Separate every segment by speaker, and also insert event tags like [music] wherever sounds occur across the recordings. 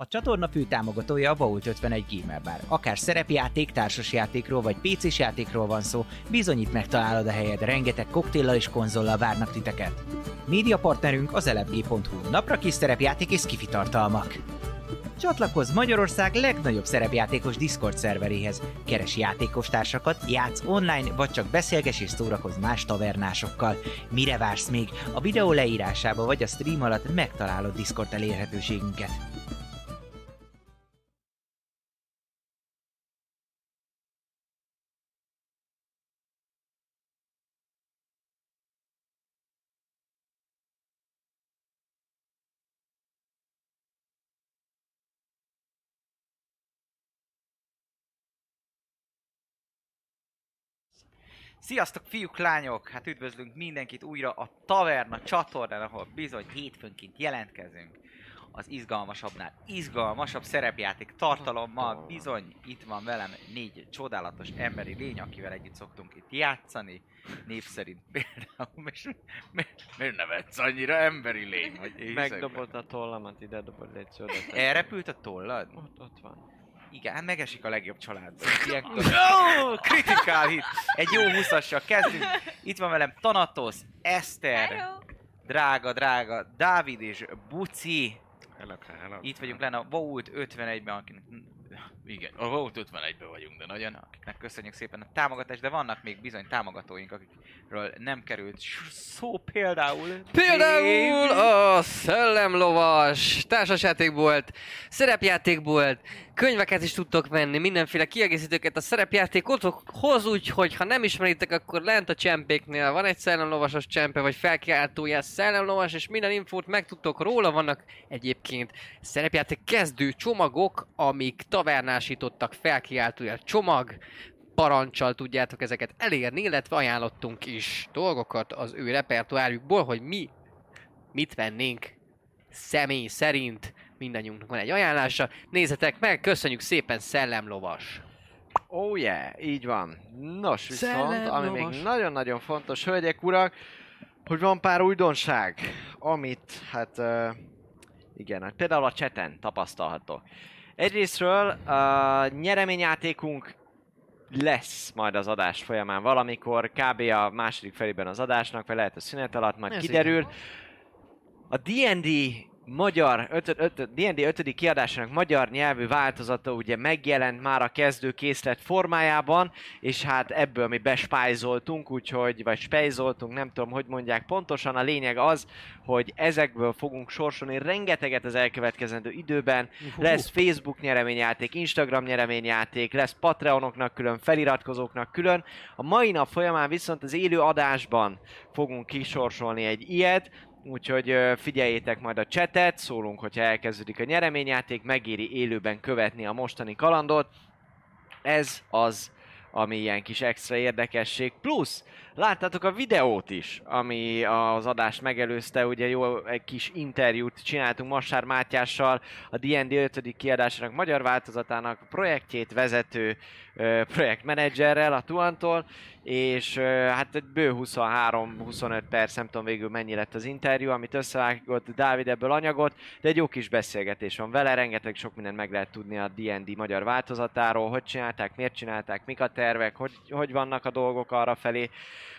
Speaker 1: A csatorna fő támogatója a Vault 51 Gamer Bar. Akár szerepjáték, társasjátékról vagy pc játékról van szó, bizonyít megtalálod a helyed, rengeteg koktéllal és konzollal várnak titeket. Média partnerünk az elebg.hu, napra kis szerepjáték és kifi tartalmak. Csatlakozz Magyarország legnagyobb szerepjátékos Discord szerveréhez. Keres játékostársakat, játsz online, vagy csak beszélges és szórakozz más tavernásokkal. Mire vársz még? A videó leírásába vagy a stream alatt megtalálod Discord elérhetőségünket. Sziasztok, fiúk, lányok! Hát üdvözlünk mindenkit újra a Taverna csatornán, ahol bizony hétfőnként jelentkezünk. Az izgalmasabbnál izgalmasabb szerepjáték tartalommal bizony itt van velem négy csodálatos emberi lény, akivel együtt szoktunk itt játszani. Név szerint például, és mi-
Speaker 2: Miért nevetsz annyira emberi lény, hogy én
Speaker 3: Megdobod a tollamat, ide dobod egy oda. tedd.
Speaker 1: elrepült a tollad?
Speaker 3: Ott, ott van.
Speaker 1: Igen, hát megesik a legjobb családban. Ilyenkor... Ó, kritikál hit! Egy jó húszassal kezdünk. Itt van velem Tanatos, Eszter,
Speaker 4: Hello!
Speaker 1: drága, drága Dávid és Buci.
Speaker 2: Hello, hello.
Speaker 1: Itt vagyunk lenne a Vault 51-ben, akinek,
Speaker 2: Igen, a Vault 51-ben vagyunk, de nagyon.
Speaker 1: akiknek köszönjük szépen a támogatást, de vannak még bizony támogatóink, akikről nem került s- szó például.
Speaker 5: Például a szellemlovas, társasjátékbolt, szerepjátékbolt, könyveket is tudtok venni, mindenféle kiegészítőket a szerepjátékotokhoz, úgyhogy ha nem ismeritek, akkor lent a csempéknél van egy szellemlovasos csempe, vagy felkiáltójás szellemlovas, és minden infót megtudtok róla, vannak egyébként szerepjáték kezdő csomagok, amik tavernásítottak felkiáltója csomag, parancsal tudjátok ezeket elérni, illetve ajánlottunk is dolgokat az ő repertoárjukból, hogy mi mit vennénk személy szerint. Mindannyiunknak van egy ajánlása. Nézzetek meg, köszönjük szépen, Szellemlovas!
Speaker 6: Oh yeah, így van. Nos, viszont, ami
Speaker 5: Szellemlovas.
Speaker 6: még nagyon-nagyon fontos, hölgyek, urak, hogy van pár újdonság, amit, hát uh, igen, hát például a cseten tapasztalhatok. Egyrésztről uh, nyereményjátékunk lesz majd az adás folyamán valamikor, kb. a második felében az adásnak, vagy lehet a szünet alatt, majd
Speaker 5: Ez
Speaker 6: kiderül. A D&D magyar, ötöd- ötöd- D&D 5. kiadásának magyar nyelvű változata ugye megjelent már a kezdőkészlet formájában, és hát ebből mi bespájzoltunk, úgyhogy, vagy spájzoltunk, nem tudom, hogy mondják pontosan. A lényeg az, hogy ezekből fogunk sorsolni rengeteget az elkövetkezendő időben, lesz Facebook nyereményjáték, Instagram nyereményjáték, lesz Patreonoknak külön, feliratkozóknak külön. A mai nap folyamán viszont az élő adásban fogunk kisorsolni egy ilyet, úgyhogy ö, figyeljétek majd a chatet, szólunk, hogyha elkezdődik a nyereményjáték, megéri élőben követni a mostani kalandot. Ez az, ami ilyen kis extra érdekesség. Plusz, láttátok a videót is, ami az adást megelőzte, ugye jó egy kis interjút csináltunk Masár Mátyással, a D&D 5. kiadásának magyar változatának projektjét vezető ö, projektmenedzserrel, a Tuantól, és ö, hát egy bő 23-25 perc, nem tudom végül mennyi lett az interjú, amit összevágott Dávid ebből anyagot, de egy jó kis beszélgetés van vele, rengeteg sok mindent meg lehet tudni a D&D magyar változatáról, hogy csinálták, miért csinálták, mik a tervek, hogy, hogy vannak a dolgok arra felé,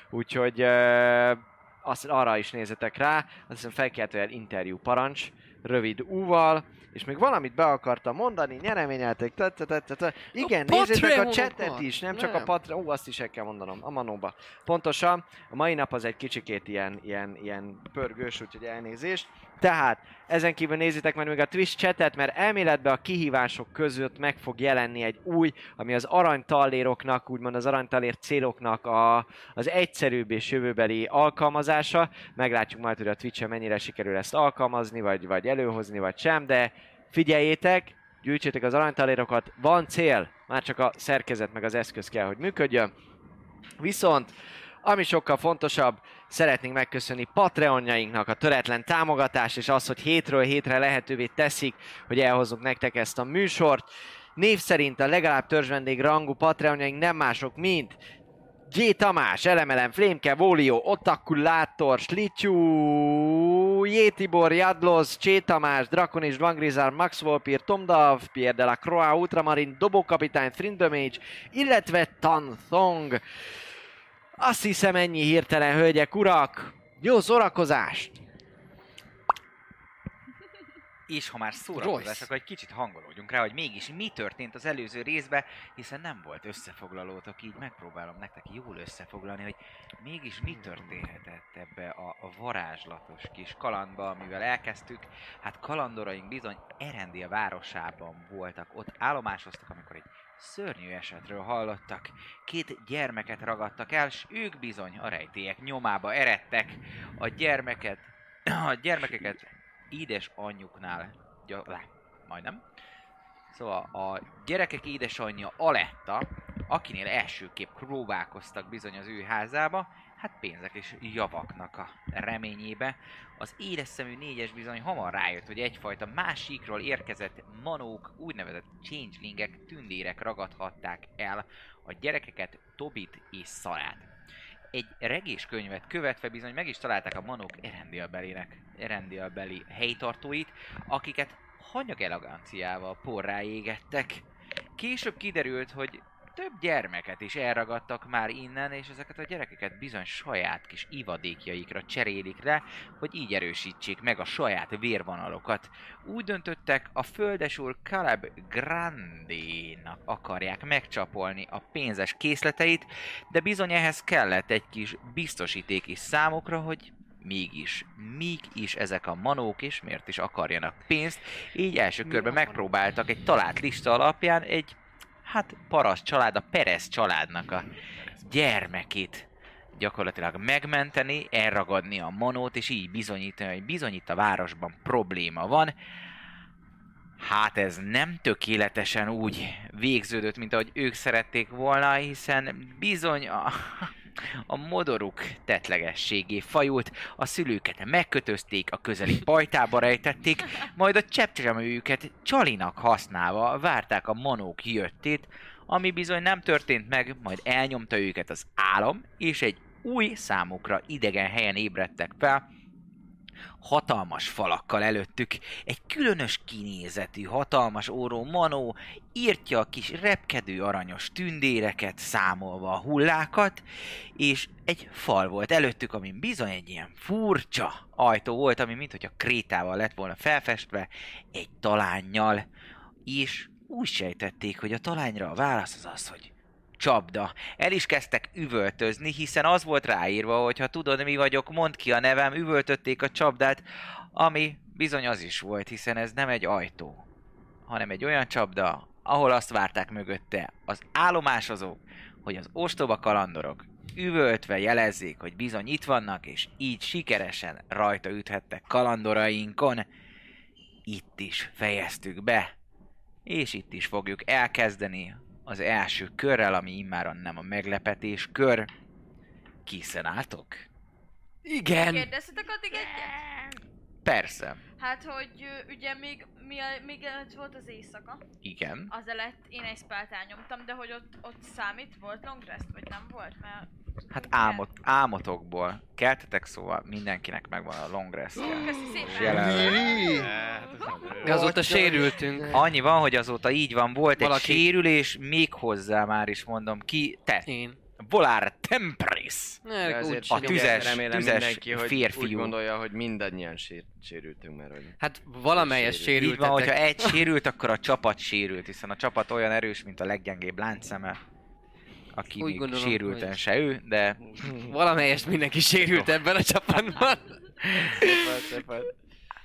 Speaker 6: úgyhogy ö, azt, arra is nézzetek rá, azt hiszem felkelt olyan interjú parancs, rövid úval, és még valamit be akartam mondani, nyereményelték, tö, tö, tö, tö, tö. Igen,
Speaker 5: A
Speaker 6: nézzétek a
Speaker 5: Patreonokat!
Speaker 6: chatet is, nem csak a
Speaker 5: Nem.
Speaker 6: patre... Ó, azt is el kell mondanom, a manóba. Pontosan, a mai nap az egy kicsikét ilyen, ilyen, ilyen pörgős, úgyhogy elnézést. Tehát, ezen kívül nézzétek majd még a Twitch chatet, mert elméletben a kihívások között meg fog jelenni egy új, ami az aranytalléroknak, úgymond az aranytallér céloknak a, az egyszerűbb és jövőbeli alkalmazása. Meglátjuk majd, hogy a Twitch-en mennyire sikerül ezt alkalmazni, vagy, vagy előhozni, vagy sem, de figyeljétek, gyűjtsétek az aranytalérokat, van cél, már csak a szerkezet meg az eszköz kell, hogy működjön. Viszont, ami sokkal fontosabb, szeretnénk megköszönni Patreonjainknak a töretlen támogatást, és az, hogy hétről hétre lehetővé teszik, hogy elhozzuk nektek ezt a műsort. Név szerint a legalább törzsvendég rangú Patreonjaink nem mások, mint G. Tamás, Elemelem, Flémke, Vólió, Otakulátor, Slityú, Ú, J. Tibor, Jadloz, Csé Tamás, Drakonis, Dvangrizár, Max Volpír, Tomdav, Pierre de la Croix, Ultramarin, Dobókapitány, Trindomage, illetve Tan Thong. Azt hiszem ennyi hirtelen, hölgyek, urak! Jó szórakozást!
Speaker 1: És ha már szórakozás,
Speaker 5: Royce.
Speaker 1: akkor egy kicsit hangolódjunk rá, hogy mégis mi történt az előző részben, hiszen nem volt összefoglalótok, így megpróbálom nektek jól összefoglalni, hogy mégis mi történhetett ebbe a a varázslatos kis kalandba, amivel elkezdtük. Hát kalandoraink bizony Erendia városában voltak, ott állomásoztak, amikor egy szörnyű esetről hallottak. Két gyermeket ragadtak el, s ők bizony a rejtélyek nyomába eredtek. A gyermeket, [clears throat] a gyermekeket édes anyjuknál, gya, lá, majdnem. Szóval a gyerekek édesanyja Aletta, akinél elsőképp próbálkoztak bizony az ő házába, hát pénzek és javaknak a reményébe. Az éles szemű négyes bizony hamar rájött, hogy egyfajta másikról érkezett manók, úgynevezett changelingek, tündérek ragadhatták el a gyerekeket, Tobit és Szarát. Egy regés könyvet követve bizony meg is találták a manók Erendielbelének, Erendielbeli helytartóit, akiket hanyag eleganciával porrá égettek. Később kiderült, hogy több gyermeket is elragadtak már innen, és ezeket a gyerekeket bizony saját kis ivadékjaikra cserélik le, hogy így erősítsék meg a saját vérvonalokat. Úgy döntöttek, a földesúr Caleb Grandénak akarják megcsapolni a pénzes készleteit, de bizony ehhez kellett egy kis biztosíték is számukra, hogy mégis, míg is ezek a manók és miért is akarjanak pénzt, így első körben megpróbáltak egy talált lista alapján egy, hát paraszt család, a Perez családnak a gyermekét gyakorlatilag megmenteni, elragadni a manót, és így bizonyítani, hogy bizony itt a városban probléma van. Hát ez nem tökéletesen úgy végződött, mint ahogy ők szerették volna, hiszen bizony a, a modoruk tetlegességé fajult, a szülőket megkötözték, a közeli pajtába rejtették, majd a csepcsemőjüket csalinak használva várták a manók jöttét, ami bizony nem történt meg, majd elnyomta őket az álom, és egy új számukra idegen helyen ébredtek fel, hatalmas falakkal előttük. Egy különös kinézetű, hatalmas óró manó írtja a kis repkedő aranyos tündéreket, számolva a hullákat, és egy fal volt előttük, ami bizony egy ilyen furcsa ajtó volt, ami mint hogyha krétával lett volna felfestve, egy talányjal, és úgy sejtették, hogy a talányra a válasz az az, hogy csapda. El is kezdtek üvöltözni, hiszen az volt ráírva, hogy ha tudod mi vagyok, mondd ki a nevem, üvöltötték a csapdát, ami bizony az is volt, hiszen ez nem egy ajtó, hanem egy olyan csapda, ahol azt várták mögötte az állomásozók, hogy az ostoba kalandorok üvöltve jelezzék, hogy bizony itt vannak, és így sikeresen rajta üthettek kalandorainkon. Itt is fejeztük be, és itt is fogjuk elkezdeni az első körrel, ami immáron nem a meglepetés kör. Készen álltok?
Speaker 5: Igen!
Speaker 7: Kérdeztetek addig egyet?
Speaker 1: Persze.
Speaker 7: Hát, hogy ö, ugye még, mi, még előtt volt az éjszaka,
Speaker 1: Igen.
Speaker 7: az elett én egy spelt elnyomtam, de hogy ott, ott számít, volt long rest, vagy nem volt, mert...
Speaker 1: Hát álmot, álmotokból keltetek, szóval mindenkinek megvan a long rest
Speaker 7: Köszi szépen!
Speaker 1: jelenleg.
Speaker 5: De azóta sérültünk.
Speaker 1: Annyi van, hogy azóta így van, volt Valaki.
Speaker 5: Valaki-
Speaker 1: egy sérülés, még hozzá már is mondom ki, te,
Speaker 5: Én.
Speaker 1: Volár Tempris!
Speaker 5: Ne,
Speaker 3: De
Speaker 5: úgy
Speaker 3: azért
Speaker 1: a
Speaker 5: csinálom.
Speaker 3: ugye
Speaker 1: tüzes-
Speaker 3: remélem
Speaker 1: tüzes
Speaker 3: mindenki, hogy Úgy
Speaker 1: férfiú.
Speaker 3: gondolja, hogy mindannyian sér, sérültünk már, hogy...
Speaker 5: Hát valamelyes
Speaker 1: Így van, hogyha
Speaker 5: sérültetek.
Speaker 1: egy sérült, akkor a csapat sérült, hiszen a csapat olyan erős, mint a leggyengébb láncszeme, aki
Speaker 5: Úgy
Speaker 1: még
Speaker 5: gondolom,
Speaker 1: sérülten
Speaker 5: hogy-
Speaker 1: se ő, de
Speaker 5: Valamelyest mindenki sérült ebben a csapatban.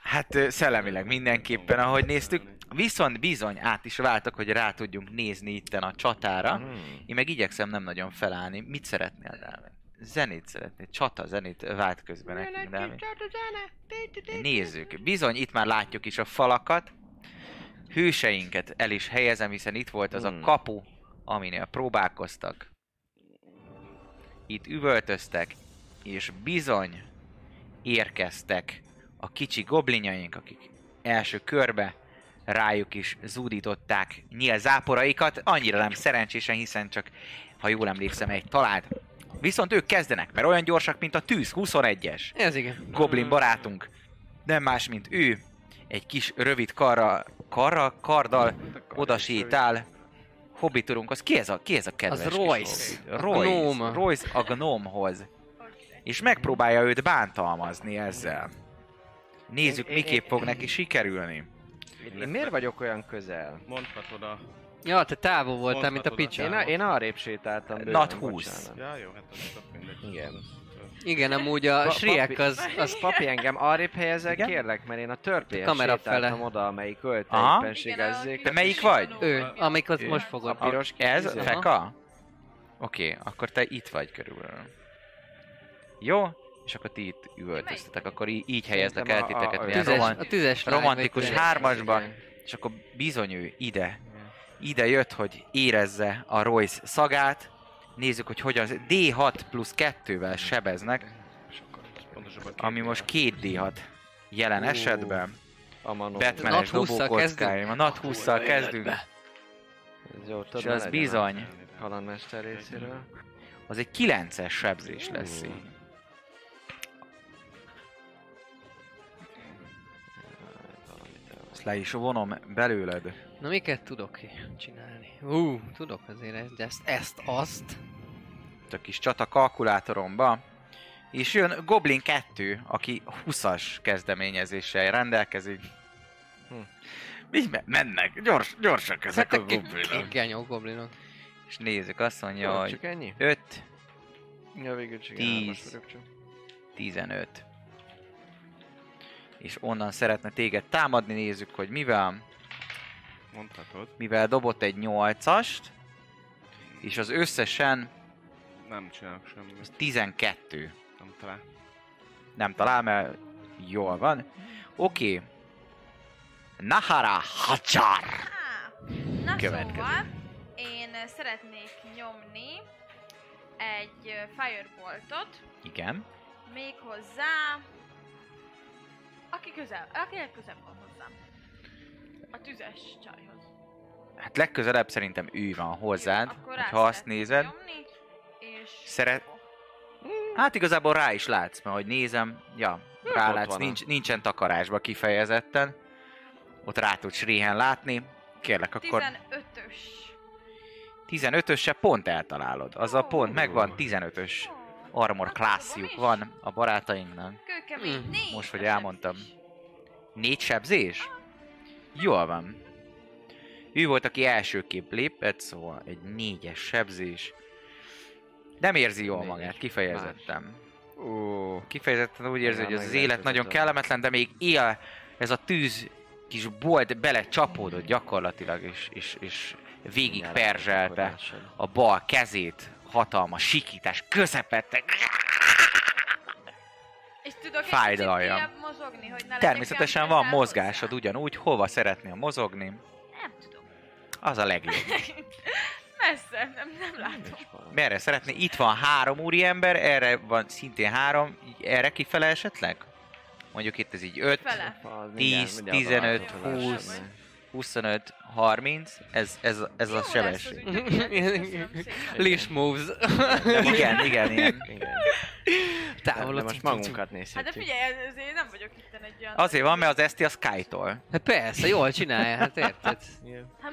Speaker 1: Hát ö, szellemileg mindenképpen, ahogy néztük. Viszont bizony át is váltak, hogy rá tudjunk nézni itten a csatára.
Speaker 6: Hmm.
Speaker 1: Én meg igyekszem nem nagyon felállni. Mit szeretnél, Dávid? Zenét szeretnél, csata zenét vált közben nekünk, Dávid. Nézzük. Bizony, itt már látjuk is a falakat. Hőseinket el is helyezem, hiszen itt volt az a
Speaker 3: Hmm.
Speaker 1: kapu, aminél próbálkoztak. Itt üvöltöztek, és bizony érkeztek a kicsi goblinjaink, akik első körbe rájuk is zúdították nyíl záporaikat, annyira nem szerencsésen, hiszen csak, ha jól emlékszem, egy talált. Viszont ők kezdenek, mert olyan gyorsak, mint a tűz, 21-es
Speaker 5: Ez igen.
Speaker 1: goblin barátunk. nem más, mint ő. Egy kis rövid karra, karra, karddal oda sétál. Hobbiturunkhoz. Ki ez a, ki ez a kedves
Speaker 5: Az
Speaker 1: kis
Speaker 5: Royce.
Speaker 1: hobbit?
Speaker 5: A
Speaker 1: Royce.
Speaker 5: gnóm.
Speaker 1: Royce a gnómhoz. És megpróbálja őt bántalmazni ezzel. Nézzük, miképp fog neki sikerülni.
Speaker 6: Én miért vagyok olyan közel?
Speaker 2: Mondhatod a...
Speaker 5: Ja, te távol voltál, mint a
Speaker 2: Mondhatod azt.
Speaker 5: picsa.
Speaker 6: Én, a, én arrébb sétáltam. bőven,
Speaker 1: Not 20.
Speaker 6: bocsánat.
Speaker 2: Ja, jó, hát az tök mindegy.
Speaker 6: Igen.
Speaker 5: Igen, amúgy a
Speaker 6: Pa-
Speaker 5: Shrek
Speaker 6: papi-
Speaker 5: az...
Speaker 6: Az papi engem arrébb helyezek,
Speaker 1: Igen?
Speaker 6: kérlek, mert én a törpéhez
Speaker 5: Kamera
Speaker 6: sétáltam
Speaker 5: fele.
Speaker 6: oda, amelyik
Speaker 1: Aha.
Speaker 6: ölte
Speaker 7: Igen, a
Speaker 6: éppen
Speaker 7: kis
Speaker 1: melyik vagy?
Speaker 7: tanuló,
Speaker 5: Ő,
Speaker 7: aki-
Speaker 5: amik az
Speaker 2: Ő.
Speaker 5: most fogod.
Speaker 6: A piros
Speaker 1: Ez?
Speaker 6: kis-
Speaker 1: Feka? Oké, akkor te itt vagy körülbelül. Jó? És akkor ti itt üvöltöztetek, akkor í- így helyezlek el
Speaker 6: Szerintem a- a-
Speaker 1: titeket.
Speaker 6: a
Speaker 1: milyen
Speaker 5: Tüzes,
Speaker 1: roman-
Speaker 5: a tüzes lány
Speaker 1: romantikus
Speaker 5: vagy-
Speaker 1: hármasban, és akkor bizony ő ide. Ide jött, hogy érezze a Royce szagát. Nézzük, hogy hogyan... D6 plusz 2-vel sebeznek,
Speaker 2: Sokkal pontosabban
Speaker 1: ami
Speaker 2: két-
Speaker 1: most 2D6 jelen
Speaker 6: Ú.
Speaker 1: esetben.
Speaker 6: A manó.
Speaker 1: Batman-es
Speaker 5: Nat 20-szal
Speaker 1: dobókockáim. A nat 20-szal kezdünk,
Speaker 6: Ez jó,
Speaker 1: és
Speaker 6: tudod,
Speaker 1: az bizony.
Speaker 6: Kalandmester részéről.
Speaker 1: Az egy 9-es sebzés lesz
Speaker 6: Ú.
Speaker 1: így. Ezt le is vonom belőled.
Speaker 5: Na miket tudok csinálni? Hú, tudok azért ezt, ezt, ezt azt.
Speaker 1: Itt a kis csata kalkulátoromba. És jön Goblin 2, aki 20-as kezdeményezéssel rendelkezik. Hm. Így me- mennek, gyors, gyorsak ezek a goblinok.
Speaker 5: Igen, jó goblinok.
Speaker 1: És nézzük, azt mondja,
Speaker 6: Jó,
Speaker 1: hogy
Speaker 6: Csak ennyi?
Speaker 1: 5,
Speaker 6: Ja, végül csak
Speaker 1: Tíz.
Speaker 6: hármas vagyok csak.
Speaker 1: 15. És onnan szeretne téged támadni, nézzük, hogy mivel.
Speaker 2: Mondhatod.
Speaker 1: Mivel dobott egy 8-ast, és az összesen
Speaker 2: Nem csinálok semmit.
Speaker 1: az 12.
Speaker 2: Nem talál.
Speaker 1: Nem talál, mert jól van. Oké. Okay. Nahara Hacsár.
Speaker 7: Á, Na
Speaker 1: Következő.
Speaker 7: szóval, én szeretnék nyomni egy ö, fireboltot,
Speaker 1: Igen.
Speaker 7: méghozzá, aki közel, aki legközelebb van hozzám. A tüzes csajhoz.
Speaker 1: Hát legközelebb szerintem ő van hozzád,
Speaker 7: Jó, akkor rá
Speaker 1: ha azt
Speaker 7: szeretnék
Speaker 1: nézed.
Speaker 7: Nyomni, és
Speaker 1: Szeret- Hát igazából rá is látsz, mert hogy nézem, ja,
Speaker 6: Hm, ott
Speaker 1: rálátsz,
Speaker 6: van a-
Speaker 1: nincs, nincsen takarásba kifejezetten. Ott rá tudsz réhen látni. Kérlek, akkor
Speaker 7: 15-ös.
Speaker 1: 15-öse pont eltalálod. Az a pont megvan, 15-ös
Speaker 7: Ó,
Speaker 1: armor
Speaker 7: akkor fogom
Speaker 1: classjuk
Speaker 7: is.
Speaker 1: van a barátainknak.
Speaker 7: Kőkemény.
Speaker 5: Mm.
Speaker 7: Négy
Speaker 1: Most, hogy
Speaker 7: sebzés.
Speaker 1: elmondtam. Négy sebzés? Jól van. Ő volt, aki elsőképp lépett, szóval egy négyes sebzés. Nem érzi jól
Speaker 6: Négyes.
Speaker 1: magát, kifejezetten. Ó, kifejezetten úgy érzi,
Speaker 6: Igen,
Speaker 1: hogy az, az
Speaker 6: megváltozott
Speaker 1: élet nagyon
Speaker 6: a-
Speaker 1: kellemetlen, de még él ez a tűz kis bolt bele csapódott gyakorlatilag, és, és, és végig
Speaker 6: Mindjárt
Speaker 1: perzselte
Speaker 6: elfogadásod.
Speaker 1: a bal kezét, hatalmas sikítás közepette.
Speaker 7: És tudok
Speaker 1: Fájdalja.
Speaker 7: egy kicsit kiebb mozogni, hogy ne
Speaker 1: Természetesen
Speaker 7: legyek
Speaker 1: van
Speaker 7: közel
Speaker 1: mozgásod
Speaker 7: hozzá?
Speaker 1: ugyanúgy, hova szeretnél mozogni,
Speaker 7: Nem tudom. [laughs]
Speaker 1: az a legjobb.
Speaker 7: Messze, nem, nem látom.
Speaker 1: Merre szeretné? Itt van három úriember, erre van szintén három, így erre kifele esetleg? Mondjuk itt ez így 5,
Speaker 7: Fele.
Speaker 6: Az mindjárt-
Speaker 1: 10,
Speaker 6: mindjárt
Speaker 1: 15,
Speaker 6: találkozás
Speaker 7: 20.
Speaker 6: lenne.
Speaker 1: 25, 30, ez, ez, a- ez
Speaker 7: Jó
Speaker 1: a
Speaker 7: lesz az
Speaker 1: sebesség.
Speaker 7: ügyek, köszönöm szépen.
Speaker 5: Lish moves.
Speaker 1: Igen, igen, igen.
Speaker 6: Igen.
Speaker 5: Távol
Speaker 6: De
Speaker 5: a
Speaker 6: most
Speaker 5: magunk.
Speaker 6: magunkat
Speaker 7: Hát de
Speaker 6: nézhetjük.
Speaker 7: figyelj, ez- ezért én nem vagyok itt egy olyan...
Speaker 1: Azért van, mert az Eszti a Sky-tól.
Speaker 5: Hát persze, jól csinálja, hát érted?
Speaker 7: Hát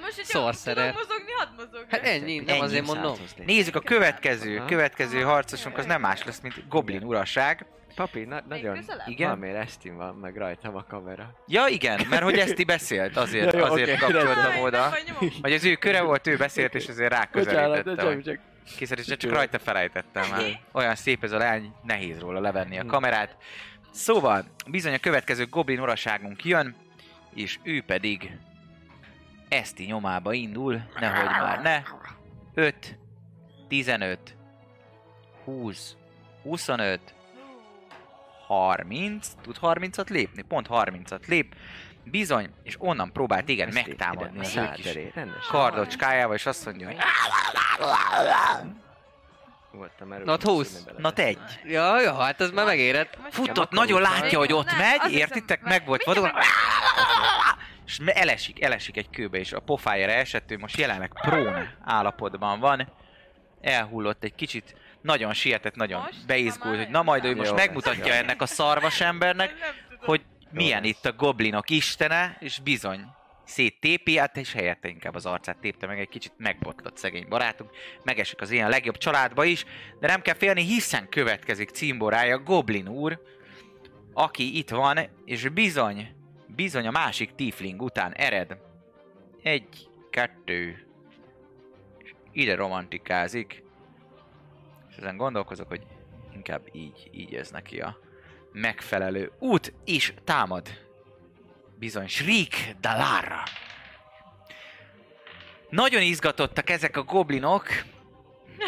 Speaker 7: most, hogy
Speaker 5: Sorcerer.
Speaker 7: tudok mozogni, hadd mozogni.
Speaker 5: Hát ennyi, nem
Speaker 1: Ennyi
Speaker 5: azért mondom.
Speaker 6: Százhoz lépj.
Speaker 1: Nézzük a következő,
Speaker 6: Aha.
Speaker 1: következő harcosunk, az nem más lesz, mint Goblin uraság.
Speaker 6: Papi, na- nagyon...
Speaker 7: közelebb?
Speaker 1: Igen.
Speaker 6: Igen? Valamiért Estin van, meg rajtam a kamera.
Speaker 1: Ja igen, mert hogy Eszti beszélt, azért,
Speaker 6: [laughs] Ja, jó,
Speaker 1: azért
Speaker 6: oké,
Speaker 1: kapcsoltam
Speaker 7: Jaj, nem
Speaker 1: oda.
Speaker 7: vagy nyomom.
Speaker 1: Hogy az ő köre volt, ő beszélt, és azért ráközelítettem. hogy-
Speaker 6: csak...
Speaker 1: Kiszerítse, csak rajta felejtettem már. Olyan szép ez a lány, nehéz róla levenni a kamerát. Szóval, bizony a következő goblin uraságunk jön, és ő pedig Eszti nyomába indul, nehogy már ne. 5, 15, 20, 25, 30, tud 30-at lépni, pont 30-at lép, bizony, és onnan próbál téged megtámadni az ő kis
Speaker 6: Rendesen.
Speaker 1: kardocskájával, és azt mondja, hogy
Speaker 6: Voltam erős.
Speaker 5: Na, húsz.
Speaker 1: na te egy.
Speaker 5: Ja, ja, hát ez már megérett.
Speaker 7: Most
Speaker 1: Futott,
Speaker 7: nyomom.
Speaker 1: nagyon látja, hogy ott
Speaker 7: Nem, azt
Speaker 1: megy,
Speaker 7: hiszem,
Speaker 1: értitek, meg volt
Speaker 7: Mit
Speaker 1: vadul,
Speaker 7: tudom én?
Speaker 1: és me- elesik, elesik egy kőbe, és a pofájára esett, ő most jelenleg prón állapotban van, elhullott egy kicsit, nagyon sietett, nagyon
Speaker 7: Most?
Speaker 1: beizgult,
Speaker 7: Ha már
Speaker 1: hogy na majd ő
Speaker 7: elhullott.
Speaker 1: most
Speaker 6: Jó,
Speaker 1: megmutatja
Speaker 6: persze.
Speaker 1: ennek a szarvas embernek,
Speaker 7: Nem tudom.
Speaker 1: hogy Milyen itt a goblinok istene, és bizony széttépi, hát és helyette inkább az arcát tépte meg egy kicsit, megbotlott szegény barátunk, megesik az ilyen legjobb családba is, de nem kell félni, hiszen következik címborája Goblin úr, aki itt van, és bizony, bizony a másik tiefling után ered. Egy, kettő, és ide romantikázik, és ezen gondolkozok, hogy inkább így, így ez neki a megfelelő út, és támad. Bizony, Shriek Dalara. Nagyon izgatottak ezek a goblinok,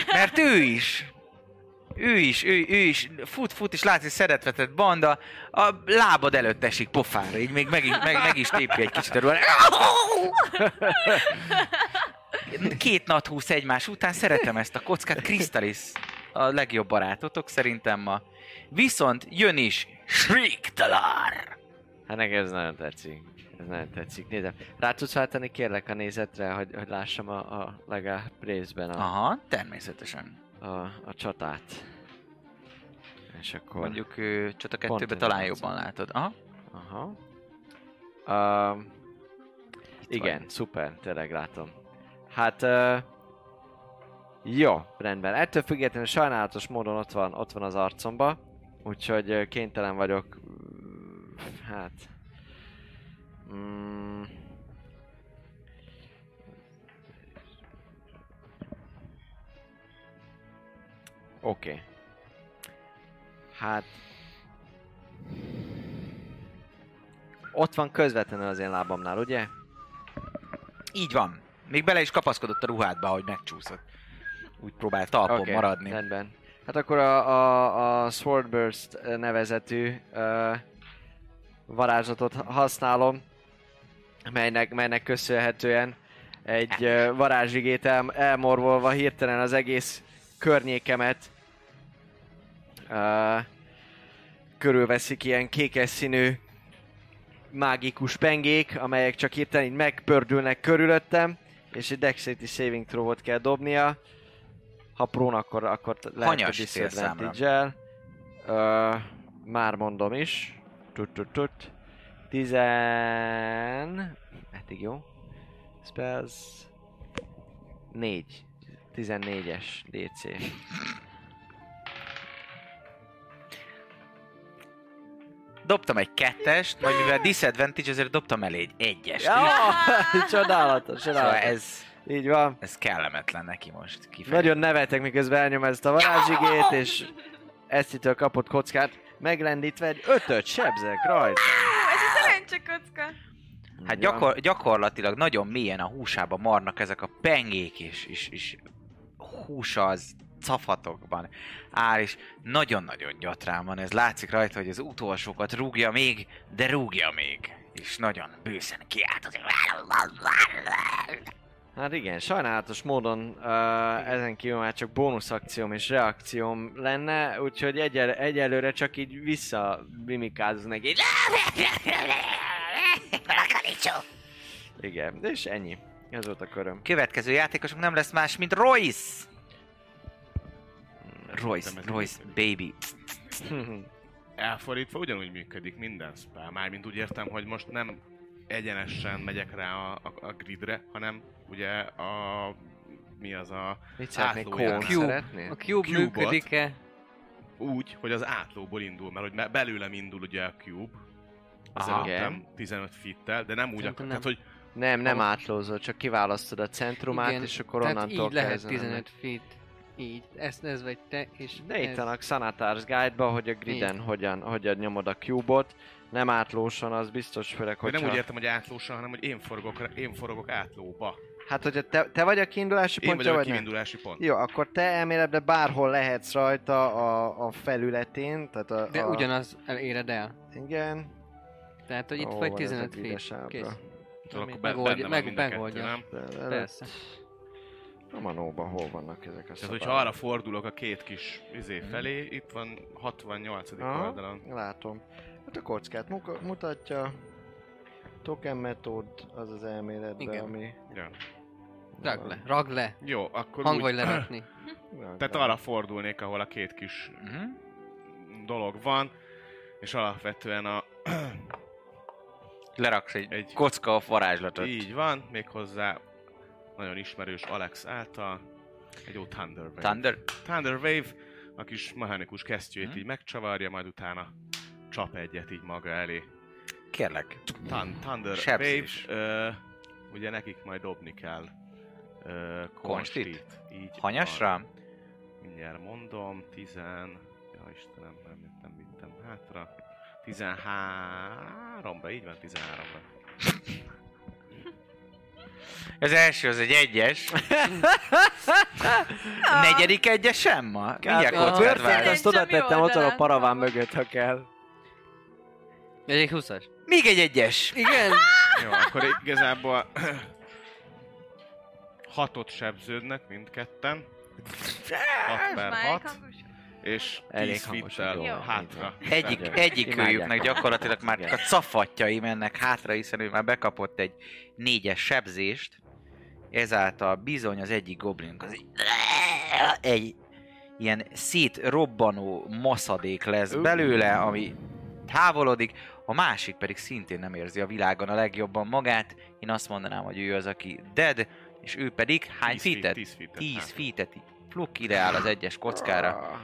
Speaker 1: mert ő is, ő is, ő, ő is, fut, fut, és látszik szeretvetett banda, a lábad előtt esik pofára, így még meg, is- meg, meg is tépi egy kicsit örülni. Két nat húsz egymás után, szeretem ezt a kockát, Kristalis a legjobb barátotok szerintem ma. Viszont jön is Shriektalar!
Speaker 6: Hát nekem ez nagyon tetszik. Ez nagyon tetszik. Nézem. Rá tudsz váltani kérlek a nézetre, hogy, hogy lássam a, a legalább részben a,
Speaker 1: Aha, természetesen.
Speaker 6: a, a csatát. És akkor...
Speaker 1: Mondjuk ő, csata
Speaker 6: Pont
Speaker 1: kettőbe
Speaker 6: ez
Speaker 1: talán
Speaker 6: a
Speaker 1: jobban látod. Aha.
Speaker 6: Aha. Uh, igen,
Speaker 1: vagy.
Speaker 6: szuper, tényleg látom. Hát... Uh, jó, rendben. Ettől függetlenül sajnálatos módon ott van, ott van az arcomba. Úgyhogy ö, kénytelen vagyok... mm, Hát... Mm, Oké. Okay. Hát... Ott van közvetlenül az én lábamnál, ugye?
Speaker 1: Így van. Még bele is kapaszkodott a ruhádba, ahogy megcsúszott. Úgy próbált talpon
Speaker 6: Oké,
Speaker 1: okay. maradni.
Speaker 6: Rendben. Hát akkor a, a, a Swordburst nevezetű uh, varázslatot ha- használom, melynek, melynek köszönhetően egy uh, varázsigét el, elmorvolva hirtelen az egész környékemet uh, körülveszik ilyen kékes színű mágikus pengék, amelyek csak hirtelen így megpördülnek körülöttem, és egy Dexterity Saving Throw-ot kell dobnia. Ha prón, akkor, akkor t- lehet
Speaker 1: Hanyas
Speaker 6: a
Speaker 1: célszámra.
Speaker 6: disadvantage-el. Ö, már mondom is. Tut, tut, tut. Tizen... Eddig jó. Spells... Négy. 14-es DC.
Speaker 1: Dobtam egy kettest, majd mivel disadvantage, ezért dobtam elé egy egyest.
Speaker 6: Ja, [laughs] csodálatos,
Speaker 1: Szóval
Speaker 6: csodálatos.
Speaker 1: ez,
Speaker 6: Így van.
Speaker 1: ez kellemetlen neki most. Kifejezetten.
Speaker 6: Nagyon nevetek, miközben elnyom ezt a varázsigét, és Eszitől kapott kockát meglendítve egy ötöt sebzek rajta.
Speaker 7: [laughs] Ez a szerencse kocka.
Speaker 1: Hát
Speaker 6: Így van.
Speaker 1: gyakor- gyakorlatilag nagyon mélyen a húsába marnak ezek a pengék, és, és, és húsa az cafatokban áll, és nagyon-nagyon gyatrán van. Ez látszik rajta, hogy az utolsókat rúgja még, de rúgja még. És nagyon bőszen kiáltozik.
Speaker 6: Hát igen, sajnálatos módon uh, ezen kívül már csak bónusz akcióm és reakcióm lenne, úgyhogy egyel, egyelőre csak így vissza mimikázok neki. Így- Igen, és ennyi. Ez volt a köröm.
Speaker 1: Következő játékosunk nem lesz más, mint Royce! Royce, Royce, baby.
Speaker 2: Elfordítva ugyanúgy működik minden spell. Mármint úgy értem, hogy most nem egyenesen megyek rá a, a, a gridre, hanem ugye a... Mi az a...
Speaker 6: [laughs] Mit szeretnék?
Speaker 2: Átlójánál.
Speaker 6: Kón
Speaker 5: Cube.
Speaker 6: szeretnél?
Speaker 5: A cube
Speaker 2: Cube-ot.
Speaker 5: működik-e?
Speaker 2: Úgy, hogy az átlóból indul, mert hogy me- belőlem indul ugye a cube.
Speaker 6: Aha.
Speaker 2: Szerintem 15 fittel, de nem úgy akar,
Speaker 5: Szerintem
Speaker 2: tehát
Speaker 5: nem.
Speaker 2: hogy
Speaker 6: Nem, nem
Speaker 5: Aha.
Speaker 6: átlózol, csak kiválasztod a centrumát,
Speaker 5: Igen,
Speaker 6: és akkor
Speaker 5: Tehát
Speaker 6: onnantól
Speaker 5: így lehet
Speaker 6: kezdve nem
Speaker 5: 15 feet. Így. Ezt ez vagy te, és
Speaker 6: De itt
Speaker 5: ez.
Speaker 6: vannak Sanatars Guide-ba, hogy a griden hogyan, hogyan nyomod a cube-ot. Nem átlóson, az biztos, főleg,
Speaker 2: Hogy
Speaker 6: hogyha...
Speaker 2: nem úgy értem, hogy átlósan, hanem hogy én forgok, ra- én forgok átlóba.
Speaker 6: Hát, hogyha te, te vagy a kiindulási
Speaker 2: Én
Speaker 6: pontja,
Speaker 2: vagyok a
Speaker 6: vagy nem?
Speaker 2: kiindulási pont.
Speaker 6: Jó, akkor te elméletben bárhol lehetsz rajta a, a felületén, tehát a...
Speaker 5: De
Speaker 6: a...
Speaker 5: ugyanaz el- éred el.
Speaker 6: Igen.
Speaker 5: Tehát, hogy itt
Speaker 6: Ó,
Speaker 5: vagy
Speaker 6: vezet
Speaker 5: 15
Speaker 6: a grides
Speaker 5: feet.
Speaker 6: ábra.
Speaker 5: Kész.
Speaker 2: Tudom, akkor be,
Speaker 5: Megoldja-
Speaker 2: benne van
Speaker 5: meg-
Speaker 2: mind a kettő,
Speaker 5: megoldja.
Speaker 2: nem?
Speaker 6: De- de-
Speaker 5: Persze.
Speaker 6: A manóban hol vannak ezek a
Speaker 2: Tehát,
Speaker 6: szabályok?
Speaker 2: hogyha arra fordulok a két kis izé felé, itt van 68.
Speaker 6: Aha,
Speaker 2: oldalon.
Speaker 6: Látom. Hát a kockát muka- mutatja. Token method, az az elméletben,
Speaker 5: Igen.
Speaker 6: ami...
Speaker 2: Ja.
Speaker 5: Ragd le. Ragd le.
Speaker 2: Jó, akkor
Speaker 5: Hang
Speaker 2: úgy...
Speaker 5: vagy
Speaker 6: [clears throat]
Speaker 5: lerakni.
Speaker 2: [clears throat] Tehát arra fordulnék, ahol a két kis
Speaker 1: Mhm.
Speaker 2: dolog van, és alapvetően a [clears throat]
Speaker 1: leraksz egy,
Speaker 8: Egy-
Speaker 1: egy kocka a varázslatot.
Speaker 8: Így van, méghozzá nagyon ismerős Alex által egy jó Thunder Wave.
Speaker 1: Thunder?
Speaker 8: Thunder Wave a kis mechanikus kesztyűjét
Speaker 1: Mhm.
Speaker 8: így megcsavarja, majd utána csap egyet így maga elé.
Speaker 1: Kérlek.
Speaker 8: Thun- Thunder
Speaker 1: Mhm. Sebzés.
Speaker 8: Wave, ö, ugye nekik majd dobni kell ö,
Speaker 1: Konstit?
Speaker 8: konstit. Így
Speaker 1: Hanyasra?
Speaker 8: van. Mindjárt mondom, tizen... Ja Istenem, nem, nem vittem hátra. 13-ra, így van, 13-ra.
Speaker 1: Az első az egy egyes. A negyedik egyes sem ma?
Speaker 6: Hát,
Speaker 1: Mindjárt
Speaker 5: a
Speaker 1: kockát
Speaker 7: börtön-
Speaker 1: választ.
Speaker 6: Ezt oda tettem, ott van a paraván mögött, ha kell.
Speaker 5: Egy 20-as.
Speaker 1: Még egy egyes.
Speaker 5: Igen?
Speaker 8: Jó, akkor igazából [coughs] hatot sebződnek
Speaker 1: [coughs]
Speaker 8: mindketten.
Speaker 7: Ah,
Speaker 8: 6 per 6, és
Speaker 6: Elég
Speaker 8: 10
Speaker 6: hangos,
Speaker 8: fittel
Speaker 7: jó.
Speaker 8: hátra.
Speaker 1: Egyik,
Speaker 6: Igen.
Speaker 1: egyik
Speaker 6: Imádják
Speaker 1: őjüknek
Speaker 6: a-
Speaker 1: gyakorlatilag már
Speaker 6: Igen.
Speaker 1: a cafatjai mennek hátra, hiszen ő már bekapott egy négyes sebzést. Ezáltal bizony az egyik goblin az egy, egy ilyen szétrobbanó maszadék lesz
Speaker 6: Ú.
Speaker 1: belőle, ami távolodik, a másik pedig szintén nem érzi a világon a legjobban magát. Én azt mondanám, hogy ő az, aki dead, és ő pedig hány
Speaker 8: 10
Speaker 1: fitet?
Speaker 8: feet- 10 feet.
Speaker 1: 10 feet pluk ideál az egyes kockára.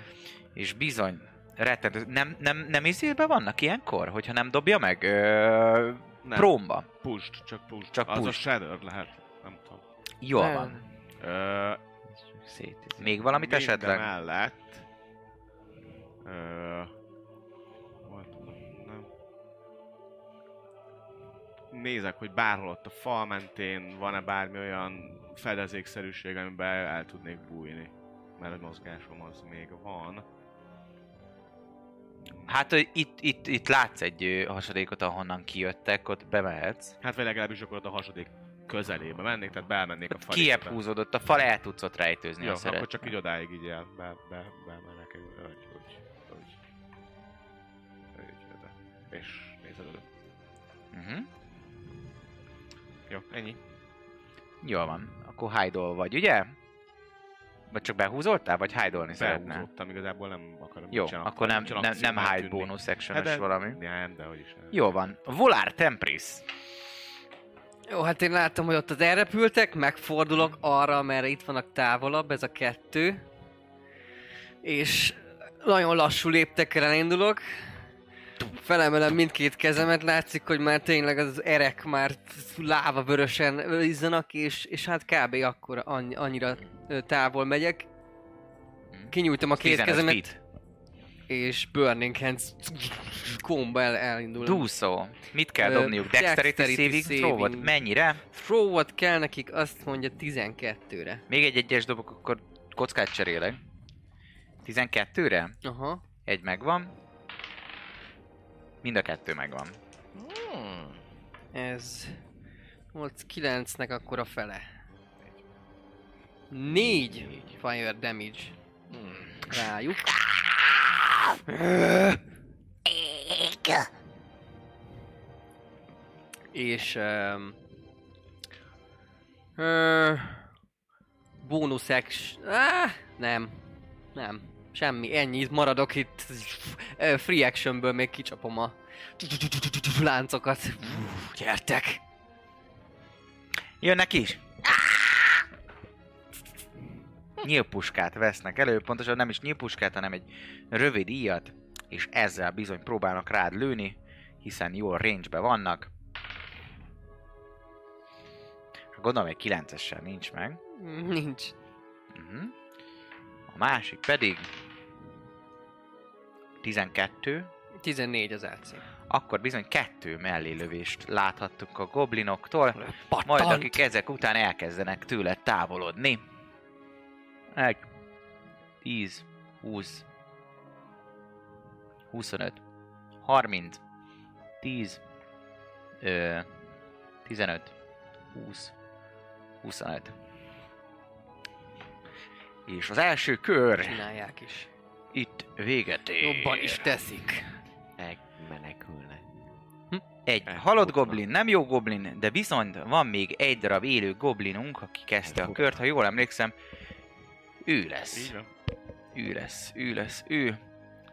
Speaker 1: És bizony, rettet, nem, nem, nem izélben vannak ilyenkor? Hogyha nem dobja meg? Ö,
Speaker 8: Nem,
Speaker 1: prómba.
Speaker 8: pushed, csak pushed.
Speaker 1: Csak
Speaker 8: Csak Az a
Speaker 1: pushed.
Speaker 8: shadow lehet, nem tudom.
Speaker 1: Jól van.
Speaker 8: Ö,
Speaker 6: Szét.
Speaker 1: Még valamit
Speaker 8: minden
Speaker 1: esetleg?
Speaker 8: mellett... Ö, volt, nem. Nézek, hogy bárhol ott a fal mentén van-e bármi olyan fedezékszerűség, amiben el tudnék bújni. Mert a mozgásom az még van.
Speaker 1: Hát ö, itt, itt, itt látsz egy ö, hasadékot, ahonnan kijöttek, ott bemehetsz.
Speaker 8: Hát vagy legalábbis akkor ott a hasadik közelébe mennék, tehát belmennék a fal.
Speaker 1: Kiebb húzódott a fal, el tudsz ott rejtőzni,
Speaker 8: Jó,
Speaker 1: ha
Speaker 8: akkor
Speaker 1: szeret.
Speaker 8: csak így odáig így el, be, be, bemenek, úgy, úgy, úgy, úgy, úgy oda. És nézed oda.
Speaker 1: Uh-huh.
Speaker 8: Jó, ennyi.
Speaker 1: Jól van. Akkor hide vagy, ugye? Vagy csak behúzoltál, vagy hide szeretnál?
Speaker 8: Felhúzódtam, igazából nem akarom
Speaker 1: Jó,
Speaker 8: mit sem
Speaker 1: akkor nem,
Speaker 8: csak
Speaker 1: nem, nem
Speaker 8: színben
Speaker 1: hide
Speaker 8: tűnni.
Speaker 1: bónusz
Speaker 8: Hát
Speaker 1: action
Speaker 8: de-
Speaker 1: valami.
Speaker 8: Nem, de hogy is nem.
Speaker 1: Jó van. Volár Tempris.
Speaker 5: Jó, hát én láttam, hogy ott az elrepültek, megfordulok arra, mert itt vannak távolabb, ez a kettő. És nagyon lassú léptekkel elindulok. Felemelem mindkét kezemet, látszik, hogy már tényleg az erek már láva vörösen izzanak, és, és hát kb. akkor annyi, annyira ö, távol megyek. Kinyújtom a két
Speaker 1: 15
Speaker 5: kezemet,
Speaker 1: feet.
Speaker 5: és Burning Hands komba el, elindul.
Speaker 1: Dúszó. Mit kell
Speaker 5: Ö,
Speaker 1: dobniuk? Dexterity,
Speaker 5: dexterity
Speaker 1: saving throw
Speaker 5: saving.
Speaker 1: volt? Mennyire?
Speaker 5: Throw-ot kell nekik, azt mondja 12-re.
Speaker 1: Még egy egyes dobok, akkor kockát cserélek. 12-re?
Speaker 5: Aha.
Speaker 1: Egy megvan. Mind a kettő megvan.
Speaker 5: Ez volt 9-nek akkor a fele. 4 fire damage. Rájuk. És um, uh, bónusz action. Ah, nem. Nem. Semmi. Ennyit maradok itt. Ö, Free actionből még kicsapom a láncokat. Gyertek!
Speaker 1: Jönnek is! Nyílpuskát vesznek elő, pontosan nem is nyílpuskát, hanem egy rövid íjat, és ezzel bizony próbálnak rád lőni, hiszen jól range vannak. Gondolom, egy 9-essel nincs meg.
Speaker 5: Nincs.
Speaker 1: Mhm. A másik pedig 12,
Speaker 5: 14 az AC.
Speaker 1: akkor bizony kettő mellélövést láthattunk a goblinoktól,
Speaker 5: Pattant.
Speaker 1: majd akik ezek után elkezdenek tőle távolodni. Egy, 10, 20, 25, 30, 10, ö, 15, 20, 25. És az első kör
Speaker 5: Csinálják is.
Speaker 1: itt véget ér.
Speaker 5: Jobban is teszik.
Speaker 6: Menekülnek.
Speaker 1: Hm? Egy
Speaker 8: Eh,
Speaker 1: halott
Speaker 8: futnak.
Speaker 1: goblin, nem jó goblin, de viszont van még egy darab élő goblinunk, aki kezdte a kört, ha jól emlékszem. Ő
Speaker 8: Így
Speaker 1: lesz,
Speaker 8: van.
Speaker 1: ő lesz, ő lesz, ő.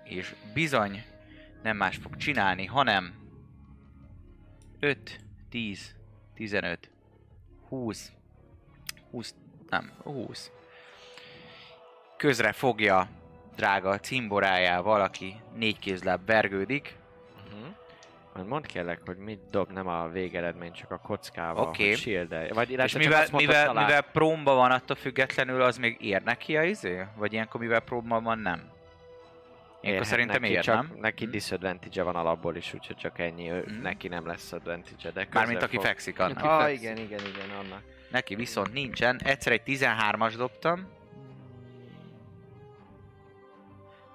Speaker 1: És bizony nem más fog csinálni, hanem
Speaker 9: 5, 10, 15, 20, 20, nem, 20. Közre fogja drága cimborájával, aki négy kézláb vergődik.
Speaker 6: Majd Hát mondd kérlek, hogy mit dob, nem a végeredmény, csak a kockával,
Speaker 9: Oké.
Speaker 6: okay. hogy shield-elj. Vagy illetve
Speaker 9: És
Speaker 6: csak
Speaker 9: mivel,
Speaker 6: azt mondtad,
Speaker 9: mivel,
Speaker 6: talán.
Speaker 9: mivel prómba van attól függetlenül, az még ér neki a izé? Vagy ilyenkor mivel prómba van, nem? Ilyenkor
Speaker 6: Érhet
Speaker 9: szerintem
Speaker 6: neki,
Speaker 9: ér,
Speaker 6: csak
Speaker 9: nem? Hm?
Speaker 6: Neki disadvantage van alapból is, úgyhogy csak ennyi, ő,
Speaker 9: Mhm.
Speaker 6: neki nem lesz advantage de közel
Speaker 9: Mármint aki
Speaker 6: fog.
Speaker 9: fekszik annak.
Speaker 6: Ah, igen, igen, igen, annak.
Speaker 9: Neki viszont nincsen. Egyszer egy 13-as dobtam.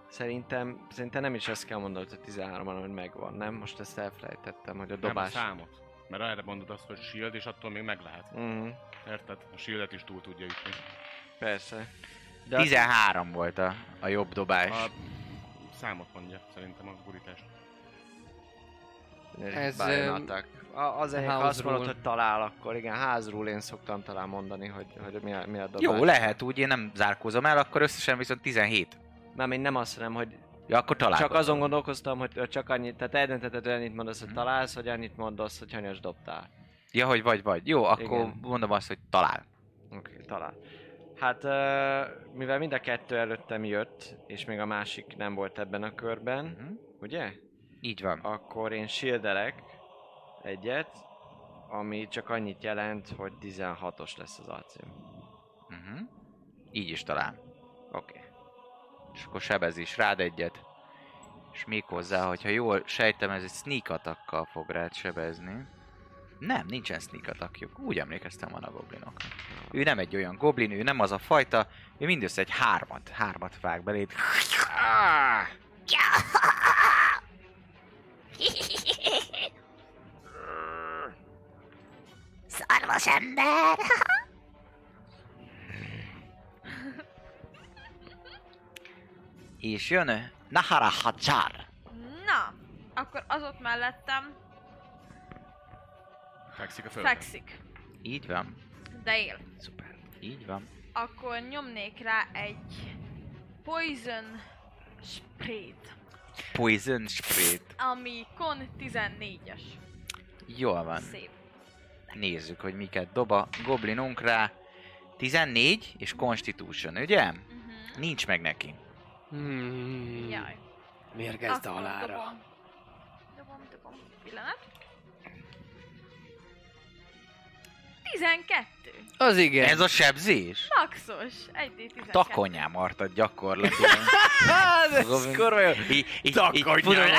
Speaker 6: Szerintem, szerintem nem is ezt kell mondanod, hogy 13 an hogy megvan, nem? Most ezt elfelejtettem, hogy a
Speaker 2: Nem a
Speaker 6: dobás...
Speaker 2: számot. Mert erre mondod azt, hogy shield, és attól még meg lehet.
Speaker 6: Mhm,
Speaker 2: Érted? A shieldet is túl tudja ütni.
Speaker 6: persze. De azt-
Speaker 9: 13 volt a, a jobb dobás.
Speaker 2: A számot mondja, szerintem a gurítás.
Speaker 5: Ez,
Speaker 6: Ez,
Speaker 5: öm,
Speaker 6: a, az elég, ha
Speaker 5: house
Speaker 6: azt mondod,
Speaker 5: rule.
Speaker 6: hogy talál, akkor igen, házról én szoktam talán mondani, hogy, hogy mi, a, mi a dobás.
Speaker 9: Jó, lehet, úgy én nem zárkózom el, akkor összesen viszont 17.
Speaker 6: Mert én nem azt hanem, hogy
Speaker 9: Ja, akkor találkozom.
Speaker 6: Csak azon gondolkoztam, hogy csak annyit, tehát eldöntheted, hogy annyit mondasz, hogy találsz, vagy annyit mondasz, hogy hanyas dobtál.
Speaker 9: Ja, hogy vagy vagy. Jó, akkor
Speaker 6: Igen.
Speaker 9: mondom azt, hogy talál.
Speaker 6: Oké, okay, talál. Hát, ö, mivel mind a kettő előttem jött, és még a másik nem volt ebben a körben,
Speaker 9: Mhm.
Speaker 6: ugye?
Speaker 9: Így van.
Speaker 6: Akkor én shieldelek egyet, ami csak annyit jelent, hogy 16-os lesz az acim.
Speaker 9: Uh-huh. Így is talál.
Speaker 6: Oké. Okay.
Speaker 9: És akkor sebez is rád egyet. És még hozzá, hogyha jól sejtem, ez egy sneak attack fog rád sebezni. Nem, nincsen sneak attackjuk. Úgy emlékeztem van a goblinok. Ő nem egy olyan goblin, ő nem az a fajta, ő mindössze egy hármat, hármat vág beléd.
Speaker 10: Szarvas ember!
Speaker 9: És jön Nahara Hajar.
Speaker 7: Na, akkor az ott mellettem
Speaker 2: Fekszik a földön.
Speaker 7: fekszik,
Speaker 9: Így van,
Speaker 7: de él.
Speaker 9: így van.
Speaker 7: Akkor nyomnék rá egy poison sprayt,
Speaker 9: Poison Sprayt.
Speaker 7: ami kon 14-es.
Speaker 9: Jól van.
Speaker 7: Szép.
Speaker 9: Nézzük, hogy miket dob a goblinunk rá. 14 és Constitution, ugye?
Speaker 7: Uh-huh.
Speaker 9: Nincs meg neki.
Speaker 5: Hmm.
Speaker 7: Jaj.
Speaker 5: Mérgezd
Speaker 7: Akkor
Speaker 5: alára.
Speaker 7: Dobom, dobom, dobom. Pillanat. 12.
Speaker 5: Az igen.
Speaker 9: Ez a sebzés?
Speaker 7: Maxos. 1D12.
Speaker 9: Takonyá martad gyakorlatilag.
Speaker 5: az,
Speaker 9: Robin-
Speaker 5: ez kurva jó.
Speaker 9: Így- így- így
Speaker 5: Takonyá.
Speaker 6: [laughs]
Speaker 9: furulja.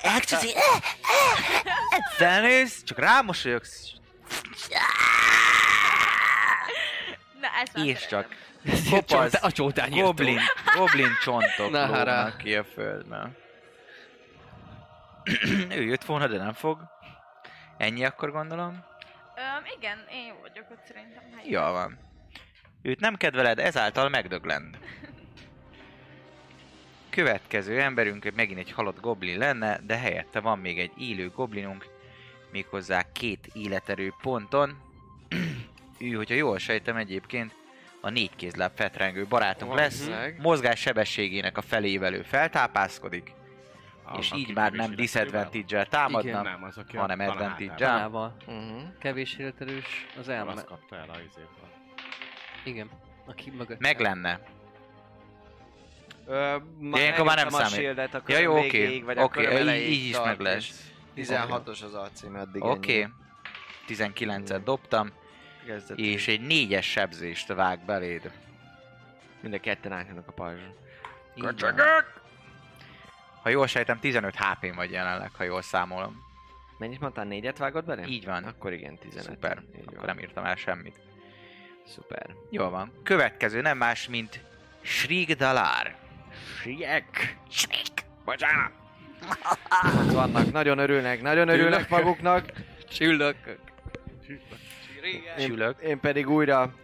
Speaker 9: Elcsúszik. Felnéz, csak rámosolyogsz,
Speaker 7: Na, ezt már
Speaker 9: és
Speaker 7: szeretem.
Speaker 9: csak
Speaker 5: Csonta-
Speaker 9: kopasz
Speaker 5: A csótányírtó.
Speaker 9: goblin, goblin csontok
Speaker 5: Na, hará.
Speaker 9: lógnak ki a földben. [clears throat] Ő jött volna, de nem fog. Ennyi akkor gondolom.
Speaker 7: Öm, igen, én jó vagyok ott szerintem. Hát, helyes.
Speaker 9: Jól van. Őt nem kedveled, ezáltal megdöglend. Következő emberünk megint egy halott goblin lenne, de helyette van még egy élő goblinunk, méghozzá két életerő ponton. ő, hogyha jól sejtem egyébként, a négykézláb fetrengő barátunk lesz,
Speaker 3: Valószínűleg.
Speaker 9: mozgás sebességének a felével ő feltápászkodik, és így már nem disadvantage-el
Speaker 5: Igen.
Speaker 9: támadna,
Speaker 2: Nem, az aki
Speaker 9: hanem
Speaker 2: a
Speaker 9: advantage-el.
Speaker 5: Alával.
Speaker 6: Uh-huh.
Speaker 5: Kevés életerős az
Speaker 2: Nem,
Speaker 5: elme.
Speaker 2: azt kapta el a izéből.
Speaker 5: Igen. Aki mögött.
Speaker 9: meg lenne.
Speaker 6: Ö,
Speaker 9: De ilyenkor már nem
Speaker 6: megnyomtam a
Speaker 9: számít.
Speaker 6: shieldet, a
Speaker 9: Ja, jó,
Speaker 6: köröm
Speaker 9: oké.
Speaker 6: végéig, vagy a
Speaker 9: Oké,
Speaker 6: köröm
Speaker 9: így-
Speaker 6: elejéig
Speaker 9: így is
Speaker 6: tart,
Speaker 9: meg lesz.
Speaker 6: és 16-os az acim eddig.
Speaker 9: Oké.
Speaker 6: ennyi.
Speaker 9: 19-et dobtam,
Speaker 6: Kezdetén.
Speaker 9: és egy négyes sebzést vág beléd.
Speaker 6: Mind a ketten álljanak a pajzson.
Speaker 9: Így van. Ha jól sejtem, 15 hp vagy jelenleg, ha jól számolom.
Speaker 6: Mennyit mondtál? Négyet vágod bele?
Speaker 9: Így van.
Speaker 6: Akkor igen, 15.
Speaker 9: Szuper.
Speaker 6: Így
Speaker 9: Akkor
Speaker 6: van.
Speaker 9: nem írtam el semmit.
Speaker 6: Szuper.
Speaker 9: Jól van. Következő nem más, mint Shrig Dalár.
Speaker 6: Siek! Bocsánat! Ott Hát vannak, nagyon örülnek, nagyon örülnek maguknak.
Speaker 5: Csüllök.
Speaker 9: Csülök.
Speaker 6: Én pedig újra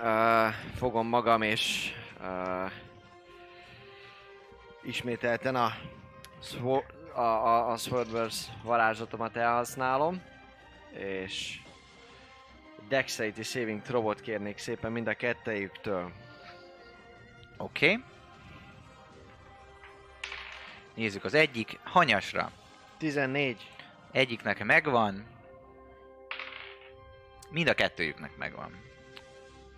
Speaker 6: uh, fogom magam és uh, ismételten a, Swo- a, a, a Swordverse varázslatomat elhasználom, és Dexterity Saving Throwot kérnék szépen mind a kettejüktől.
Speaker 9: Oké. Nézzük az egyik. Hanyasra.
Speaker 6: 14.
Speaker 9: Egyiknek megvan. Mind a kettőjüknek megvan.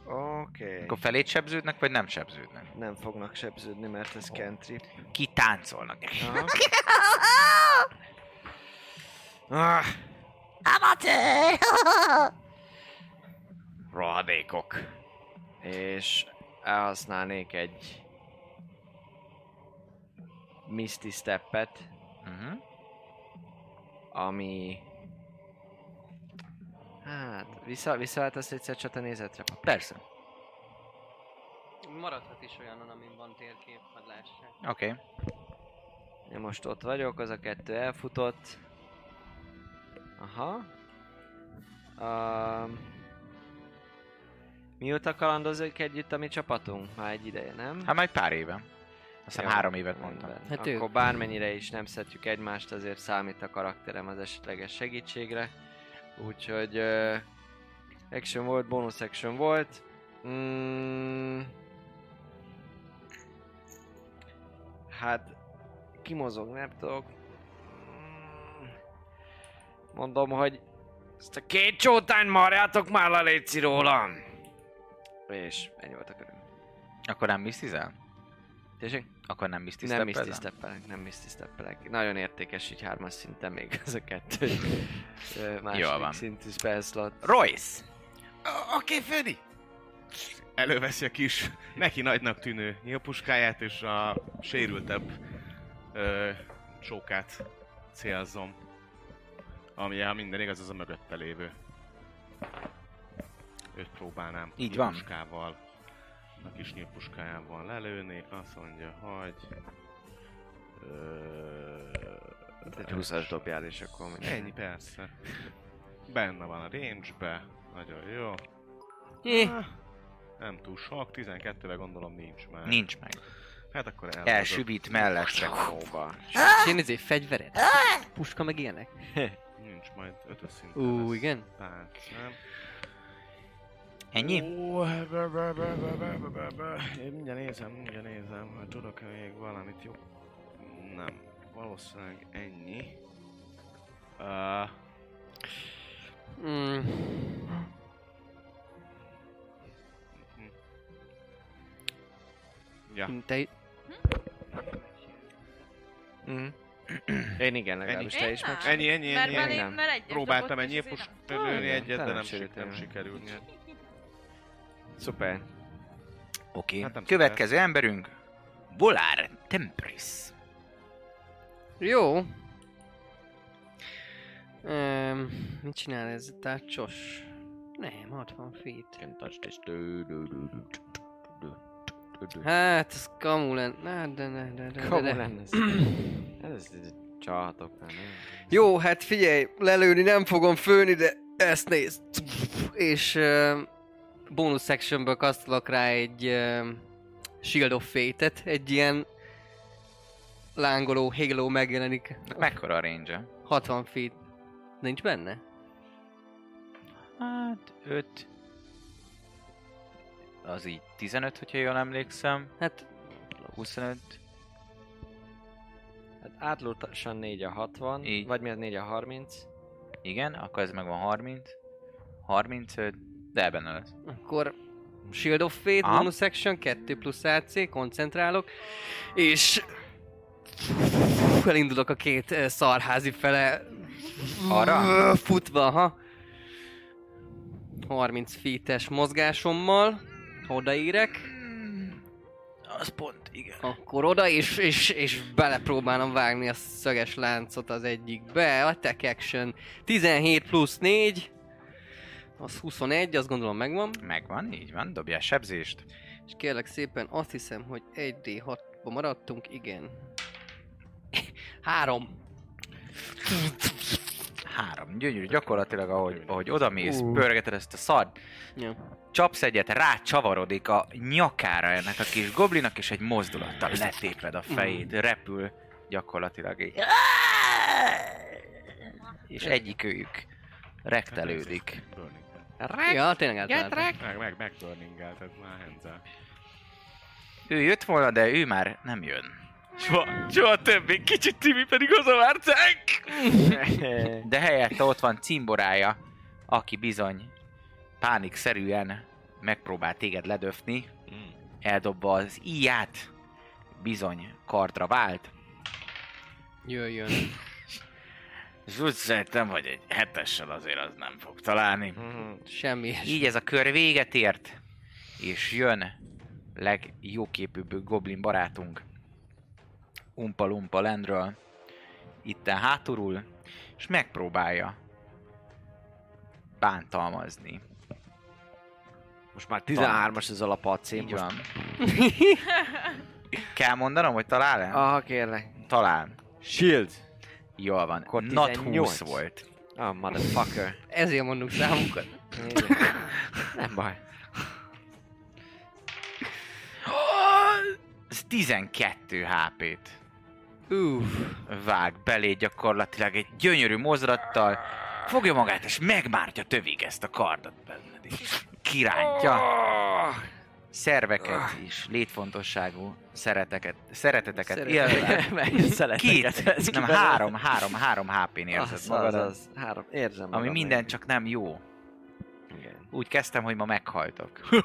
Speaker 1: Oké.
Speaker 9: Akkor felét sebződnek, vagy nem sebződnek?
Speaker 1: Nem fognak sebződni, mert ez kentri.
Speaker 9: Ki táncolnak.
Speaker 1: Ah,
Speaker 11: Amatőr!
Speaker 9: Ah.
Speaker 1: rohadékok.
Speaker 6: És elhasználnék egy Misty Steppet,
Speaker 9: Mhm.
Speaker 6: ami... Hát, vissza, visszaváltasz egyszer csatanézetre?
Speaker 9: Persze.
Speaker 5: Maradhat is olyanon, amin van térkép, hogy lássák.
Speaker 9: Oké. Okay.
Speaker 6: Én most ott vagyok, az a kettő elfutott. Aha. Um, mióta kalandozik együtt a mi csapatunk? Már egy ideje, nem?
Speaker 9: Hát már egy pár éve. Azt hiszem
Speaker 6: Jó,
Speaker 9: három évet mondtam.
Speaker 6: rendben.
Speaker 5: Hát
Speaker 6: Akkor
Speaker 5: ők.
Speaker 6: bármennyire is nem szeretjük egymást, azért számít a karakterem az esetleges segítségre. Úgyhogy uh, action volt, bonus action volt. Mm, hát kimozog, nem tudok. Mm, Mondom, hogy ezt a két csótányt marjátok már le létszi rólam! És ennyi volt a köröm.
Speaker 9: Akkor nem misztizel?
Speaker 6: Tessék?
Speaker 9: Akkor nem misztizel?
Speaker 6: Nem Misty Steppelek, nem Misty Steppelek. Nagyon értékes így hármas szinten még [laughs] ez a kettő. ö,
Speaker 9: Jól
Speaker 6: Második
Speaker 9: van.
Speaker 6: szintű spell slot.
Speaker 9: Royce!
Speaker 8: Ö, Oké, Freddy! Előveszi a kis, neki nagynak tűnő nyílpuskáját és a sérültebb ö, csókát célzom. Ami, ha minden igaz, az a mögötte lévő. Őt próbálnám
Speaker 9: Így van.
Speaker 8: nyílpuskával, a kis nyílpuskájával lelőni. Azt mondja, hogy... Ö,
Speaker 1: Hát Egy 20-as dobjál, és akkor mi?
Speaker 8: ennyi persze. Benne van a range-be. Nagyon jó.
Speaker 5: Jé,
Speaker 8: Ah, Nem túl sok, 12-vel gondolom nincs már.
Speaker 9: Nincs meg.
Speaker 8: Hát akkor el.
Speaker 9: Elsüvít mellette.
Speaker 5: és én ezért izé, fegyvered. Puska meg ilyenek.
Speaker 8: Nincs majd ötös szinten.
Speaker 5: Ú,
Speaker 8: lesz.
Speaker 5: igen.
Speaker 8: Pánc, nem?
Speaker 9: Ennyi?
Speaker 8: Ó, be, be, be, be, be, be, be, be. Én mindjárt nézem, mindjárt nézem, hogy tudok-e még valamit jó. Nem, valószínűleg ennyi. Uh,
Speaker 5: Mm.
Speaker 8: ja,
Speaker 5: Te...
Speaker 9: [clears throat]
Speaker 6: Mm. Én igen, legalábbis te
Speaker 7: Én
Speaker 6: is
Speaker 7: nem.
Speaker 6: meg.
Speaker 8: Ennyi, ennyi,
Speaker 7: Mert,
Speaker 8: ennyi.
Speaker 7: mert,
Speaker 8: ennyi.
Speaker 7: én,
Speaker 6: nem.
Speaker 7: mert egyet
Speaker 8: Próbáltam
Speaker 7: dobott,
Speaker 8: egy
Speaker 7: és ezért
Speaker 8: nyilpus
Speaker 7: nem.
Speaker 8: lőni
Speaker 6: igen, te
Speaker 8: egyet, de
Speaker 6: nem
Speaker 8: nem, sik-
Speaker 6: sikerült,
Speaker 8: nem
Speaker 6: igen.
Speaker 8: sikerült. hát
Speaker 6: Szuper.
Speaker 9: Oké.
Speaker 8: Hát nem
Speaker 9: Okay.
Speaker 8: szokás.
Speaker 9: Következő emberünk. Volár Tempris.
Speaker 5: Jó. Öm, mit csinál ez a tácsos? Nem, 60 feet. Hát, ez kamu lenne. Hát, de, de, de, de, de,
Speaker 6: Kamu
Speaker 5: de.
Speaker 6: lenne ez. Ez ez- csalhatok már, nem?
Speaker 5: Jó, hát figyelj, lelőni nem fogom főni, de ezt nézd. És uh, bonus sectionből kasztolok rá egy uh, Shield of Fate-et, egy ilyen lángoló halo megjelenik.
Speaker 9: Mekkora a range
Speaker 5: 60 feet. Nincs benne?
Speaker 9: Hát, 5... Az így 15, hogyha jól emlékszem.
Speaker 5: Hát
Speaker 9: 25.
Speaker 6: Hát átlósan 4 a 60,
Speaker 9: Így.
Speaker 6: vagy mi a 4 a 30.
Speaker 9: Igen, akkor ez meg van 30. 35. De benne lesz.
Speaker 5: akkor Shield of Fate,
Speaker 9: Aha.
Speaker 5: bonus action, 2 plusz AC, koncentrálok, és elindulok a két eh, szarházi fele
Speaker 9: Arra?
Speaker 5: futva, ha 30 feet-es mozgásommal odaérek,
Speaker 9: Az pont, igen.
Speaker 5: akkor oda, és, és, és belepróbálom vágni a szöges láncot az egyikbe. Attack action 17 plusz 4, az 21, azt gondolom megvan.
Speaker 9: Megvan, így van, dobjál sebzést.
Speaker 5: És kérlek szépen, azt hiszem, hogy 1D6-ba maradtunk, igen. [laughs] Három.
Speaker 9: Három, gyönyörű, gyakorlatilag ahogy, ahogy odamész, pörgeted ezt a szart,
Speaker 5: Ja.
Speaker 9: csapsz egyet, rácsavarodik a nyakára ennek a kis goblinak, és egy mozdulattal letéped a fejét, repül gyakorlatilag így. És egyikőjük rektelődik.
Speaker 8: Burning.
Speaker 5: ja, tényleg általában.
Speaker 8: Meg, meg, meg burning tehát már henzel.
Speaker 9: Ő jött volna, de ő már nem jön.
Speaker 2: Soha, soha többé. Kicsit Timi pedig hazavárt.
Speaker 9: De helyette ott van cimborája, aki bizony pánikszerűen megpróbál téged ledöfni, eldobva az íját, bizony kardra vált. [laughs]
Speaker 5: Jöjjön.
Speaker 9: És úgy szerintem, hogy egy hetessel azért az nem fog találni.
Speaker 8: Mhm.
Speaker 5: Semmi. ilyesmi.
Speaker 9: Így ez a kör véget ért, és jön legjóképűbb goblin barátunk. Umpa Lumpa Landről. Itten hátulul, és megpróbálja bántalmazni.
Speaker 6: Most már 13-as az alapacém.
Speaker 9: Így van. [laughs] Kell mondanom, hogy talál-e?
Speaker 6: Aha, kérlek.
Speaker 9: Talál.
Speaker 6: Shield.
Speaker 9: Jól van.
Speaker 6: Akkor
Speaker 9: Nat
Speaker 6: 18.
Speaker 9: 20 volt.
Speaker 6: Oh, motherfucker.
Speaker 5: Ezért mondunk számunkat.
Speaker 9: [laughs]
Speaker 6: Nem baj.
Speaker 9: Ez 12 HP-t
Speaker 5: Uff.
Speaker 9: vág belé gyakorlatilag egy gyönyörű mozrattal, fogja magát és megmártja tövig ezt a kardot benned, és kirántja. Szerveket és létfontosságú szereteket, szereteteket
Speaker 6: [laughs]
Speaker 9: élve. Két, nem három, három, három HP-n érzed
Speaker 6: Érzed az, az,
Speaker 9: magadat,
Speaker 6: az, három. Érzem
Speaker 9: ami
Speaker 6: magam
Speaker 9: minden
Speaker 6: meg.
Speaker 9: csak nem jó.
Speaker 6: Igen.
Speaker 9: Úgy kezdtem, hogy ma meghaltok.
Speaker 6: [laughs]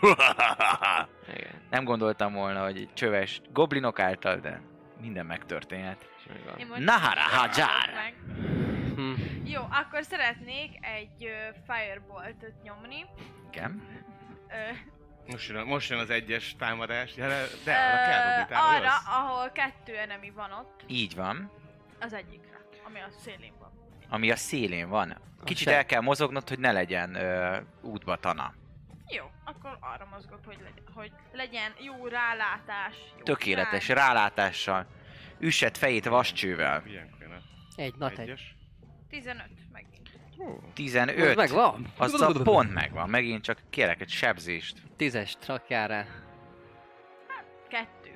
Speaker 6: Igen.
Speaker 9: Nem gondoltam volna, hogy egy csöves goblinok által, de minden megtörténhet.
Speaker 6: semmi gond.
Speaker 7: Én most-
Speaker 9: Nahara Hajar!
Speaker 7: Meg.
Speaker 5: Hm.
Speaker 7: Jó, akkor szeretnék egy ö, fireboltot nyomni.
Speaker 9: Igen.
Speaker 7: Ö,
Speaker 2: Most jön, most jön az egyes támadás. Ja, De, de arra kell
Speaker 7: ö,
Speaker 2: dobni
Speaker 7: arra,
Speaker 2: támadás.
Speaker 7: ahol kettő enemi van ott,
Speaker 9: Így van.
Speaker 7: az egyikre, ami a szélén van.
Speaker 9: ami a szélén van. Kicsit
Speaker 5: se-
Speaker 9: el kell mozognod, hogy ne legyen ö, útba tana.
Speaker 7: Jó, akkor arra mozgok, hogy legyen, hogy legyen jó rálátás. Jó
Speaker 9: Tökéletes
Speaker 7: irány.
Speaker 9: rálátással, üssed fejét vascsővel.
Speaker 2: Ilyenkor jön a
Speaker 5: Egy, na egy.
Speaker 2: egyes.
Speaker 7: 15 megint.
Speaker 5: Az
Speaker 9: 15.
Speaker 5: megvan.
Speaker 9: Az a pont megvan, megint csak kérek egy sebzést.
Speaker 5: Tízes rakjára.
Speaker 7: Kettő.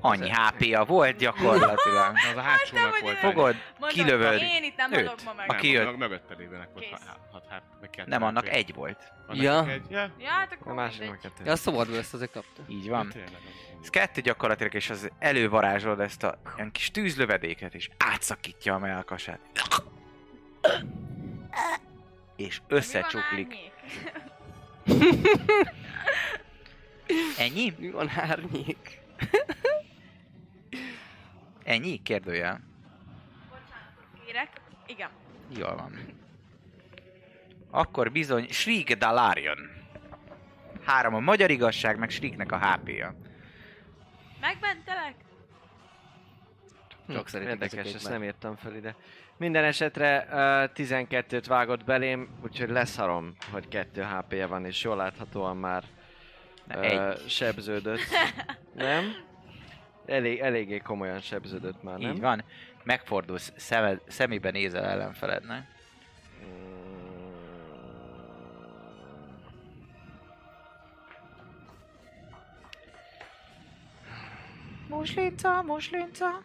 Speaker 9: Annyi HP-ja volt gyakorlatilag.
Speaker 2: Az a hátsónak
Speaker 7: hogy
Speaker 2: volt.
Speaker 7: én-
Speaker 9: Fogod,
Speaker 7: Mondom,
Speaker 9: kilövöd.
Speaker 7: én itt nem
Speaker 9: Őt.
Speaker 7: adok ma meg.
Speaker 2: Nem,
Speaker 9: Aki jött.
Speaker 2: annak Mögötte lévőnek volt
Speaker 7: Kész.
Speaker 2: 6 hát, meg kettő
Speaker 9: Nem, annak
Speaker 2: HP.
Speaker 9: egy volt.
Speaker 2: Annak
Speaker 5: Ja.
Speaker 2: csak egy, ja.
Speaker 7: Ja, hát akkor
Speaker 6: A másiknak
Speaker 7: mindegy.
Speaker 5: Ja, a
Speaker 6: kettő.
Speaker 5: szobordból ezt azért kapta.
Speaker 9: Így van.
Speaker 2: Tényleg,
Speaker 9: Ez kettő gyakorlatilag, és az elővarázsolod ezt a ilyen kis tűzlövedéket, és átszakítja a melkasát. És összecsuklik.
Speaker 7: Mi van, árnyék?
Speaker 9: Ennyi?
Speaker 5: Mi van árnyék?
Speaker 9: Ennyi? Kérdőjel.
Speaker 7: Kérek. Igen.
Speaker 9: Jól van. Akkor bizony Shriek Dalarion. Három a magyar igazság, meg Shrieknek a HP-ja.
Speaker 7: Megmentelek?
Speaker 5: Csak szeretik
Speaker 6: Hm, Érdekes,
Speaker 5: ezek
Speaker 6: ezt
Speaker 5: egymást.
Speaker 6: nem írtam fel ide. Minden esetre uh, 12-t vágott belém, úgyhogy leszarom, hogy 2 HP-je van, és jól láthatóan már
Speaker 9: Na,
Speaker 6: uh, sebződött. nem? Elég, eléggé komolyan sebződött már,
Speaker 9: Így
Speaker 6: nem?
Speaker 9: van. Megfordulsz, szemed, szemébe nézel ellenfelednek. Muslinca, muslinca.
Speaker 6: [laughs]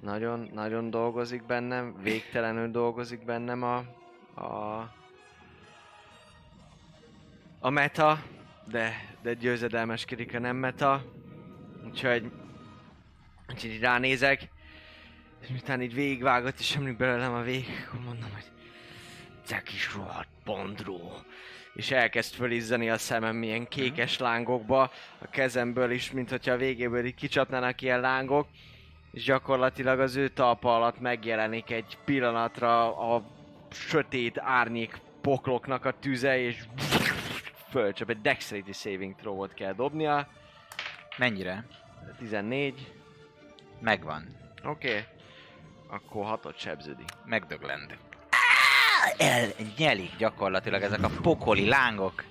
Speaker 6: Nagyon, nagyon dolgozik bennem, végtelenül dolgozik bennem a, a, a meta, de, de győzedelmeskedik a nem meta. Úgyhogy, úgyhogy így ránézek, és miután így végigvágott, és ömlik belőlem a vég, akkor mondom, hogy te kis rohadt bondró. És elkezd fölizzani a szemem milyen kékes lángokba, a kezemből is, mint hogyha a végéből így kicsapnának ilyen lángok és gyakorlatilag az ő talpa alatt megjelenik egy pillanatra a sötét árnyék pokloknak a tüze, és fölcsöp, egy Dexterity Saving Throw-ot kell dobnia,
Speaker 9: Mennyire?
Speaker 6: 14,
Speaker 9: Megvan.
Speaker 6: oké, okay. akkor hatot sebződik. [laughs]
Speaker 9: Megdöglend. El nyelik gyakorlatilag ezek a pokoli lángok.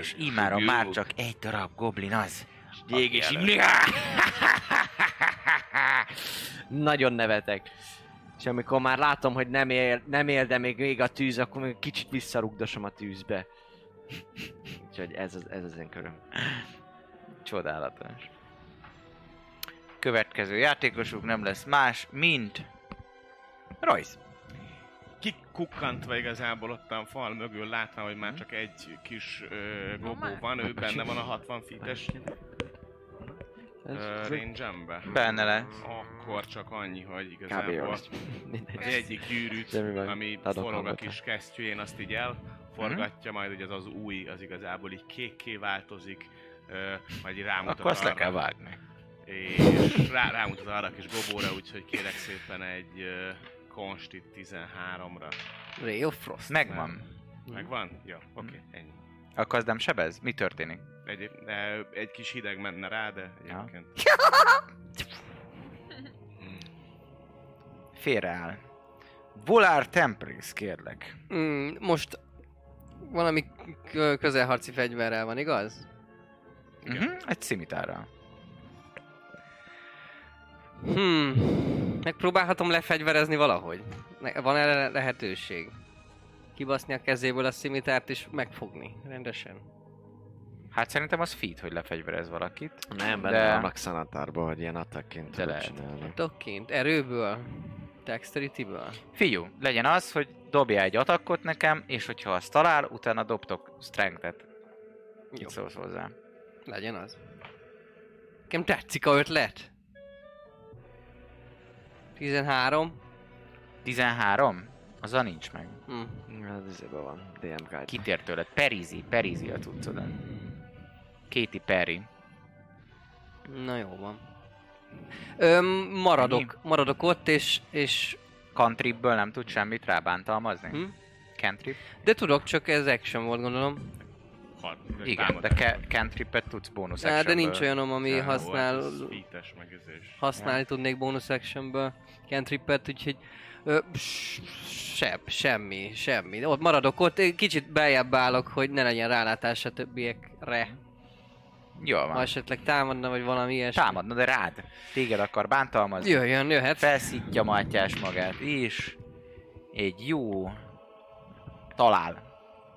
Speaker 9: És immáron már csak egy darab goblin az.
Speaker 6: Jég és így... Nagyon nevetek. És amikor már látom, hogy nem él, nem él de még, még a tűz, akkor még kicsit visszarugdosom a tűzbe. Úgyhogy ez az, ez az én köröm.
Speaker 9: Csodálatos. Következő játékosuk nem lesz más, mint... Rajz.
Speaker 2: kikukkantva igazából ott a fal mögül láttam, hogy
Speaker 6: Mhm.
Speaker 2: már csak egy kis ö, gobó
Speaker 6: Hát,
Speaker 7: már.
Speaker 2: van, ő benne van a 60 fites
Speaker 8: ö, range-embe?
Speaker 9: Benne lesz.
Speaker 8: Akkor csak annyi, hogy
Speaker 6: Kb. [laughs]
Speaker 8: igazából
Speaker 6: azt.
Speaker 8: az egyik gyűrűt,
Speaker 6: Semmi baj.
Speaker 8: ami
Speaker 6: Adok
Speaker 8: forog a
Speaker 6: hangot.
Speaker 8: kis kesztyűjén, azt így elforgatja,
Speaker 6: Mhm.
Speaker 8: majd ugye az az új, az igazából így kékké változik, ö, majd így rámutat
Speaker 9: Akkor azt le
Speaker 8: arra,
Speaker 9: kell vágni.
Speaker 8: és rá, rámutat arra a kis gobóra, úgyhogy kérek szépen egy ö, konstit 13-ra.
Speaker 5: Ray of Frost.
Speaker 9: Megvan.
Speaker 8: Megvan? Jó, oké, ennyi.
Speaker 9: Akkor az nem sebez? Mi történik?
Speaker 8: Egy, de egy kis hideg menne rá, de egyébként...
Speaker 9: Félreáll. Volár Tempris, kérlek.
Speaker 5: Mm, most valami kö- közelharci fegyverrel van, igaz?
Speaker 9: Mhm, egy szimitárral.
Speaker 5: Hmm. Megpróbálhatom lefegyverezni valahogy. Ne- van erre le- lehetőség? Kibaszni a kezéből a szimitárt és megfogni. Rendesen.
Speaker 9: Hát szerintem az feed, hogy lefegyverez valakit.
Speaker 6: Nem,
Speaker 9: De-
Speaker 6: benne de... vannak szanatárban, hogy ilyen attackként
Speaker 9: De
Speaker 6: tudod
Speaker 9: lehet.
Speaker 6: csinálni.
Speaker 5: Tokkint, erőből, dexterity-ből.
Speaker 9: Fiú, legyen az, hogy dobja egy atakot nekem, és hogyha azt talál, utána dobtok strength-et.
Speaker 5: Jó.
Speaker 9: Mit szólsz hozzá?
Speaker 5: Legyen az. Nekem tetszik a ötlet. 13.
Speaker 9: 13? Azzal nincs meg.
Speaker 5: Hm.
Speaker 6: Hát ez ebben van, DM guide.
Speaker 9: Kitér tőled. Perizi, perizi a cuccodon. Kéti Perry.
Speaker 5: Na jó van. Öm, maradok, maradok ott, és, és...
Speaker 9: Cantripből nem tud semmit rábántalmazni?
Speaker 5: Hm?
Speaker 9: Hm? Cantrip?
Speaker 5: De tudok, csak ez action volt gondolom.
Speaker 8: Hat,
Speaker 9: Igen, de ke- cantripet tudsz bónusz
Speaker 5: Á, de
Speaker 9: actionből.
Speaker 5: nincs olyanom, ami
Speaker 8: Jó, hát
Speaker 5: használ,
Speaker 8: ez Feet-es meg ez is.
Speaker 5: használni tudnék bónusz actionből. Cantripet, úgyhogy... Ö, s- seb, semmi, semmi. Ott maradok ott, én kicsit beljebb állok, hogy ne legyen rálátás a többiekre.
Speaker 9: Jól
Speaker 5: Ha
Speaker 9: van.
Speaker 5: esetleg támadna, vagy valami ilyesmi.
Speaker 9: Támadna, de rád. Téged akar bántalmazni.
Speaker 5: Jöjjön, jöhet.
Speaker 9: Felszítja Mátyás magát is. Egy jó... Talál.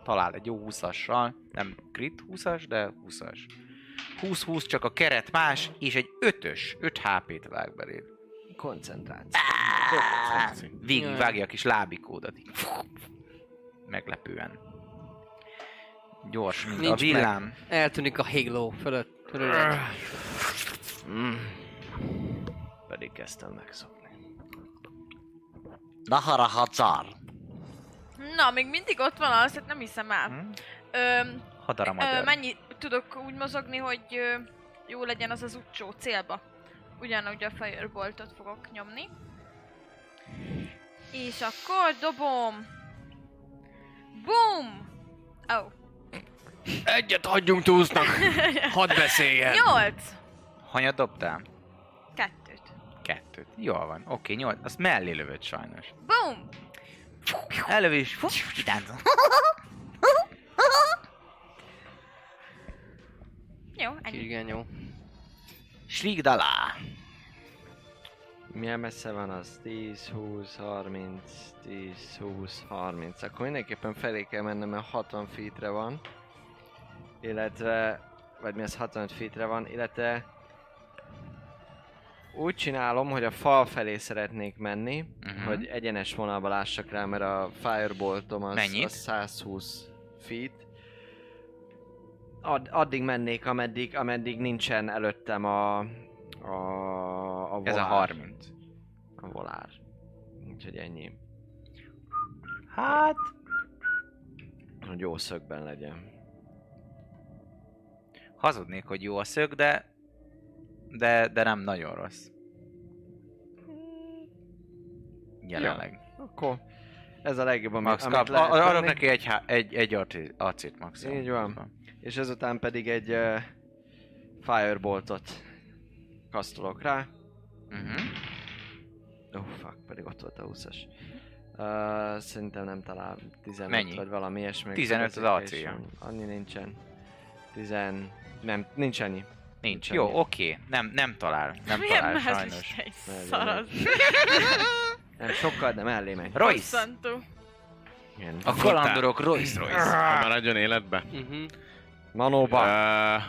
Speaker 9: Talál egy jó 20-assal. Nem crit 20-as, de 20-as. 20-20 csak a keret más, és egy 5-ös, 5 HP-t vág beléd.
Speaker 6: Koncentráció.
Speaker 9: Végig
Speaker 5: Jaj.
Speaker 9: vágja a kis lábikódat. így. Meglepően. Gyors, mint
Speaker 5: Nincs
Speaker 9: a villám.
Speaker 5: Eltűnik a higló fölött. Fölött.
Speaker 6: Hmm. Pedig kezdtem megszokni.
Speaker 12: Nahara Hazar.
Speaker 7: Na, még mindig ott van az, hát nem hiszem el.
Speaker 9: Hm?
Speaker 7: Ö,
Speaker 9: Hadara
Speaker 7: ö,
Speaker 9: magyar.
Speaker 7: mennyi tudok úgy mozogni, hogy ö, jó legyen az az utcsó célba. Ugyanúgy a fireboltot fogok nyomni. És akkor dobom. Boom! Oh.
Speaker 6: Egyet hagyjunk túlznak! Hadd beszéljen!
Speaker 7: Nyolc!
Speaker 9: Hanyat dobtál?
Speaker 7: Kettőt.
Speaker 9: Kettőt. Jól van, oké, nyolc. Azt mellé lövött sajnos.
Speaker 7: Boom!
Speaker 9: Elővés. Kitáncol.
Speaker 7: Jó, ennyi.
Speaker 5: Igen, jó.
Speaker 9: Sligdalá.
Speaker 6: Milyen messze van az? 10, 20, 30, 10, 20, 30. Akkor mindenképpen felé kell mennem, mert 60 feetre van. Illetve... Vagy mi az 65 feetre van, illetve... Úgy csinálom, hogy a fal felé szeretnék menni,
Speaker 9: Mhm.
Speaker 6: hogy egyenes vonalba lássak rá, mert a fireboltom az,
Speaker 9: Mennyit?
Speaker 6: az 120 feet. Ad, addig mennék, ameddig, ameddig nincsen előttem a, a, a
Speaker 9: Ez a
Speaker 6: vonal.
Speaker 9: 30.
Speaker 6: A volár. Úgyhogy ennyi.
Speaker 9: Hát...
Speaker 6: Hogy jó szögben legyen.
Speaker 9: Hazudnék, hogy jó a szög, de... De, de nem nagyon rossz. Jelenleg.
Speaker 6: Akkor ez a legjobb, ami,
Speaker 9: Max
Speaker 6: amit
Speaker 9: kap,
Speaker 6: lehet
Speaker 9: a- adok
Speaker 6: tenni.
Speaker 9: neki egy, há- egy, egy arci- acit maximum.
Speaker 6: Így van. És ezután pedig egy uh, fireboltot kasztolok rá.
Speaker 9: Mhm.
Speaker 6: Oh, fuck, pedig ott volt a 20-as. Uh, szerintem nem talál 15
Speaker 9: Mennyi?
Speaker 6: vagy valami ilyesmi.
Speaker 9: 15 az
Speaker 6: Következés
Speaker 9: AC-ja.
Speaker 6: van. Annyi nincsen. 10... Nem, nincs annyi.
Speaker 9: Nincs.
Speaker 6: Semmi.
Speaker 9: Jó, oké. Nem, nem talál. Nem
Speaker 7: Milyen
Speaker 9: talál,
Speaker 7: más
Speaker 9: sajnos.
Speaker 7: Isten,
Speaker 6: Nagyon
Speaker 7: szar
Speaker 6: nagy.
Speaker 7: az.
Speaker 6: Nem, sokkal, de mellé megy.
Speaker 9: Royce!
Speaker 7: Bosszantó.
Speaker 6: Igen.
Speaker 9: A kalandorok Royce Royce.
Speaker 8: Ha maradjon életbe.
Speaker 5: Uh-huh.
Speaker 6: Manóba.
Speaker 8: Uh,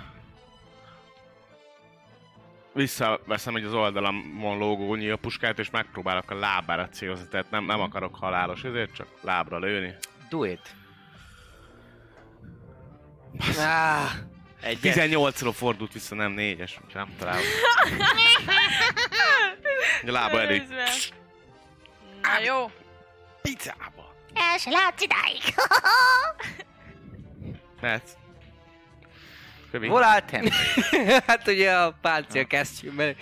Speaker 8: visszaveszem egy az oldalamon lógó nyílpuskát, és megpróbálok a lábára célozni, tehát nem, nem akarok halálos, ezért csak lábra lőni.
Speaker 2: Ah,
Speaker 9: Do it.
Speaker 2: Egyes. 18-ra fordult vissza, nem 4-es, úgyhogy nem találom. A lába elég
Speaker 7: Őrizve. Na jó.
Speaker 2: picába.
Speaker 10: El se látsz idáig.
Speaker 2: Mehetsz. Kövi.
Speaker 9: Hol álltam?
Speaker 5: [laughs] hát ugye a páncélkesztyűmben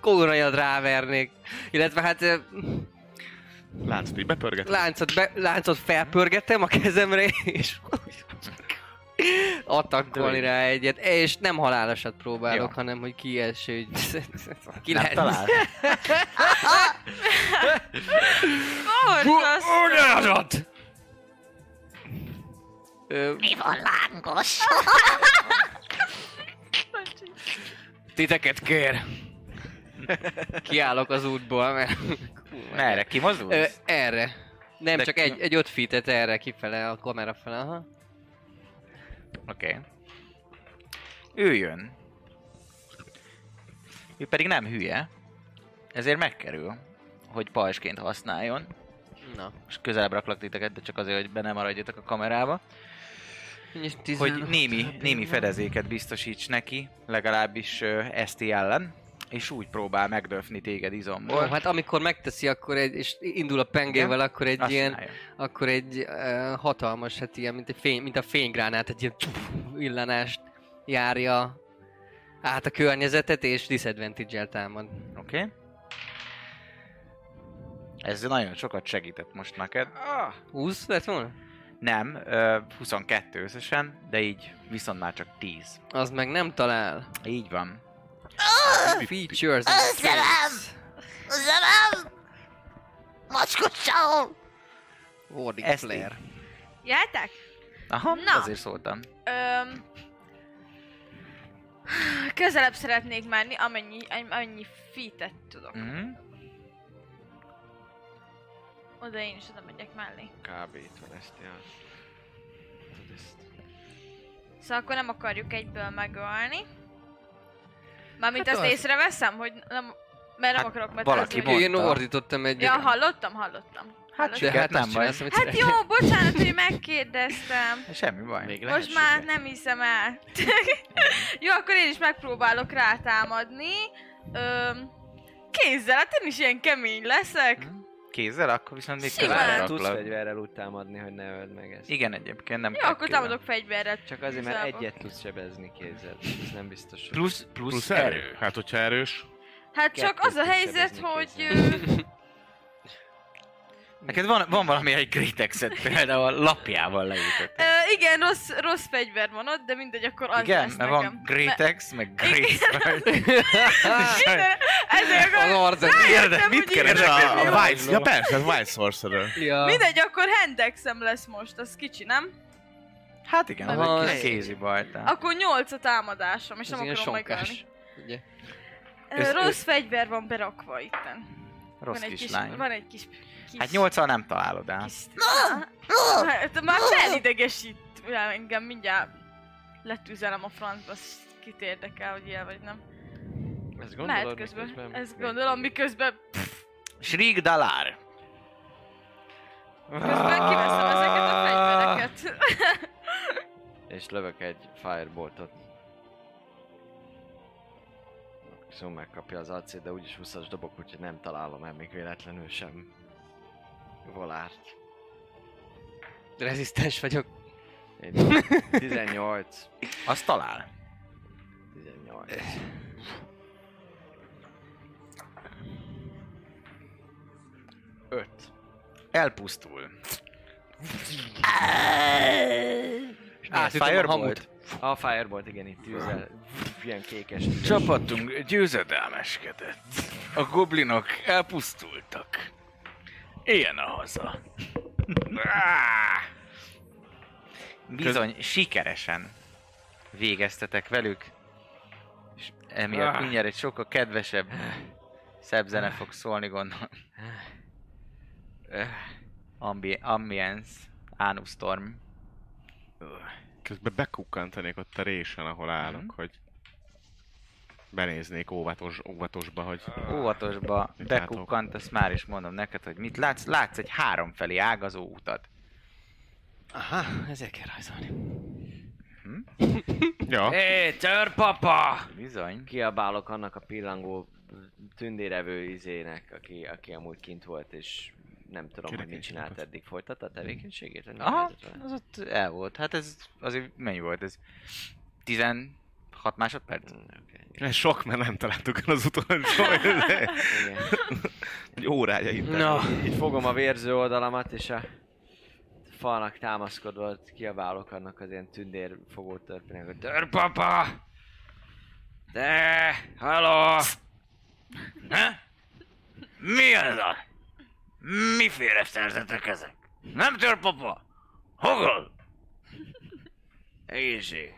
Speaker 5: kónajat rávernék. Illetve hát ö,
Speaker 2: Láncot így bepörget.
Speaker 5: láncot, be, láncot felpörgettem a kezemre, és attakolni rá egyet. És nem halálosat próbálok, hanem hogy kieső.
Speaker 9: Nem
Speaker 5: Kilenc.
Speaker 9: talál.
Speaker 7: Borzasztó.
Speaker 5: Ugyanazat!
Speaker 10: Mi van lángos?
Speaker 5: Titeket kér. Kiállok az útból, mert... kurva.
Speaker 9: Merre
Speaker 5: Ö,
Speaker 9: kimozdulsz?
Speaker 5: erre. Nem,
Speaker 9: De
Speaker 5: csak
Speaker 9: ki-
Speaker 5: egy, egy öt feet erre kifele, a kamera fele, aha.
Speaker 9: Oké. Okay. Ő jön. Ő pedig nem hülye, ezért megkerül, hogy pajsként használjon.
Speaker 5: Na.
Speaker 9: És közelebb raklak titeket, de csak azért, hogy be ne maradjatok a kamerába.
Speaker 5: És tizen-
Speaker 9: Hogy némi, némi fedezéket biztosíts neki, legalábbis ezt ellen. És úgy próbál megdöfni téged
Speaker 5: Ó,
Speaker 9: izomból.
Speaker 5: hát amikor megteszi, akkor egy, és indul a pengével, akkor egy ilyen, akkor egy uh, hatalmas, hát ilyen, mint, egy fény, mint a fénygránát, hát egy ilyen illanást járja át a környezetet, és disadvantage-el támad.
Speaker 9: Oké. Okay. Ez nagyon sokat segített most neked.
Speaker 5: 20 lett volna?
Speaker 9: Nem, ö, 22 összesen, de így viszont már csak 10.
Speaker 5: Az meg nem talál.
Speaker 9: Így van.
Speaker 5: Features and
Speaker 10: Özlem!
Speaker 5: strengths.
Speaker 10: Üzenem! Macskos csal!
Speaker 5: Warning
Speaker 9: Ezt
Speaker 5: flare.
Speaker 7: Járták?
Speaker 9: Aha,
Speaker 7: Na.
Speaker 9: azért szóltam.
Speaker 7: Öm, közelebb szeretnék menni, amennyi, amennyi fitet tudok.
Speaker 9: Mhm.
Speaker 7: Oda én is oda megyek mellé.
Speaker 3: Kb. itt van ezt ilyen. Tudod, ezt-
Speaker 7: Szóval akkor nem akarjuk egyből megölni. Mármint
Speaker 5: Hát
Speaker 7: azt
Speaker 5: az-
Speaker 7: észreveszem, hogy nem, mert nem
Speaker 9: Hát
Speaker 7: akarok
Speaker 9: valaki
Speaker 7: metelezni.
Speaker 9: mond.
Speaker 5: Én
Speaker 9: mondta.
Speaker 5: ordítottam egy
Speaker 7: Ja, hallottam, hallottam.
Speaker 9: Hát
Speaker 5: De
Speaker 9: Siker,
Speaker 5: hát nem
Speaker 9: nem baj.
Speaker 5: csinálsz, amit
Speaker 7: Hát
Speaker 5: szeretnél.
Speaker 7: jó, bocsánat, hogy megkérdeztem.
Speaker 9: Semmi baj.
Speaker 3: Még
Speaker 7: Most már nem hiszem el. [laughs] Jó, akkor én is megpróbálok rátámadni. Öm, kézzel, hát én is ilyen kemény leszek.
Speaker 9: Kézzel, akkor viszont még
Speaker 7: Simán.
Speaker 9: közelebb
Speaker 7: Tudsz
Speaker 6: Tudsz
Speaker 9: raklak.
Speaker 6: fegyverrel úgy támadni, hogy ne öld meg ezt.
Speaker 9: Igen, egyébként nem
Speaker 7: Jó,
Speaker 9: kell
Speaker 7: akkor
Speaker 9: kézzel.
Speaker 7: támadok fegyverrel.
Speaker 6: Csak azért, mert
Speaker 7: Igazából.
Speaker 6: egyet tudsz sebezni kézzel. Ez nem biztos, hogy...
Speaker 9: Plusz, plusz,
Speaker 2: Plusz erő. Hát, hogyha erős.
Speaker 7: Hát csak az a
Speaker 6: kettőt is
Speaker 7: helyzet,
Speaker 6: sebezni
Speaker 7: hogy...
Speaker 6: kézzel.
Speaker 7: ö,
Speaker 9: Neked van, van valami egy Gritexet például lapjával leütött.
Speaker 7: Ö, igen, rossz, rossz fegyver van ott, de mindegy, akkor az
Speaker 9: Igen,
Speaker 7: lesz
Speaker 9: mert
Speaker 7: nekem.
Speaker 9: van Gritex,
Speaker 7: [laughs]
Speaker 9: meg Grace.
Speaker 7: Minden, ezért
Speaker 5: Az
Speaker 7: akkor...
Speaker 5: arc
Speaker 7: Érde, mit
Speaker 2: Ez a, a Vice, ja persze, ez Vice Sorcerer.
Speaker 5: Ja.
Speaker 7: Mindegy, akkor hendexem lesz most, az kicsi, nem?
Speaker 9: Hát igen,
Speaker 5: Aha,
Speaker 9: az egy
Speaker 5: ez-
Speaker 9: kézi bajtán.
Speaker 7: Akkor nyolc a támadásom, és
Speaker 5: Ez
Speaker 7: nem
Speaker 5: ilyen
Speaker 7: akarom
Speaker 5: sonkás.
Speaker 7: megölni.
Speaker 5: Ugye?
Speaker 7: Ö,
Speaker 9: Ez-
Speaker 7: Rossz fegyver van berakva itten.
Speaker 9: Rossz
Speaker 7: van egy kis,
Speaker 9: kislány.
Speaker 7: Van egy kis... kis
Speaker 9: Hát nyolccal nem találod el.
Speaker 7: Kis... Hát, már felidegesít Ja, engem, mindjárt letűzelem a francba, azt kit érdekel, hogy ilyen vagy nem.
Speaker 6: Ezt
Speaker 7: Lehet közben. Ezt gondolom, miközben
Speaker 9: Shriek Dalar.
Speaker 7: Közben kiveszem ezeket a
Speaker 9: [laughs]
Speaker 7: fegyvereket.
Speaker 6: És lövök egy fireboltot. Szóval megkapja az AC, de úgyis 20-as dobok, úgyhogy nem találom el még véletlenül sem. Volárt.
Speaker 5: Rezisztens vagyok.
Speaker 6: Egy 18.
Speaker 9: Azt talál.
Speaker 6: 18. Öt.
Speaker 9: Elpusztul.
Speaker 5: És
Speaker 9: Átütöm a hamut.
Speaker 6: A firebolt igen, itt tűzel. Ilyen kékes.
Speaker 9: Csapatunk győzedelmeskedett. A goblinok elpusztultak. Ilyen a haza. Bizony, sikeresen végeztetek velük, és emiatt mindjárt egy sokkal kedvesebb, szebb zene fog szólni, gondolom. Ambi- ambience, Anus Storm.
Speaker 2: Közben bekukkantanék ott a résen, ahol állok,
Speaker 9: Mhm.
Speaker 2: hogy benéznék óvatos, óvatosba, hogy
Speaker 9: óvatosba
Speaker 2: Mit látok?
Speaker 9: bekukkant, azt már is mondom neked, hogy mit látsz. Látsz egy háromfelé ágazó utat.
Speaker 5: Aha, ezért kell rajzolni.
Speaker 2: Ja.
Speaker 5: Hé, törpapa!
Speaker 9: Bizony.
Speaker 6: Kiabálok annak a pillangó tündérevő izének, aki, aki amúgy kint volt, és nem tudom, hogy mit
Speaker 2: Kirekesztjük
Speaker 6: csinált
Speaker 2: azt.
Speaker 6: eddig. Folytatta a tevékenységét? vagy nem
Speaker 9: Aha,
Speaker 6: lehetett vele?
Speaker 9: az ott el volt. Hát ez azért mennyi volt ez? 16 másodperc?
Speaker 2: Ez sok, mert nem találtuk el az utolsó.
Speaker 6: Igen.
Speaker 2: [laughs] Egy órája itt.
Speaker 5: Na,
Speaker 6: Így fogom a vérző oldalamat, és a falnak támaszkodva ott kiabálok annak az ilyen tündér fogó törpének, hogy "Dör!"
Speaker 5: törpapa! De, haló!
Speaker 9: Ne? Mi ez a? Miféle szerzetek ezek? Nem tör papa? Hogol? [laughs] Egészség.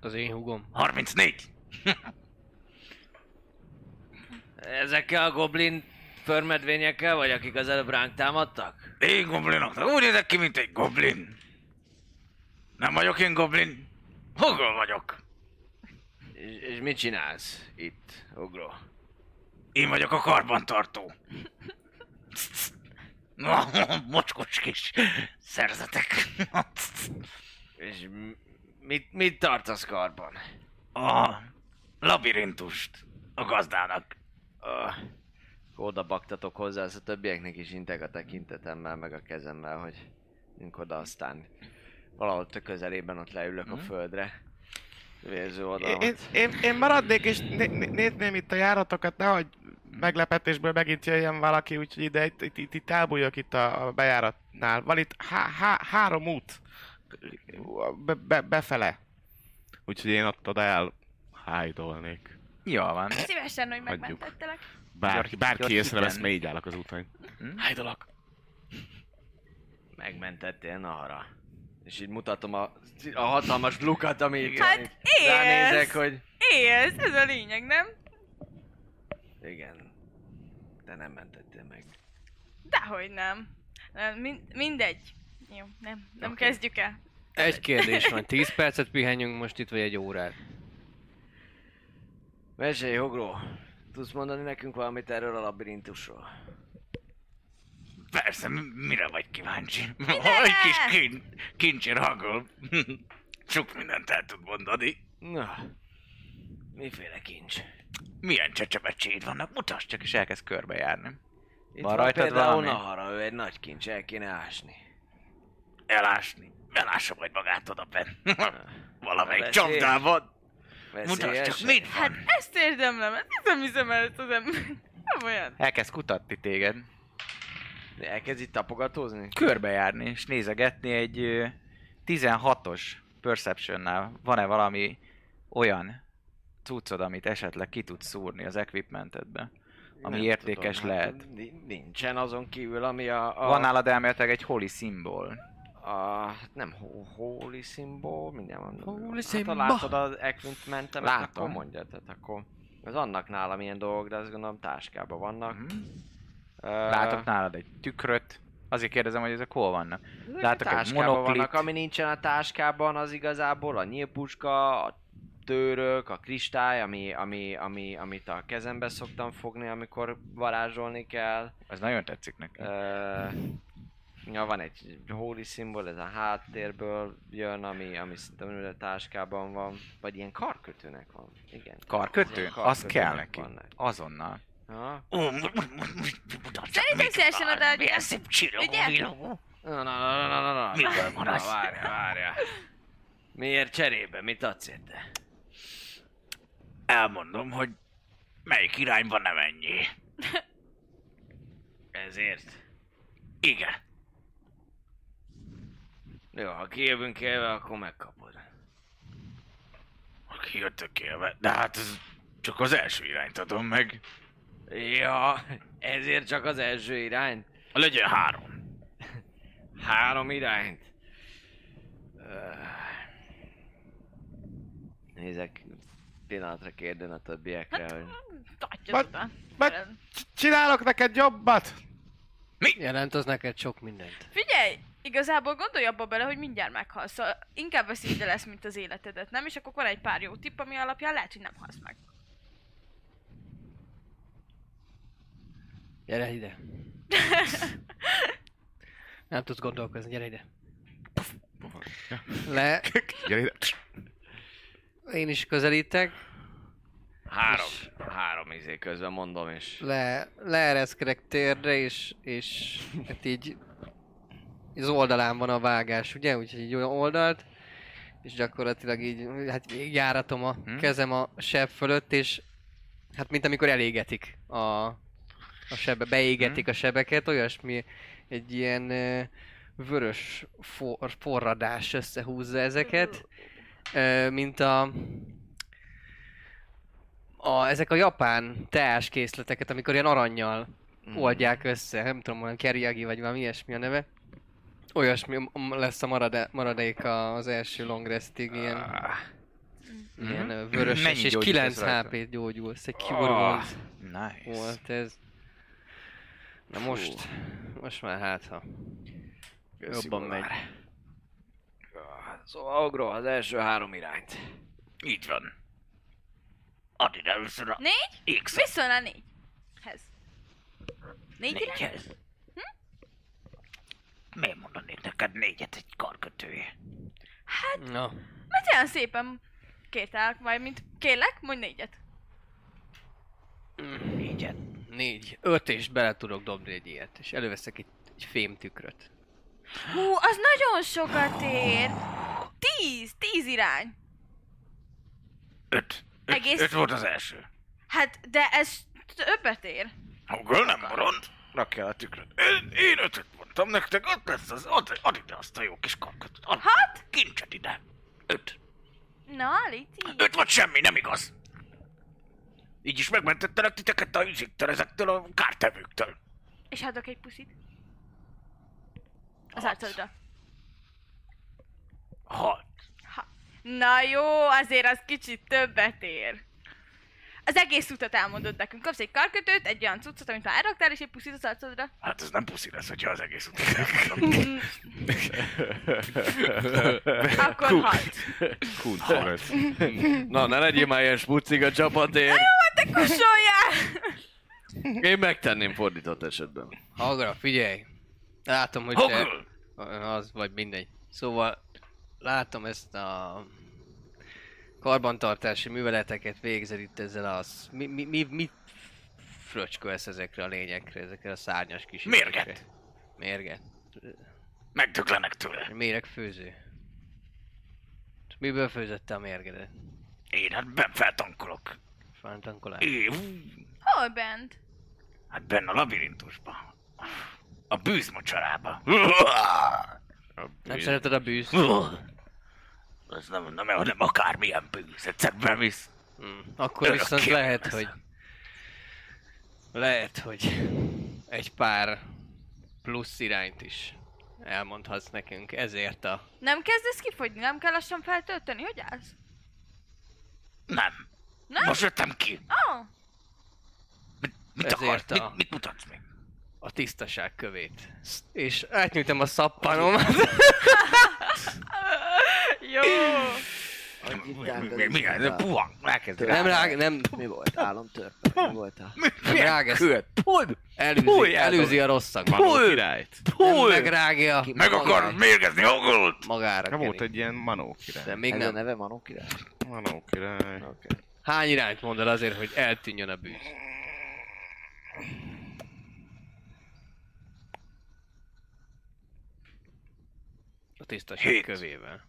Speaker 5: Az én húgom.
Speaker 9: 34.
Speaker 5: Ezekkel a goblin förmedvényekkel vagy, akik az előbb ránk támadtak?
Speaker 9: Én goblinok. Úgy nézek ki, mint egy goblin. Nem vagyok én goblin. Hogol vagyok.
Speaker 5: És, és mit csinálsz itt, ugró?
Speaker 9: Én vagyok a karbantartó. Na, mocskos kis szerzetek.
Speaker 5: És m- mit, mit tartasz karban?
Speaker 9: A labirintust a gazdának.
Speaker 6: Ah. Oda baktatok hozzá, az a többieknek is intek a tekintetemmel, meg a kezemmel, hogyünk oda, aztán valahol tök közelében ott leülök
Speaker 9: Mhm.
Speaker 6: a földre. Vérző
Speaker 2: Én,
Speaker 6: oldalamat.
Speaker 2: én, én maradnék és né- né- nézném itt a járatokat, nehogy meglepetésből megint jöjjön valaki, úgyhogy ide, itt, itt, itt, itt elbújok itt a, a bejáratnál. Van itt há- há- három út be- be- befele. Úgyhogy én ott oda el hájdolnék.
Speaker 9: Jól van.
Speaker 7: Szívesen, hogy
Speaker 2: Hagyjuk.
Speaker 7: megmentettelek.
Speaker 2: Bárki, bárki
Speaker 9: Gyors
Speaker 2: észrevesz,
Speaker 9: hiten.
Speaker 2: mert így állok az úton. Hájdolok.
Speaker 6: Megmentettél Nahara. És így mutatom a, a hatalmas lukat, ami itt
Speaker 7: Hát
Speaker 6: van.
Speaker 7: élsz!
Speaker 6: Ránézek, hogy
Speaker 7: Élsz, ez a lényeg, nem?
Speaker 6: igen, te nem mentettél meg.
Speaker 7: Dehogy nem. Nem, Mind, mindegy. Jó, nem, nem okay. kezdjük el.
Speaker 5: Egy kérdés van, 10 percet pihenjünk most itt, vagy egy órát?
Speaker 6: Mesélj, Hogró! Tudsz mondani nekünk valamit erről a labirintusról?
Speaker 9: Persze, mi- mire vagy kíváncsi?
Speaker 7: Mindenre!
Speaker 9: Egy kis kin- kincsér hagol. [laughs] Sok mindent el tud mondani.
Speaker 6: Na, miféle kincs?
Speaker 9: Milyen csecsebecséid vannak? Mutasd csak, és elkezd körbejárni.
Speaker 6: Itt
Speaker 9: Van rajtad
Speaker 6: például
Speaker 9: valami?
Speaker 6: Nahara, ő egy nagy kincs, el kéne ásni.
Speaker 9: Elásni. Elássa majd magát oda benn. [laughs] Valamelyik
Speaker 6: Veszély.
Speaker 9: csapdában. Mutasd
Speaker 6: Veszélyes?
Speaker 9: csak, mit
Speaker 7: Hát
Speaker 9: van.
Speaker 7: ezt érdemlem, ezt nem hiszem el ezt az ember. [laughs] Nem olyan.
Speaker 9: Elkezd kutatni téged.
Speaker 6: Elkezd itt tapogatózni?
Speaker 9: Körbejárni, és nézegetni egy ö, 16-os Perception-nál. Van-e valami olyan cuccod, amit esetleg ki tudsz szúrni az equipmentedbe? Ami
Speaker 6: Nem
Speaker 9: értékes
Speaker 6: tudom, hát
Speaker 9: lehet.
Speaker 6: ni- Nincsen azon kívül, ami a... a
Speaker 9: Van nálad elméletileg egy holy symbol.
Speaker 6: a, hát nem ho- holy szimból, mindjárt mondom.
Speaker 5: Holy
Speaker 6: Hát, ha
Speaker 5: symbol.
Speaker 6: látod az equipment mentem, akkor
Speaker 9: Látom.
Speaker 6: mondja, tehát akkor... Az annak nálam ilyen dolgok, de azt gondolom táskában vannak.
Speaker 9: Mhm.
Speaker 6: Ö,
Speaker 9: Látok nálad egy tükröt. Azért kérdezem, hogy ezek hol vannak. Látok egy
Speaker 6: táskában
Speaker 9: monoklit.
Speaker 6: vannak, ami nincsen a táskában, az igazából a nyílpuska, a tőrök, a kristály, ami, ami, ami, amit a kezembe szoktam fogni, amikor varázsolni kell.
Speaker 9: Az nagyon tetszik nekem.
Speaker 6: Ö, ja, van egy holy szimbol, ez a háttérből jön, ami, ami szerintem a táskában van. Vagy ilyen karkötőnek van. Igen.
Speaker 9: Karkötő?
Speaker 6: Ilyen
Speaker 9: Az kell
Speaker 6: karkötőnek
Speaker 9: neki.
Speaker 6: van neki.
Speaker 9: Azonnal.
Speaker 6: Ha?
Speaker 9: Ó, mu- mu- mu- mu- mutasd csak,
Speaker 7: Szerintem
Speaker 9: mit
Speaker 7: szívesen
Speaker 9: van.
Speaker 7: odaadjuk.
Speaker 9: Milyen szép csillogó
Speaker 7: Ugye?
Speaker 9: villogó.
Speaker 6: Na, na, na, na, na, na.
Speaker 9: Miből van
Speaker 6: Na,
Speaker 9: az?
Speaker 6: várja, várja. Miért cserébe? Mit adsz érte?
Speaker 9: Elmondom, hogy melyik irányba nem ennyi.
Speaker 6: Ezért.
Speaker 9: Igen.
Speaker 6: Jó, ha kijövünk élve, akkor megkapod.
Speaker 9: Aki jöttök élve. De hát ez csak az első irányt adom meg.
Speaker 6: Ja, ezért csak az első irányt.
Speaker 9: Legyen három.
Speaker 6: Három irányt. Öh. Nézek pillanatra kérdőn a többiekre,
Speaker 5: Hát,
Speaker 6: hogy...
Speaker 7: Tartja
Speaker 2: Vagy-
Speaker 7: oda.
Speaker 2: Mert csinálok neked jobbat!
Speaker 5: Jelent az neked sok mindent.
Speaker 7: Figyelj, igazából gondolj abba bele, hogy mindjárt meghalsz. Szóval inkább veszélyed lesz, mint az életedet, nem? És akkor van egy pár jó tipp, ami alapján lehet, hogy nem halsz meg.
Speaker 5: Gyere ide. Nem tudsz gondolkozni, gyere ide. Le.
Speaker 2: Gyere ide.
Speaker 5: Én is közelítek.
Speaker 6: Három.
Speaker 5: És-
Speaker 6: Három izé közben mondom, és...
Speaker 5: Le, leereszkedek térre, és, és hát így az oldalán van a vágás, ugye? Úgyhogy így olyan oldalt, és gyakorlatilag így, hát így járatom a kezem a seb fölött, és hát mint amikor elégetik a, a sebe, beégetik a sebeket, olyasmi egy ilyen ö, vörös for, forradás összehúzza ezeket, ö, mint a a, ezek a japán teás készleteket, amikor ilyen arannyal
Speaker 6: Mhm.
Speaker 5: oldják össze, nem tudom, olyan keriagi vagy valami ilyesmi a neve. Olyasmi m- m- lesz a marade, maradék a- az első long restig, ilyen, ilyen ö,
Speaker 9: Mhm.
Speaker 5: vörös,
Speaker 9: Mennyi
Speaker 5: és
Speaker 9: gyógyítás
Speaker 5: 9
Speaker 9: rajta? Ah,
Speaker 5: HP-t gyógyulsz, egy cure wounds
Speaker 9: Nice.
Speaker 5: volt ez. Na most, most már hát ha.
Speaker 6: Jobban megy. Szóval agro az első három irányt.
Speaker 9: Így van. Add ide először a
Speaker 7: Négy?
Speaker 9: x
Speaker 7: Viszont a négyhez. Négy irány? Hm?
Speaker 9: négyhez. Miért mondanék neked négyet egy karkötője?
Speaker 7: Hát,
Speaker 5: Na,
Speaker 7: Mert olyan szépen kételek majd, mint kérlek, mondj négyet.
Speaker 6: Mm,
Speaker 9: Négyet.
Speaker 5: négy, öt és bele tudok dobni egy ilyet, és előveszek egy, egy fémtükröt.
Speaker 7: Hú, az nagyon sokat ér. Tíz, tíz irány.
Speaker 9: Öt.
Speaker 7: Egész-
Speaker 9: Öt volt az első.
Speaker 7: Hát, de ez többet ér.
Speaker 9: Hogol nem marad? Rakja a tükröt. Én, én ötöt mondtam nektek, ott lesz az, add, add ide azt a jó kis karkötőt. Add
Speaker 7: Hat?
Speaker 9: kincset ide. Öt.
Speaker 7: Na, Liti.
Speaker 9: Öt vagy semmi, nem igaz. Így is megmentettelek titeket a üzéktől, ezektől a kártevőktől.
Speaker 7: És adok egy puszit. Az arcodra.
Speaker 9: Hat.
Speaker 7: Na jó, azért az kicsit többet ér. Az egész utat elmondod nekünk. Kapsz egy karkötőt, egy olyan cuccot, amit már elraktál, és egy puszit az arcodra.
Speaker 9: Hát ez nem puszi lesz, hogyha az egész utat
Speaker 7: [laughs] Akkor halt.
Speaker 2: Kun, fogad.
Speaker 6: Na, ne legyél már ilyen smucig a csapatért.
Speaker 7: Te kusoljál!
Speaker 6: Én megtenném fordított esetben.
Speaker 5: Hagra, figyelj! Látom, hogy te... Az, vagy mindegy. Szóval látom ezt a karbantartási műveleteket végzed itt ezzel a... sz- Mi, mi, mi, mit fröcskölsz ezekre a lényekre, ezekre a szárnyas kis...
Speaker 9: Mérget.
Speaker 5: izékre? Mérget.
Speaker 9: Megdöglenek tőle.
Speaker 5: Méreg főző. Miből főzötte a mérgedet?
Speaker 9: Én hát ben feltankolok.
Speaker 5: Fántankolás?
Speaker 9: É, ú,
Speaker 7: Hol bent?
Speaker 9: hát benne a labirintusban. A bűzmocsarába.
Speaker 5: Nem szereted a bűzt?
Speaker 9: Ez nem, nem, nem akármilyen bűz. Egyszer bemész.
Speaker 5: Mm. Akkor
Speaker 9: Örökké
Speaker 5: viszont lehet,
Speaker 9: lesz.
Speaker 5: hogy... Lehet, hogy egy pár plusz irányt is elmondhatsz nekünk ezért a...
Speaker 7: Nem kezdesz kifogyni? Nem kell lassan feltölteni? Hogy állsz?
Speaker 9: Nem.
Speaker 7: Nem?
Speaker 9: Most jöttem ki.
Speaker 7: Ah,
Speaker 9: Mit akarsz?
Speaker 5: Ezért a-
Speaker 9: Mit, mit mutatsz még?
Speaker 5: a tisztaság kövét. És átnyújtam a szappanomat.
Speaker 7: jó.
Speaker 9: Mi, mi, mi ez? Puhang. Elkezdek.
Speaker 5: nem rág, nem,
Speaker 6: Mi volt? Álomtörpe?
Speaker 5: Hm.
Speaker 6: Mi voltál?
Speaker 5: nem rág, ezt előzi, előzi a rosszak.
Speaker 2: Manó királyt.
Speaker 5: Nem megrágja
Speaker 9: Meg akar mérgezni Hogolt.
Speaker 5: magára.
Speaker 2: Nem volt
Speaker 5: Kenny.
Speaker 2: egy ilyen Manó király.
Speaker 5: De még nem.
Speaker 6: neve Manó király?
Speaker 2: Manó király.
Speaker 5: Hány irányt mond el azért, hogy eltűnjön a bűz? A tisztaság
Speaker 9: Hét.
Speaker 5: kövével.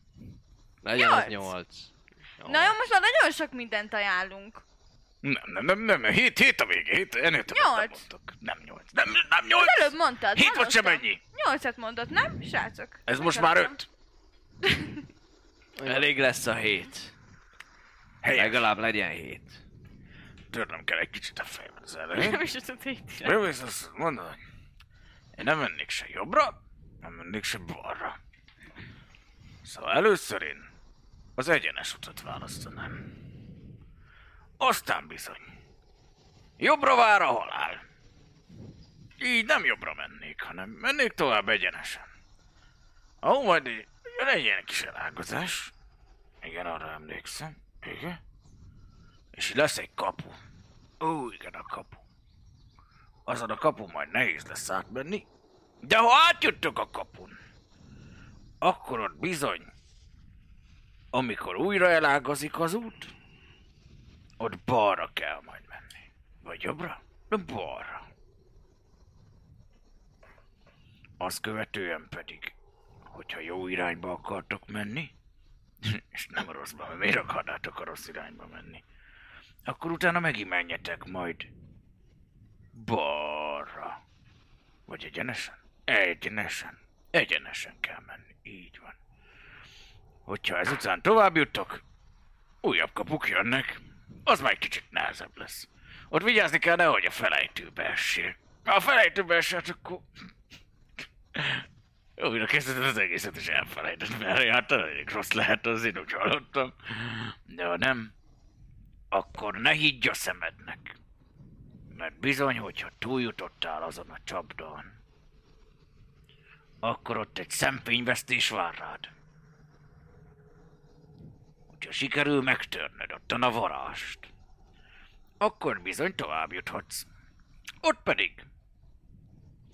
Speaker 5: Legyen az
Speaker 7: Nyolc.
Speaker 5: nyolc.
Speaker 7: Na jó, most már nagyon sok mindent ajánlunk.
Speaker 9: Nem, nem, nem, nem. Hét, hét a végé. Hét, ennél többet nem
Speaker 7: Nyolc.
Speaker 9: mondtok. Nem nyolc. Nem, nem nyolc.
Speaker 7: Az előbb mondtad,
Speaker 9: Hét vagy sem
Speaker 7: hallottam.
Speaker 9: ennyi.
Speaker 7: Nyolcat mondott, nem, srácok?
Speaker 9: Ez most már
Speaker 7: Megtaláltam.
Speaker 9: öt.
Speaker 6: Elég lesz a hét.
Speaker 9: Helyes.
Speaker 6: Legalább legyen hét.
Speaker 9: Törnöm kell egy kicsit a fejem az elején.
Speaker 7: Nem is tudod, hogy
Speaker 9: Bemész azt mondod, hogy én nem mennék se jobbra, nem mennék se balra. Szóval először én az egyenes utat választanám. Aztán bizony. Jobbra vár a halál. Így nem jobbra mennék, hanem mennék tovább egyenesen. Ahol majd í- legyen egy kis elágazás. Igen, arra emlékszem. Igen. És így lesz egy kapu. Ó, igen, a kapu azon a kapun majd nehéz lesz átmenni. De ha átjöttök a kapun, akkor ott bizony Amikor újra elágazik az út, ott balra kell majd menni. Vagy jobbra? De balra. Azt követően pedig, hogyha jó irányba akartok menni, [laughs] és nem a rosszba, mert miért akarnátok a rossz irányba menni, akkor utána megint menjetek majd balra. Vagy egyenesen? Egyenesen. Egyenesen kell menni. Így van. Hogyha ezután tovább juttok, újabb kapuk jönnek. Az már egy kicsit nehezebb lesz. Ott vigyázni kell, nehogy a felejtőbe essél. Ha a felejtőbe esett, akkor... Újra kezdheted az egészet, és elfelejtett, mert jártál, elég rossz lehet az, én úgy hallottam. De ha nem, akkor ne higgy a szemednek. Mert bizony, hogyha túljutottál azon a csapdán, akkor ott egy szempényvesztés vár rád. Hogyha sikerül megtörnöd ottan a varást, akkor bizony tovább juthatsz. Ott pedig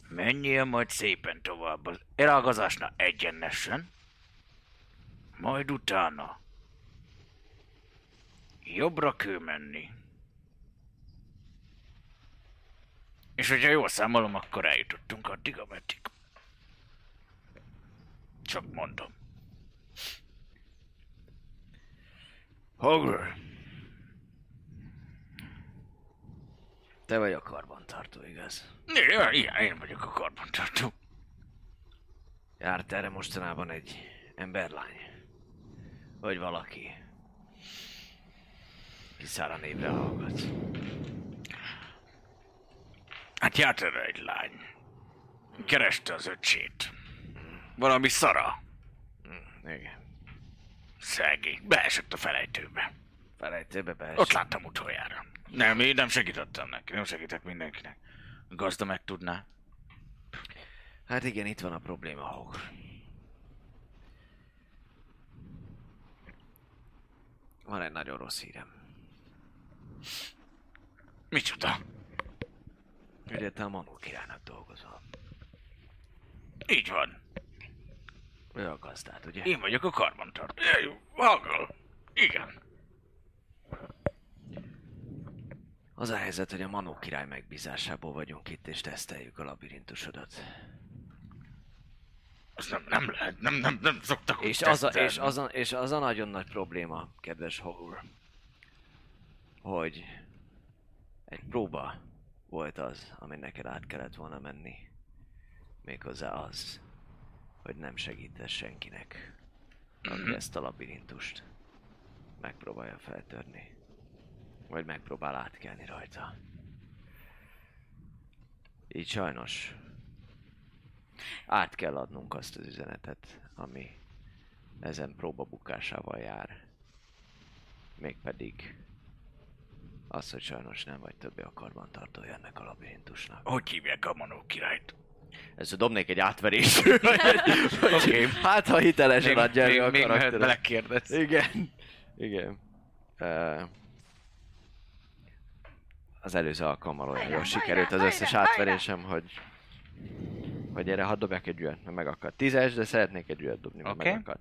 Speaker 9: menjél majd szépen tovább az elágazásnál egyenesen, majd utána jobbra kell menni. És hogyha jól számolom, akkor eljutottunk addig, ameddig. Csak mondom. Hogger.
Speaker 6: Te vagy a karbantartó, igaz?
Speaker 9: Igen, igen, én vagyok a karbantartó.
Speaker 6: Járt erre mostanában egy emberlány. Vagy valaki. Kiszára névre hallgat.
Speaker 9: Hát járt erre egy lány. Kereste az öcsét. Valami szara.
Speaker 6: Mm, Igen.
Speaker 9: Szegény. Beesett a felejtőbe.
Speaker 6: Felejtőbe be.
Speaker 9: Ott láttam utoljára. Nem, én nem segítettem neki. Nem segítek mindenkinek. A gazda meg tudná.
Speaker 6: Hát igen, itt van a probléma, Hog. Van egy nagyon rossz hírem.
Speaker 9: Micsoda?
Speaker 6: Ugye te a Manó királynak dolgozol.
Speaker 9: Így van.
Speaker 6: Ő a gazdát, ugye?
Speaker 9: Én vagyok a karbantartó. Jaj, Haggal. Igen.
Speaker 6: Az a helyzet, hogy a Manó király megbízásából vagyunk itt, és teszteljük a labirintusodat.
Speaker 9: Az nem, nem lehet, nem, nem, nem szoktak
Speaker 6: És
Speaker 9: úgy
Speaker 6: az, a,
Speaker 9: tesztelni.
Speaker 6: és, az a, és az a nagyon nagy probléma, kedves Hogur, hogy egy próba volt az, amin neked át kellett volna menni. Méghozzá az, hogy nem segítesz senkinek, aki ezt a labirintust megpróbálja feltörni. Vagy megpróbál átkelni rajta. Így sajnos át kell adnunk azt az üzenetet, ami ezen próba bukásával jár. Mégpedig az, hogy sajnos nem vagy többé a karbantartója ennek a labirintusnak.
Speaker 9: Hogy hívják a Manó királyt?
Speaker 6: Ezzel dobnék egy
Speaker 9: [laughs]
Speaker 6: átverést. okay. Hát, ha hitelesen adja elő a
Speaker 9: még
Speaker 6: karakteret.
Speaker 9: mehet belekérdezni.
Speaker 6: Igen. Igen. Uh, az előző alkalommal olyan jól sikerült az összes átverésem, hogy hogy erre hadd dobjak egy ügyet, mert megakad. Tízes, de szeretnék egy ügyet dobni, mert
Speaker 9: Oké.
Speaker 6: megakad.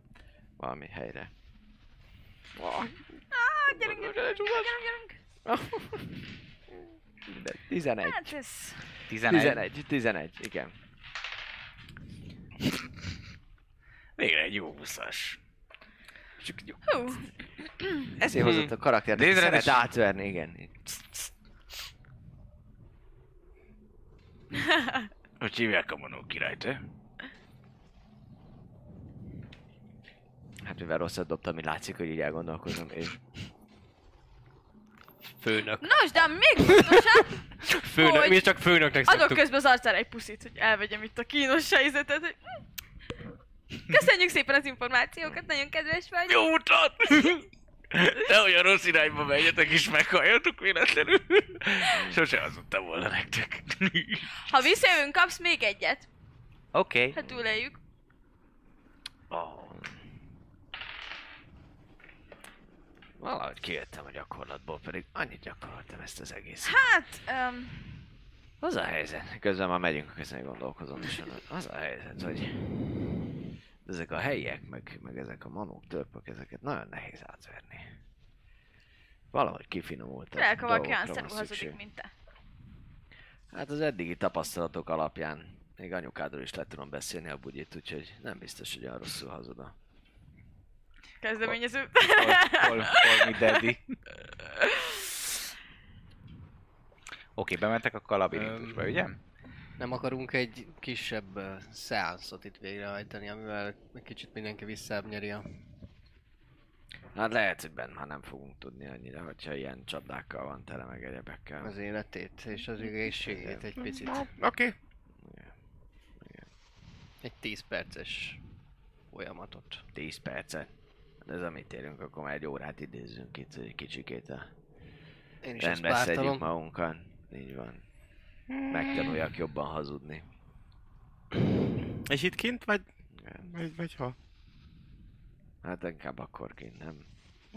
Speaker 6: Valami helyre.
Speaker 7: Hát, gyerünk, gyerünk, gyerünk, gyerünk, gyerünk.
Speaker 6: De 11.
Speaker 7: Hát ez...
Speaker 6: 11, 11, igen.
Speaker 9: Végre egy jó buszás.
Speaker 6: Csak jó.
Speaker 7: Hú,
Speaker 6: Ezért
Speaker 5: Mhm.
Speaker 6: hozott a karakter, de
Speaker 9: Nézd,
Speaker 6: szeret
Speaker 9: rendes-
Speaker 6: átverni, igen.
Speaker 9: Hogy hívják a Manó királyt, eh?
Speaker 6: Hát mivel rosszat dobtam, így látszik, hogy így elgondolkozom, és
Speaker 5: Főnök.
Speaker 7: Nos, de még fontosabb,
Speaker 9: [laughs]
Speaker 5: Főnök.
Speaker 7: Hogy?
Speaker 5: Mi csak főnöknek
Speaker 7: adok
Speaker 5: szoktuk.
Speaker 7: közben az arcára egy puszit, hogy elvegyem itt a kínos helyzetet, hogy... Köszönjük szépen az információkat, nagyon kedves vagy.
Speaker 9: Jó utat! De olyan rossz irányba menjetek és meghalljatok véletlenül. Sose hazudtam volna nektek.
Speaker 7: Ha visszajövünk, kapsz még egyet,
Speaker 1: Oké. Okay.
Speaker 7: ha túléljük.
Speaker 6: valahogy kijöttem a gyakorlatból, pedig annyit gyakoroltam ezt az egészet.
Speaker 7: Hát, um,
Speaker 6: Az a helyzet, közben már megyünk, közben gondolkozom is. Az a helyzet, hogy ezek a helyiek, meg, meg ezek a manók, törpök, ezeket nagyon nehéz átverni. Valahogy kifinomultabb
Speaker 7: Lehet, ha valaki olyan
Speaker 6: dolgokra van
Speaker 7: szarul hazudik,
Speaker 6: szükség.
Speaker 7: mint te.
Speaker 6: Hát az eddigi tapasztalatok alapján még anyukádról is le tudom beszélni a bugyit, úgyhogy nem biztos, hogy olyan rosszul hazudom.
Speaker 7: Kezdeményező.
Speaker 9: Call, call me daddy. Oké, bementek a labirintusba,
Speaker 5: Öm.
Speaker 9: ugye?
Speaker 5: Nem akarunk egy kisebb ö, szeánszot itt végrehajtani, amivel egy kicsit mindenki visszaábnyeri a...
Speaker 6: Hát lehet, hogy bent már nem fogunk tudni annyira, hogyha ilyen csapdákkal van tele meg egyebekkel.
Speaker 5: az életét és az egészségét egy picit.
Speaker 8: Oké.
Speaker 5: Egy 10 perces folyamatot.
Speaker 6: 10 percet. Hát ez amit érünk, akkor már egy órát idézzünk itt, hogy kicsikét a
Speaker 5: Én is ezt
Speaker 6: rendbe szedjük
Speaker 5: pártalom.
Speaker 6: magunkat. Így van. Megtanuljak jobban hazudni.
Speaker 8: És itt kint vagy? Vagy, vagy ha?
Speaker 6: Hát inkább akkor kint, nem?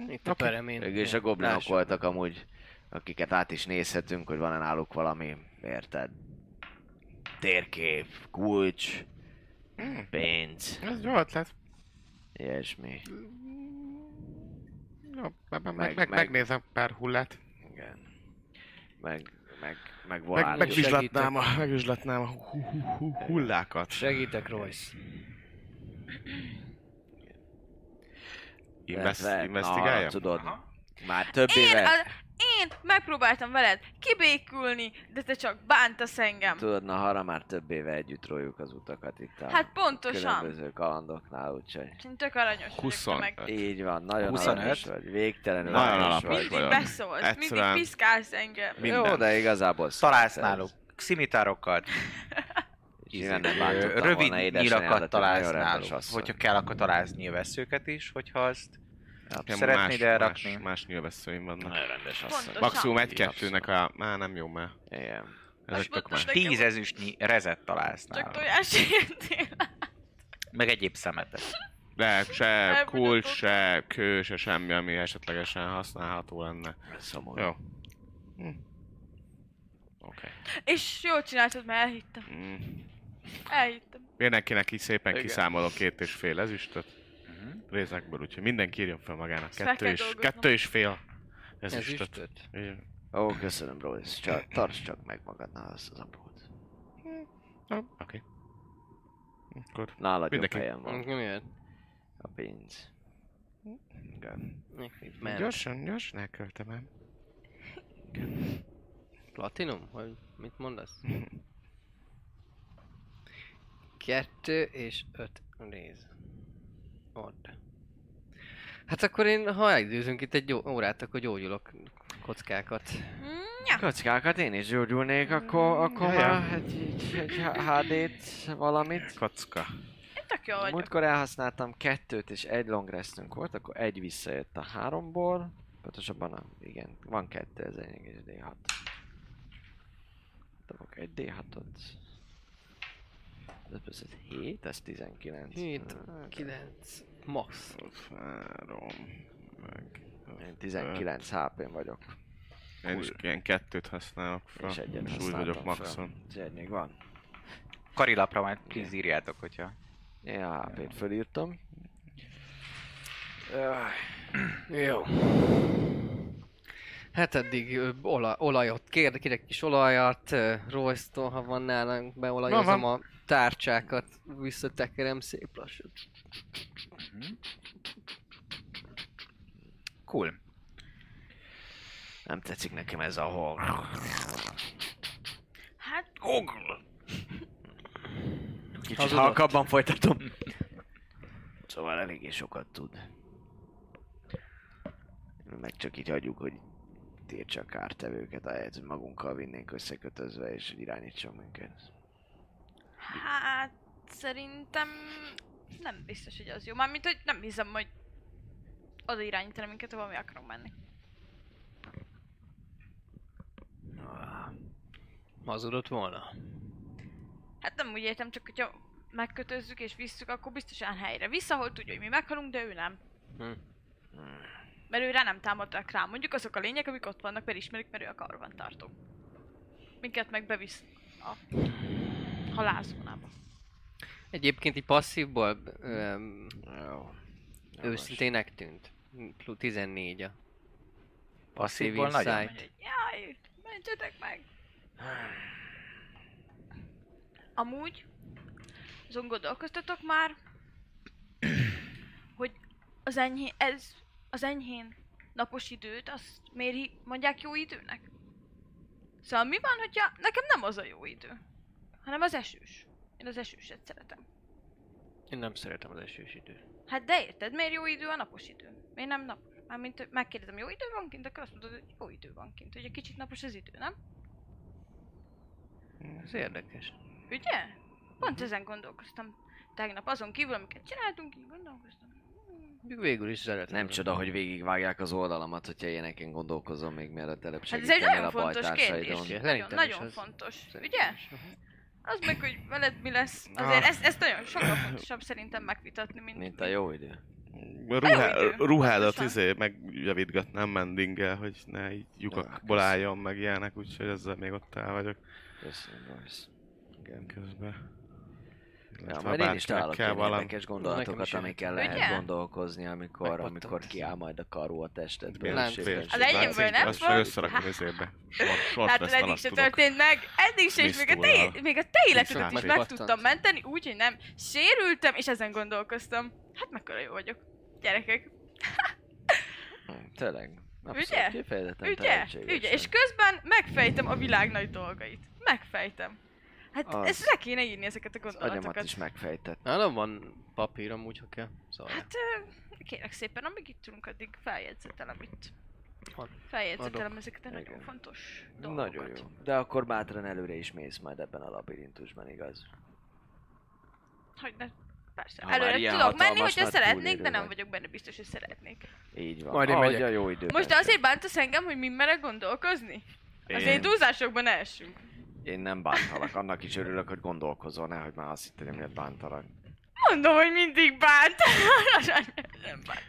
Speaker 5: Itt a peremén.
Speaker 6: Végül is a goblinok voltak amúgy, akiket át is nézhetünk, hogy van-e náluk valami, érted? Térkép, kulcs,
Speaker 5: Hmm.
Speaker 6: pénz,
Speaker 8: Ez jó ötlet.
Speaker 6: ilyesmi.
Speaker 8: Jó, meg,
Speaker 6: Meg-
Speaker 8: meg, meg, meg,
Speaker 6: meg-
Speaker 8: megnézem pár hullát.
Speaker 6: Igen. Meg, meg, meg
Speaker 8: Meg,
Speaker 6: volán.
Speaker 8: megvizslatnám a, megvizslatnám a hu- hu- hu- hullákat.
Speaker 5: Segítek, Royce.
Speaker 8: Invest,
Speaker 6: Illetve-
Speaker 8: investigálja?
Speaker 6: Na, tudod, már több
Speaker 7: Én,
Speaker 6: éve,
Speaker 7: a, én megpróbáltam veled kibékülni, de te csak bántasz engem.
Speaker 6: tudod, na hara már több éve együtt róljuk az utakat itt a
Speaker 7: Hát pontosan.
Speaker 6: különböző kalandoknál, úgyhogy
Speaker 7: Én Tök aranyos
Speaker 8: Huszon.
Speaker 7: vagyok,
Speaker 9: Hát.
Speaker 7: te meg
Speaker 6: így van, nagyon
Speaker 9: 25?
Speaker 6: alapos vagy, végtelenül
Speaker 8: Nagyon
Speaker 6: alapos
Speaker 8: alapos.
Speaker 6: vagy.
Speaker 7: mindig
Speaker 8: vagyok.
Speaker 7: beszólsz,
Speaker 8: Egyszerűen-
Speaker 7: mindig piszkálsz engem.
Speaker 8: Minden.
Speaker 6: Jó, de igazából
Speaker 9: Találsz
Speaker 6: szóval ez-
Speaker 9: náluk szimitárokat,
Speaker 6: Nyilván
Speaker 9: izé,
Speaker 6: nem bántottam volna
Speaker 9: rövid
Speaker 6: édesanyádat,
Speaker 9: nyilakat
Speaker 6: egy nagyon
Speaker 9: találsz
Speaker 6: rendes
Speaker 9: náluk.
Speaker 6: asszony.
Speaker 9: Hogyha kell, akkor találsz nyilvesszőket is, hogyha azt
Speaker 8: Nekem
Speaker 9: szeretnéd
Speaker 8: más,
Speaker 9: elrakni.
Speaker 8: Más, más nyilvesszőim vannak.
Speaker 6: Nagyon rendes asszony.
Speaker 7: Pontosan.
Speaker 8: Maximum egy-kettőnek a... Már nem jó már.
Speaker 6: Igen.
Speaker 8: Ezek tök
Speaker 7: mondtad
Speaker 8: más.
Speaker 7: nekem,
Speaker 9: tíz ezüstnyi rezet találsz
Speaker 7: Csak
Speaker 9: náluk.
Speaker 7: tojásért
Speaker 9: Meg egyéb szemetet.
Speaker 8: De se
Speaker 7: Elfogyott
Speaker 8: kulcs,
Speaker 7: ott.
Speaker 8: se kő, se semmi, ami esetlegesen használható lenne.
Speaker 6: Szomorú.
Speaker 8: Jó. Hm. Oké.
Speaker 7: És jól csináltad, mert elhittem.
Speaker 8: Mm.
Speaker 7: Elhittem.
Speaker 8: Mindenkinek így szépen
Speaker 6: Igen. Mhm.
Speaker 8: kiszámolok két és fél ezüstöt. Részekből, úgyhogy mindenki írjon fel magának
Speaker 7: Ezt meg
Speaker 8: kettő
Speaker 7: kell
Speaker 8: és,
Speaker 7: dolgoznom.
Speaker 8: kettő és fél
Speaker 5: Ez is
Speaker 8: ezüstöt.
Speaker 5: öt.
Speaker 8: Igen.
Speaker 6: Ó, köszönöm, Royce. Csak, tarts csak meg magadnál azt az aprót.
Speaker 8: Jó, Oké. Akkor
Speaker 6: Nálad jobb
Speaker 8: Mindenki.
Speaker 6: helyen van
Speaker 5: Nem jön.
Speaker 6: a pénz. Igen.
Speaker 5: Itt ment.
Speaker 8: gyorsan, gyorsan elköltem el.
Speaker 5: Platinum? Vagy mit
Speaker 8: [laughs]
Speaker 5: mondasz? Kettő és öt rész. Ott. Hát akkor én, ha elidőzünk itt egy ó- órát, akkor gyógyulok kockákat.
Speaker 7: Ja.
Speaker 6: Kockákat én is gyógyulnék, akkor, akkor
Speaker 8: Ja, ja.
Speaker 6: már egy, egy, egy HD-t, valamit.
Speaker 8: Kocka.
Speaker 7: Én tök jó vagyok.
Speaker 6: Múltkor elhasználtam kettőt és egy long restünk volt, akkor egy visszajött a háromból. Pontosabban nem, igen, van kettő, ez egy és D6. Dobok egy D6-ot. Ez plusz ez 7, ez 19.
Speaker 5: 7, 9, max.
Speaker 8: Három. Meg.
Speaker 6: Én 19 HP-n vagyok,
Speaker 8: Én is ilyen kettőt használok fel.
Speaker 6: és egyet
Speaker 8: és úgy
Speaker 6: használtam
Speaker 8: vagyok
Speaker 6: fel.
Speaker 8: maxon.
Speaker 6: Úgyhogy még van.
Speaker 9: Karilapra majd please írjátok, hogyha...
Speaker 6: Én a HP-t fölírtam. Jaj.
Speaker 5: Jó. Hát eddig ö, ola, olajot kér, kérek kis olajat, ö, Royce-tól, ha van nálunk, beolajozom
Speaker 8: Van,
Speaker 5: a tárcsákat, visszatekerem szép lassan.
Speaker 9: Cool.
Speaker 6: Nem tetszik nekem ez a hang.
Speaker 7: Hát,
Speaker 6: Kicsit
Speaker 5: Hazudott.
Speaker 6: halkabban folytatom. Szóval eléggé sokat tud. Meg csak így hagyjuk, hogy tiltsa a kártevőket, ahelyett, hogy magunkkal vinnénk összekötözve, és hogy irányítson minket.
Speaker 7: hát szerintem nem biztos, hogy az jó. Mármint, hogy nem hiszem, hogy oda irányítani minket, ahol mi akarunk menni.
Speaker 5: Hazudott volna.
Speaker 7: Hát nem úgy értem, csak hogyha megkötözzük és visszük, akkor biztosan helyre. Vissza, hol tudja, hogy mi meghalunk, de ő nem.
Speaker 5: Hm.
Speaker 7: Mert ő rá nem támadtak rá. Mondjuk azok a lények, amik ott vannak, mert ismerik, mert ő a karbantartó. Minket meg bevisz a halálzónába.
Speaker 5: Egyébként egy passzívból öm, őszintének tűnt. Plusz 14 a passzív
Speaker 9: Passzívból nagyon
Speaker 5: insight.
Speaker 7: Jaj, mentsetek meg! Amúgy, azon gondolkoztatok már, hogy az enyhén, ez, az enyhén napos időt, azt miért hi- mondják jó időnek? Szóval mi van, hogyha nekem nem az a jó idő, hanem az esős. Én az esőset szeretem.
Speaker 5: Én nem szeretem az esős időt.
Speaker 7: Hát de érted, miért jó idő a napos idő? Miért nem napos? Mármint hogy megkérdezem, jó idő van kint, akkor azt mondod, hogy jó idő van kint. Ugye kicsit napos az idő, nem?
Speaker 5: Ez érdekes.
Speaker 7: Ugye?
Speaker 6: Mhm.
Speaker 7: Pont ezen gondolkoztam. Tegnap azon kívül, amiket csináltunk, így gondolkoztam.
Speaker 5: Még végül is szeretem.
Speaker 6: Nem csoda, hogy végigvágják az oldalamat, hogyha ilyeneken gondolkozom még mielőtt előbb
Speaker 7: Hát ez egy
Speaker 6: segítenél
Speaker 7: nagyon
Speaker 6: a
Speaker 7: fontos kérdés.
Speaker 6: bajtársaidon.
Speaker 5: Szerintem
Speaker 7: Nagyon,
Speaker 5: is
Speaker 7: nagyon
Speaker 5: az.
Speaker 7: fontos.
Speaker 5: Szerintem
Speaker 7: Ugye? Az meg, hogy veled mi lesz. Azért ezt, ezt nagyon sokkal fontosabb szerintem megvitatni, mint...
Speaker 6: Ah. Mint a jó idő.
Speaker 8: Ruhá,
Speaker 7: Jó idő.
Speaker 8: ruhádat
Speaker 7: Pontosan.
Speaker 8: izé megjavítgatnám mendinggel, hogy ne így lyukakból álljon meg ilyenek, úgyhogy ezzel még ott el vagyok
Speaker 6: Köszönöm, Royce. Igen.
Speaker 8: közben.
Speaker 6: Ja,
Speaker 8: Illetve
Speaker 6: majd én is
Speaker 8: bárkinek
Speaker 6: találok ilyen
Speaker 8: valami-
Speaker 6: érdekes gondolatokat,
Speaker 5: is.
Speaker 6: amikkel
Speaker 7: Ugye?
Speaker 6: lehet gondolkozni, amikor,
Speaker 5: Megpattant.
Speaker 6: amikor kiáll majd a karó a testedből.
Speaker 5: Milyen
Speaker 6: és
Speaker 5: szép.
Speaker 6: éppen
Speaker 7: Az
Speaker 6: csak
Speaker 7: enyémből
Speaker 6: látszik,
Speaker 7: nem
Speaker 6: hogy-
Speaker 8: Azt meg
Speaker 7: volt?
Speaker 8: összerakom izébe. Sort, sort
Speaker 7: Hát
Speaker 8: lesz,
Speaker 7: eddig
Speaker 8: azt
Speaker 7: se
Speaker 8: tudok.
Speaker 7: történt meg, eddig se, és még a, te,
Speaker 8: Krisztóval.
Speaker 7: még a te életedet is
Speaker 8: Krisztával.
Speaker 7: meg tudtam menteni, úgyhogy nem sérültem, és ezen gondolkoztam. Hát mekkora jó vagyok. Gyerekek,
Speaker 6: Hm, Tényleg.
Speaker 7: Ugye?
Speaker 6: Abszolút kifejezetten
Speaker 7: ugye?
Speaker 6: tehetségesek.
Speaker 7: Ugye, és közben megfejtem a világ nagy dolgait. Megfejtem. Hát
Speaker 6: Az.
Speaker 7: ezt le kéne írni ezeket a
Speaker 6: Az agyamat
Speaker 7: gondolatokat.
Speaker 6: is megfejtett.
Speaker 5: Nálam van papír amúgy, ha kell. Szóval.
Speaker 7: Hát ö, kérlek szépen, amíg itt ülünk, addig feljegyzetelem itt.
Speaker 5: Ad-
Speaker 7: Feljegyzetelem ezeket a nagyon
Speaker 6: Igen.
Speaker 7: fontos dolgokat.
Speaker 6: Nagyon jó. De akkor bátran előre is mész majd ebben a labirintusban, igaz?
Speaker 7: Hogy ne, persze.
Speaker 6: Ha már
Speaker 7: Előre
Speaker 6: ilyen
Speaker 7: tudok menni,
Speaker 6: hatalmas
Speaker 7: hogyha
Speaker 6: nagy
Speaker 7: szeretnék,
Speaker 6: túlélő
Speaker 7: de nem
Speaker 6: vagy.
Speaker 7: vagyok benne biztos, hogy szeretnék.
Speaker 6: Így van.
Speaker 5: Majd én
Speaker 6: Ahogy a
Speaker 5: megyek.
Speaker 6: jó időben.
Speaker 7: Most azért bántasz engem, hogy mi merek gondolkozni? Azért túlzásokban ne essünk.
Speaker 6: Én nem bántalak, annak is örülök, hogy gondolkozol, nehogy már azt hittem, hogy bántalak.
Speaker 7: Mondom, hogy mindig bánt. [laughs] nem bánt.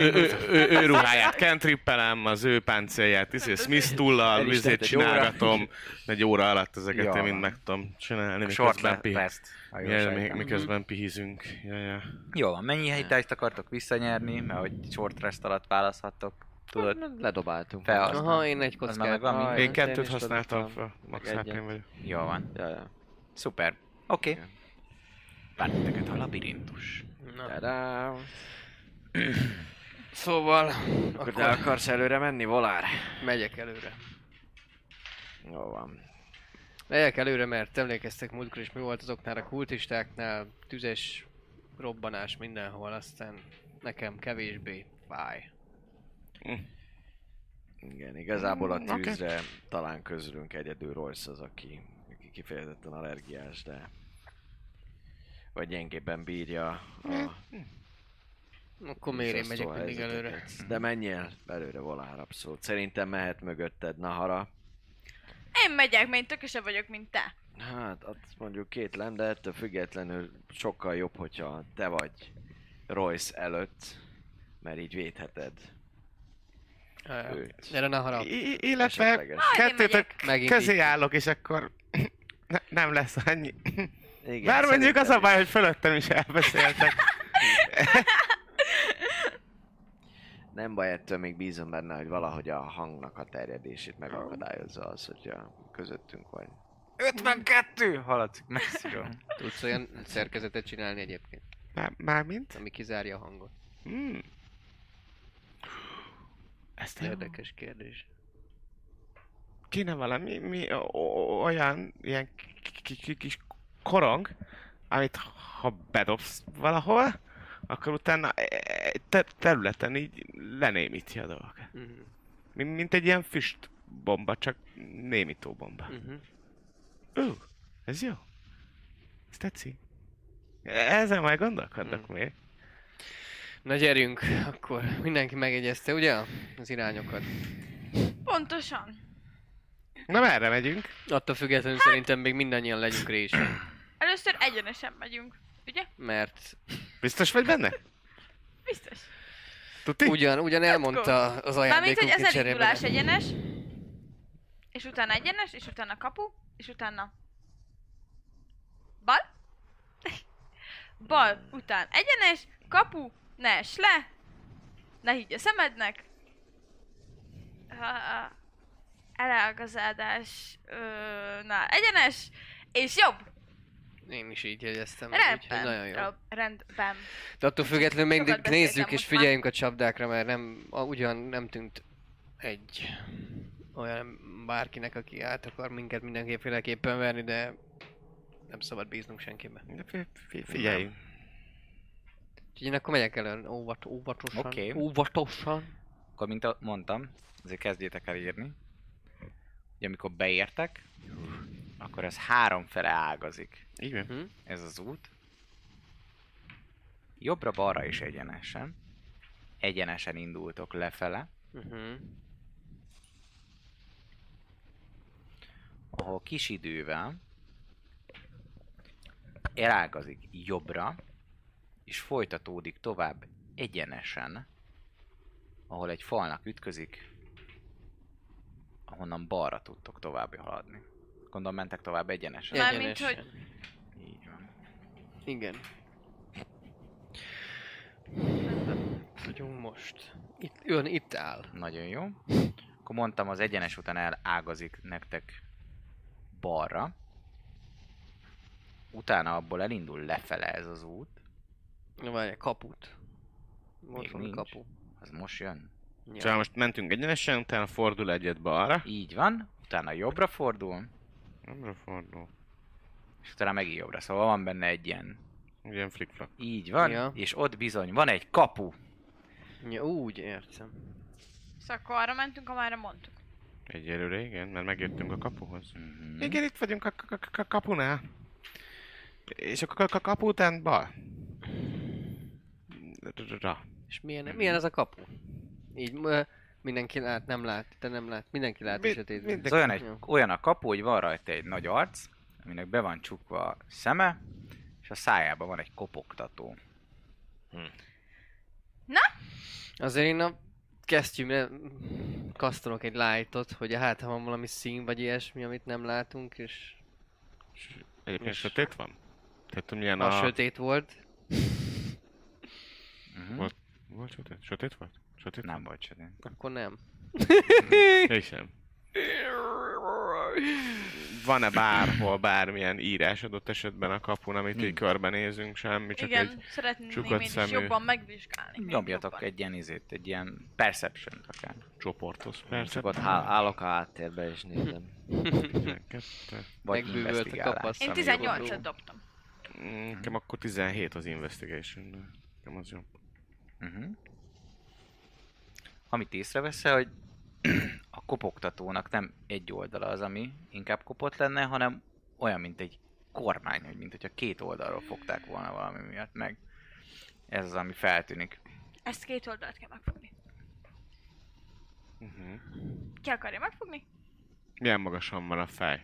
Speaker 8: Ő, ő, ő, ő ruháját kentrippelem, az ő páncélját, izé,
Speaker 7: Hát
Speaker 8: Smith tullal,
Speaker 6: Elisten,
Speaker 8: izét
Speaker 6: egy óra.
Speaker 8: csinálgatom. Egy óra alatt ezeket
Speaker 6: Ja.
Speaker 8: én mind meg tudom csinálni,
Speaker 9: Short
Speaker 8: miközben,
Speaker 9: le-
Speaker 8: pi...
Speaker 9: rest. ha jól
Speaker 8: ja, mi-
Speaker 9: sejtem. Mhm.
Speaker 8: miközben pihizünk. Ja, ja.
Speaker 9: Jó van, mennyi helytájt akartok visszanyerni, mert hogy short rest alatt választhattok. Tudod,
Speaker 6: Ledobáltunk.
Speaker 9: felhasználni.
Speaker 5: Aha, én egy
Speaker 9: Az már
Speaker 5: kockát.
Speaker 9: megvan
Speaker 6: Aj.
Speaker 9: minden.
Speaker 8: Én
Speaker 6: Én
Speaker 8: kettőt
Speaker 6: is
Speaker 8: használtam
Speaker 6: tudtam.
Speaker 8: fel, max
Speaker 6: Egyet.
Speaker 8: HP vagyok.
Speaker 9: Jó van.
Speaker 6: Ja, ja.
Speaker 9: Szuper. Oké. Okay.
Speaker 6: Igen.
Speaker 9: Bártiteket a labirintus.
Speaker 5: Na.
Speaker 6: Tadá.
Speaker 5: Szóval,
Speaker 6: Akkor te
Speaker 5: akkor
Speaker 6: akarsz előre menni, Volár?
Speaker 5: megyek előre.
Speaker 6: Jó van.
Speaker 5: Megyek előre, mert emlékeztek múltkor is mi volt azoknál a kultistáknál, tüzes robbanás mindenhol, aztán nekem kevésbé fáj.
Speaker 6: Igen, igazából
Speaker 8: Mm,
Speaker 6: a tűzre talán közülünk egyedül Royce az, aki, aki kifejezetten allergiás, de... Vagy gyengébben bírja
Speaker 8: Mm.
Speaker 6: a
Speaker 5: Akkor miért én megyek
Speaker 6: borzasztó
Speaker 5: mindig előre?
Speaker 6: helyzeteket. De menjél előre Volár, abszolút. Szerintem mehet mögötted Nahara.
Speaker 7: Én megyek, mert én tökösebb vagyok, mint te.
Speaker 6: Hát, azt mondjuk kétlem, de ettől függetlenül sokkal jobb, hogyha te vagy Royce előtt, mert így védheted
Speaker 5: Jaj,
Speaker 6: őt.
Speaker 5: Erre ne harap.
Speaker 8: I- i- Illetve
Speaker 6: Esetleges.
Speaker 8: kettőtök
Speaker 7: megyek.
Speaker 5: Megint
Speaker 8: közé
Speaker 5: így.
Speaker 8: állok, és akkor [clears throat] ne- nem lesz annyi.
Speaker 6: Igen,
Speaker 8: Bár mondjuk az a
Speaker 6: szerintem
Speaker 8: baj, hogy fölöttem is elbeszéltek.
Speaker 6: is. Nem baj, ettől még bízom benne, hogy valahogy a hangnak a terjedését megakadályozza az, hogyha közöttünk vagy.
Speaker 9: 52! Haladszik messziről.
Speaker 5: Tudsz olyan szerkezetet csinálni egyébként,
Speaker 8: Már, mármint?
Speaker 5: ami kizárja a hangot.
Speaker 8: Hmm. Ezt érdek.
Speaker 5: Érdekes kérdés.
Speaker 8: Kéne valami mi, o- o- olyan ilyen ki- ki- ki- kis korong, amit ha bedobsz valahol, akkor utána egy te- területen így lenémíti a dolgokat.
Speaker 5: Mhm,
Speaker 8: Mi- Mint egy ilyen füst bomba, csak némító bomba.
Speaker 5: mhm.
Speaker 8: Ó, ez jó. Ez tetszik. Ezzel majd gondolkodnak
Speaker 5: Hmm.
Speaker 8: még.
Speaker 5: Na gyerünk, akkor mindenki megegyezte, ugye? Az irányokat.
Speaker 7: Pontosan.
Speaker 8: Na merre megyünk?
Speaker 5: Attól
Speaker 7: Hát-
Speaker 5: függetlenül szerintem még mindannyian legyünk résen,
Speaker 7: Először egyenesen megyünk, ugye?
Speaker 5: mert
Speaker 8: Biztos vagy benne?
Speaker 7: Biztos.
Speaker 8: Tuti?
Speaker 5: ugyan, ugyan elmondta az
Speaker 7: Hát Mármint, hogy
Speaker 5: ajándékunk
Speaker 7: ez
Speaker 5: cserébe.
Speaker 7: elindulás
Speaker 5: nem.
Speaker 7: egyenes, és utána egyenes, és utána kapu, és utána... Bal? [laughs] bal után egyenes, kapu, ne es le, ne higgy a szemednek. Ah, Á, Elágazádásnál egyenes, és jobb.
Speaker 5: Én is így jegyeztem, meg, úgyhogy
Speaker 7: Rendben.
Speaker 5: nagyon jó.
Speaker 7: Rob, rendben.
Speaker 5: De attól függetlenül még
Speaker 7: Sokat
Speaker 5: nézzük
Speaker 7: beszéltem
Speaker 5: és
Speaker 7: most már.
Speaker 5: figyeljünk a csapdákra, mert nem, a- ugyan nem tűnt egy olyan bárkinek, aki át akar minket mindenképpféleképpen verni, de nem szabad bíznunk senkibe.
Speaker 8: Figyelj.
Speaker 5: Úgyhogy én akkor megyek elő óvat, óvatosan.
Speaker 9: Oké.
Speaker 5: Óvatosan.
Speaker 9: Akkor, mint a- mondtam, azért kezdjétek el írni. Ugye amikor beértek, akkor ez három fele ágazik.
Speaker 8: Így van.
Speaker 9: ez az út. Jobbra-balra és egyenesen. Egyenesen indultok lefele,
Speaker 5: Uh-huh.
Speaker 9: ahol kis idővel elágazik jobbra, és folytatódik tovább egyenesen, ahol egy falnak ütközik, ahonnan balra tudtok tovább haladni. Gondolom mentek tovább egyenesen.
Speaker 7: Mármint,
Speaker 5: Egyenesen.
Speaker 7: hogy-
Speaker 9: Így van.
Speaker 5: Igen. Vagyunk most. Itt, ön itt áll.
Speaker 9: Nagyon jó. Akkor mondtam, az egyenes után elágazik nektek balra. Utána abból elindul lefele ez az út.
Speaker 5: Na várj, kaput.
Speaker 9: Még
Speaker 5: Ott van a
Speaker 9: nincs.
Speaker 5: kapu.
Speaker 9: Az most jön.
Speaker 5: Ja.
Speaker 8: Szóval most mentünk egyenesen, utána fordul egyet balra.
Speaker 9: Így van. Utána jobbra fordul.
Speaker 8: Jobbra fordul.
Speaker 9: És utána megint jobbra. Szóval van benne egy ilyen.
Speaker 8: Ilyen flikflak.
Speaker 9: Így van.
Speaker 5: Ja.
Speaker 9: Ja. És ott bizony van egy kapu.
Speaker 5: Ja, úgy értem.
Speaker 7: Szóval akkor arra mentünk, amára mondtuk.
Speaker 8: Egyelőre igen, mert megjöttünk a kapuhoz.
Speaker 9: Mhm.
Speaker 8: Igen, itt vagyunk a k- k- k- kapunál. És akkor a k- kapu után bal. Ra.
Speaker 5: És milyen, milyen az a kapu? Így ö, mindenki lát, nem lát, te nem lát, mindenki lát Mi,
Speaker 8: Mi-
Speaker 5: a sötétben.
Speaker 8: mindenki-
Speaker 9: Ez olyan, egy,
Speaker 5: Jó.
Speaker 9: olyan a kapu, hogy van rajta egy nagy arc, aminek be van csukva a szeme, és a szájában van egy kopogtató.
Speaker 5: Azért én a kesztyűmre kasztolok egy lightot, hogy hát ha van valami szín vagy ilyesmi, amit nem látunk, és
Speaker 8: Egyébként
Speaker 5: És-
Speaker 8: sötét van? Tehát tudom, milyen
Speaker 5: Na. a
Speaker 8: a...
Speaker 5: sötét volt.
Speaker 9: Mhm.
Speaker 8: Volt- Volt sötét? Sötét volt? Sötét?
Speaker 9: Nem volt sötét.
Speaker 5: Akkor nem.
Speaker 8: Én sem. Van-e bárhol bármilyen írás adott esetben a kapun, amit
Speaker 5: Hmm.
Speaker 8: így
Speaker 9: Nincs.
Speaker 8: körbenézünk, semmi, csak
Speaker 7: Igen,
Speaker 8: egy...
Speaker 7: szeretném
Speaker 8: csukott
Speaker 7: én is
Speaker 8: szemű.
Speaker 7: jobban megvizsgálni. még
Speaker 9: Nyomjatok
Speaker 7: jobban.
Speaker 9: egy ilyen izét, egy ilyen perception akár.
Speaker 8: csoportos percet.
Speaker 6: Csak ott há- állok a háttérbe és
Speaker 5: [laughs]
Speaker 6: nézem.
Speaker 8: 12.
Speaker 9: Vagy
Speaker 5: Megbűvölt a
Speaker 9: investigálás.
Speaker 5: kapasz.
Speaker 7: Én
Speaker 5: Ami
Speaker 7: 18-at
Speaker 5: jobb.
Speaker 7: dobtam.
Speaker 8: Mm, Nekem akkor 17 az investigation de Nekem az jó.
Speaker 9: Uh-huh. Amit észreveszel, hogy [clears throat] a kopogtatónak nem egy oldala az, ami inkább kopott lenne, hanem olyan, mint egy kormány, hogy mint hogyha két oldalról fogták volna valami miatt meg. Ez az, ami feltűnik.
Speaker 7: Ezt két oldalt kell megfogni.
Speaker 8: Uh-huh.
Speaker 7: Ki akarja megfogni?
Speaker 8: Milyen magasan van a fej?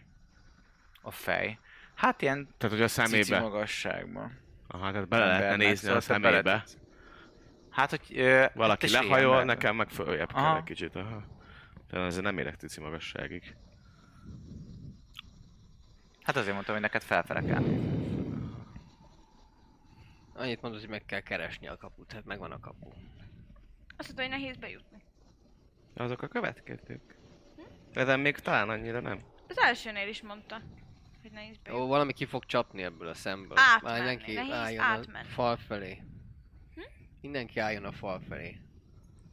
Speaker 9: A fej. Hát ilyen
Speaker 8: Tehát, hogy a
Speaker 9: cici
Speaker 8: szemébe.
Speaker 9: magasságban.
Speaker 8: Aha, tehát bele lehetne
Speaker 9: Embernek,
Speaker 8: nézni a
Speaker 9: szóval te bele
Speaker 8: szemébe.
Speaker 9: tudsz. Hát, hogy... Ö,
Speaker 8: Valaki
Speaker 9: tessék,
Speaker 8: lehajol,
Speaker 9: ember.
Speaker 8: nekem meg följebb kell
Speaker 9: Aha.
Speaker 8: egy kicsit. Aha. Talán ezzel nem érek tici magasságig.
Speaker 9: Hát azért mondtam, hogy neked felfele kell nézni.
Speaker 5: Annyit mondod, hogy meg kell keresni a kaput, hát megvan a kapu.
Speaker 7: Azt mondta, hogy nehéz bejutni.
Speaker 8: Azok a következők. De még talán annyira nem.
Speaker 7: Az elsőnél is mondta, hogy nehéz bejutni.
Speaker 5: Ó, valami ki fog csapni ebből a szemből.
Speaker 7: Átmenni,
Speaker 5: mindenki
Speaker 7: nehéz
Speaker 5: álljon
Speaker 7: átmenni. Hm?
Speaker 5: a fal felé. Mindenki álljon a fal felé.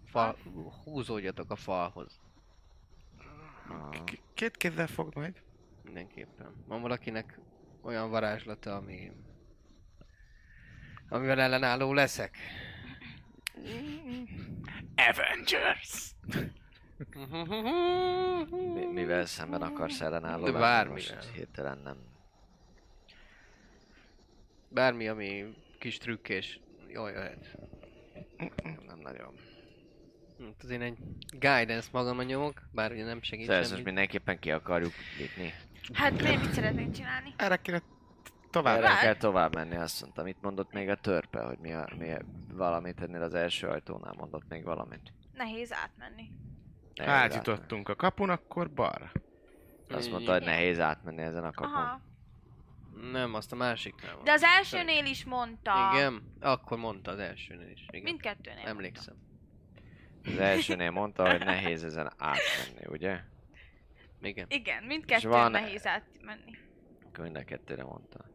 Speaker 5: Fal, húzódjatok a falhoz.
Speaker 8: K- Két kézzel fog majd.
Speaker 5: Mindenképpen. Van valakinek olyan varázslata, ami... Amivel ellenálló leszek.
Speaker 9: Avengers!
Speaker 6: Mi- mivel szemben akarsz ellenálló?
Speaker 5: De
Speaker 6: lenni?
Speaker 5: bármivel.
Speaker 6: Most hirtelen nem.
Speaker 5: Bármi, ami kis trükk és jól jöhet. Nem, nem nagyon. Hát az én egy guidance magamon nyomok, bár ugye nem segít
Speaker 6: Szóval ezt most
Speaker 5: semmit.
Speaker 6: mindenképpen ki akarjuk lépni.
Speaker 7: Hát miért mit szeretnénk csinálni?
Speaker 8: Erre kéne
Speaker 6: Erre
Speaker 8: tovább.
Speaker 7: Rá-
Speaker 6: kell tovább menni, azt mondtam. Itt mondott még a törpe, hogy mi, a, mi a, valamit ennél az első ajtónál mondott még valamit.
Speaker 7: Nehéz átmenni.
Speaker 6: Nehéz
Speaker 5: Hát,
Speaker 6: átmenni.
Speaker 8: Átjutottunk a kapun, akkor balra.
Speaker 6: Azt mondta, hogy nehéz átmenni ezen a kapon.
Speaker 7: Aha.
Speaker 5: Nem, azt a másiknál van.
Speaker 7: De az elsőnél is mondta.
Speaker 5: Igen, akkor mondta az elsőnél is. Igen.
Speaker 7: Mindkettőnél
Speaker 5: Emlékszem.
Speaker 6: Az elsőnél mondta, hogy nehéz ezen átmenni, ugye?
Speaker 5: Igen.
Speaker 7: Mondta. Igen, mindkettőn
Speaker 6: És van-
Speaker 7: nehéz átmenni.
Speaker 6: Akkor mind a kettőre mondta.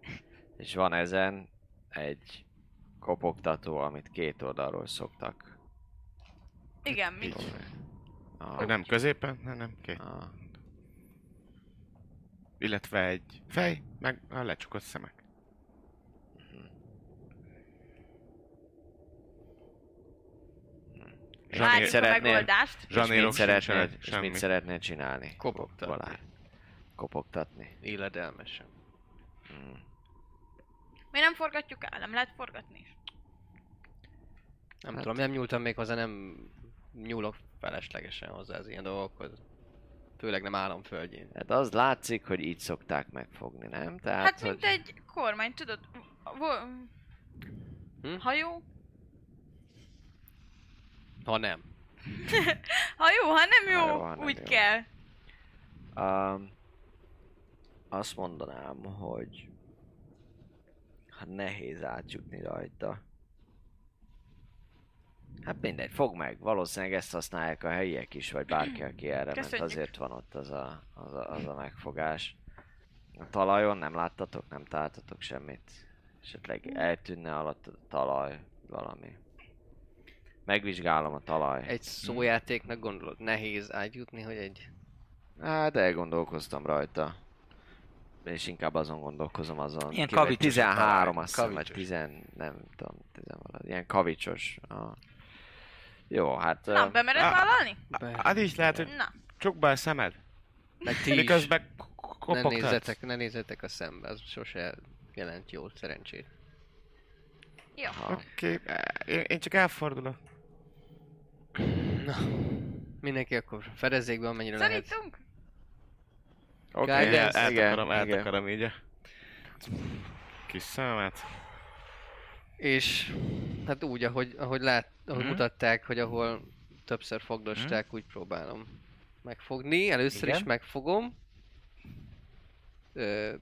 Speaker 6: És van ezen egy kopogtató, amit két oldalról szoktak.
Speaker 7: Igen, mi?
Speaker 6: A,
Speaker 8: Nem középen, nem, nem, két.
Speaker 6: A,
Speaker 8: Illetve egy fej, meg a lecsukott szemek.
Speaker 6: Mhm.
Speaker 7: Várjuk a
Speaker 6: szeretnél-
Speaker 7: megoldást.
Speaker 6: és mit
Speaker 8: Zsanérok
Speaker 6: szeretnéd,
Speaker 8: sincsenek,
Speaker 6: és mit
Speaker 8: semmi.
Speaker 6: szeretnéd csinálni?
Speaker 5: Kopogtatni.
Speaker 6: Balázs. Kopogtatni.
Speaker 5: Éledelmesen.
Speaker 6: Mm.
Speaker 7: Mi nem forgatjuk el, nem lehet forgatni is.
Speaker 5: Nem hát... tudom, nem nyúltam még hozzá, nem nyúlok feleslegesen hozzá az ilyen dolgokhoz. Főleg nem államföldjén.
Speaker 6: Hát az látszik, hogy így szokták megfogni, nem? Tehát,
Speaker 7: Hát,
Speaker 6: hogy...
Speaker 7: mint egy kormány, tudod, vo-
Speaker 5: Hm?
Speaker 7: hajó,
Speaker 5: Ha nem.
Speaker 7: ha jó, ha nem jó,
Speaker 6: Hajó, ha nem
Speaker 7: úgy
Speaker 6: jó.
Speaker 7: kell.
Speaker 6: Um, azt mondanám, hogy hát nehéz átjutni rajta. Hát mindegy, fog meg. Valószínűleg ezt használják a helyiek is, vagy bárki, aki erre ment.
Speaker 7: Köszönjük.
Speaker 6: Azért van ott az a, az a, az a megfogás. A talajon nem láttatok, nem találtatok semmit. Esetleg eltűnne alatt a talaj valami. Megvizsgálom a talaj.
Speaker 5: Egy
Speaker 8: Hm.
Speaker 5: szójátéknak gondolod, nehéz átjutni, hogy egy...
Speaker 6: Hát elgondolkoztam rajta. És inkább azon gondolkozom azon.
Speaker 9: Ilyen
Speaker 6: kívül, hogy
Speaker 9: kavicsos
Speaker 6: 13
Speaker 9: talán,
Speaker 6: azt hiszem, vagy
Speaker 9: kavicsos.
Speaker 6: 10, nem tudom, 10 valahogy. Ilyen kavicsos. A... Jó, hát...
Speaker 7: Na,
Speaker 6: ö,
Speaker 7: bemered
Speaker 8: Á.
Speaker 7: vállalni?
Speaker 5: Be...
Speaker 8: Hát így lehet, hogy
Speaker 7: Na,
Speaker 8: csukd be a szemed.
Speaker 5: Meg ti is.
Speaker 8: Miközben k- k-
Speaker 5: Ne
Speaker 8: kopogtatsz.
Speaker 5: nézzetek, ne nézzetek a szembe, az sose jelent jó szerencsét.
Speaker 7: jó.
Speaker 6: ha-
Speaker 8: Oké, eh, én- én csak elfordulok.
Speaker 5: Na, mindenki akkor fedezzék be, amennyire lehet.
Speaker 7: Szorítunk?
Speaker 6: Oké,
Speaker 5: Guidance,
Speaker 8: Igen,
Speaker 6: igen,
Speaker 8: eltakarom,
Speaker 6: igen.
Speaker 8: eltakarom így a kis szemet.
Speaker 5: És hát úgy, ahogy, ahogy, lát, ahogy
Speaker 8: Mhm.
Speaker 5: mutatták, hogy ahol többször fogdosták, úgy próbálom megfogni. Először is
Speaker 13: Igen.
Speaker 5: megfogom. Ö,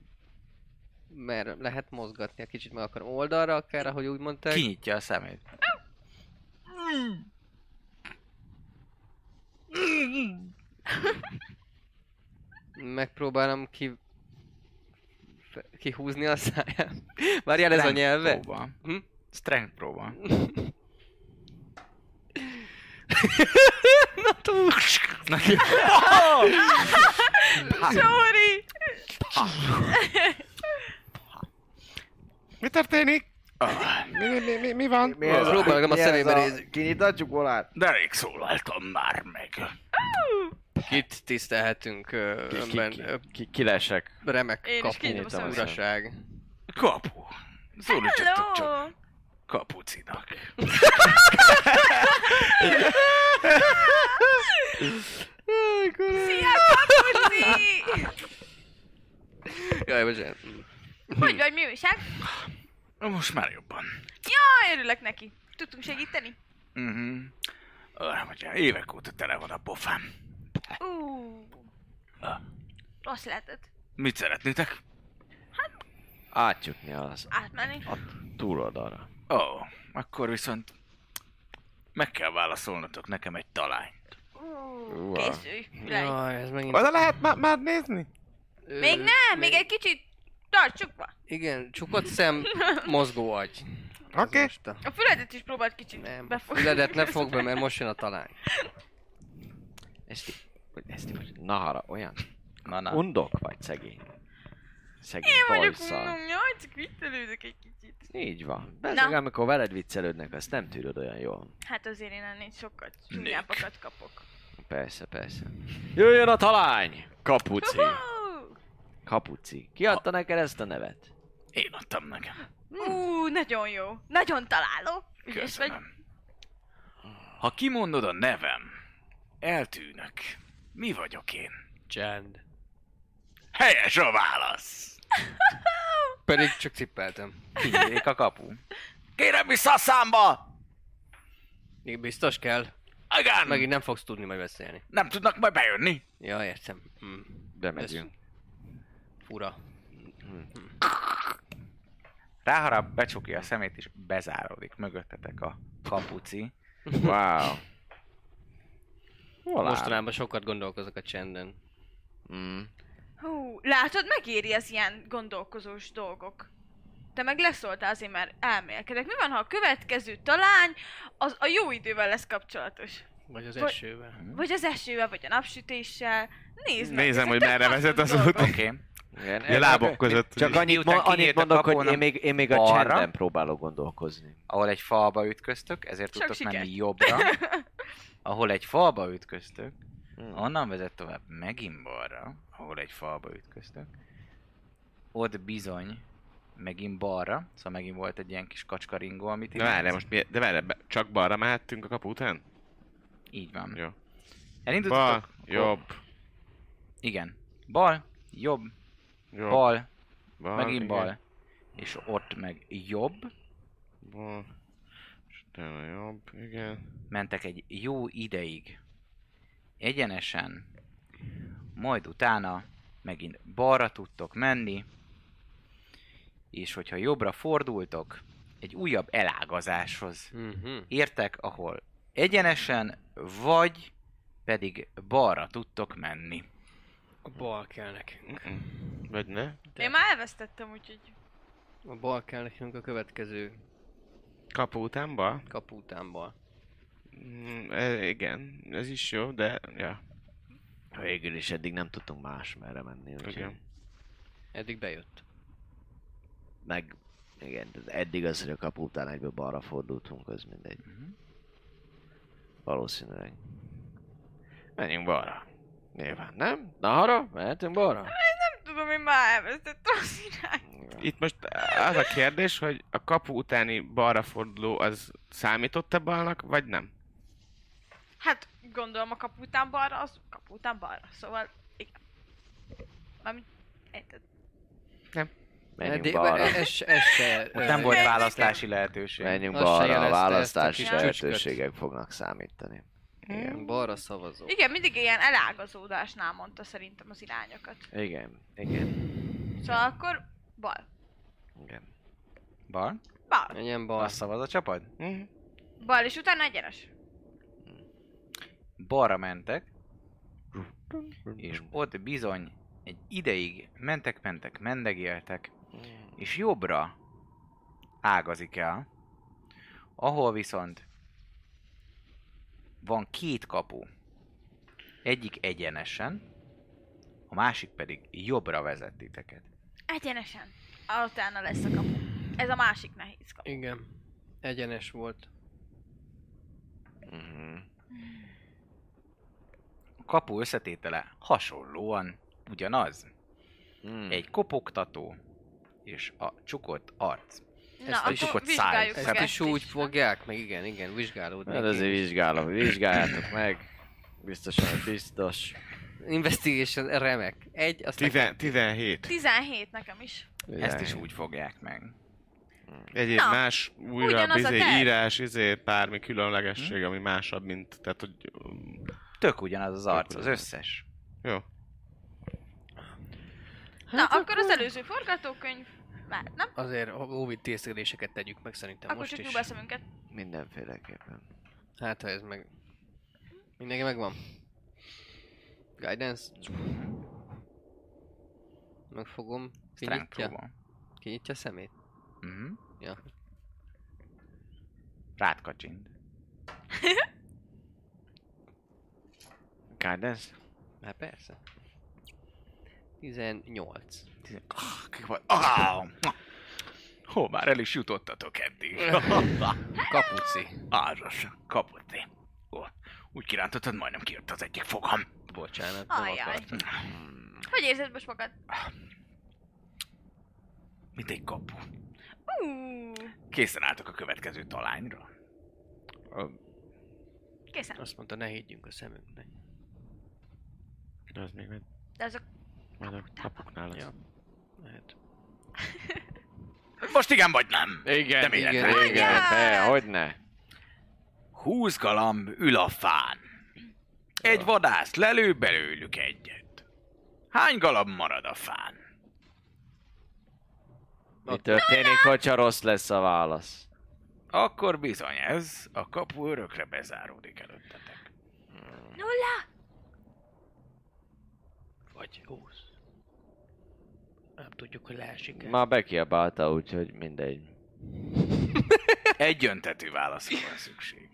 Speaker 5: mert lehet mozgatni, a kicsit meg akarom oldalra akár, ahogy úgy mondták.
Speaker 9: Kinyitja a szemét.
Speaker 5: Megpróbálom ki... fe- kihúzni a száját. Már jel ez a
Speaker 9: Strength
Speaker 5: nyelve?
Speaker 9: Próba.
Speaker 5: Hm?
Speaker 9: Strength próba.
Speaker 5: [laughs] Na túl!
Speaker 7: Sorry!
Speaker 8: Mi történik? Mi, mi, mi, mi, mi van?
Speaker 6: Mi ez
Speaker 5: Próbálom a
Speaker 6: mi ez
Speaker 5: szemébe nézni.
Speaker 6: Kinyitatjuk volát?
Speaker 9: Derek szólaltam már meg.
Speaker 5: Kit tisztelhetünk ö,
Speaker 6: Ki- ki-
Speaker 5: önben
Speaker 6: ki-
Speaker 5: ö,
Speaker 6: ki- Kilesek.
Speaker 5: remek
Speaker 7: Én is kinyitom a
Speaker 5: kapu,
Speaker 6: szemem.
Speaker 5: uraság.
Speaker 9: Kapu. Szólítsatok csak
Speaker 7: Hello!
Speaker 9: kapucinak.
Speaker 7: Szia, kapuci!
Speaker 5: Jaj, bocsánat.
Speaker 7: Hogy vagy, mi újság?
Speaker 9: Na, Most már jobban.
Speaker 7: Ja, örülök neki. Tudtunk segíteni?
Speaker 9: Mhm. Arra mondja, évek óta tele van a pofám.
Speaker 7: Ú. Rossz lehetett
Speaker 9: Mit szeretnétek?
Speaker 6: Átjutni az
Speaker 7: átmenni.
Speaker 6: túloldalra.
Speaker 9: Ó, oh, akkor viszont meg kell válaszolnotok nekem egy talányt.
Speaker 7: Ú, Készülj, Jaj.
Speaker 5: Jaj, ez megint...
Speaker 8: Oda lehet má- már nézni?
Speaker 5: Ö,
Speaker 7: Még nem, még egy kicsit tartsuk be.
Speaker 5: Igen, csukott szem, mozgó agy. Ez
Speaker 8: Oké.
Speaker 5: most a-
Speaker 7: A füledet is próbáld kicsit
Speaker 5: Nem, a
Speaker 7: befogni.
Speaker 5: füledet ne fogd be, mert most jön a talány.
Speaker 6: Ezt í- hogy ezt így, hogy nahara, olyan
Speaker 9: Na, na.
Speaker 6: undok vagy szegény. Szegény
Speaker 7: Én vagyok
Speaker 6: pajszal.
Speaker 7: unnom, jaj, csak viccelődök egy kicsit.
Speaker 6: Így van. Bezzeg, amikor veled viccelődnek, azt nem tűröd olyan jól.
Speaker 7: Hát azért én ennél sokkal csúnyábbakat kapok.
Speaker 6: Persze, persze. Jöjjön a talány! Kapuci.
Speaker 7: Hú!
Speaker 6: Kapuci. Ki adta neked ezt a nevet?
Speaker 9: Én adtam nekem.
Speaker 7: Ú, nagyon jó. Nagyon találó. Ügyes vagy.
Speaker 9: Köszönöm. Ha kimondod a nevem, eltűnök. Mi vagyok én?
Speaker 5: Csend.
Speaker 9: Helyes a válasz!
Speaker 5: Pedig csak tippeltem.
Speaker 9: Kinyílik a kapu. Kérem vissza a számba!
Speaker 5: Még biztos kell.
Speaker 9: Agán!
Speaker 5: Megint nem fogsz tudni majd beszélni.
Speaker 9: Nem tudnak majd bejönni.
Speaker 5: Ja, értem. Hm.
Speaker 6: Bemegyünk.
Speaker 5: Fura.
Speaker 9: Ráharap, becsukja a szemét, és bezáródik mögöttetek a kapuci.
Speaker 8: [laughs]
Speaker 6: Wow. Hol áll?
Speaker 5: Mostanában sokat gondolkozok a csenden.
Speaker 6: Mm.
Speaker 7: Hú, látod, megéri az ilyen gondolkozós dolgok. Te meg leszóltál azért, mert elmélkedek. Mi van, ha a következő talány az a jó idővel lesz kapcsolatos?
Speaker 5: Vagy az
Speaker 7: Vagy-
Speaker 5: esővel.
Speaker 7: Vagy az esővel, vagy a napsütéssel. Nézd meg.
Speaker 8: Mhm. Nézem,
Speaker 7: ezek
Speaker 8: hogy
Speaker 7: tök
Speaker 8: merre
Speaker 7: hasznos
Speaker 8: vezet az
Speaker 7: dolgok.
Speaker 8: út.
Speaker 9: Oké. Okay.
Speaker 6: Igen,
Speaker 8: A lábok között.
Speaker 14: Csak annyit,
Speaker 9: miután
Speaker 14: ma, annyit
Speaker 9: kinyílt a
Speaker 14: mondok, hogy én
Speaker 9: kapunak
Speaker 14: még, én még a
Speaker 9: balra.
Speaker 14: csendben próbálok gondolkozni.
Speaker 9: Ahol egy falba ütköztök, ezért
Speaker 7: Sok
Speaker 9: tudtok
Speaker 7: sikert.
Speaker 9: menni
Speaker 7: [laughs]
Speaker 9: jobbra. Ahol egy falba ütköztök,
Speaker 8: Hmm.
Speaker 6: Mm.
Speaker 9: onnan vezet tovább megint balra, ahol egy falba ütköztök. Ott bizony megint balra, szóval megint volt egy ilyen kis kacskaringó, amit
Speaker 8: De várj,
Speaker 9: imádsz.
Speaker 8: most mi, de várj, be- csak balra mehettünk a kapu után?
Speaker 9: Így van.
Speaker 8: Jó. Bal,
Speaker 9: Elindultatok?
Speaker 8: jobb,
Speaker 9: Igen. Bal, jobb,
Speaker 8: jobb.
Speaker 9: bal,
Speaker 8: bal
Speaker 9: megint
Speaker 8: igen,
Speaker 9: bal. És ott meg jobb.
Speaker 8: Bal. És utána jobb, igen.
Speaker 9: Mentek egy jó ideig. Egyenesen. Majd utána megint balra tudtok menni. És hogyha jobbra fordultok, egy újabb elágazáshoz
Speaker 5: Mhm.
Speaker 9: értek, ahol egyenesen, vagy pedig balra tudtok menni.
Speaker 5: A bal kell nekünk.
Speaker 8: Vagy ne?
Speaker 7: Én már elvesztettem, úgyhogy...
Speaker 5: A bal kell nekünk a következő
Speaker 8: Kapu után bal?
Speaker 5: kapu után bal.
Speaker 8: Mm, e- igen, ez is jó, de... Ja,
Speaker 6: Végül is eddig nem tudtunk más merre menni, úgyhogy...
Speaker 8: igen.
Speaker 5: Eddig bejött.
Speaker 6: Meg... Igen, tehát eddig az, hogy a kapu után egyből balra fordultunk, az mindegy. Valószínűleg. Menjünk balra. Nyilván, nem? Nahara? Mehetünk balra?
Speaker 7: Nem tudom, én már elvesztettem az irányt.
Speaker 8: Itt most az a kérdés, hogy a kapu utáni balra forduló az számított-e balnak, vagy nem?
Speaker 7: Hát, gondolom a kapu után balra, az kapu után balra. Szóval, igen. Mármint, érted?
Speaker 6: Menjünk
Speaker 5: Eddig-
Speaker 6: balra.
Speaker 5: Ez, ez se,
Speaker 9: Ott
Speaker 5: ö,
Speaker 9: nem volt
Speaker 7: Meg-
Speaker 9: választási lehetőség.
Speaker 6: Menjünk
Speaker 5: Az se
Speaker 6: balra, a
Speaker 5: jelezte
Speaker 6: választási
Speaker 5: ezt a kis csücsköt.
Speaker 6: lehetőségek fognak számítani.
Speaker 5: Igen, balra szavazó.
Speaker 7: Igen, mindig ilyen elágazódásnál mondta szerintem az irányokat.
Speaker 6: Igen, igen,
Speaker 7: Szóval akkor bal.
Speaker 6: igen.
Speaker 9: Bal?
Speaker 7: Bal.
Speaker 5: Menjen bal.
Speaker 9: Azt szavaz a csapat?
Speaker 7: Bal, és utána egyenes.
Speaker 9: balra mentek, és ott bizony egy ideig mentek, mentek, mendegéltek, és jobbra ágazik el, ahol viszont van két kapu. Egyik egyenesen, a másik pedig jobbra vezet titeket.
Speaker 7: Egyenesen. Ah, Utána lesz a kapu. Ez a másik nehéz kapu.
Speaker 5: Igen. Egyenes volt.
Speaker 6: Mhm.
Speaker 9: A kapu összetétele hasonlóan ugyanaz.
Speaker 6: Mm.
Speaker 9: Egy kopogtató és a csukott arc.
Speaker 7: Na,
Speaker 5: a
Speaker 7: akkor
Speaker 9: csukott
Speaker 7: vizsgáljuk
Speaker 9: száj.
Speaker 7: meg
Speaker 5: Ezt is Hát, úgy
Speaker 7: is.
Speaker 5: fogják, meg igen, igen, vizsgálódni.
Speaker 6: Hát azért vizsgálom, vizsgáljátok meg. Biztosan, hogy biztos.
Speaker 5: Investigation remek. Egy, aztán
Speaker 8: Tizen- 17.
Speaker 7: 17 nekem is.
Speaker 9: Ezt is úgy fogják meg.
Speaker 8: Egyéb
Speaker 7: Na,
Speaker 8: más újra
Speaker 7: ugyanaz a
Speaker 8: izé,
Speaker 7: terv.
Speaker 8: írás, izé, bármi különlegesség, ami másabb, mint... Tehát, hogy... um,
Speaker 9: Tök ugyanaz az arc, az
Speaker 8: ugyanaz.
Speaker 9: összes.
Speaker 8: Jó.
Speaker 5: Hát
Speaker 7: Na, akkor az előző forgatókönyv. Már, nem?
Speaker 5: Azért óvid tészteléseket tegyük meg szerintem
Speaker 7: akkor
Speaker 5: most
Speaker 7: csak
Speaker 5: is.
Speaker 7: jobb eszemünket.
Speaker 6: Mindenféleképpen.
Speaker 5: Hát ha ez meg... Mindenki megvan. Guidance. Megfogom.
Speaker 9: Strength
Speaker 5: Kinyitja.
Speaker 9: próba.
Speaker 5: Kinyitja a szemét.
Speaker 9: Mhm.
Speaker 5: Ja.
Speaker 9: Rád
Speaker 5: [laughs]
Speaker 9: kacsint.
Speaker 6: Guidance?
Speaker 5: Hát persze. 18.
Speaker 9: Ah, Hol már el is jutottatok [laughs] eddig?
Speaker 5: Kapuci.
Speaker 9: Ázas, kapuci. eh. Ó, úgy kirántottad, majdnem kijött az egyik fogam.
Speaker 5: Bocsánat, nem
Speaker 7: Ajjaj.
Speaker 5: akartam.
Speaker 7: Hmm. Hogy érzed most magad?
Speaker 9: Mint egy kapu.
Speaker 7: Ú,
Speaker 9: Készen álltok a következő talányra?
Speaker 7: készen.
Speaker 5: Azt mondta, ne higgyünk a szemünknek.
Speaker 8: De az még majd-
Speaker 7: De azok
Speaker 8: majd a kapuknál lesz.
Speaker 5: Ja. Lehet.
Speaker 9: Most igen vagy nem?
Speaker 6: [laughs] Igen,
Speaker 9: De
Speaker 6: igen,
Speaker 9: miért?
Speaker 6: igen, de, hogy ne.
Speaker 9: Húsz galamb ül a fán. Egy vadász lelő belőlük egyet. Hány galamb marad a fán?
Speaker 6: Mi történik, hogyha rossz lesz a válasz?
Speaker 8: Akkor bizony ez, a kapu örökre bezáródik előttetek.
Speaker 7: Nulla!
Speaker 5: Vagy 20. Nem tudjuk, hogy leesik-e.
Speaker 6: Már bekiabálta, úgyhogy mindegy.
Speaker 8: Egy öntetű válaszra van szükség.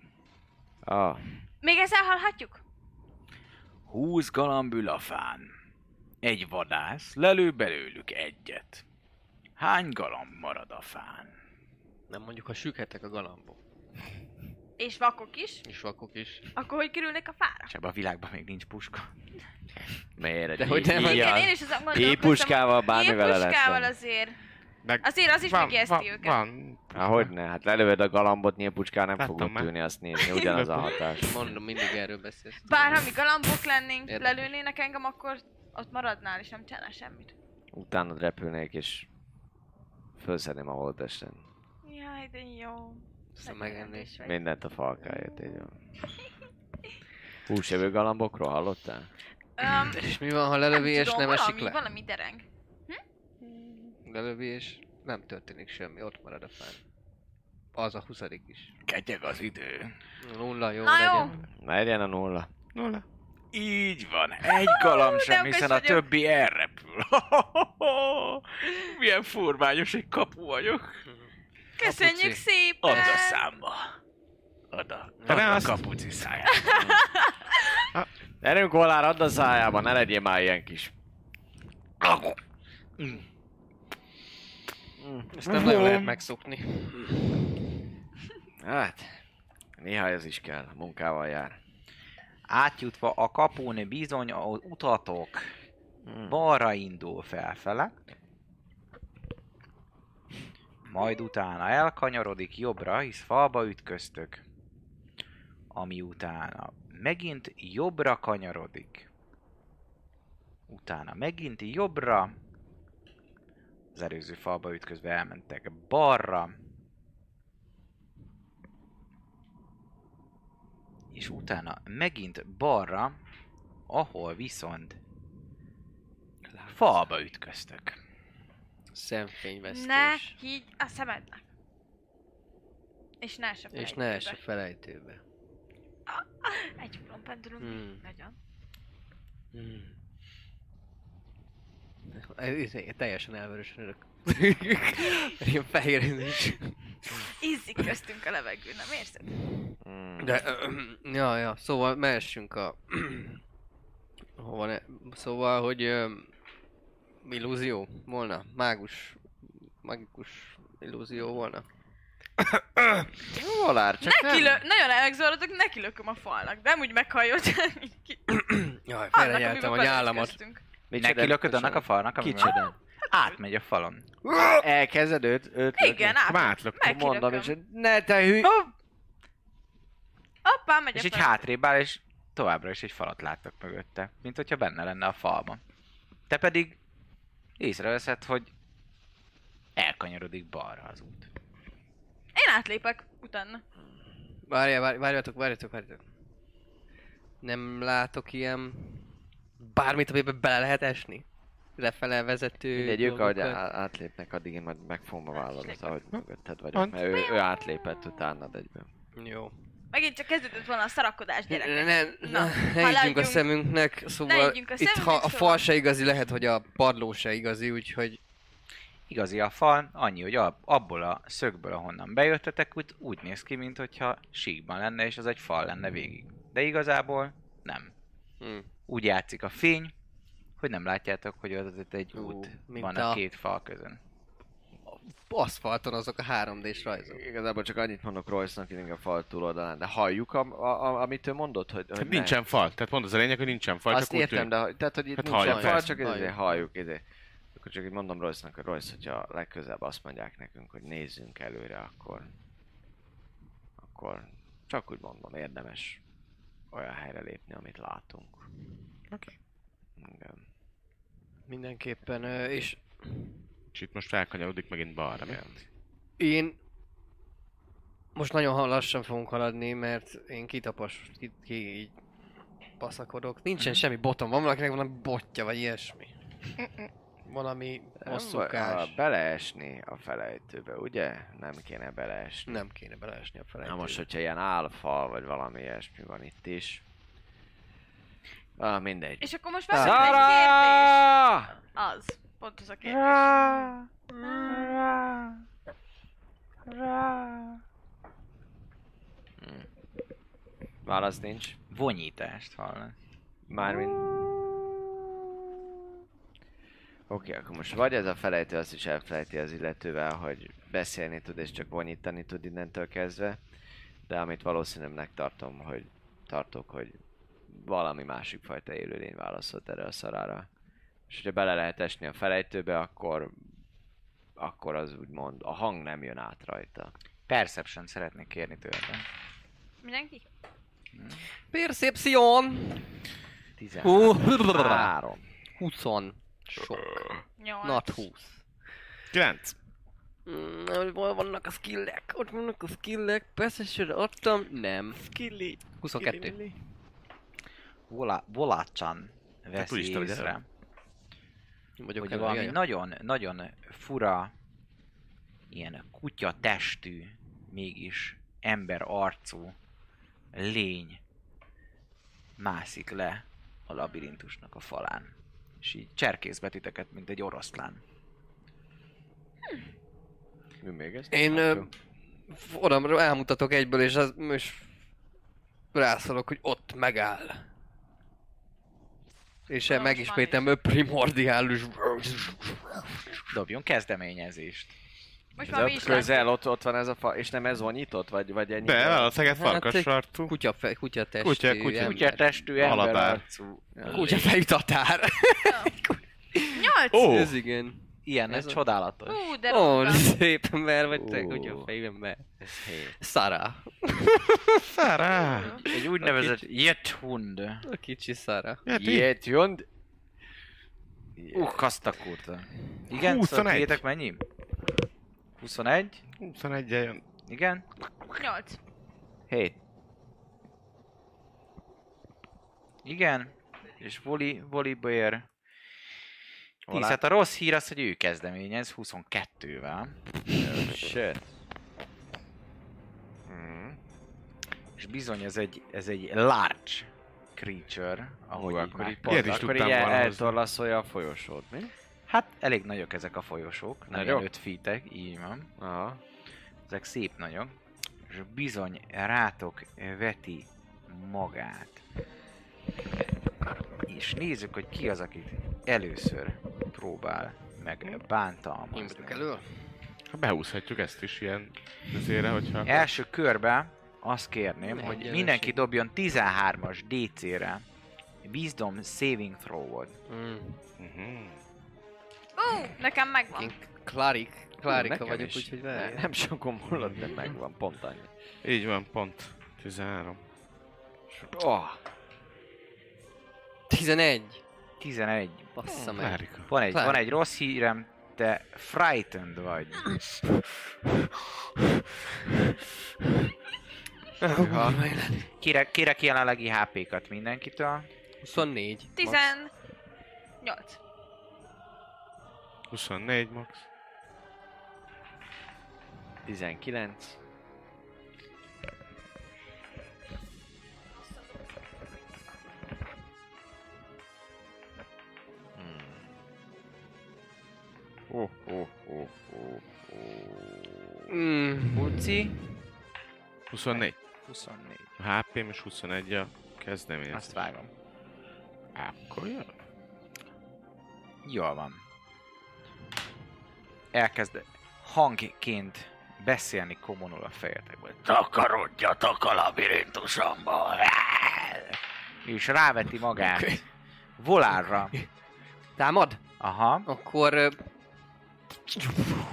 Speaker 6: Ah,
Speaker 7: Még ezzel hallhatjuk?
Speaker 8: Húsz galambül a fán. Egy vadász lelő belőlük egyet. Hány galamb marad a fán?
Speaker 5: Nem mondjuk, ha sükhetek a galambok.
Speaker 7: És vakok is?
Speaker 5: És vakok is.
Speaker 7: Akkor hogy kerülnek a fára?
Speaker 8: És ebben a világban még nincs puska.
Speaker 6: miért?
Speaker 15: De hogy nem,
Speaker 7: Igen, én is azon
Speaker 6: Így
Speaker 7: gondolkoztam.
Speaker 6: puskával bármivel le lesz.
Speaker 7: Jépuskával
Speaker 6: lenni.
Speaker 7: azért.
Speaker 8: Meg
Speaker 7: Azért az is
Speaker 8: van-
Speaker 7: megijeszti
Speaker 8: van-
Speaker 7: őket.
Speaker 8: Van.
Speaker 6: Há, hogyne, hát lelövöd a galambot, nyilpuskán nem
Speaker 8: Láttam
Speaker 6: fogunk
Speaker 8: már.
Speaker 6: tűni azt nézni, ugyanaz a hatás.
Speaker 5: Mondom, mindig erről beszélsz.
Speaker 7: Bár ha mi galambok lennénk,
Speaker 5: Érdekes.
Speaker 7: lelőnének engem, akkor ott maradnál és nem csinál semmit.
Speaker 6: Utána repülnék és fölszedném a holtesten.
Speaker 7: Jaj, de jó.
Speaker 5: Aztán megennék.
Speaker 7: Megjelentés vagy.
Speaker 6: Mindent a falkáért, így van. Húsevő galambokról hallottál?
Speaker 7: Öm,
Speaker 5: És mi van, ha lelövi és
Speaker 7: tudom,
Speaker 5: nem esik
Speaker 7: valami,
Speaker 5: le?
Speaker 7: Valami dereng.
Speaker 5: Lelövi és nem történik semmi, ott marad a fán. Az a huszadik is.
Speaker 8: Ketyeg az idő.
Speaker 5: Nulla, jó,
Speaker 7: Na jó.
Speaker 5: legyen.
Speaker 6: Merjen a nulla.
Speaker 8: Nulla. Így van, egy galamb sem,
Speaker 7: de okos
Speaker 8: hiszen a
Speaker 7: vagyok.
Speaker 8: többi elrepül. Milyen furmányos egy kapu vagyok.
Speaker 7: Köszönjük
Speaker 5: Apuci.
Speaker 7: szépen!
Speaker 8: Add a számba. Add a, add a kapuci szájába.
Speaker 6: Erőnk hollár, add a szájába, ne legyél már ilyen kis.
Speaker 5: Ezt nem nagyon lehet megszokni.
Speaker 6: Hát, néha ez is kell, munkával jár.
Speaker 9: Átjutva a kapun bizony a utatok balra indul felfele, majd utána elkanyarodik jobbra, hisz falba ütköztök, ami utána megint jobbra kanyarodik, utána megint jobbra, az előző falba ütközve elmentek balra, és utána megint balra, ahol viszont falba ütköztök.
Speaker 5: Szemfényvesztés.
Speaker 7: Ne higgy a szemednek. És ne se
Speaker 5: És ne ess a felejtőbe.
Speaker 7: Egy hullom pendulum.
Speaker 5: Hmm.
Speaker 7: Nagyon.
Speaker 5: Hmm. Ez- ez- Teljesen elvörösödök. [laughs] Ilyen fehér ez is.
Speaker 7: Ízik köztünk a levegő, nem érzed?
Speaker 5: De, ja, ja, szóval mehessünk a... [clears throat] Hova ne... Szóval, hogy... öm, illúzió volna, mágus, magikus illúzió volna.
Speaker 6: Hollár, csak
Speaker 7: Ne kilö... Nagyon elmegzavarodok, neki lököm a falnak, de nem úgy meghajolt, [laughs] ki...
Speaker 5: Jaj,
Speaker 6: Hát,
Speaker 7: annak,
Speaker 5: felrenyeltem a
Speaker 7: amiben
Speaker 5: nyálamat.
Speaker 7: beleütköztünk.
Speaker 9: Neki lököd annak a falnak, amivel
Speaker 6: Kicsoda.
Speaker 9: átmegy a falon.
Speaker 6: Elkezded őt, őt
Speaker 7: Igen,
Speaker 6: lökni?
Speaker 7: át.
Speaker 8: Mátlak.
Speaker 7: Megkilököm.
Speaker 6: Mondom, és ne te hű...
Speaker 7: Hoppá, megy
Speaker 9: És
Speaker 7: a
Speaker 9: így
Speaker 7: fel.
Speaker 9: hátrébb áll, és továbbra is egy falat láttok mögötte, mint hogyha benne lenne a falban. Te pedig észreveszed, hogy elkanyarodik balra az út.
Speaker 7: Én átlépek utána.
Speaker 5: Várjál, várj- várjatok, várjatok, várjatok. Nem látok ilyen... Bármit, amiben bele lehet esni? Lefele vezető
Speaker 6: Mindegy, ők ahogy
Speaker 5: dolgokat?
Speaker 6: á- átlépnek, addig én majd megfogom a vállalat, ahogy mögötted vagyok, mert ő, ő átlépett utánad egyben.
Speaker 5: Jó.
Speaker 7: Megint csak kezdődött volna a szarakodás,
Speaker 5: Ne,
Speaker 7: gyerekek.
Speaker 5: ne, ne,
Speaker 7: Na,
Speaker 5: ne higgyünk a
Speaker 7: haladjunk.
Speaker 5: szemünknek,
Speaker 7: Ne
Speaker 5: szóval
Speaker 7: higgyünk a
Speaker 5: itt ha
Speaker 7: szemünknek,
Speaker 5: a
Speaker 7: szóval.
Speaker 5: fal se igazi, lehet, hogy a padló se igazi, úgyhogy
Speaker 9: Igazi a fal, annyi, hogy ab- abból a szögből, ahonnan bejöttetek, úgy, úgy néz ki, mintha síkban lenne, és az egy fal lenne végig. De igazából nem.
Speaker 5: Hmm.
Speaker 9: Úgy játszik a fény, hogy nem látjátok, hogy az ott egy
Speaker 5: Ú,
Speaker 9: út
Speaker 5: mint
Speaker 9: van a
Speaker 5: a-
Speaker 9: két fal közön.
Speaker 5: aszfalton azok a 3D-s rajzok.
Speaker 6: Igazából csak annyit mondok Royce-nak, hogy a fal túloldalán, de halljuk, a, a, a, amit ő mondott, hogy, hogy
Speaker 8: Hát
Speaker 6: ne.
Speaker 8: nincsen fal, tehát pont az a lényeg, hogy nincsen fal,
Speaker 6: Azt
Speaker 8: csak úgy
Speaker 6: értem,
Speaker 8: tűnik.
Speaker 6: de hogy- tehát, hogy itt
Speaker 8: Hát
Speaker 6: hát nincsen
Speaker 8: halljuk,
Speaker 6: fal,
Speaker 8: persze.
Speaker 6: csak ezért
Speaker 5: Halljuk.
Speaker 6: halljuk, ezért. Akkor csak így mondom Royce-nak, hogy Royce, hogyha legközelebb azt mondják nekünk, hogy nézzünk előre, akkor... Akkor csak úgy mondom, érdemes olyan helyre lépni, amit látunk.
Speaker 8: Oké.
Speaker 6: Igen.
Speaker 5: Mindenképpen, ö, és
Speaker 8: És itt most felkanyarodik megint balra, mert
Speaker 5: én most nagyon ha- lassan fogunk haladni, mert én kitapas, ki, ki így Mhm. paszakodok. Nincsen semmi botom, van valakinek valami botja, vagy ilyesmi.
Speaker 16: valami
Speaker 6: Nem baj,
Speaker 16: hosszúkás.
Speaker 6: ha Beleesni a felejtőbe, ugye? Nem kéne beleesni.
Speaker 16: Nem kéne beleesni a felejtőbe.
Speaker 6: Na most, hogyha ilyen álfal, vagy valami ilyesmi van itt is. Ah, mindegy.
Speaker 7: És akkor most
Speaker 6: Szara!
Speaker 7: már csak egy kérdés. Az. Pont az a kérdés.
Speaker 6: Válasz nincs.
Speaker 1: Vonyítást hallani.
Speaker 6: Mármint... Oké, akkor most vagy ez a felejtő azt is elfelejti az illetővel, hogy beszélni tud és csak vonyítani tud innentől kezdve, de amit valószínűnek tartom, hogy tartok, hogy valami másik fajta élőlény válaszolt erre a szarára. És hogyha bele lehet esni a felejtőbe, akkor akkor az úgymond a hang nem jön át rajta.
Speaker 1: Perception szeretnék kérni tőled.
Speaker 7: Mindenki?
Speaker 5: Perception!
Speaker 6: 13.
Speaker 5: 20. Sok.
Speaker 7: Nyolc.
Speaker 5: Not 20.
Speaker 8: 9.
Speaker 5: Mm, nem, hol vannak a skillek? Ott vannak a skillek. Perception adtam. Nem. Skilli. 22.
Speaker 1: Vola, volácsan
Speaker 8: Hát
Speaker 1: veszi
Speaker 8: úgyis te vagy
Speaker 1: észre,
Speaker 8: előbb.
Speaker 5: Vagyok
Speaker 1: hogy
Speaker 5: elő,
Speaker 1: valami
Speaker 5: jaj, jaj.
Speaker 1: nagyon, nagyon fura, ilyen kutya testű, mégis ember arcú lény mászik le a labirintusnak a falán. És így cserkészbetiteket, mint egy oroszlán.
Speaker 6: Mi még ezt?
Speaker 5: Én ö, oda elmutatok egyből, és, az, és rászolok, hogy ott megáll. És
Speaker 7: Na, most
Speaker 5: megismétem ő primordiális.
Speaker 1: Dobjon kezdeményezést.
Speaker 7: Most
Speaker 6: Ez
Speaker 7: már mi
Speaker 6: ott
Speaker 7: is látjuk.
Speaker 6: közel, ott, ott van ez a fa, és nem ez van nyitott, vagy, vagy ennyi?
Speaker 8: De, valószínűleg
Speaker 5: Hát egy
Speaker 8: farkas sartú.
Speaker 5: Kutya, fe, kutya testű
Speaker 8: Kutya- kutya-
Speaker 5: ember.
Speaker 1: Kutya testű ember
Speaker 8: Halabár.
Speaker 1: arcú.
Speaker 5: Kutya fejű tatár.
Speaker 7: Nyolc!
Speaker 8: Ó,
Speaker 5: Ez igen.
Speaker 1: Ilyen, ez
Speaker 5: Ez a-
Speaker 1: csodálatos.
Speaker 7: Ú, de
Speaker 5: Ó, oh,
Speaker 7: rossz.
Speaker 5: szép ember vagy te,
Speaker 6: Ó.
Speaker 5: kutya fejű ember.
Speaker 6: Ez hét.
Speaker 5: Szara.
Speaker 8: szará!
Speaker 1: Egy úgynevezett jethund.
Speaker 5: A kicsi szara.
Speaker 8: Hát
Speaker 6: Ilyet jön.
Speaker 1: Uh, kaszta kurta. Igen, 21.
Speaker 8: 21.
Speaker 1: szóval tiétek mennyi? 21?
Speaker 8: 21 jön.
Speaker 1: Igen?
Speaker 7: Nyolc.
Speaker 6: Hét.
Speaker 1: Igen. És Voli, Voli Bear. Tíz,
Speaker 6: Volá.
Speaker 1: hát a rossz hír az, hogy ő kezdeményez 22-vel.
Speaker 6: Shit.
Speaker 8: Hmm.
Speaker 1: És bizony ez egy, ez egy large creature, ahogy
Speaker 6: Úgy,
Speaker 1: így
Speaker 6: akkor így
Speaker 1: már-
Speaker 8: Ilyet
Speaker 6: pont,
Speaker 8: is
Speaker 6: akkor így
Speaker 8: tudtam
Speaker 6: el-
Speaker 8: volna hozni.
Speaker 6: eltorlaszolja a folyosót, mi?
Speaker 1: Hát elég nagyok ezek a folyosók, nem
Speaker 6: Nagyok?
Speaker 1: ilyen 5 feetek, így van.
Speaker 6: Aha.
Speaker 1: Ezek szép nagyok. És bizony rátok veti magát. És nézzük, hogy ki az, akit először próbál meg
Speaker 16: Én
Speaker 1: bántalmazni.
Speaker 16: vagyok elő.
Speaker 8: Ha Behúzhatjuk ezt is ilyen üzére, hogyha...
Speaker 1: Első körben azt kérném,
Speaker 16: Ne,
Speaker 1: hogy
Speaker 16: egyenlőség.
Speaker 1: mindenki dobjon 13-as DC-re Wisdom Saving Throw-ot.
Speaker 16: Mm.
Speaker 8: Mhm.
Speaker 7: Ú, nekem megvan.
Speaker 16: Én Klarik, Klárika
Speaker 6: nekem
Speaker 16: vagyok,
Speaker 6: is.
Speaker 16: úgyhogy
Speaker 6: Ne,
Speaker 16: várjál.
Speaker 6: Nem sokan múlott, de megvan, pont annyi.
Speaker 8: Így van, pont. 13.
Speaker 6: Oh,
Speaker 5: 11.
Speaker 1: 11.
Speaker 5: Bassza meg.
Speaker 8: Klárika.
Speaker 1: Van egy,
Speaker 5: Fine.
Speaker 1: van egy rossz hírem, te frightened vagy.
Speaker 5: Ja.
Speaker 1: Kérek, kérek jelenlegi HP-kat mindenkitől.
Speaker 5: 24.
Speaker 7: Tizen... Nyolc.
Speaker 8: 24 max.
Speaker 6: 19. Oh, oh, oh, oh, oh.
Speaker 5: Mm.
Speaker 1: Buci,
Speaker 8: 24.
Speaker 1: 24.
Speaker 8: A HP-m és 21 a kezdeményezés.
Speaker 1: Azt vágom.
Speaker 8: Akkor jön.
Speaker 1: Jól van. Elkezd hangként beszélni komonul a fejetekből. Takarodjatok a labirintusomból! [laughs] És ráveti magát.
Speaker 5: Oké.
Speaker 1: Volárra.
Speaker 5: Támad?
Speaker 1: Aha.
Speaker 5: Akkor... ö,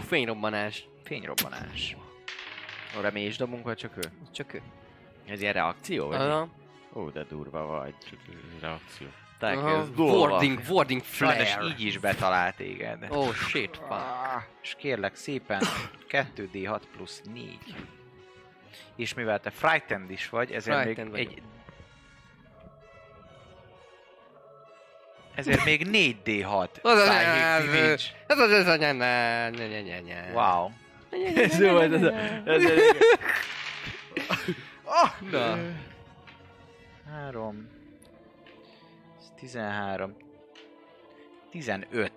Speaker 5: Fényrobbanás.
Speaker 1: Fényrobbanás.
Speaker 6: Arra mi is dobunk, vagy csak ő?
Speaker 5: Csak ő.
Speaker 6: Ez ilyen reakció, vagy?
Speaker 5: Aha.
Speaker 6: mi? Ó, de durva vagy.
Speaker 8: Reakció.
Speaker 6: Te
Speaker 5: Aha.
Speaker 6: kezd durva.
Speaker 5: Warding, warding
Speaker 1: Sajnos
Speaker 5: flare.
Speaker 1: így is betalált téged.
Speaker 5: Oh shit, fuck.
Speaker 1: És kérlek szépen 2d6 plusz 4. És mivel te frightened is vagy, ezért
Speaker 5: Frightened
Speaker 1: még
Speaker 5: vagyok.
Speaker 1: egy...
Speaker 9: Ezért még 4D6.
Speaker 5: [laughs] Az a
Speaker 9: Psychic
Speaker 5: nyelv.
Speaker 9: damage.
Speaker 5: Ez az ez a nyelv. Ne, ne, ne, ne, ne.
Speaker 9: Wow.
Speaker 17: Ez jó volt, ez a... Ez a...
Speaker 9: Oh, na. 3. 13. 15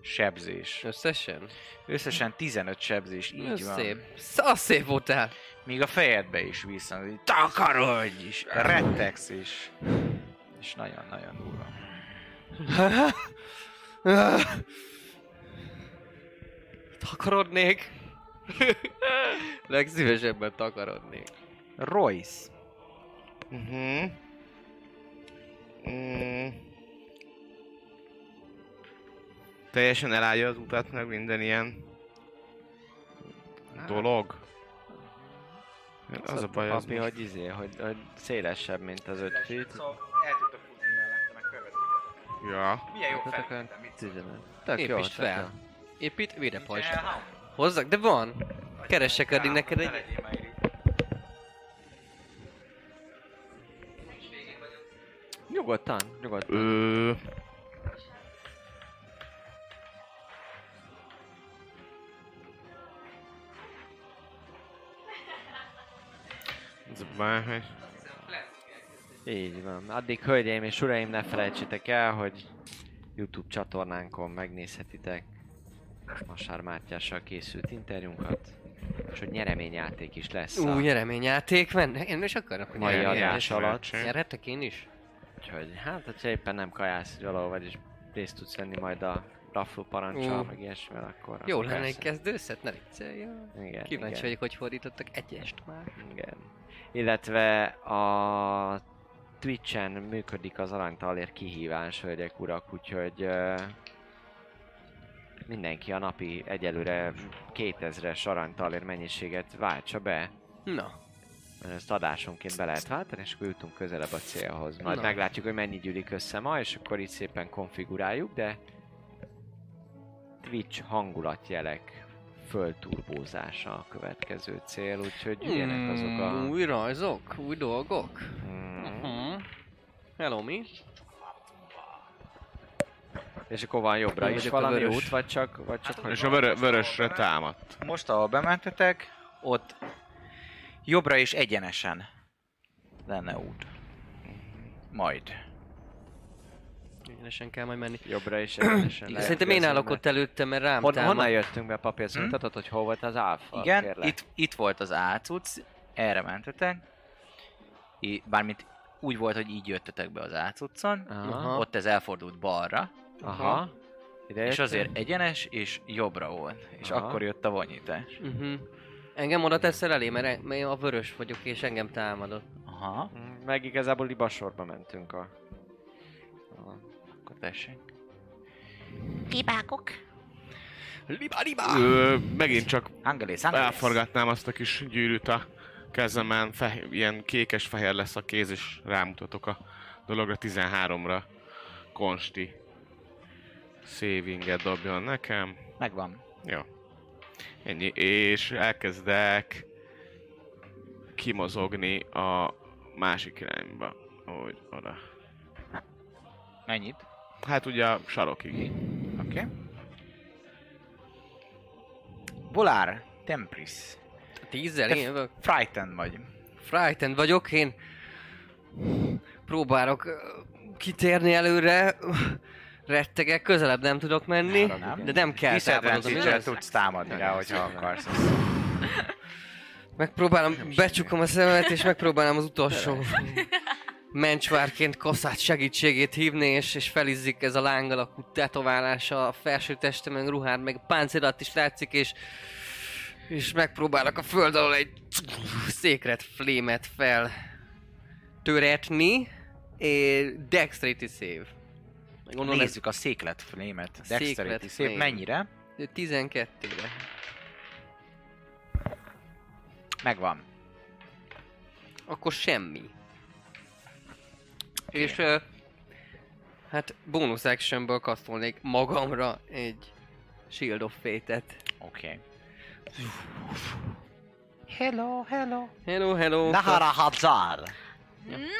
Speaker 9: sebzés.
Speaker 5: Összesen?
Speaker 9: Összesen 15 sebzés, így
Speaker 5: Ez
Speaker 9: van.
Speaker 5: szép. Sz- Az szép voltál.
Speaker 9: Még a fejedbe is vissza, hogy takarodj is, rettegsz is. És nagyon-nagyon durva.
Speaker 5: Takarodnék. Legszívesebben takarodnék.
Speaker 9: Royce.
Speaker 8: Uh-huh. Mm. Teljesen elállja az utat, meg minden ilyen dolog. Az a baj, az
Speaker 6: Papi,
Speaker 8: most...
Speaker 6: hogy izé, hogy, hogy szélesebb, mint az öt feet.
Speaker 18: El tudta futni mellette, meg következik.
Speaker 8: Ja.
Speaker 18: Milyen jó
Speaker 6: Hát akkor-
Speaker 18: felépítem, mit
Speaker 6: Tizenegy. Tök jó,
Speaker 5: Építsd
Speaker 6: tök jó.
Speaker 5: fel. Épít, vére pajzs.
Speaker 18: Nincsen elhang?
Speaker 5: Hozzak, de van. Keresek addig neked
Speaker 18: Ne
Speaker 5: egy...
Speaker 18: legyél már irigy.
Speaker 6: Nyugodtan, nyugodtan.
Speaker 8: Ö... Ez a baj, hogy...
Speaker 6: Így van. Addig, hölgyeim és uraim, ne felejtsétek el, hogy YouTube csatornánkon megnézhetitek Masár Mátyással készült interjúnkat, és hogy nyereményjáték is lesz
Speaker 5: Ú,
Speaker 6: a
Speaker 5: nyereményjáték menne. Én is akarok. hogy
Speaker 6: mai adás
Speaker 5: nyereményjáték.
Speaker 6: alatt.
Speaker 5: Nyerhetek én is?
Speaker 6: Úgyhogy hát, hogyha éppen nem kajász hogy valahol vagy, és részt tudsz venni majd a rafló parancsal,
Speaker 5: Ú.
Speaker 6: meg ilyesmivel, akkor...
Speaker 5: Jó
Speaker 6: akkor
Speaker 5: lenne egy
Speaker 6: persze.
Speaker 5: kezdőszet, ne vicceljön.
Speaker 6: Igen,
Speaker 5: Kíváncsi
Speaker 6: igen.
Speaker 5: vagyok, hogy fordítottak egyest már.
Speaker 6: Igen. Illetve a Twitch-en működik az aranytalér kihívás, hölgyek, urak, úgyhogy ö, mindenki a napi egyelőre 2000-es aranytalér mennyiséget váltsa be,
Speaker 5: Na,
Speaker 6: mert ezt adásonként be lehet váltani, és akkor jutunk közelebb a célhoz. Majd
Speaker 5: Na.
Speaker 6: meglátjuk, hogy mennyi gyűlik össze ma, és akkor itt szépen konfiguráljuk, de Twitch hangulatjelek fölturbózása a következő cél, úgyhogy jöjjenek azok a...
Speaker 5: Mm, új rajzok, új dolgok.
Speaker 6: Mm.
Speaker 5: Mhm. Hello, mi?
Speaker 6: És akkor van jobbra
Speaker 5: Én
Speaker 6: is
Speaker 5: vagyok a
Speaker 6: valami
Speaker 5: vörös.
Speaker 6: út, vagy csak... Vagy csak
Speaker 8: És a vörö- vörösre támadt.
Speaker 9: Most, ahol bementetek, ott jobbra és egyenesen lenne út. Majd.
Speaker 5: Egyenesen kell majd menni.
Speaker 6: Jobbra [clears throat] is egyenesen
Speaker 5: Igen, Szerintem én állok ott előtte, mert rám
Speaker 6: Hon,
Speaker 5: támad.
Speaker 6: honnan jöttünk be, papír? Azt mutatod, hogy hol volt az álfa?
Speaker 9: Hm? Igen,
Speaker 6: kérlek.
Speaker 9: itt, itt volt az ácuc, erre mentetek. I, bármint úgy volt, hogy így jöttetek be az ácuccon,
Speaker 6: Aha.
Speaker 9: ott ez elfordult balra,
Speaker 6: Aha. Ide
Speaker 9: és
Speaker 6: jöttünk?
Speaker 9: azért egyenes és jobbra volt, és
Speaker 6: Aha.
Speaker 9: akkor jött a vonyítás.
Speaker 5: Uh-huh. Engem oda teszel elé, mert en- mert én a vörös vagyok, és engem támadott.
Speaker 9: Aha,
Speaker 6: Mm, Meg igazából libasorba mentünk a... a...
Speaker 9: akkor tessék.
Speaker 19: Kibákok.
Speaker 5: Liba, liba!
Speaker 8: Ö, megint csak
Speaker 9: Angelis, Angelis.
Speaker 8: elforgatnám azt a kis gyűrűt a kezemen, feh- ilyen kékes-fehér lesz a kéz, és rámutatok a dologra 13-ra. Konsti savinget dobjon nekem.
Speaker 9: Megvan.
Speaker 8: Jó. Ennyi. És elkezdek kimozogni a másik irányba. Ahogy oda.
Speaker 9: Mennyit?
Speaker 8: Hát ugye a sarokig.
Speaker 9: Oké. Okay. Volár, Tempris.
Speaker 5: Tízzel
Speaker 9: Te-
Speaker 5: én jövök.
Speaker 9: Frightened vagy.
Speaker 5: Frightened vagyok, én próbálok ö, kitérni előre, rettegek, közelebb nem tudok menni,
Speaker 9: Nem.
Speaker 5: de nem kell támadozom,
Speaker 9: Disadvantage-el
Speaker 5: igaz?
Speaker 9: tudsz támadni rá, hogyha akarsz.
Speaker 5: Megpróbálom, becsukom a szememet, és megpróbálom az utolsó mencsvárként kaszát segítségét hívni, és, és felizzik ez a láng alakú tetoválása a felső testemen, ruhán, meg a páncélat is látszik, és és megpróbálok a föld alól egy székret flémet fel töretni, és dexterity save. Gondolom ez
Speaker 9: Nézzük a széklet flémet.
Speaker 5: Széklet
Speaker 9: Dexterity szép.
Speaker 5: flame.
Speaker 9: Mennyire?
Speaker 5: 12-re.
Speaker 9: Megvan.
Speaker 5: Akkor semmi. És ö, hát bonus actionből kasztolnék magamra egy Shield of Fate-et.
Speaker 9: Oké. Okay.
Speaker 5: Hello, hello.
Speaker 9: Nahara Hazar!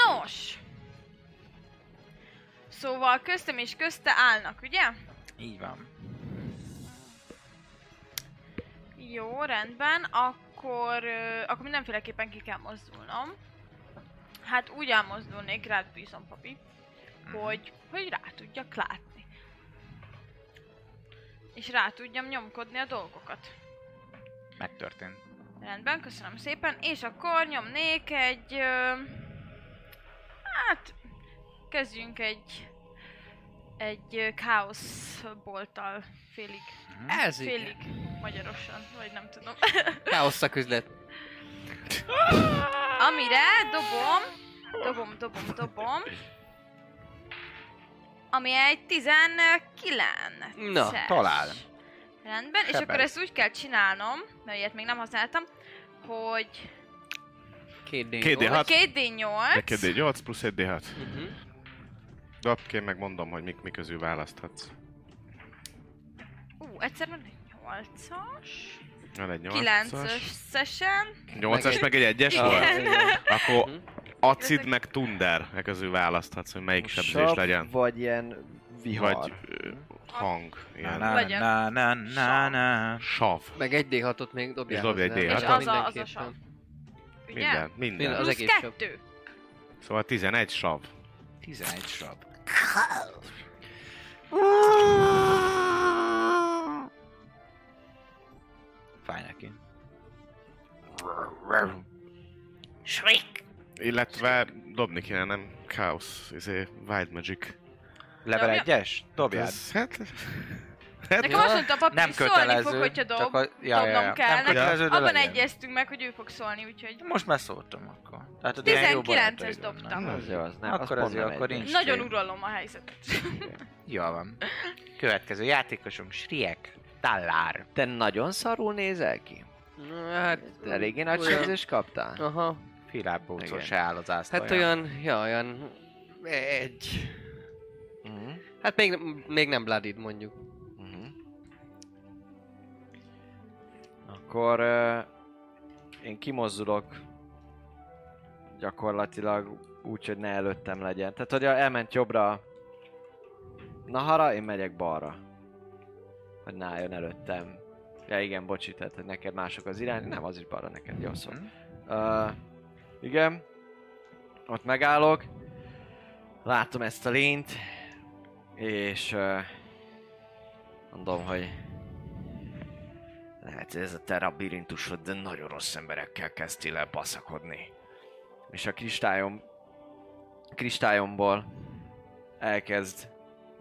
Speaker 7: Nos! Szóval köztem és közte állnak, ugye?
Speaker 9: Így van.
Speaker 7: Jó, rendben, akkor, ö, akkor mindenféleképpen ki kell mozdulnom. Hát úgy elmozdulnék, rád bízom, papi,
Speaker 9: Mhm.
Speaker 7: hogy, hogy rá tudjak látni. És rá tudjam nyomkodni a dolgokat.
Speaker 9: Megtörtént.
Speaker 7: Rendben, köszönöm szépen. És akkor nyomnék egy... Ö, hát... Kezdjünk egy... Egy ö, káosz bolttal félig.
Speaker 5: Ez igen.
Speaker 7: Félig magyarosan, vagy nem tudom. [laughs]
Speaker 5: Káosz szaküzlet.
Speaker 7: Amire dobom, dobom, dobom, dobom. Ami egy 19.
Speaker 5: Na,
Speaker 9: talál.
Speaker 7: Rendben, és
Speaker 9: Sebez.
Speaker 7: akkor ezt úgy kell csinálnom, mert ilyet még nem használtam, hogy
Speaker 5: Két d
Speaker 2: Két d
Speaker 7: hogy
Speaker 2: hat.
Speaker 7: 2D8,
Speaker 2: Neked egy 8 plusz egy D6.
Speaker 5: Mhm.
Speaker 2: Dobként megmondom, hogy mik, mi közül választhatsz.
Speaker 7: ú, egyszer van egy 8-as,
Speaker 2: Van egy
Speaker 7: 9-ös
Speaker 2: 8-as.
Speaker 7: session,
Speaker 2: 8-as meg egy Mhm. 1-es [laughs] volt?
Speaker 7: igen,
Speaker 2: Akkor acid meg tunder, meg közül választhatsz, hogy melyik sebzés
Speaker 6: Sap,
Speaker 2: legyen.
Speaker 6: Vagy ilyen vihar.
Speaker 2: Vagy ö, hang.
Speaker 9: Na,
Speaker 2: Ilyen.
Speaker 9: na,
Speaker 7: Vagyok.
Speaker 9: na, na, na, na.
Speaker 2: Sav.
Speaker 5: Meg egy D6-ot még dobjál.
Speaker 2: És dobj egy
Speaker 5: hozzá.
Speaker 2: D6-ot.
Speaker 7: és az a, az a
Speaker 5: hát Mindenképpen.
Speaker 7: sav, ugye?
Speaker 2: Minden, minden.
Speaker 5: Az
Speaker 7: Plusz
Speaker 5: egész sav.
Speaker 7: 2.
Speaker 2: Szóval 11 sav.
Speaker 9: 11 sab. Fáj neki.
Speaker 10: Shriek!
Speaker 2: Illetve dobni kéne, nem? Chaos, izé, Wild Magic.
Speaker 9: Level
Speaker 7: Dobja.
Speaker 9: 1-es? Dobjad.
Speaker 2: Ez, hát...
Speaker 7: Nekem azt mondta a papi,
Speaker 9: Nem
Speaker 7: hogy szólni fog,
Speaker 9: kötelező.
Speaker 7: hogyha
Speaker 9: csak
Speaker 7: dob,
Speaker 9: a- ja, ja, ja.
Speaker 7: dobnom kell.
Speaker 9: Nem
Speaker 7: Nekem
Speaker 9: kötelező, de
Speaker 7: abban
Speaker 9: legyen.
Speaker 7: egyeztünk meg, hogy ő fog szólni, úgyhogy
Speaker 9: Most már szóltam akkor. Tehát a
Speaker 7: 19-es dobtam.
Speaker 6: Az jó, az nem.
Speaker 9: Akkor az
Speaker 6: pont
Speaker 9: jó,
Speaker 6: nem
Speaker 9: akkor
Speaker 6: egy.
Speaker 9: nincs.
Speaker 7: nagyon
Speaker 9: tré.
Speaker 7: uralom a helyzetet.
Speaker 9: Jól van. Következő játékosunk Sriek Tallár.
Speaker 6: Te nagyon szarul nézel ki?
Speaker 5: Hát,
Speaker 6: Eléggé nagy
Speaker 5: olyan-
Speaker 6: sebzést kaptál?
Speaker 5: Aha.
Speaker 9: Filábbócol
Speaker 6: Igen.
Speaker 9: se áll az asztalja.
Speaker 5: Hát olyan, ja, olyan... Egy...
Speaker 6: Mhm.
Speaker 5: Hát még, még nem bloodied mondjuk.
Speaker 6: Mhm. Akkor ö, én kimozdulok gyakorlatilag úgy, hogy ne előttem legyen. Tehát, hogy elment jobbra Nahara, én megyek balra. Hogy ne álljon előttem. Ja igen, bocsi, tehát hogy neked mások az irány. Nem, az is balra neked, jó szó.
Speaker 9: Mhm.
Speaker 6: Uh, igen. Ott megállok. Látom ezt a lényt. És uh, mondom, hogy lehet, ez a te labirintusod, de nagyon rossz emberekkel kezdtél el baszakodni. És a kristályom, kristályomból elkezd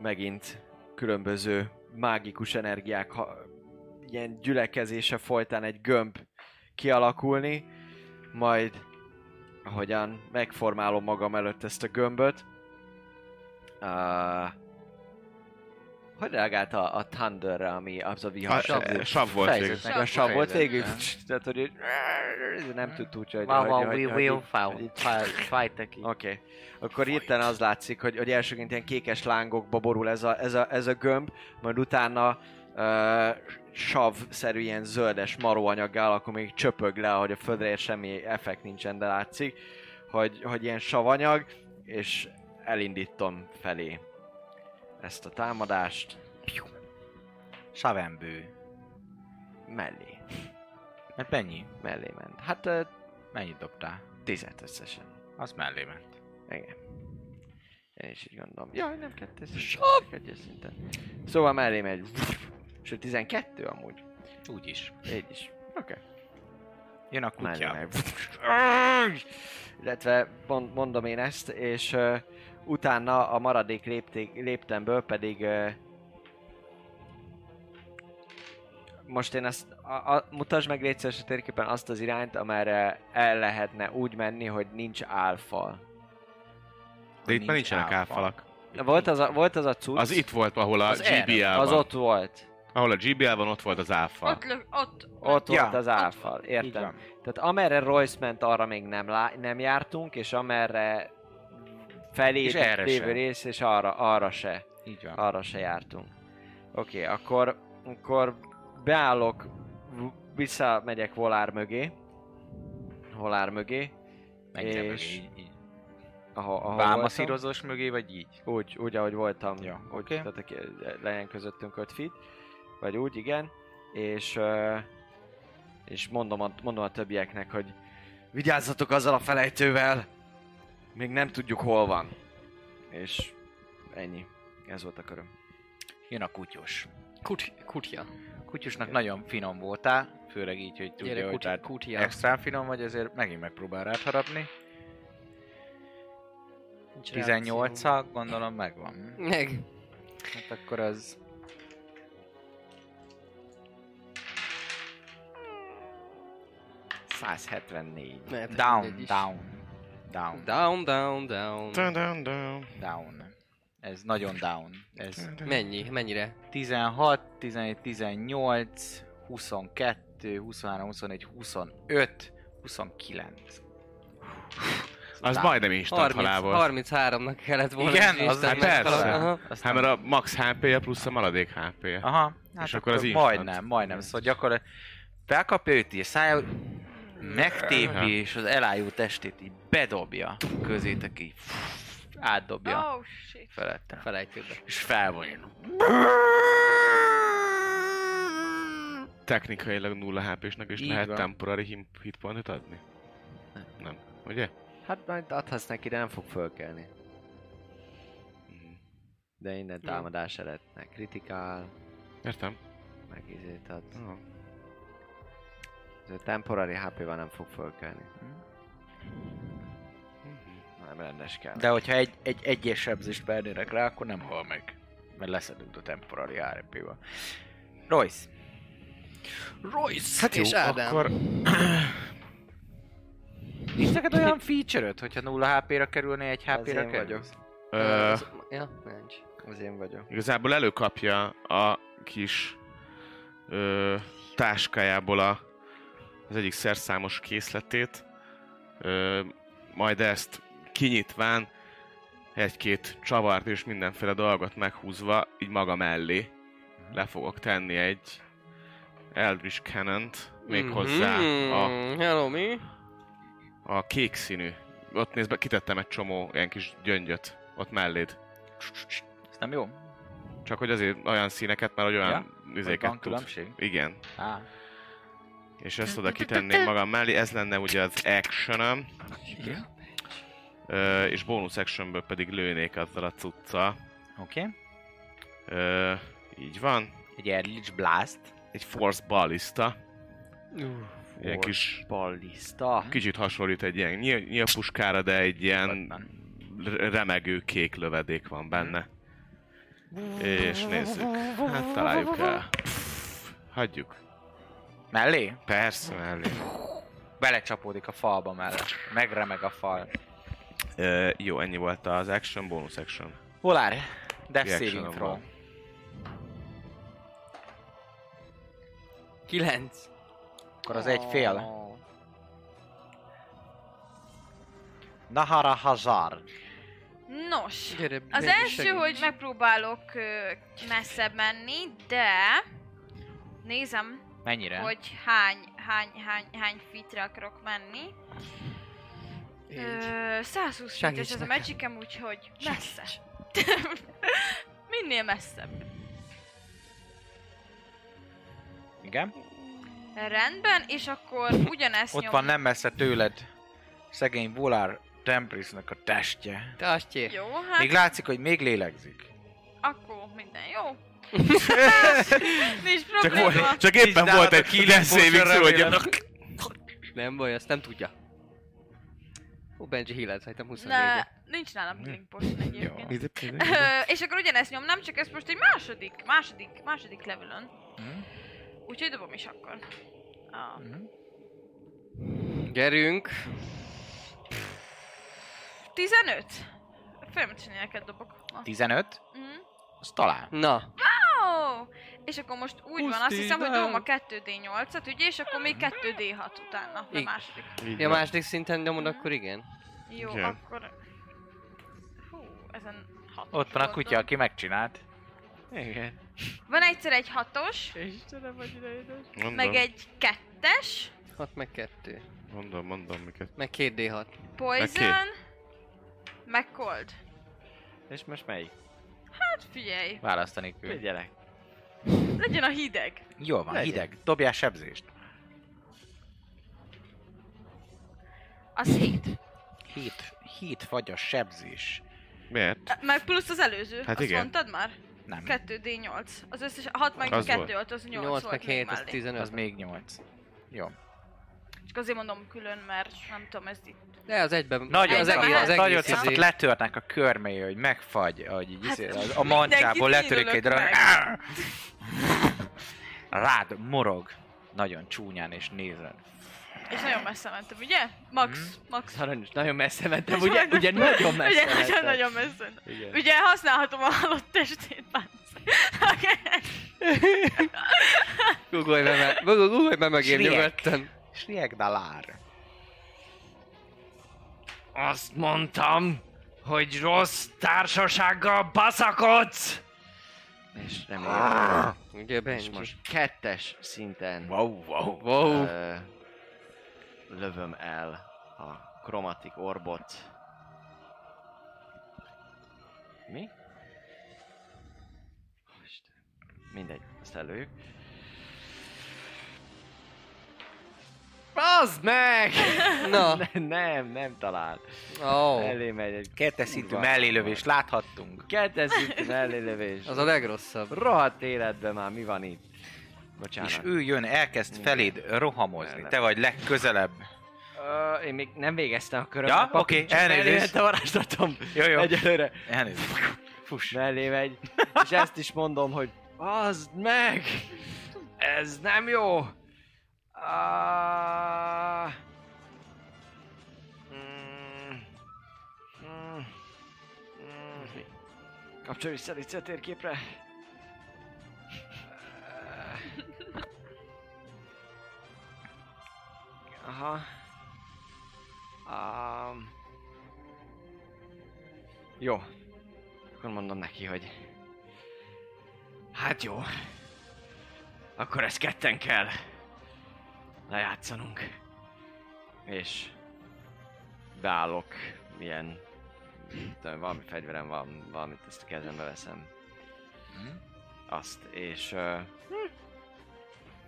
Speaker 6: megint különböző mágikus energiák, ha, ilyen gyülekezése folytán egy gömb kialakulni, majd ahogyan megformálom magam előtt ezt a gömböt, uh, hogy reagált a, a Thunderre, ami az a
Speaker 2: A,
Speaker 6: vihar?
Speaker 2: sav, sav volt végül.
Speaker 6: Meg a sav volt
Speaker 9: Fejlődött,
Speaker 6: végül,
Speaker 9: ja.
Speaker 6: pff, tehát hogy így- ez nem tud úgy, hogy...
Speaker 9: Wow, wow,
Speaker 6: hogy- hogy-
Speaker 9: we
Speaker 6: hogy-
Speaker 9: will
Speaker 6: hogy így-
Speaker 9: fight, fight, fight ki.
Speaker 6: Oké. Okay. Akkor hirtelen az látszik, hogy, hogy elsőként ilyen kékes lángokba borul ez a, ez a, ez a gömb, majd utána uh, sav-szerű ilyen zöldes maróanyaggá alakul, még csöpög le, ahogy a földre ér, semmi effekt nincsen, de látszik, hogy, hogy ilyen savanyag, és elindítom felé ezt a támadást
Speaker 9: Savembő.
Speaker 6: mellé,
Speaker 9: Mert mennyi?
Speaker 6: mellé ment. Hát uh,
Speaker 9: Mennyit dobtál?
Speaker 6: tizet összesen.
Speaker 9: Az mellé ment.
Speaker 6: Igen. Én is így gondolom. Jaj, nem kettes szinten, csak egyes szinten. Szóval mellé megy. Sőt, 12 amúgy.
Speaker 9: Úgy is.
Speaker 6: Így is. Oké.
Speaker 9: Jön a
Speaker 6: Mellé
Speaker 9: kutya.
Speaker 6: megy. Illetve mond, mondom én ezt, és uh, utána a maradék lépték, léptemből pedig uh, most én ezt, a, a, mutasd meg légy szíves a térképen azt az irányt, amerre el lehetne úgy menni, hogy nincs álfal.
Speaker 2: De itt már nincsenek
Speaker 9: álfa.
Speaker 2: áfalak.
Speaker 6: Volt az a, volt az a cucc.
Speaker 2: Az itt volt, ahol a
Speaker 6: Az erre.
Speaker 2: GBL
Speaker 6: Az
Speaker 2: van.
Speaker 6: ott volt.
Speaker 2: Ahol a GBL van, ott volt az áfa.
Speaker 7: Ott, lök, ott,
Speaker 6: Ott
Speaker 9: Ja.
Speaker 6: volt az áfal,
Speaker 9: Így
Speaker 6: értem.
Speaker 9: van.
Speaker 6: Tehát amerre Royce ment, arra még nem, lá- nem jártunk, és amerre felé
Speaker 9: És erre
Speaker 6: lévő
Speaker 9: se.
Speaker 6: rész, és arra, arra se,
Speaker 9: Így van.
Speaker 6: arra se jártunk. Oké, okay, akkor, akkor beállok, v- visszamegyek Volár mögé, Volár mögé,
Speaker 9: Menj
Speaker 6: és-
Speaker 9: le mögé, így- így.
Speaker 6: Ahol, ahol
Speaker 9: Vámaszírozós mögé,
Speaker 6: vagy így? Úgy, úgy ahogy voltam.
Speaker 9: Ja,
Speaker 6: Úgy,
Speaker 9: oké.
Speaker 6: Tehát aki legyen közöttünk 5 feet. Vagy úgy, igen. És, ö, és mondom, a, mondom a többieknek, hogy vigyázzatok azzal a felejtővel! Még nem tudjuk hol van. És ennyi. Ez volt a köröm.
Speaker 9: Jön a kutyus.
Speaker 5: Kut- kutya.
Speaker 9: Kutyusnak nagyon finom voltál, főleg így, hogy tudja,
Speaker 5: Gyere,
Speaker 9: hogy
Speaker 5: kuti-
Speaker 9: tehát
Speaker 5: kutya.
Speaker 9: extra finom vagy, ezért megint megpróbál rád harapni. 18 ak gondolom megvan.
Speaker 5: Meg.
Speaker 9: Hát akkor az...
Speaker 5: Lehet,
Speaker 9: 174.
Speaker 5: hogy mindegy
Speaker 9: Down,
Speaker 5: is.
Speaker 9: down, down,
Speaker 5: Down, down, down.
Speaker 8: Dun, dun, dun.
Speaker 9: down. Ez nagyon down.
Speaker 7: Hm.
Speaker 9: Ez
Speaker 5: Mennyi? Mennyire?
Speaker 9: 16, 17, 18, 22, 23, 24, 25, 29.
Speaker 8: Az
Speaker 9: Lá-
Speaker 8: majdnem instant
Speaker 5: 30,
Speaker 8: halál volt.
Speaker 5: 33-nak kellett volna.
Speaker 9: Igen,
Speaker 5: és
Speaker 9: az-
Speaker 5: Isten
Speaker 8: Hát
Speaker 5: megtalál-
Speaker 8: persze.
Speaker 5: Aha.
Speaker 8: Hát mert a max HP-je plusz a maradék HP-je.
Speaker 9: Aha, hát
Speaker 8: És akkor az instant.
Speaker 9: Majdnem, majdnem. Szóval gyakorlatilag felkapja őt, és szája megtépi, és az elájult testét így bedobja közétek így.
Speaker 8: Ah.
Speaker 9: Átdobja
Speaker 7: Oh, shit.
Speaker 9: felette.
Speaker 5: Felejtődbe.
Speaker 9: És felvonja.
Speaker 8: Technikailag nulla HP-snek is
Speaker 9: Így
Speaker 8: lehet
Speaker 9: van.
Speaker 8: temporary hit- hitpointot adni? Nem. Ugye?
Speaker 6: Hát majd adhatsz neki, de nem fog fölkelni.
Speaker 9: Mm.
Speaker 6: De innen támadás előtt meg kritikál,
Speaker 8: Értem.
Speaker 6: meg izét ad.
Speaker 8: Aha.
Speaker 6: Ez a temporary HP-val nem fog fölkelni. Hm. Nem rendes kell.
Speaker 9: De hogyha egy, egy egyes sebzést vernének rá, akkor nem hal meg. Mert leszedünk a temporary RP-val. Royce.
Speaker 5: Royce! Hát és
Speaker 8: Jó,
Speaker 5: Ádám.
Speaker 8: akkor...
Speaker 9: Nincs neked olyan feature hogyha nulla HP-ra kerülné, egy HP-ra
Speaker 6: én vagyok.
Speaker 9: kerülsz?
Speaker 8: Ö,
Speaker 5: Az- Ja, nincs.
Speaker 6: Az én vagyok.
Speaker 8: Igazából előkapja a kis ö, táskájából a, az egyik szerszámos készletét, ö, majd ezt kinyitván egy-két csavart és mindenféle dolgot meghúzva, így maga mellé le fogok tenni egy Eldritch Cannon-t, méghozzá a,
Speaker 5: Mhm. Hmm. Hello, mi?
Speaker 8: a kék színű. Ott nézd be, kitettem egy csomó ilyen kis gyöngyöt ott melléd.
Speaker 9: Ez nem jó?
Speaker 8: Csak hogy azért olyan színeket, mert hogy olyan ja,
Speaker 9: Vagy
Speaker 8: izéket
Speaker 9: van
Speaker 8: tud.
Speaker 9: különbség?
Speaker 8: Igen.
Speaker 9: Á,
Speaker 8: És ezt oda kitenném magam mellé, ez lenne ugye az actionem. Ö, és bónusz actionből pedig lőnék azzal a cucca.
Speaker 9: oké. Okay.
Speaker 8: Ö, így van.
Speaker 9: Egy Eldritch Blast.
Speaker 8: Egy force ballista. Ilyen
Speaker 6: Force
Speaker 8: kis,
Speaker 6: Ballista.
Speaker 8: kicsit hasonlít egy ilyen nyil- nyilpuskára, de egy ilyen r- remegő kék lövedék van benne. És nézzük. Hát találjuk el. Hagyjuk.
Speaker 9: Mellé?
Speaker 8: Persze, mellé.
Speaker 9: Belecsapódik a falba mellett. Megremeg a fal.
Speaker 8: Ö, jó, ennyi volt az action, bonus action.
Speaker 9: Volár, Death
Speaker 8: Reaction
Speaker 9: Saving
Speaker 8: van.
Speaker 9: Throw.
Speaker 5: 9.
Speaker 9: Akkor az egy fél. Nahara Hazard.
Speaker 7: Nos,
Speaker 5: Gyere,
Speaker 7: az
Speaker 5: Megi,
Speaker 7: első,
Speaker 5: segíts.
Speaker 7: hogy megpróbálok ö, messzebb menni, de nézem,
Speaker 9: Mennyire?
Speaker 7: hogy hány, hány, hány, hány fitre akarok menni.
Speaker 5: Így.
Speaker 7: Ö, 120
Speaker 5: Segíts
Speaker 7: fites ez a
Speaker 5: nekem.
Speaker 7: magicem, úgyhogy messze. [laughs] Minél messzebb.
Speaker 9: Igen.
Speaker 7: Rendben, és akkor ugyanezt
Speaker 9: Ott
Speaker 7: nyom-
Speaker 9: van nem messze tőled. Szegény Volár Temprisnek a testje.
Speaker 5: Te azt csinál.
Speaker 7: Jó, hát
Speaker 9: Még látszik, hogy még lélegzik. [laughs]
Speaker 7: akkor minden jó. Nincs
Speaker 8: Csak,
Speaker 7: probléma.
Speaker 8: volt, csak éppen volt egy healing saving throw, hogy
Speaker 5: Nem baj, azt nem tudja. Ó, Benji Hilled, szerintem 24
Speaker 7: Ne,
Speaker 5: -e.
Speaker 7: nincs nálam healing potion egyébként.
Speaker 8: Jó.
Speaker 7: Ö, és akkor ugyanezt nyomnám, csak ez most egy második, második, második levelön.
Speaker 9: Mhm.
Speaker 5: Hmm?
Speaker 7: Úgyhogy dobom is akkor. Ah,
Speaker 5: Gyerünk.
Speaker 7: 15. Félmet csinálják, dobok ma.
Speaker 9: 15.
Speaker 7: Mhm.
Speaker 9: Az talán.
Speaker 5: Na,
Speaker 7: Ó, és akkor most úgy van, azt hiszem, hogy dobom a 2D8-at, ugye, és akkor még 2D6 utána, a
Speaker 5: Igen.
Speaker 7: második.
Speaker 5: ja második szinten nyomod, akkor igen.
Speaker 7: Jó,
Speaker 8: Igen.
Speaker 7: akkor... Hú, ezen 6
Speaker 9: Ott van a kutya, aki megcsinált.
Speaker 6: Igen.
Speaker 7: Van egyszer egy hatos,
Speaker 8: Mondom,
Speaker 7: meg egy kettes,
Speaker 5: 6 meg 2.
Speaker 8: mondom, mondom, miket.
Speaker 5: Meg 2D6.
Speaker 7: poison, meg, meg cold.
Speaker 6: És most melyik?
Speaker 7: Hát figyelj,
Speaker 9: Választani kell.
Speaker 6: Figyelek.
Speaker 7: legyen a hideg.
Speaker 9: Jó van,
Speaker 6: Legyen.
Speaker 9: hideg. Dobjál sebzést.
Speaker 7: Az hét.
Speaker 9: Hét, hét fagyas sebzés.
Speaker 8: Miért?
Speaker 7: Meg plusz az előző,
Speaker 8: Hát
Speaker 7: azt
Speaker 8: igen.
Speaker 7: mondtad már?
Speaker 9: Nem.
Speaker 7: 2D8. Az összes 6 meg
Speaker 8: Az
Speaker 7: 2
Speaker 8: volt.
Speaker 7: volt, az 8,
Speaker 5: 8
Speaker 7: volt
Speaker 5: meg
Speaker 7: még
Speaker 5: 7, az
Speaker 7: mellé.
Speaker 5: 15.
Speaker 9: Az még nyolc. Jó.
Speaker 7: Csak azért mondom külön, mert nem tudom, ez itt...
Speaker 5: De az egyben.
Speaker 9: Nagyon,
Speaker 5: az
Speaker 9: az
Speaker 5: egész, az egész
Speaker 9: nagyon
Speaker 5: izé-
Speaker 9: szakad, letörnek a körméje, hogy megfagy, hogy így
Speaker 7: Hát,
Speaker 9: izé- a- a mancsából
Speaker 7: mindenkit
Speaker 9: letörik egy
Speaker 7: nyírulok
Speaker 9: darab.
Speaker 7: meg.
Speaker 9: Rád morog. Nagyon csúnyán és nézed.
Speaker 7: És nagyon messze mentem, ugye? Max,
Speaker 8: Mhm.
Speaker 7: max.
Speaker 20: Nagyon, nagyon messze mentem,
Speaker 7: Most
Speaker 20: ugye,
Speaker 7: majd-
Speaker 20: ugye [laughs] nagyon messze
Speaker 7: Ugye,
Speaker 20: mentem.
Speaker 7: ugye nagyon messze.
Speaker 20: Igen.
Speaker 7: Ugye használhatom a halott testét, [laughs] Bánc.
Speaker 5: Guggolj be, me- guggolj- guggolj be megér
Speaker 9: Sriek.
Speaker 5: nyugodtan.
Speaker 9: Sriek dalár.
Speaker 21: Azt mondtam, hogy rossz társasággal baszakodsz!
Speaker 6: És nem értem.
Speaker 5: Ugye
Speaker 6: És
Speaker 5: Benji.
Speaker 6: Ah, most kettes szinten.
Speaker 9: Wow, wow,
Speaker 5: wow.
Speaker 6: lövöm el a kromatik orbot. Mi? Ó, Istenem. Mindegy, ezt előjük. Bazd meg! [laughs]
Speaker 5: Na.
Speaker 6: nem, nem talál.
Speaker 5: Ó.
Speaker 6: Elé megy egy...
Speaker 9: Kettes szintű mellélövést láthattunk.
Speaker 6: Kettes szintű mellélövés.
Speaker 5: [laughs] Az a legrosszabb.
Speaker 6: Rohadt életben már mi van itt? Bocsánat.
Speaker 9: És ő jön, elkezd feléd rohamozni. Te vagy legközelebb.
Speaker 20: Ö, én még nem végeztem a körömet.
Speaker 9: Ja,
Speaker 20: papír,
Speaker 9: oké,
Speaker 20: csak
Speaker 9: elnézést.
Speaker 20: előjött a varázslatom.
Speaker 9: Jó, jó.
Speaker 20: Egyelőre.
Speaker 9: Elnézést. Fuss.
Speaker 20: Mellé megy. És ezt is mondom, hogy az meg! Ez nem jó! Ah... Mm. Mm. Mm. Kapcsolj vissza Lici, a térképre. Aha. Um, jó. Akkor mondom neki, hogy... Hát jó. Akkor ezt ketten kell lejátszanunk.
Speaker 6: És beállok, ilyen, nem tudom, valami fegyverem van, valamit ezt a kezembe veszem.
Speaker 20: Hmm?
Speaker 6: Azt, és uh,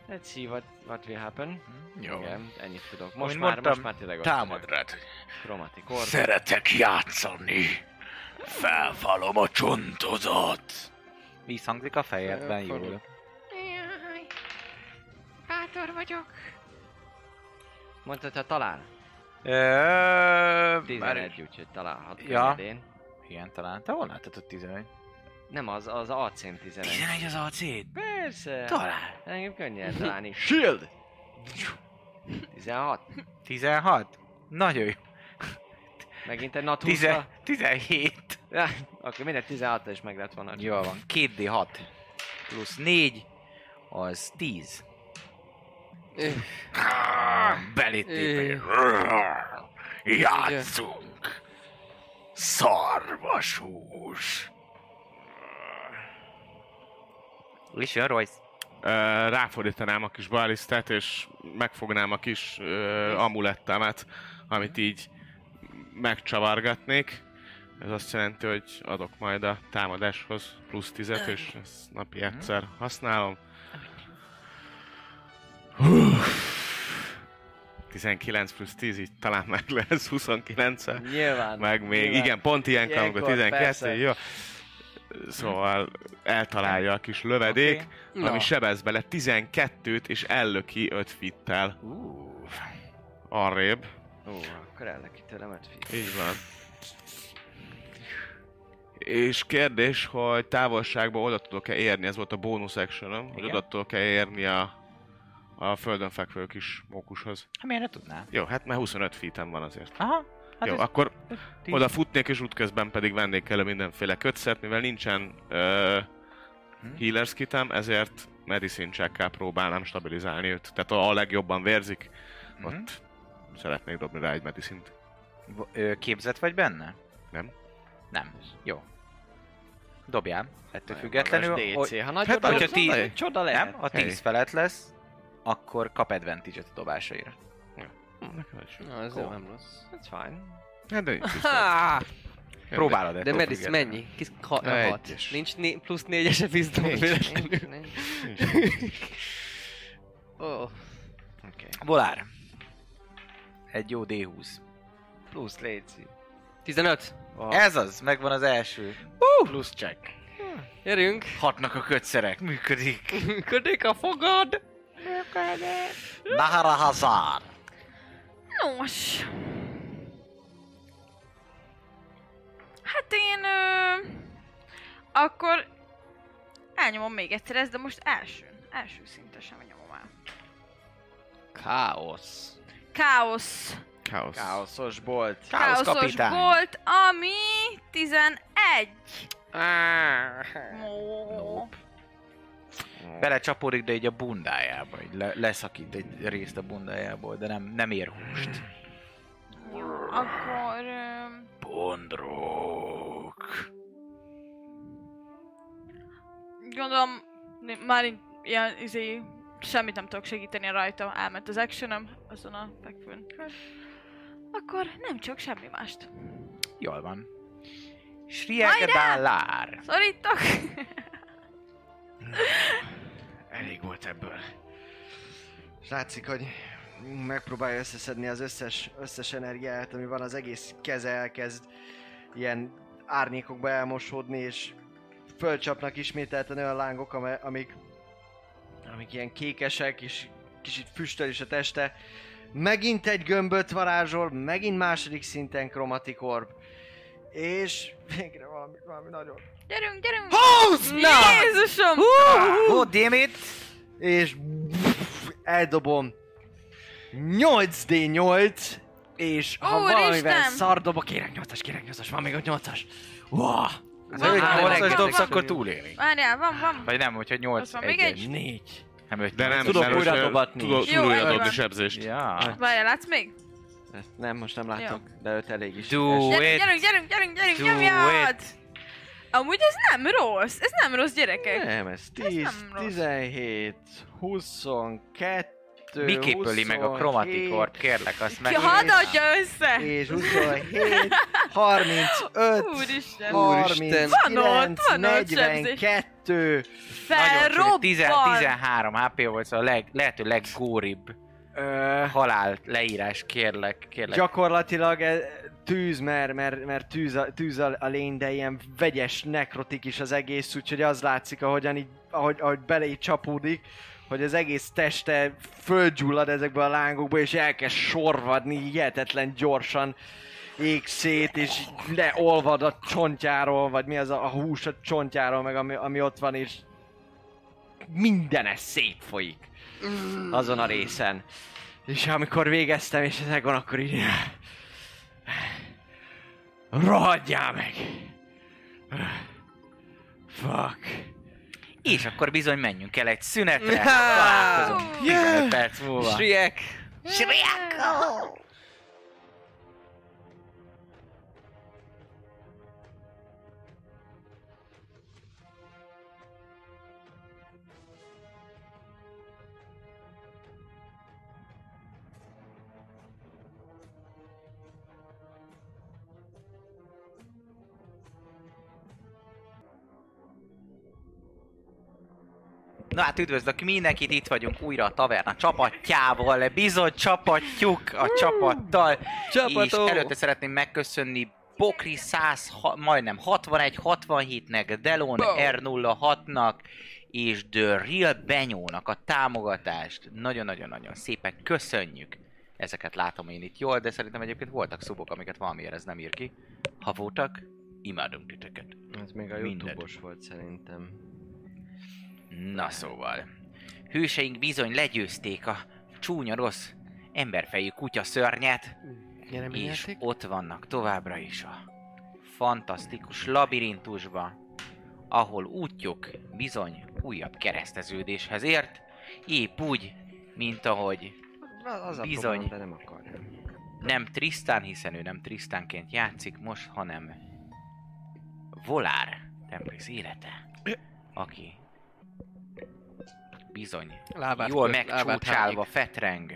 Speaker 6: let's see what, what will happen.
Speaker 20: Jó.
Speaker 6: Igen, ennyit tudok. Most
Speaker 20: Hmm. Amint
Speaker 6: már,
Speaker 20: mondtam,
Speaker 6: most már tényleg ott
Speaker 20: támad
Speaker 6: vagyok.
Speaker 20: rád.
Speaker 6: Kromatik orb.
Speaker 21: Szeretek játszani. Felfalom a csontodat.
Speaker 9: Visszhangzik a fejedben, jól.
Speaker 22: Jaj, bátor vagyok.
Speaker 6: Mondtad, ha talál?
Speaker 9: Ö,
Speaker 6: 11, úgyhogy találhat
Speaker 9: Ja.
Speaker 6: könnyedén.
Speaker 9: Igen, talán. Te honnan tudod 11?
Speaker 6: Nem, az, az acém 11.
Speaker 9: 11 az ac
Speaker 6: Persze.
Speaker 9: Talál.
Speaker 6: Engem könnyen találni. Shield! 16.
Speaker 9: 16? Nagyon jó.
Speaker 6: Megint egy nat
Speaker 9: 10,
Speaker 6: 20
Speaker 9: 17.
Speaker 6: Ja, [laughs] akkor mindegy 16 is meg lett volna.
Speaker 9: Jól van. 2D6 plusz 4 az 10. Belét tépel.
Speaker 21: Játszunk. Szarvasús.
Speaker 9: És jön Royce.
Speaker 8: Ö, ráfordítanám a kis balisztát, és megfognám a kis ö, amulettemet, amit így megcsavargatnék. Ez azt jelenti, hogy adok majd a támadáshoz plusz tizet, és ezt napi egyszer használom. Hú. 19 plusz 10, így talán meg lesz 29 -e.
Speaker 6: Nyilván.
Speaker 8: Meg még,
Speaker 6: nyilván.
Speaker 8: igen, pont ilyenkor, amikor
Speaker 6: Ilyenkor,
Speaker 8: 12,
Speaker 6: persze.
Speaker 8: jó. Szóval eltalálja a kis lövedék,
Speaker 5: Na.
Speaker 8: ami sebez bele 12-t, és ellöki 5 fittel. Arrébb.
Speaker 6: Ó, akkor elleki tőlem öt fi-
Speaker 8: Így van. És kérdés, hogy távolságban oda tudok-e érni, ez volt a bónusz actionom, hogy
Speaker 9: Igen.
Speaker 8: oda tudok-e érni a, a földön fekvő kis mókushoz.
Speaker 9: Hát miért ne tudnál?
Speaker 8: Jó, hát már 25 feet van azért.
Speaker 9: Aha. Hát
Speaker 8: Jó,
Speaker 9: ez-
Speaker 8: akkor
Speaker 9: tíz.
Speaker 8: oda futnék, és útközben pedig vennék elő mindenféle kötszert, mivel nincsen ö, healers kitem, ezért medicine check próbálnám stabilizálni őt. Tehát a, a legjobban vérzik, ott szeretnék dobni rá egy medicine
Speaker 9: V- ö, Képzett vagy benne?
Speaker 8: Nem.
Speaker 9: Nem. Jó. Dobjál. Ettől
Speaker 6: Nagyon
Speaker 9: függetlenül,
Speaker 6: magas DC. Ha nagyobb dobsz,
Speaker 9: hát, hogyha
Speaker 6: az nagyon
Speaker 9: tíz,
Speaker 6: csoda lehet.
Speaker 9: nem, ha 10
Speaker 8: Hey.
Speaker 9: felett lesz, akkor kap advantage a dobásaira.
Speaker 8: Nekem is.
Speaker 5: Na, ez
Speaker 6: Cool.
Speaker 5: nem rossz.
Speaker 6: That's fine.
Speaker 8: Hát de nincs is.
Speaker 5: Ha!
Speaker 9: Próbálod
Speaker 5: De
Speaker 9: ettől
Speaker 5: Medis
Speaker 9: függetlenül.
Speaker 5: mennyi? Kis ha,
Speaker 9: Na,
Speaker 5: hat.
Speaker 9: egyes.
Speaker 5: Nincs né- plusz négyes a vízdom
Speaker 9: Nincs,
Speaker 5: véletlenül.
Speaker 9: Ó. Volár. Egy jó D20. Plusz léci.
Speaker 5: 15.
Speaker 9: Ez az, megvan az első. Uh! Plusz check.
Speaker 5: Gyerünk.
Speaker 9: Hatnak a kötszerek, működik.
Speaker 5: Ködik a fogad.
Speaker 9: Nahara Hazar.
Speaker 7: Nos. Hát én... Ö, akkor elnyomom még egyszer ezt, de most elsőn. Első szintesen nyomom el.
Speaker 23: Káosz.
Speaker 7: Káosz.
Speaker 8: Káosz.
Speaker 23: Káoszos bolt.
Speaker 7: Káoszos volt, ami 11. Ó.
Speaker 9: Belecsapódik, de így a bundájába, így le, leszakít egy részt a bundájából, de nem, nem ér húst.
Speaker 7: Jó, akkor... Ö,
Speaker 9: Bondrók.
Speaker 7: gondolom, ni- már in- ilyen, izé, semmit nem tudok segíteni rajta, elment az actionem azon a fekvőn. Akkor nem csak semmi mást.
Speaker 9: Jól van.
Speaker 7: Hajrá!
Speaker 9: Sriegdalár.
Speaker 7: Szorítok! [laughs]
Speaker 6: Elég volt ebből. És látszik, hogy megpróbálja összeszedni az összes, összes energiáját, ami van, az egész keze elkezd ilyen árnyékokba elmosódni, és fölcsapnak ismételten olyan lángok, ame- amik, amik ilyen kékesek, és kicsit füstöl is a teste. Megint egy gömböt varázsol, megint második szinten kromatik orb. És végre valami, valami nagyon
Speaker 7: Gyerünk, gyerünk!
Speaker 6: Húsz!
Speaker 7: Na! Jézusom!
Speaker 6: Oh, damn it! És eldobom 8D8, és ha
Speaker 7: Úristen!
Speaker 6: valamivel szardobok, kérek 8-as, kérek 8-as, van még ott 8-as. Wow!
Speaker 9: Az előtt
Speaker 6: Á,
Speaker 9: nyolcas
Speaker 6: reggel
Speaker 9: dobsz,
Speaker 6: sikerül.
Speaker 9: akkor túléli.
Speaker 7: Várjál, van, van.
Speaker 9: Vagy nem, hogyha nyolc,
Speaker 7: Ott van még egy?
Speaker 6: Négy.
Speaker 9: Nem, Hát, öt,
Speaker 8: De nem,
Speaker 9: nyolc.
Speaker 8: nem, ö, Tudod,
Speaker 7: Jó,
Speaker 8: tudod újra
Speaker 7: megvan.
Speaker 8: dobni sebzést.
Speaker 9: Ja.
Speaker 7: Várjál, látsz még?
Speaker 6: Ezt nem, most nem látok, de öt elég is.
Speaker 9: Do
Speaker 7: Gyerünk, gyerünk, gyerünk, gyerünk, gyerünk,
Speaker 6: Do
Speaker 7: nyomjad! Amúgy ez nem rossz, ez nem rossz gyerekek.
Speaker 6: Nem, ez 10, 17, 22,
Speaker 9: Miképöli meg a kromatikort, kérlek, azt meg.
Speaker 7: Ki hadd adja össze!
Speaker 6: És 27, 35,
Speaker 7: Úristen.
Speaker 6: 39,
Speaker 7: Van ott, van ott sebzés.
Speaker 6: 42,
Speaker 7: Felrobbant!
Speaker 9: 13 HP volt, szóval a leg, lehető leggóribb
Speaker 6: Ö...
Speaker 9: halál leírás, kérlek, kérlek.
Speaker 6: Gyakorlatilag eh, tűz, mert, mert, mert tűz, a, tűz a, a lény, de ilyen vegyes, nekrotik is az egész, úgyhogy az látszik, ahogyan így, ahogy, ahogy bele így csapódik, hogy az egész teste fölgyullad ezekbe a lángokba, és elkezd sorvadni hihetetlen gyorsan ég szét, és így leolvad a csontjáról, vagy mi az a, a hús a csontjáról, meg ami, ami ott van, és mindene szétfolyik azon a részen. És amikor végeztem, és ezekon akkor így... Rohadjál meg! Fuck.
Speaker 9: És akkor bizony menjünk el egy szünetre.
Speaker 5: Ja!
Speaker 7: [laughs]
Speaker 9: Találkozunk 15
Speaker 5: Yeah!
Speaker 9: perc múlva.
Speaker 5: Sriek.
Speaker 9: Sriek! Na hát üdvözlök mindenkit, itt vagyunk újra a taverna csapatjával, bizony csapatjuk a csapattal.
Speaker 5: Csapató!
Speaker 9: És előtte szeretném megköszönni Bokri 100, ha- majdnem 61-67-nek, Delon R06-nak és The Real Benyónak a támogatást. Nagyon-nagyon-nagyon szépen köszönjük. Ezeket látom én itt jól, de szerintem egyébként voltak szubok, amiket valamiért ez nem ír ki. Ha voltak, imádunk titeket.
Speaker 1: Ez még a
Speaker 9: Mindent.
Speaker 1: YouTube-os volt szerintem.
Speaker 9: Na szóval, hőseink bizony legyőzték a csúnya rossz emberfejű kutya szörnyet, és ott vannak továbbra is a fantasztikus labirintusba, ahol útjuk bizony újabb kereszteződéshez ért, épp úgy, mint ahogy
Speaker 1: Az a
Speaker 9: Bizony.
Speaker 1: Bizony. Próbálom, de nem akarnám.
Speaker 9: nem Trisztán, hiszen ő nem Trisztánként játszik most, hanem Volár Templis élete, aki bizony
Speaker 5: Lábát
Speaker 9: jól
Speaker 5: kö- lábát
Speaker 9: megcsúcsálva
Speaker 5: hányik.
Speaker 9: fetreng.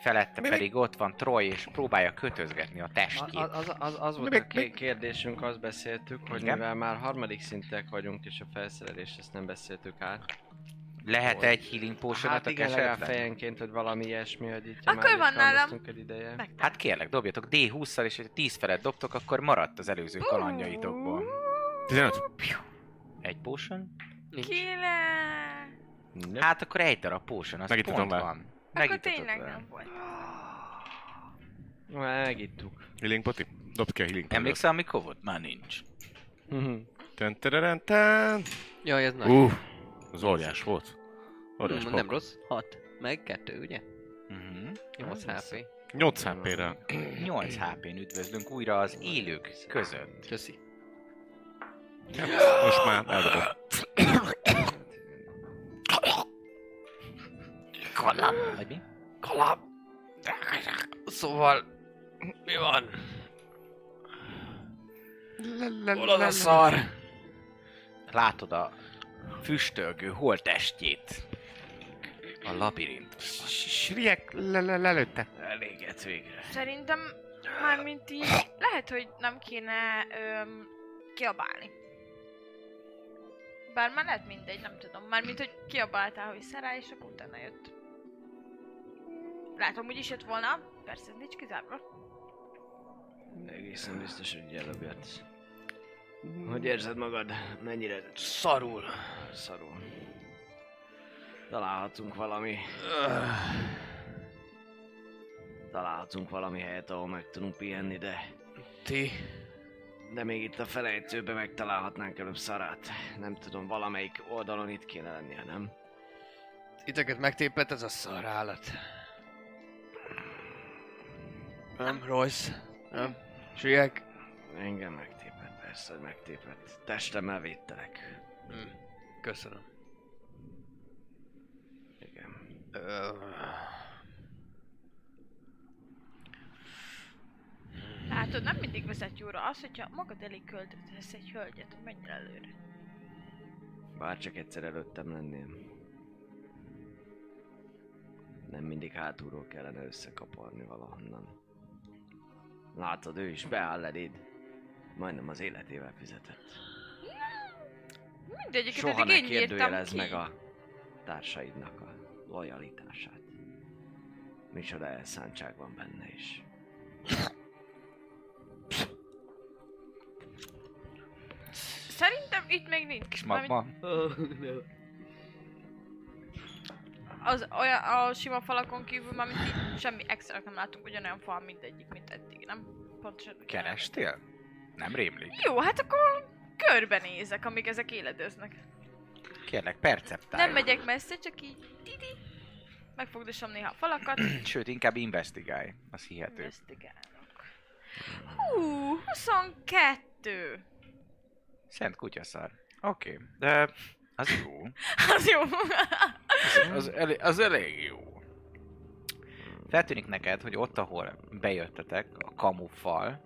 Speaker 9: Felette pedig ott van Troy, és próbálja kötözgetni a testjét.
Speaker 6: Az, az, az, az volt a ké- kérdésünk, azt beszéltük, hogy
Speaker 9: Igen?
Speaker 6: mivel már harmadik szintek vagyunk, és a felszerelést ezt nem beszéltük át.
Speaker 9: Lehet
Speaker 6: Volt.
Speaker 9: egy healing potion
Speaker 6: Hát igen, legalább
Speaker 9: esetleg?
Speaker 6: fejenként, hogy valami ilyesmi, hogy itt
Speaker 7: Akkor van nálam.
Speaker 6: Egy ideje.
Speaker 9: Hát kérlek, dobjatok D20-szal, és ha 10 felett dobtok, akkor maradt az előző kalandjaitokból.
Speaker 8: 15.
Speaker 9: Egy potion?
Speaker 7: Kilenc.
Speaker 9: Hát akkor egy darab potion, az
Speaker 8: Megittem
Speaker 9: pont
Speaker 8: már.
Speaker 9: van.
Speaker 7: Akkor
Speaker 9: Megittatod
Speaker 7: tényleg
Speaker 9: vele.
Speaker 7: nem volt.
Speaker 6: Megittuk. [laughs]
Speaker 8: Healing poti? Dobd ki a healing potion.
Speaker 9: Emlékszel, mikor volt? Már nincs.
Speaker 8: Ten, tereren, ten.
Speaker 24: Jaj, ez nagy.
Speaker 8: Uh, az óriás volt. Óriás
Speaker 24: Hmm, nem rossz. 6. Meg 2, ugye?
Speaker 9: Mhm.
Speaker 24: 8 HP.
Speaker 8: 8 HP-re.
Speaker 9: 8 HP-n üdvözlünk újra az élők között.
Speaker 24: Köszi.
Speaker 8: Most már eldobom.
Speaker 25: Kalam.
Speaker 9: Vagy mi?
Speaker 25: Kalam. Szóval, mi van? Hol a szar?
Speaker 9: Látod a füstölgő holtestjét. A labirint.
Speaker 8: Sriek le- le- lelőtte.
Speaker 9: Elégedsz végre.
Speaker 7: Szerintem mármint így lehet, hogy nem kéne öm, kiabálni. Bár már lehet mindegy, nem tudom. Mármint, hogy kiabáltál, hogy szerá, és akkor utána jött. Látom, úgy is jött volna. Persze, ez nincs kizárva.
Speaker 6: Egészen biztos, hogy előbjött. Hogy érzed magad? Mennyire
Speaker 25: Szarul.
Speaker 6: szarul? Találhatunk valami... Találhatunk valami helyet, ahol meg tudunk pihenni, de...
Speaker 25: Ti?
Speaker 6: De még itt a felejtőbe megtalálhatnánk előbb szarát. Nem tudom, valamelyik oldalon itt kéne lennie, nem?
Speaker 25: Titeket megtépett ez a szar állat. Nem, Royce? Nem? Siek?
Speaker 6: Engem megtépett, persze, hogy megtépett. Testemmel védtelek.
Speaker 25: Köszönöm.
Speaker 6: Igen.
Speaker 25: Ö...
Speaker 7: Látod, nem mindig vezet jóra az, hogyha magad elé költözhetsz egy hölgyet, hogy menj el előre.
Speaker 6: Bár csak egyszer előttem lenném. Nem mindig hátulról kellene összekaparni valahonnan. Látod, ő is beáll eléd. Majdnem az életével fizetett.
Speaker 7: Mindegyiket
Speaker 6: Soha
Speaker 7: eddig
Speaker 6: ne
Speaker 7: én írtam
Speaker 6: kérdőjelezd
Speaker 7: ki.
Speaker 6: meg a társaidnak a lojalitását. Micsoda elszántság van benne is.
Speaker 7: Szerintem itt még nincs. Kis
Speaker 9: magma.
Speaker 7: Az olyan, a sima falakon kívül már mint így semmi extra nem látunk, ugyanolyan fal mindegyik, mint eddig, nem? Pontosan ugyanolyan.
Speaker 9: Kerestél? Nem rémlik.
Speaker 7: Jó, hát akkor körbenézek, amíg ezek éledeznek.
Speaker 9: Kérlek, perceptál.
Speaker 7: Nem megyek messze, csak így tidi. Megfogdosom néha a falakat.
Speaker 9: Sőt, inkább investigálj. Az hihető.
Speaker 7: Investigálok. Hú, 22.
Speaker 9: Szent kutyaszar. Oké, okay. de az jó.
Speaker 7: [laughs] Az jó. [laughs]
Speaker 9: Az, elé, az elég jó. Feltűnik neked, hogy ott, ahol bejöttetek, a kamufal,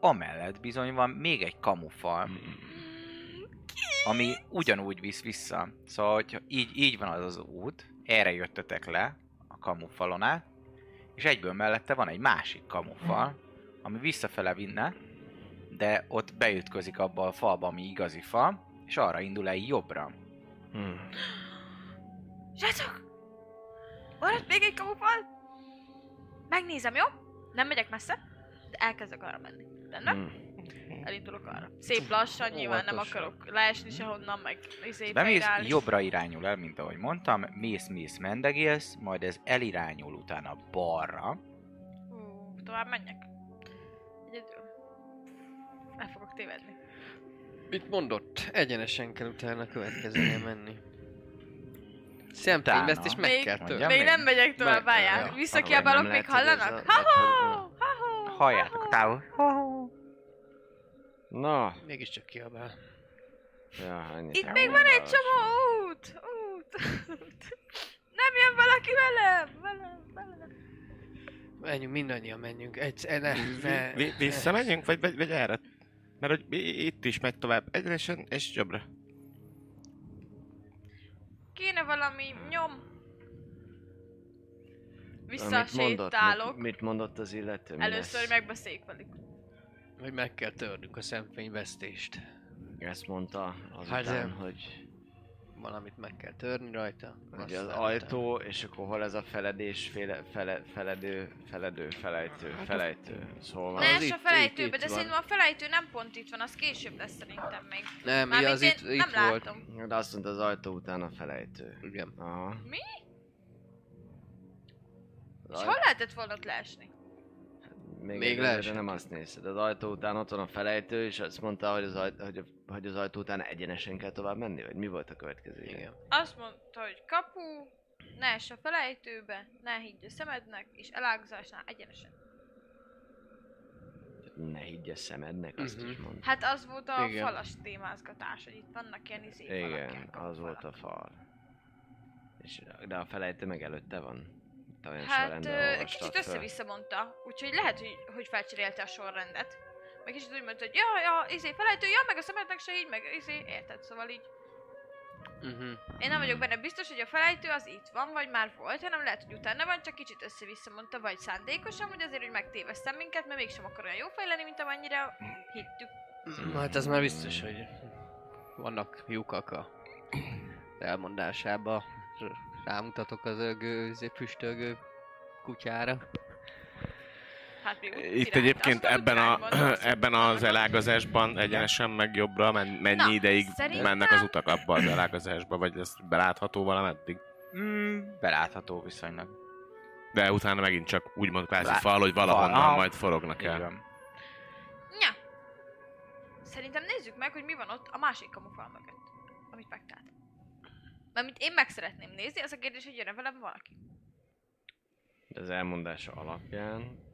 Speaker 9: amellett bizony van még egy kamufal, ami ugyanúgy visz vissza. Szóval, hogy így, így van az az út, erre jöttetek le a kamufalon át, és egyből mellette van egy másik kamufal, ami visszafele vinne, de ott beütközik abba a falba, ami igazi fal, és arra indul el jobbra.
Speaker 8: Hmm.
Speaker 7: Srácok! Maradt még egy kamufal? Megnézem, jó? Nem megyek messze, de elkezdek arra menni. Rendben?
Speaker 8: hmm.
Speaker 7: Elindulok arra. Szép lassan, nyilván nem
Speaker 9: Óvatosan.
Speaker 7: akarok leesni sehonnan, meg izé
Speaker 9: Bemész,
Speaker 7: beirálni.
Speaker 9: jobbra irányul el, mint ahogy mondtam, mész-mész mendegélsz, majd ez elirányul utána balra.
Speaker 7: Hú, tovább menjek. Egyedül. El fogok tévedni.
Speaker 24: Mit mondott? Egyenesen kell utána következőnél menni. Szemténybe
Speaker 7: Utána.
Speaker 24: ezt is meg kell
Speaker 7: még,
Speaker 24: tör.
Speaker 7: még nem megyek tovább, várjál. Visszakiabálok, még hallanak? Ha-ha!
Speaker 9: Halljátok a távol.
Speaker 6: Na.
Speaker 24: Mégiscsak kiabál.
Speaker 6: Ja, ennyi
Speaker 7: Itt még van egy csomó út! Út! út. [laughs] Nem jön valaki velem! Velem, velem!
Speaker 24: Menjünk, mindannyian menjünk. Egy, e, ne, ne.
Speaker 8: Vi- Visszamegyünk, vagy, vagy, vagy erre? Mert hogy i- itt is megy tovább. Egyenesen és jobbra.
Speaker 7: Kéne valami nyom. Visszasétálok.
Speaker 6: Mit, mit mondott az illető? Mi
Speaker 7: Először
Speaker 6: lesz?
Speaker 7: megbeszéljük velük.
Speaker 5: Hogy meg kell törnünk a szemfényvesztést.
Speaker 6: Ezt mondta
Speaker 5: Hát,
Speaker 6: azután,
Speaker 5: de-
Speaker 6: hogy
Speaker 5: Valamit meg kell törni rajta.
Speaker 6: hogy
Speaker 5: Azt
Speaker 6: az
Speaker 5: fel-
Speaker 6: ajtó, és akkor hol ez a feledés, fele, fele, feledő, feledő, felejtő,
Speaker 7: Hát
Speaker 6: felejtő, szóval...
Speaker 7: Ne ez a felejtőbe, de szerintem a felejtő nem pont itt van, az később lesz szerintem még.
Speaker 6: Nem,
Speaker 7: Mármint az én itt- nem itt volt.
Speaker 6: De Hát azt mondta az ajtó után a felejtő.
Speaker 5: Igen.
Speaker 6: Aha.
Speaker 7: Mi?
Speaker 6: Az
Speaker 7: És
Speaker 6: aj-
Speaker 7: hol lehetett volna ott leesni?
Speaker 6: Még,
Speaker 5: Még
Speaker 6: még
Speaker 5: leesett.
Speaker 6: de nem azt nézted. Az ajtó után ott van a felejtő, és azt mondta, hogy az, ajtó, hogy, a- hogy az ajtó után egyenesen kell tovább menni, vagy mi volt a következő? Igen.
Speaker 7: Azt mondta, hogy kapu, ne ess a felejtőbe, ne higgy a szemednek, és elágazásnál egyenesen.
Speaker 6: Ne higgy a szemednek, azt is mondta.
Speaker 7: Hát az volt a
Speaker 6: Igen.
Speaker 7: falas témázgatás, hogy itt vannak ilyen izé falak.
Speaker 6: Igen, az volt a fal. És, de a felejtő meg előtte van. Itt olyan
Speaker 7: Hát
Speaker 6: sorrendben
Speaker 7: ö,
Speaker 6: olvastad
Speaker 7: kicsit
Speaker 6: föl.
Speaker 7: össze-vissza mondta, úgyhogy lehet, hogy, hogy felcserélte a sorrendet. Meg kicsit úgy mondta, hogy ja, ja, izé, felejtő, ja, meg a szemednek se így, meg izé, érted, szóval így. Én nem vagyok benne biztos, hogy a felejtő az itt van, vagy már volt, hanem lehet, hogy utána van, csak kicsit össze-vissza mondta, vagy szándékosan, hogy azért, hogy megtévesztem minket, mert mégsem akar olyan jó fejleni, mint amennyire hittük.
Speaker 5: Hát ez már biztos, hogy vannak lyukak a elmondásába. Rámutatok az ölgő, izé, füstölgő kutyára.
Speaker 7: Hát még úgy
Speaker 8: Itt
Speaker 7: irányítás,
Speaker 8: egyébként
Speaker 7: de úgy
Speaker 8: ebben, a, [clears throat]
Speaker 7: irányban az-
Speaker 8: ebben az elágazásban egyenesen meg jobbra men, mennyi
Speaker 7: Na,
Speaker 8: ideig
Speaker 7: szerintem-
Speaker 8: mennek az utak abba az elágazásba, vagy ez belátható valameddig?
Speaker 9: Mm, belátható viszonylag.
Speaker 8: De utána megint csak úgymond kvázi
Speaker 9: Lá-
Speaker 8: fal, hogy
Speaker 9: Aha.
Speaker 8: valahonnan majd forognak el.
Speaker 7: Nya! Szerintem nézzük meg, hogy mi van ott a másik kamufal mögött, amit megtált. Mármint én meg szeretném nézni, az a kérdés, hogy jön velem valaki.
Speaker 6: De az elmondása alapján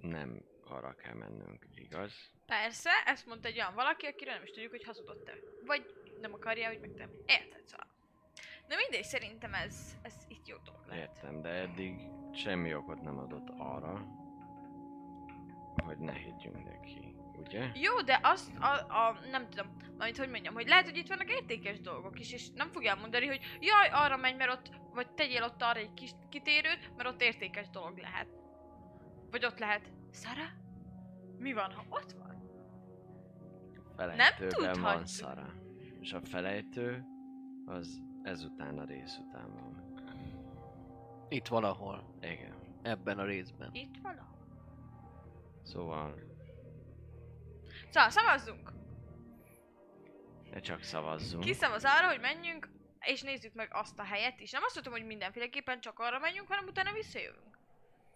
Speaker 6: nem arra kell mennünk, igaz?
Speaker 7: Persze, ezt mondta egy olyan valaki, akiről nem is tudjuk, hogy hazudott-e. Vagy nem akarja, hogy megtem. Érted, szóval. Na mindegy, szerintem ez, ez itt jó dolog.
Speaker 6: Értem, de eddig semmi okot nem adott arra, hogy ne higgyünk neki, ugye?
Speaker 7: Jó, de azt a, a nem tudom, amit hogy mondjam, hogy lehet, hogy itt vannak értékes dolgok is, és nem fogja elmondani, hogy jaj, arra menj, mert ott, vagy tegyél ott arra egy kis kitérőt, mert ott értékes dolog lehet. Vagy ott lehet, Szara? Mi van, ha ott van?
Speaker 6: Felejtőben van
Speaker 7: tudhatjuk.
Speaker 6: szara. És a felejtő az ezután a rész után van.
Speaker 5: Itt valahol.
Speaker 6: Igen.
Speaker 5: Ebben a részben.
Speaker 7: Itt valahol.
Speaker 6: Szóval
Speaker 7: Szóval szavazzunk!
Speaker 6: ne csak szavazzunk.
Speaker 7: Kiszavaz arra, hogy menjünk, és nézzük meg azt a helyet is. Nem azt mondtam, hogy mindenféleképpen csak arra menjünk, hanem utána visszajövünk.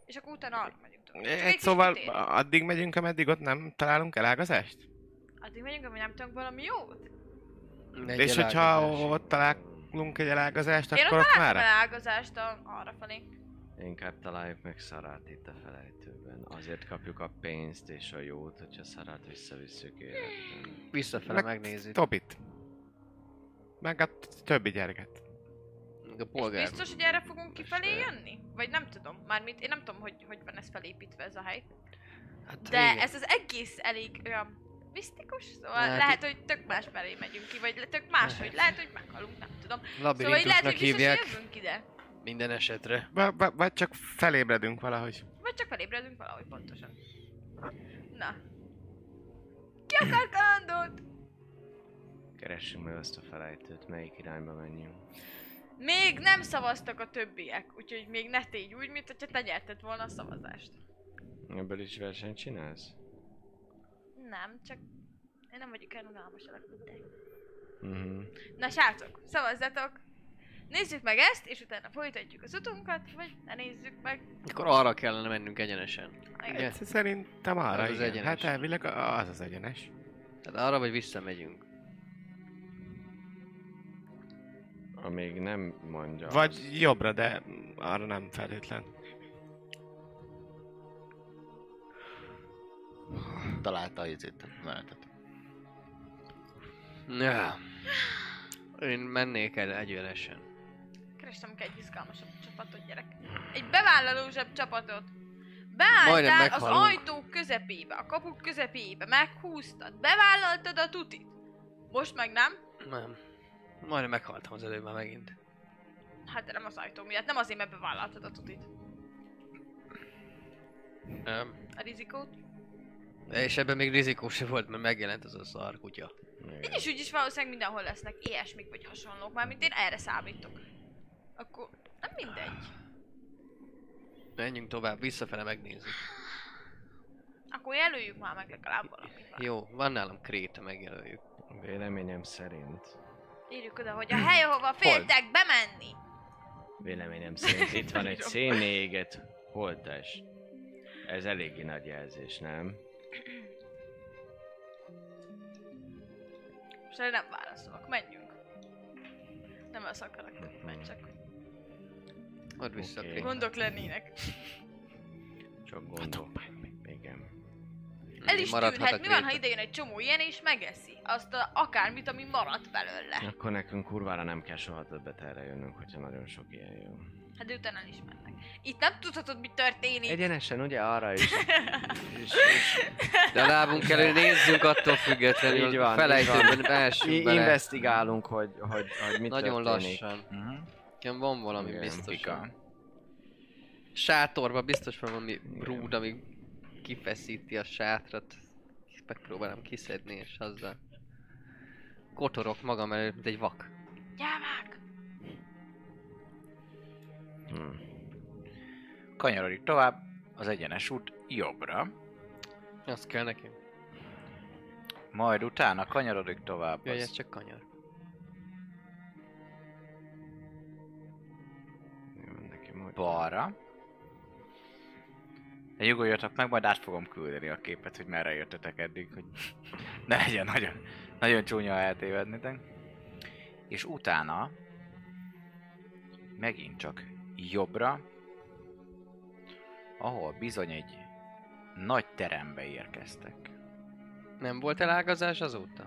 Speaker 7: És akkor utána arra megyünk. Csak egy
Speaker 8: Egy
Speaker 7: kis
Speaker 8: szóval
Speaker 7: kitérő.
Speaker 8: addig megyünk, ameddig ott nem találunk elágazást?
Speaker 7: Addig megyünk, ami nem tudunk valami jót.
Speaker 8: Egy És hogyha ott találunk egy elágazást,
Speaker 7: Én ott
Speaker 8: akkor ott
Speaker 7: találtam
Speaker 8: már?
Speaker 7: elágazást a, arra felé.
Speaker 6: Inkább találjuk meg szarát itt a felejtőben. Azért kapjuk a pénzt és a jót, hogyha szarát visszavisszük életben.
Speaker 5: Visszafele megnézzük.
Speaker 8: Tobit. Meg a t- többi gyereket.
Speaker 5: A
Speaker 7: És biztos, hogy erre fogunk kifelé jönni? Vagy nem tudom. Mármint én nem tudom, hogy, hogy van ez felépítve ez a hely. De
Speaker 5: Hát, igen.
Speaker 7: ez az egész elég olyan misztikus, szóval
Speaker 5: Hát-
Speaker 7: lehet, hogy tök más felé megyünk ki, vagy tök más, hogy lehet, hogy meghalunk, nem tudom. Szóval így lehet,
Speaker 5: Labirintusnak
Speaker 7: hogy biztos, hogy
Speaker 5: hívják.
Speaker 7: jövünk ide.
Speaker 5: Minden esetre.
Speaker 8: V- v- vagy csak felébredünk valahogy.
Speaker 7: Vagy csak felébredünk valahogy pontosan. Na. Ki akar kalandot?
Speaker 6: Keressünk meg azt a felejtőt, melyik irányba menjünk.
Speaker 7: Még nem szavaztak a többiek, úgyhogy még ne tégy úgy, mint hogyha te nyerted volna a szavazást.
Speaker 6: Ebből is versenyt csinálsz?
Speaker 7: Nem, csak én nem vagyok olyan unalmas alak, mint te.
Speaker 6: Mhm.
Speaker 7: Na srácok, szavazzatok! Nézzük meg ezt, és utána folytatjuk az utunkat, vagy ne nézzük meg.
Speaker 5: Akkor arra kellene mennünk egyenesen.
Speaker 7: Igen.
Speaker 8: Hát Szerintem arra,
Speaker 5: Az
Speaker 8: az
Speaker 5: az
Speaker 8: igen.
Speaker 5: egyenes.
Speaker 8: Hát elvileg a- az az egyenes.
Speaker 5: Tehát Hát arra vagy visszamegyünk.
Speaker 6: Amíg nem mondja.
Speaker 8: Vagy jobbra, de arra nem feltétlen.
Speaker 26: Találta a izét, menetet.
Speaker 5: Ja. Én mennék el egyenesen.
Speaker 7: Kerestem kell egy izgalmasabb csapatot, gyerek. Egy bevállalósabb csapatot.
Speaker 5: Majdnem
Speaker 7: Beálltál az
Speaker 5: meghalunk.
Speaker 7: ajtók közepébe, a kapuk közepébe, meghúztad, bevállaltad a tutit. Most meg nem,
Speaker 5: Nem. Majdnem meghaltam az előbb már megint.
Speaker 7: hát de nem az ajtó miatt, nem azért, mert bevállaltad a tutit.
Speaker 5: Nem.
Speaker 7: a rizikót.
Speaker 5: És ebben még rizikó sem volt, mert megjelent az a szar kutya.
Speaker 7: Így is, úgy is valószínűleg mindenhol lesznek ilyesmik vagy hasonlók, mármint én erre számítok. Akkor nem mindegy.
Speaker 5: Menjünk tovább, visszafele megnézzük.
Speaker 7: Akkor jelöljük már meg legalább valamit.
Speaker 5: Jó, van nálam kréta, megjelöljük.
Speaker 27: Véleményem szerint.
Speaker 7: Írjuk oda, hogy a hely, ahova féltek bemenni.
Speaker 6: Véleményem szerint itt van
Speaker 8: [laughs]
Speaker 6: egy szénné égett holttest. Ez eléggé nagy jelzés, nem?
Speaker 7: És erre nem válaszolok, menjünk. Nem az akarok, csak
Speaker 5: Add vissza
Speaker 6: Oké.
Speaker 5: okay. a
Speaker 7: gondok lennének.
Speaker 26: Hát
Speaker 6: Csak gondolom. Igen.
Speaker 7: El is tűnhet, mi van, ha idejön egy csomó ilyen és megeszi azt a akármit, ami maradt belőle.
Speaker 6: Akkor nekünk kurvára nem kell soha többet erre jönnünk, hogyha nagyon sok ilyen jön.
Speaker 7: Hát de utána is mennek. Itt nem tudhatod, mi történik.
Speaker 6: Egyenesen ugye arra [laughs] is.
Speaker 28: De a lábunk elő nézzünk attól függetlenül.
Speaker 6: Így van, így
Speaker 28: Felejtőben
Speaker 6: van.
Speaker 28: elsünk
Speaker 6: Mi
Speaker 28: bele.
Speaker 6: investigálunk, hogy, hogy, hogy mit
Speaker 28: Nagyon
Speaker 6: történik.
Speaker 28: lassan.
Speaker 9: Mhm,
Speaker 5: Igen, van valami
Speaker 6: Igen,
Speaker 5: biztos.
Speaker 6: pika.
Speaker 5: Sátorban biztos van valami rúd, ami kifeszíti a sátrat. Megpróbálom kiszedni, és azzal kotorok magam előtt, mint egy vak.
Speaker 7: Gyámák!
Speaker 9: Kanyarodik tovább, az egyenes út jobbra.
Speaker 5: Azt kell nekem.
Speaker 9: Majd utána kanyarodik tovább.
Speaker 5: Jaj, ez
Speaker 9: Az
Speaker 5: csak kanyar.
Speaker 9: balra. De Nyugodjatok meg, majd át fogom küldeni a képet, hogy merre jöttetek eddig, hogy [laughs] ne legyen nagyon, nagyon csúnya ha eltévednétek. És utána megint csak jobbra, ahol bizony egy nagy terembe érkeztek.
Speaker 5: Nem volt elágazás azóta?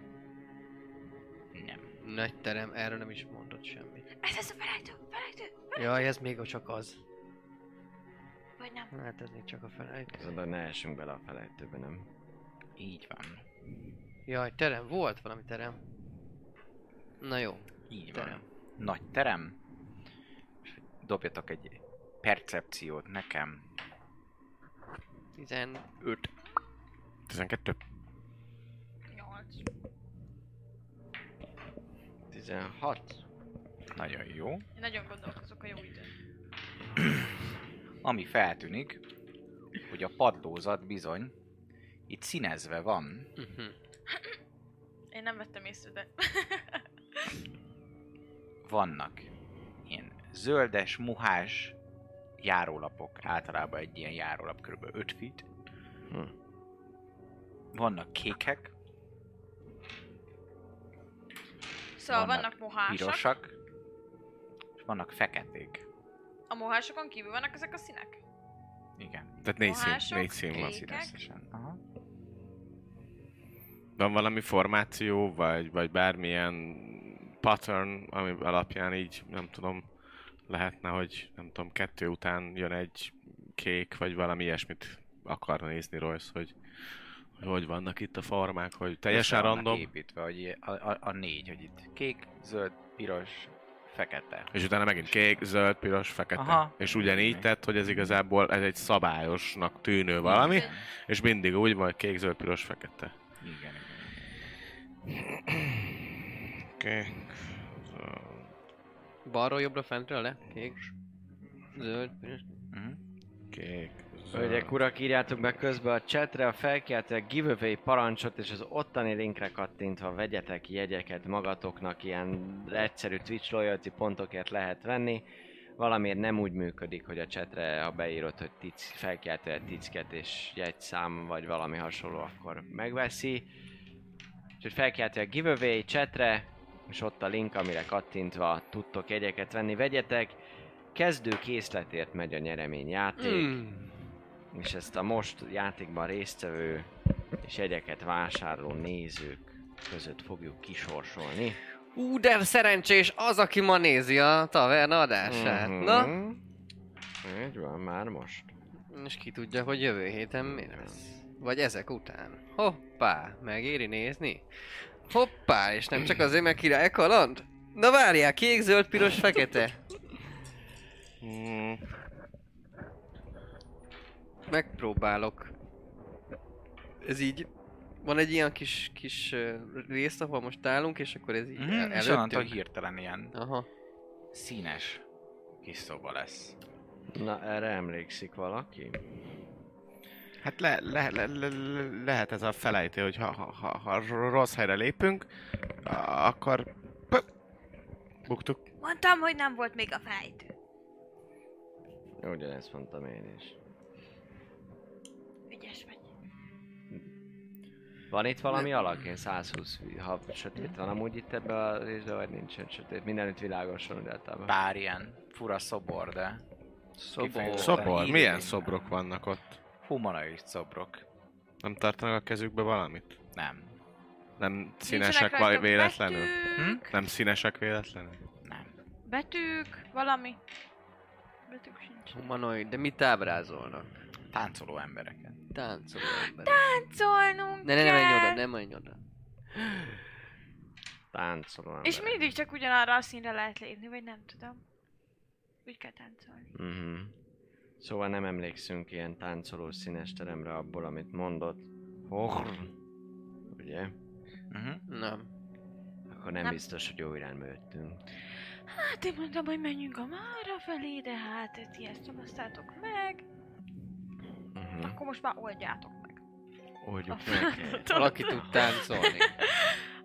Speaker 9: Nem.
Speaker 5: Nagy terem, erről nem is mondott semmit.
Speaker 7: Ez az a felejtő, felejtő,
Speaker 5: Jaj, ez még csak az.
Speaker 7: vagy nem.
Speaker 5: Hát ez még csak a felejtő.
Speaker 6: Azonban ne essünk bele a felejtőbe, nem?
Speaker 9: Így van.
Speaker 5: Jaj, terem, volt valami terem. Na jó.
Speaker 9: Így van. Nagy terem. És Dobjatok egy percepciót nekem.
Speaker 5: 15.
Speaker 8: 12.
Speaker 6: 16.
Speaker 9: Nagyon jó.
Speaker 7: Én nagyon gondolkozok a jó időn.
Speaker 9: Ami feltűnik, hogy a padlózat bizony itt színezve van.
Speaker 5: Mhm.
Speaker 7: Én nem vettem észre,
Speaker 8: [laughs]
Speaker 7: de...
Speaker 9: Vannak ilyen zöldes, muhás járólapok. Általában egy ilyen járólap kb. 5 feet.
Speaker 6: Hm.
Speaker 9: Vannak kékek,
Speaker 7: szóval vannak,
Speaker 9: Vannak
Speaker 7: mohások.
Speaker 9: pirosak, és vannak feketék.
Speaker 7: A mohásokon kívül vannak ezek a színek?
Speaker 9: Igen.
Speaker 8: Tehát négy
Speaker 7: Mohások,
Speaker 8: szín, négy szín van.
Speaker 7: kékek.
Speaker 9: Aha.
Speaker 8: Van valami formáció, vagy, vagy bármilyen pattern, ami alapján így, nem tudom, lehetne, hogy nem tudom, kettő után jön egy kék, vagy valami ilyesmit akarna nézni Royce, hogy hogy hogy vannak itt a formák, hogy teljesen
Speaker 9: Össze vannak
Speaker 8: random,
Speaker 9: építve, hogy ilyen- a, a, a, négy, hogy itt kék, zöld, piros, fekete.
Speaker 8: és utána megint kék, zöld, piros, fekete.
Speaker 9: Aha.
Speaker 8: És ugyanígy tett, hogy ez igazából ez egy szabályosnak tűnő valami,
Speaker 7: Igen.
Speaker 8: és mindig úgy van, hogy kék, zöld, piros, fekete.
Speaker 9: Igen.
Speaker 8: Oké.
Speaker 5: Balról jobbra fentről le? Kék. Zöld. piros.
Speaker 8: Kék.
Speaker 6: Hölgyek, urak, írjátok be közben a chatre a felkiáltott giveaway parancsot, és az ottani linkre kattintva vegyetek jegyeket magatoknak, ilyen egyszerű Twitch loyalty pontokért lehet venni. Valamiért nem úgy működik, hogy a chatre, ha beírod, hogy tic, felkiáltja ticket és jegyszám, vagy valami hasonló, akkor megveszi. Úgyhogy felkiáltja a giveaway chatre, és ott a link, amire kattintva tudtok jegyeket venni. Vegyetek, kezdő készletért megy a nyereményjáték.
Speaker 5: Mm.
Speaker 6: És ezt a most játékban résztvevő és jegyeket vásárló nézők között fogjuk kisorsolni.
Speaker 28: Ú, de szerencsés az, aki ma nézi a taverna adását.
Speaker 6: Mhm.
Speaker 28: Na?
Speaker 6: Így van, már most.
Speaker 5: És ki tudja, hogy jövő héten mi lesz. Vagy ezek után. Hoppá, megéri nézni? Hoppá, és nem csak azért, mert király kaland? Na várjál, kék, zöld,
Speaker 9: [laughs]
Speaker 5: piros,
Speaker 8: Hmm.
Speaker 5: fekete.
Speaker 8: Mm.
Speaker 5: megpróbálok. Ez így... Van egy ilyen kis, kis ö, rész, ahol most állunk, és akkor ez így
Speaker 9: Mhm,
Speaker 5: mm,
Speaker 9: és onnantól
Speaker 5: előttünk.
Speaker 9: hirtelen ilyen
Speaker 5: Aha.
Speaker 9: színes kis szoba lesz.
Speaker 29: Na, erre emlékszik valaki?
Speaker 8: Hát le, le, le, le, le- lehet ez a felejtő, hogy ha, ha, ha, ha rossz helyre lépünk, a- akkor pöp, buktuk.
Speaker 7: Mondtam, hogy nem volt még a felejtő.
Speaker 6: Ugyanezt mondtam én is.
Speaker 7: Ügyes vagy.
Speaker 6: Van itt valami alak? Én 120, ha sötét van amúgy itt ebbe a részbe, vagy nincsen sötét. Mindenütt világosan hát úgy általában.
Speaker 9: Bár ilyen fura szobor, de...
Speaker 8: Szobor.
Speaker 9: Kifejezetten
Speaker 8: Szobor?
Speaker 9: híres.
Speaker 8: Milyen szobrok vannak ott?
Speaker 9: Humanoid szobrok.
Speaker 8: Nem tartanak a kezükbe valamit?
Speaker 9: Nem.
Speaker 8: Nem
Speaker 7: Nincsenek
Speaker 8: színesek val-
Speaker 7: rajta
Speaker 8: véletlenül?
Speaker 7: betűk.
Speaker 8: Nem színesek véletlenül?
Speaker 7: Betűk, valami. Betűk sincs.
Speaker 5: Humanoid, de mit ábrázolnak?
Speaker 9: Táncoló embereket.
Speaker 5: Táncoló emberek.
Speaker 7: Táncolnunk
Speaker 5: Ne, ne, ne
Speaker 7: kell.
Speaker 5: menj oda, ne menj oda.
Speaker 6: Táncolom.
Speaker 7: És mindig csak ugyanarra a színre lehet lépni, vagy nem tudom. Úgy kell táncolni.
Speaker 6: Uh-huh. Szóval nem emlékszünk ilyen táncoló színes teremre abból, amit mondott. Horr. Ugye?
Speaker 5: Uh-huh. Nem.
Speaker 6: Akkor nem,
Speaker 7: Nem.
Speaker 6: nem biztos, hogy jó irányba jöttünk.
Speaker 7: Hát én mondtam, hogy menjünk a mára felé, de hát ti ezt nem osztátok meg.
Speaker 8: Hm.
Speaker 6: Uh-huh.
Speaker 7: Akkor most már oldjátok meg.
Speaker 6: Oldjuk
Speaker 7: Mhm. meg.
Speaker 5: Valaki tud táncolni.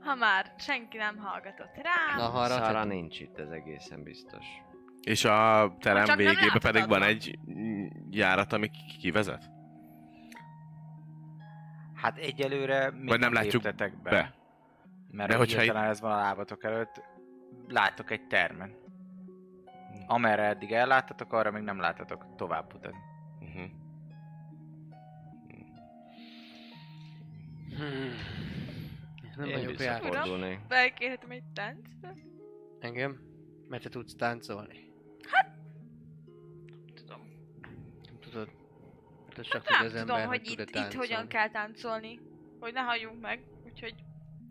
Speaker 7: Ha már senki nem hallgatott rá.
Speaker 5: Na, ha arra
Speaker 6: Szára
Speaker 5: csak-
Speaker 6: nincs itt, ez egészen biztos.
Speaker 8: És a terem
Speaker 7: Csak nem
Speaker 8: végében pedig van
Speaker 7: láthatatlan.
Speaker 8: egy járat, ami ki- kivezet?
Speaker 9: Hát egyelőre még
Speaker 8: Vagy nem látjuk
Speaker 9: léptetek be.
Speaker 8: be.
Speaker 9: Mert
Speaker 8: De
Speaker 9: De
Speaker 8: hogyha
Speaker 9: hogyha hirtelen ez van a lábatok előtt, látok egy termet.
Speaker 8: Hm.
Speaker 9: Amerre eddig elláttatok, arra még nem láttatok tovább utat.
Speaker 8: Uh-huh.
Speaker 5: Hmm. Nem
Speaker 6: Én
Speaker 5: vagyok jár.
Speaker 6: visszafordulnék.
Speaker 7: Felkérhetem egy táncra.
Speaker 5: Engem? Mert te tudsz táncolni.
Speaker 7: Hát! Tudom.
Speaker 5: Nem tudod. Te csak
Speaker 7: Hát Nem
Speaker 5: tud az
Speaker 7: tudom,
Speaker 5: ember,
Speaker 7: hogy itt,
Speaker 5: tud-e
Speaker 7: itt hogyan
Speaker 5: táncolni.
Speaker 7: kell táncolni. Hogy ne halljunk meg. Úgyhogy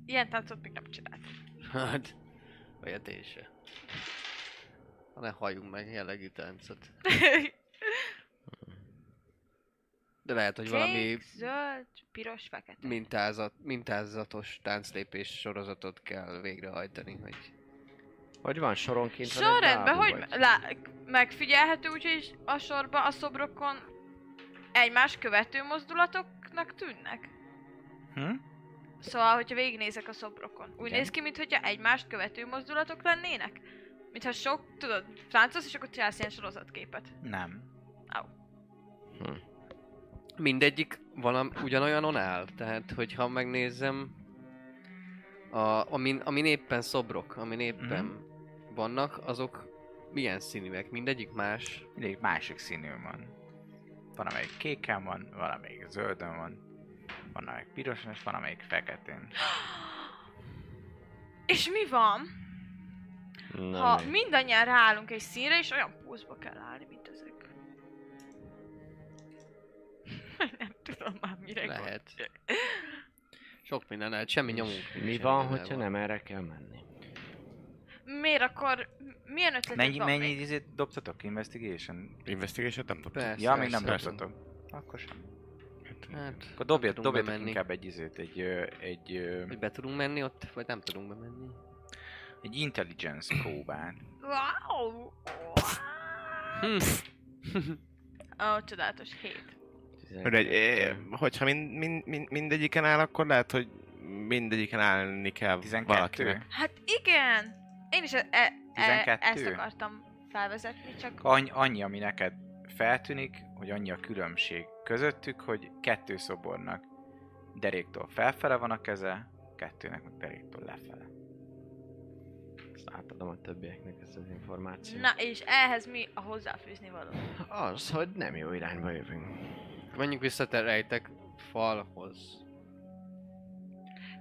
Speaker 7: ilyen táncot még nem csináltam.
Speaker 5: Hát, olyat én se. Ha Ne halljunk meg jellegű táncot. De lehet, [laughs] hogy valami
Speaker 7: Kék, zöld, piros, fekete.
Speaker 5: mintázat, mintázatos tánclépés sorozatot kell végrehajtani, hogy...
Speaker 6: Hogy van soronként?
Speaker 7: Sorrendben, hogy me- lá- megfigyelhető, úgyhogy a sorba a szobrokon egymás követő mozdulatoknak tűnnek.
Speaker 9: Hm?
Speaker 7: Szóval, hogyha végignézek a szobrokon, úgy
Speaker 9: Igen.
Speaker 7: néz ki, mintha egymást követő mozdulatok lennének. Mintha sok, tudod, táncolsz, és akkor csinálsz ilyen sorozatképet.
Speaker 9: Nem.
Speaker 7: Au.
Speaker 5: Mindegyik valam, ugyanolyanon áll, tehát hogyha megnézem... A, amin, amin éppen szobrok, amin éppen
Speaker 6: Mhm.
Speaker 5: vannak, azok milyen színűek? Mindegyik más?
Speaker 9: Mindig másik színű van. Van amelyik kéken van, valamelyik zöldön van, van amelyik piroson, és van amelyik feketén.
Speaker 7: És mi van,
Speaker 6: Na,
Speaker 7: ha
Speaker 6: mi?
Speaker 7: mindannyian ráállunk egy színre, és olyan pózba kell állni, mint ezek? [laughs] Nem tudom már mire
Speaker 5: Lehet. Sok minden lehet, semmi nyomunk. nincs,
Speaker 6: Mi
Speaker 5: semmi
Speaker 6: van,
Speaker 5: nem
Speaker 6: hogyha nem erre kell menni?
Speaker 7: Miért akkor, m- milyen ötletek
Speaker 9: Mennyi,
Speaker 7: van
Speaker 9: mennyi
Speaker 7: még?
Speaker 9: izét dobtatok? Investigation?
Speaker 8: Investigation nem dobtam.
Speaker 5: Persze,
Speaker 9: ja, még nem
Speaker 5: persze.
Speaker 9: dobtatok. Akkor sem.
Speaker 5: Hát,
Speaker 9: Akkor dobjat,
Speaker 5: tudunk
Speaker 9: dobjatok
Speaker 5: bemenni.
Speaker 9: inkább egy izét, egy, ö, egy, ö,
Speaker 5: Hogy be tudunk menni ott, vagy nem tudunk bemenni.
Speaker 9: egy intelligence próbát.
Speaker 7: Wow!
Speaker 6: Hm.
Speaker 7: Ó, csodálatos hét.
Speaker 8: Hogy egy, eh, hogyha mind, mind, mind, mindegyiken áll, akkor lehet, hogy mindegyiken állni kell
Speaker 9: 12?
Speaker 8: valakinek.
Speaker 7: Hát igen! Én is e- e- e-
Speaker 9: 12?
Speaker 7: ezt akartam felvezetni, csak...
Speaker 9: Any, annyi, ami neked feltűnik, hogy annyi a különbség közöttük, hogy kettő szobornak deréktől felfele van a keze, kettőnek meg deréktől lefele.
Speaker 6: Ezt átadom a többieknek ezt az információt.
Speaker 7: Na és ehhez mi a hozzáfűzni való?
Speaker 6: Az, hogy nem jó irányba jövünk.
Speaker 5: Menjünk vissza te rejtek falhoz.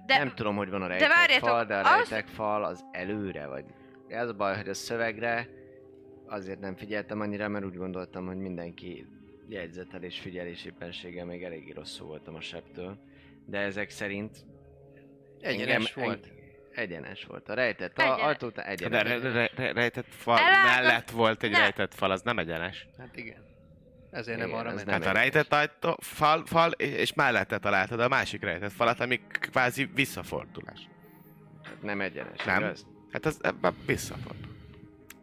Speaker 7: De
Speaker 6: nem tudom, hogy van a
Speaker 7: de
Speaker 6: rejtek
Speaker 7: várjátok,
Speaker 6: fal, de a
Speaker 7: az-
Speaker 6: rejtek fal az előre, vagy... De az a baj, hogy a szövegre azért nem figyeltem annyira, mert úgy gondoltam, hogy mindenki jegyzetel és figyelés éppenséggel még eléggé rosszul voltam a septől. De ezek szerint...
Speaker 5: Egyenes
Speaker 6: engem-
Speaker 5: volt.
Speaker 6: eng- egyenes volt. A rejtett a
Speaker 7: Egyenes.
Speaker 6: ajtó után
Speaker 8: De re,
Speaker 6: egyenes.
Speaker 8: re, re, rejtett fal
Speaker 7: Eláll-
Speaker 8: mellett volt egy
Speaker 7: Ne.
Speaker 8: rejtett fal, az nem egyenes.
Speaker 5: Hát igen. Ezért nem
Speaker 8: Igen,
Speaker 5: arra
Speaker 8: ez
Speaker 5: ment.
Speaker 8: Hát a rejtett ajtó, fal, fal, és mellette találtad a másik rejtett falat, ami kvázi visszafordulás.
Speaker 30: Nem egyenes,
Speaker 8: Nem?
Speaker 30: igaz?
Speaker 8: Hát az ebben visszafordul.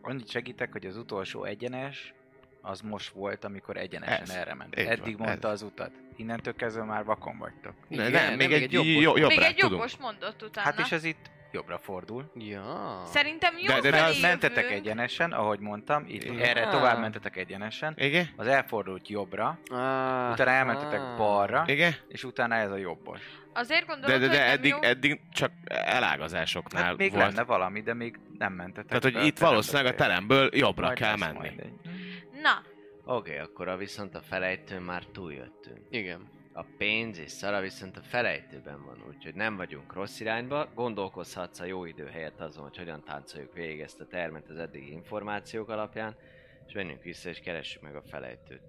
Speaker 9: Annyit segítek, hogy az utolsó egyenes, az most volt, amikor egyenesen
Speaker 8: Ez.
Speaker 9: erre ment.
Speaker 8: Így van,
Speaker 9: Eddig mondta
Speaker 8: ez.
Speaker 9: az utat. Innentől kezdve már vakon vagytok.
Speaker 8: Ne, Igen, nem, még nem, egy egy jobbos- jo- jobbra
Speaker 7: Még egy
Speaker 9: tudunk.
Speaker 7: jobbos mondott utána.
Speaker 9: Hát és ez itt jobbra fordul.
Speaker 5: Ja.
Speaker 7: Szerintem jó
Speaker 9: de, de, de
Speaker 7: felé
Speaker 9: az mentetek
Speaker 7: jövünk.
Speaker 9: egyenesen, ahogy mondtam, itt
Speaker 8: Igen.
Speaker 9: erre
Speaker 8: Ah.
Speaker 9: tovább mentetek egyenesen.
Speaker 8: Igen.
Speaker 9: Az elfordult jobbra,
Speaker 5: ah.
Speaker 9: utána elmentetek
Speaker 8: Ah.
Speaker 9: balra,
Speaker 8: Igen.
Speaker 9: és utána ez a jobbos.
Speaker 7: Azért
Speaker 8: De,
Speaker 7: gondolod,
Speaker 8: de, de
Speaker 7: hogy
Speaker 8: eddig,
Speaker 7: nem jó?
Speaker 8: eddig csak elágazásoknál
Speaker 9: Hát még
Speaker 8: volt.
Speaker 9: lenne valami, de még nem mentetek.
Speaker 8: Tehát, hogy
Speaker 9: fel,
Speaker 8: itt
Speaker 9: te nem
Speaker 8: valószínűleg a
Speaker 9: tettél.
Speaker 8: teremből jobbra
Speaker 9: Majd
Speaker 8: kell
Speaker 9: lesz
Speaker 8: menni.
Speaker 9: majd egy.
Speaker 7: Na,
Speaker 6: Oké, okay, akkor a viszont a felejtőn már túljöttünk.
Speaker 5: Igen.
Speaker 6: A pénz és szara viszont a felejtőben van, úgyhogy nem vagyunk rossz irányba. Gondolkozhatsz a jó idő helyett azon, hogy hogyan táncoljuk végig ezt a termet az eddigi információk alapján, és menjünk vissza és keressük meg a felejtőt.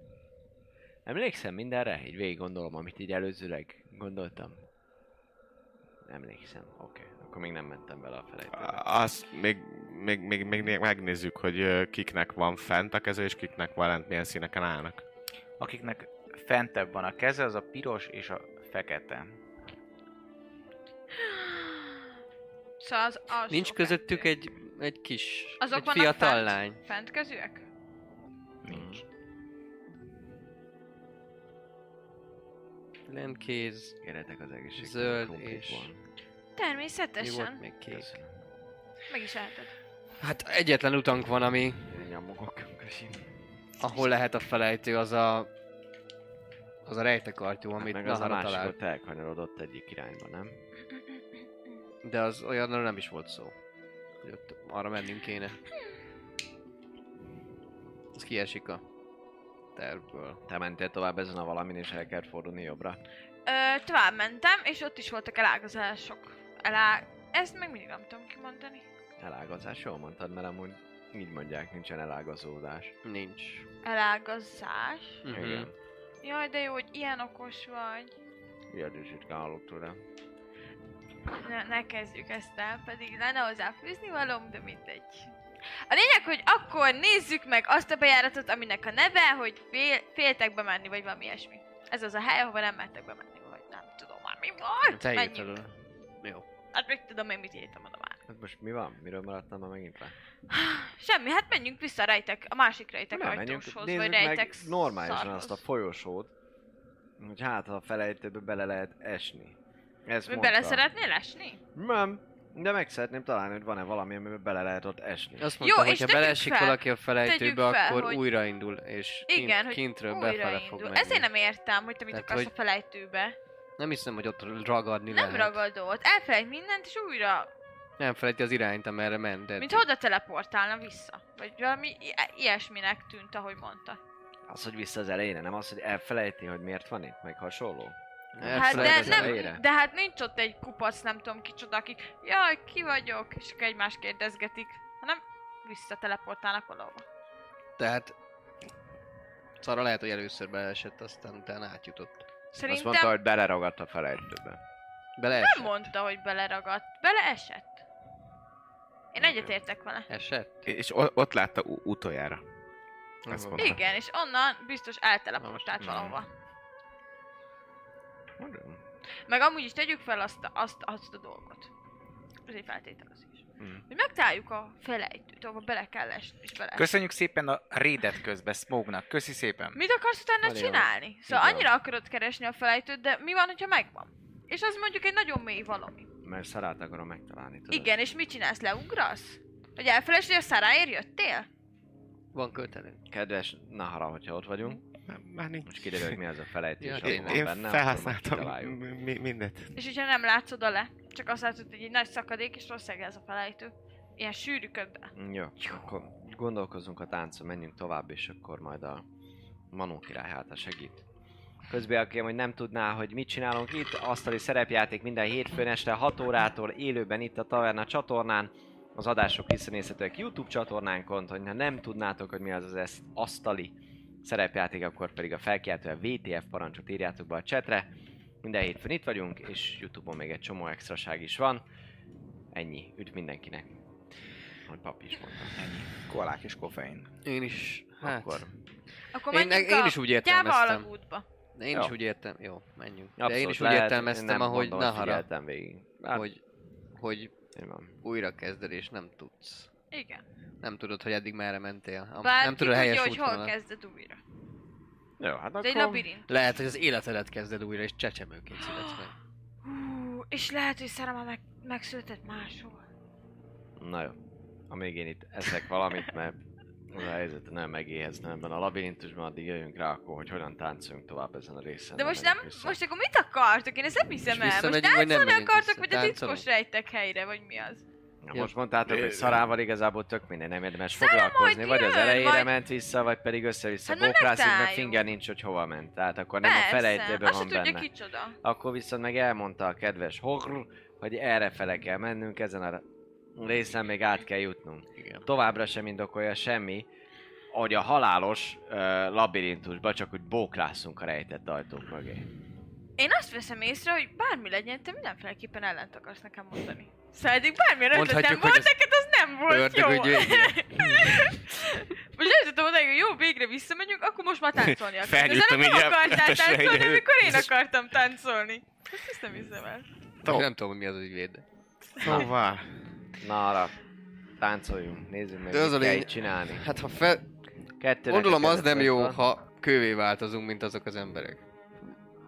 Speaker 6: Emlékszem mindenre? Így végig gondolom, amit így előzőleg gondoltam. Emlékszem, oké. Okay. Akkor még nem mentem bele a
Speaker 5: Ah.
Speaker 6: felejtőbe.
Speaker 8: Azt még, még, még, még né- megnézzük, hogy ö, kiknek van fent a keze, és kiknek van lent, milyen színeken állnak.
Speaker 9: Akiknek fentebb van a keze, az a piros és a fekete.
Speaker 7: szóval az alsó
Speaker 5: Nincs közöttük
Speaker 7: kettő.
Speaker 5: egy, egy kis,
Speaker 7: Azok
Speaker 5: egy
Speaker 7: vannak
Speaker 5: fiatal
Speaker 7: fent,
Speaker 5: lány.
Speaker 7: Fentkezőek?
Speaker 9: Nincs.
Speaker 5: Lentkéz,
Speaker 6: Kérhetek az egészségügyi
Speaker 5: zöld
Speaker 6: krumplit
Speaker 5: és...
Speaker 6: volna.
Speaker 5: Mi volt
Speaker 7: Természetesen.
Speaker 5: még kék?
Speaker 7: Meg is álltad.
Speaker 5: Hát egyetlen utank van, ami...
Speaker 6: Nyomogok, köszönöm.
Speaker 5: Ahol lehet a felejtő, az a... Az a rejtekartyú,
Speaker 6: Hát
Speaker 5: amit
Speaker 6: meg az a
Speaker 5: Nahara
Speaker 6: másik
Speaker 5: talált.
Speaker 6: ott elkanyarodott egyik irányba, nem?
Speaker 5: De az olyanról nem is volt szó. Hogy ott arra mennünk kéne. Az kiesik a tervből.
Speaker 6: Te mentél tovább ezen a valamin, és el kell fordulni jobbra.
Speaker 7: Ö, tovább mentem, és ott is voltak elágazások. Elá... Ezt meg mindig nem tudom kimondani.
Speaker 6: Elágazás, jól mondtad, mert amúgy így mondják, nincsen elágazódás.
Speaker 5: Nincs. Mhm.
Speaker 7: Elágazás?
Speaker 6: Mm-hmm. Igen.
Speaker 7: Jaj, de jó, hogy ilyen okos vagy.
Speaker 6: Érdősít hallok tőle.
Speaker 7: Ne, ne kezdjük ezt el, pedig lenne hozzá fűzni valóm, de mindegy. A lényeg, hogy akkor nézzük meg azt a bejáratot, aminek a neve, hogy fél, féltek bemenni, vagy valami ilyesmi. Ez az a hely, ahova nem mertek bemenni, vagy nem tudom már mi volt.
Speaker 5: Hát, Te
Speaker 7: Menjünk.
Speaker 5: írtad oda. Jó.
Speaker 7: Hát még tudom én, mit írtam oda már. [sighs]
Speaker 6: Hát most mi van? Miről maradtam már megint le?
Speaker 7: Semmi, hát menjünk vissza a rejtek, a másik rejtek
Speaker 6: Nem, menjünk,
Speaker 7: ajtóshoz, vagy
Speaker 6: nézzük
Speaker 7: rejtek
Speaker 6: meg normálisan
Speaker 7: szarhoz.
Speaker 6: azt a folyosót, hogy hát ha a felejtőbe bele lehet esni. Ez
Speaker 7: Vagy
Speaker 6: mondta.
Speaker 7: bele szeretnél esni?
Speaker 6: Nem, de meg szeretném találni, hogy van-e valami, amiben bele lehet ott esni.
Speaker 5: Azt
Speaker 7: Jó,
Speaker 5: mondta, hogy
Speaker 7: és
Speaker 5: ha
Speaker 7: tegyük
Speaker 5: beleesik
Speaker 7: fel-
Speaker 5: valaki a
Speaker 7: tegyük
Speaker 5: felejtőbe,
Speaker 7: fel,
Speaker 5: akkor
Speaker 7: hogy-
Speaker 5: újraindul, és kint,
Speaker 7: Igen, hogy
Speaker 5: kintről befele fog
Speaker 7: újraindul.
Speaker 5: menni.
Speaker 7: Ezért nem értem, hogy te mit
Speaker 5: Tehát,
Speaker 7: akarsz a
Speaker 5: hogy-
Speaker 7: felejtőbe.
Speaker 5: Nem hiszem, hogy ott ragadni
Speaker 7: Nem
Speaker 5: lehet.
Speaker 7: ragadott, elfelejt mindent, és újra,
Speaker 5: Nem felejti az irányt, amerre ment. de-
Speaker 7: mintha oda teleportálna vissza. Vagy valami i- ilyesminek tűnt, ahogy mondta.
Speaker 6: Az, hogy vissza az elejére, nem az, hogy elfelejti, hogy miért van itt, meg hasonló.
Speaker 7: Hát de,
Speaker 6: az elejére.
Speaker 7: nem, de hát nincs ott egy kupac, nem tudom kicsoda, akik jaj, ki vagyok, és akkor egymást kérdezgetik, hanem visszateleportálnak valahova.
Speaker 5: Tehát... Szarra lehet, hogy először beleesett, aztán utána átjutott.
Speaker 6: Azt
Speaker 7: Szerintem
Speaker 6: mondta, hogy beleragadt a felejtőbe.
Speaker 7: nem
Speaker 5: Beleesett?
Speaker 7: mondta, hogy beleragadt, beleesett. Én egyetértek vele.
Speaker 5: Esett?
Speaker 8: És o- ott látta u- utoljára. Ezt mondta.
Speaker 7: Igen, és onnan biztos elteleportált valahova. Meg amúgy is tegyük fel azt a, azt, azt a dolgot. Ez egy feltétel az is.
Speaker 9: Mm.
Speaker 7: Hogy megtaláljuk a felejtőt, ahova bele kell esni, és bele.
Speaker 9: Köszönjük szépen a rédet közbe, Smognak. Köszi szépen.
Speaker 7: Mit akarsz utána
Speaker 9: Nagyon jó.
Speaker 7: csinálni? Szóval
Speaker 9: Így van.
Speaker 7: annyira akarod keresni a felejtőt, de mi van, hogyha megvan? És az mondjuk egy nagyon mély valami.
Speaker 6: Mert szarát akarom megtalálni, tudod.
Speaker 7: Igen, és mit csinálsz? Leugrasz? Hogy elfelejtsd, hogy a száráért jöttél?
Speaker 5: Van költelő.
Speaker 6: Kedves Nahara, hogyha ott vagyunk.
Speaker 8: Már nincs.
Speaker 6: Most kiderül, hogy mi az a felejtés,
Speaker 5: Ja,
Speaker 6: ami
Speaker 5: tényleg.
Speaker 6: van
Speaker 8: Én
Speaker 6: benne,
Speaker 8: felhasználtam
Speaker 6: akkor majd
Speaker 8: mi- mi- mindent.
Speaker 7: És hogyha nem látszod le, csak azt látod, hogy egy nagy szakadék, és rossz ez a felejtő. Ilyen sűrű ködben.
Speaker 6: kitaláljuk. Jó, akkor gondolkozunk a táncon, menjünk tovább, és akkor majd a Manó király háta segít. Közben aki hogy nem tudná, hogy mit csinálunk itt, asztali szerepjáték minden hétfőn este 6 órától élőben itt a Taverna csatornán. Az adások visszanézhetőek YouTube csatornánkon, hogyha nem tudnátok, hogy mi az az ez- asztali szerepjáték, akkor pedig a felkiáltója VTF parancsot írjátok be a csetre. Minden hétfőn itt vagyunk, és Youtube-on még egy csomó extraság is van. Ennyi, üdv mindenkinek. Hogy papi is mondta.
Speaker 9: Kolák és koffein.
Speaker 5: Én is. Hát...
Speaker 6: Akkor
Speaker 7: Akkor
Speaker 5: Én,
Speaker 7: menjünk
Speaker 5: én
Speaker 7: a
Speaker 5: is úgy értelmeztem.
Speaker 7: alagútba.
Speaker 5: Én
Speaker 7: Jó.
Speaker 5: is úgy értem, jó, menjünk. De
Speaker 6: Abszolút
Speaker 5: én is úgy
Speaker 6: lehet, én
Speaker 5: értelmeztem,
Speaker 6: nem
Speaker 5: ahogy
Speaker 6: gondolom, Hát-
Speaker 5: nahara,
Speaker 6: figyeltem végig.
Speaker 5: hogy, hogy újra kezded és nem tudsz.
Speaker 7: Igen.
Speaker 5: Nem tudod, hogy eddig merre mentél. Am- nem
Speaker 7: Bár nem ki
Speaker 5: tudod a
Speaker 7: tudja,
Speaker 5: helyes
Speaker 7: hogy hol
Speaker 5: útvonalat.
Speaker 7: kezded újra.
Speaker 6: Jó, hát
Speaker 7: Ez egy labirint.
Speaker 5: Lehet, hogy az életedet kezded újra, és csecsemőként születsz meg.
Speaker 7: Hú, és lehet, hogy Szarama meg, megszületett máshol.
Speaker 6: Na jó. Amíg én itt eszek valamit, mert az a helyzet nem megéhezne ebben a labirintusban, addig jöjjünk rá akkor, hogy hogyan táncoljunk tovább ezen a részen.
Speaker 7: De most nem,
Speaker 6: megyek vissza.
Speaker 7: most akkor mit akartok? Én ezt nem hiszem el. Most
Speaker 6: visszamegyünk, vagy nem
Speaker 7: táncolni
Speaker 6: megyünk
Speaker 7: akartok,
Speaker 6: vissza?
Speaker 7: vagy a titkos
Speaker 6: Táncolunk.
Speaker 7: rejtek helyre, vagy mi az?
Speaker 6: Na, most mondtátok, hogy szarával igazából tök minden nem érdemes
Speaker 7: Szara majd
Speaker 6: foglalkozni, vagy az
Speaker 7: jön,
Speaker 6: elejére
Speaker 7: vagy-
Speaker 6: ment vissza, vagy pedig össze-vissza
Speaker 7: Hát majd
Speaker 6: bókrászik, mert
Speaker 7: megtaláljuk.
Speaker 6: finger nincs, hogy hova ment. Tehát akkor nem a
Speaker 7: Persze,
Speaker 6: felejtőben
Speaker 7: azt se
Speaker 6: van
Speaker 7: tudja
Speaker 6: benne.
Speaker 7: kicsoda.
Speaker 6: Akkor viszont meg elmondta a kedves Hogr, hogy erre fele kell mennünk, ezen a részen még át kell jutnunk.
Speaker 31: Igen.
Speaker 6: Továbbra sem indokolja semmi, hogy a halálos ö, labirintusba csak úgy bókrászunk a rejtett ajtók mögé.
Speaker 7: Én azt veszem észre, hogy bármi legyen, te mindenféleképpen ellent akarsz nekem mondani. Szóval eddig bármilyen ötletem
Speaker 6: Mondhatjuk, hogy
Speaker 7: volt,
Speaker 6: ez
Speaker 7: neked az nem volt
Speaker 6: ördög
Speaker 7: jó.
Speaker 6: ügy végre.
Speaker 7: [laughs] most nem tudtam mondani, hogy jó, végre visszamegyünk, akkor most már táncolni akarsz. De
Speaker 8: Felnőttem
Speaker 7: nem
Speaker 8: így a
Speaker 7: akartál
Speaker 8: ötös
Speaker 7: táncolni,
Speaker 8: rejtőn.
Speaker 7: amikor én akartam táncolni. Ezt nem hiszem
Speaker 6: [laughs]
Speaker 7: el. [laughs]
Speaker 5: Tom. Nem tudom, hogy mi az ügyvéd. de-
Speaker 6: Szóval... Na arra, táncoljunk, nézzük meg,
Speaker 5: De az a
Speaker 6: mit kell
Speaker 5: lény-
Speaker 6: itt csinálni.
Speaker 5: Hát ha fel...
Speaker 6: Kettőnek
Speaker 5: Gondolom
Speaker 6: a
Speaker 5: az nem
Speaker 6: kedvezet
Speaker 5: jó,
Speaker 6: van.
Speaker 5: ha kővé változunk, mint azok az emberek.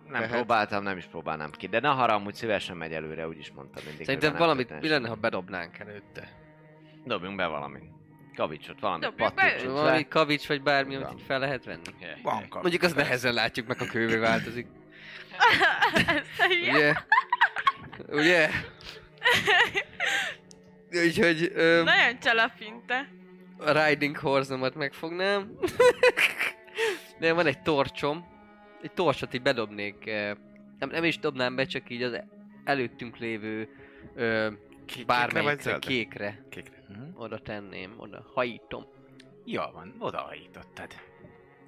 Speaker 6: Nem
Speaker 5: Tehát-
Speaker 6: próbáltam, nem is próbálnám ki, de ne haramudj, szívesen megy előre, úgyis mondtam mindig. hogy
Speaker 5: Szerintem
Speaker 6: nem
Speaker 5: valamit,
Speaker 6: történt
Speaker 5: mi lenne, ha bedobnánk előtte?
Speaker 6: semmi. Dobjunk be valamit. Kavicsot, valamit,
Speaker 5: Dobjuk be
Speaker 6: pattintsunk
Speaker 5: Valami
Speaker 6: le.
Speaker 5: kavics vagy bármi, amit így fel lehet venni.
Speaker 6: Van kavics,
Speaker 5: Mondjuk az
Speaker 6: persze.
Speaker 5: nehezen látjuk meg, a kővé [laughs] változik.
Speaker 7: Ezt a hülye. [laughs]
Speaker 5: Ugye? Ugye? Úgyhogy ö,
Speaker 7: Nagyon csalapinte.
Speaker 5: a riding horse-omat [laughs] megfognám. De van egy torcsom. Egy torcsot így bedobnék. ö, Nem, nem is dobnám be, csak így az előttünk lévő ö,
Speaker 9: vagy
Speaker 5: bármelyikre,
Speaker 9: zöldre?
Speaker 5: kékre.
Speaker 9: Kékre.
Speaker 5: Oda tenném, oda hajítom.
Speaker 9: Jól Mhm. van, odahajítottad.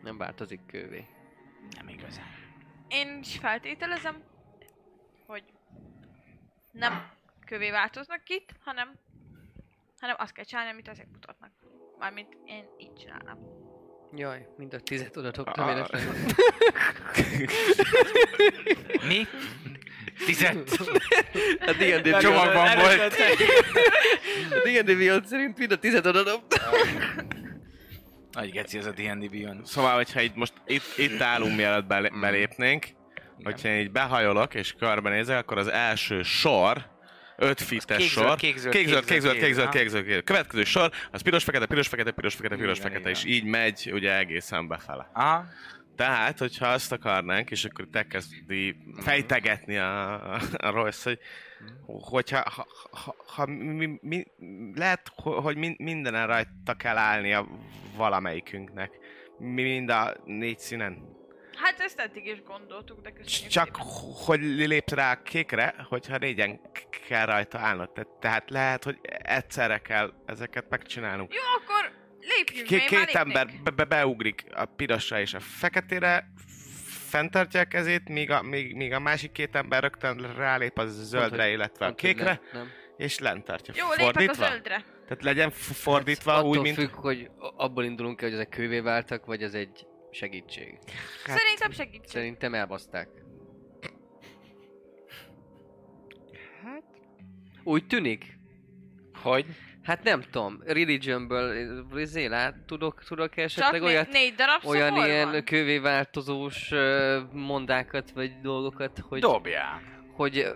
Speaker 5: Nem változik kővé.
Speaker 9: Nem igazán.
Speaker 7: Én is feltételezem, hogy nem kövé változnak itt, hanem, hanem azt kell csinálni, amit ezek mutatnak. Mármint én így csinálnám.
Speaker 5: Jaj, mind a tizet
Speaker 9: Ah.
Speaker 5: odatoktam véletlenül.
Speaker 9: Mi? Tizet?
Speaker 5: [laughs] A D&D
Speaker 9: Csomagban
Speaker 5: Beyond-
Speaker 9: volt.
Speaker 5: A D&D Beyond szerint mind a tizet odatoktam.
Speaker 9: Nagy geci az a D&D Beyond.
Speaker 8: Szóval, hogyha így most itt, itt állunk, mielőtt bel- belépnénk, hogyha én így behajolok és körbenézek, akkor az első sor, öt fites
Speaker 32: kékzöld,
Speaker 8: sor,
Speaker 32: kékzöld,
Speaker 8: kékzöld,
Speaker 32: kékzöld,
Speaker 8: kékzöld, kékzöld,
Speaker 32: kékzöld,
Speaker 8: kékzöld, kékzöld. következő sor, az piros-fekete, piros-fekete, piros-fekete, piros-fekete,
Speaker 32: Igen,
Speaker 8: és
Speaker 32: igen.
Speaker 8: így megy ugye egészen befele.
Speaker 9: Aha.
Speaker 8: Tehát, hogyha azt akarnánk, és akkor te kezdi fejtegetni a, a, a Royce, hogy hogyha ha, ha, ha mi, mi, lehet, ho- hogy min- mindenen rajta kell állnia valamelyikünknek. Mi mind a négy színen.
Speaker 7: Hát ezt eddig is gondoltuk, de köszönjük.
Speaker 8: Csak hogy lépsz rá a kékre, hogyha négyen k- kell rajta állnod. Te- Tehát lehet, hogy egyszerre kell ezeket megcsinálnunk.
Speaker 7: Jó, akkor lépjünk,
Speaker 8: K-
Speaker 7: én már
Speaker 8: két
Speaker 7: lépnék.
Speaker 8: ember be- be- beugrik a pirosra és a feketére, fenntartja a kezét, míg a, míg, míg a másik két ember rögtön rálép a zöldre,
Speaker 5: hogy-
Speaker 8: illetve a
Speaker 5: pont, hogy
Speaker 8: kékre,
Speaker 5: nem- nem.
Speaker 8: és lent tartja.
Speaker 7: Jó, lépek a zöldre.
Speaker 8: Tehát legyen f- fordítva úgy,
Speaker 5: Hát, Attól
Speaker 8: mint...
Speaker 5: függ, hogy a- abból indulunk ki, hogy ezek kővé váltak, vagy ez egy segítség.
Speaker 7: Szerintem segítség.
Speaker 5: Hát, Szerintem elbaszták.
Speaker 7: Hát...
Speaker 5: Úgy tűnik. Hogy? Hát nem tudom, religionből, eh, izé, lát, tudok, tudok esetleg
Speaker 7: né-
Speaker 5: olyat,
Speaker 7: négy darab szobor
Speaker 5: olyan ilyen
Speaker 7: van?
Speaker 5: kövé változós ö, mondákat, vagy dolgokat, hogy...
Speaker 9: Dobjál!
Speaker 5: Hogy, ö,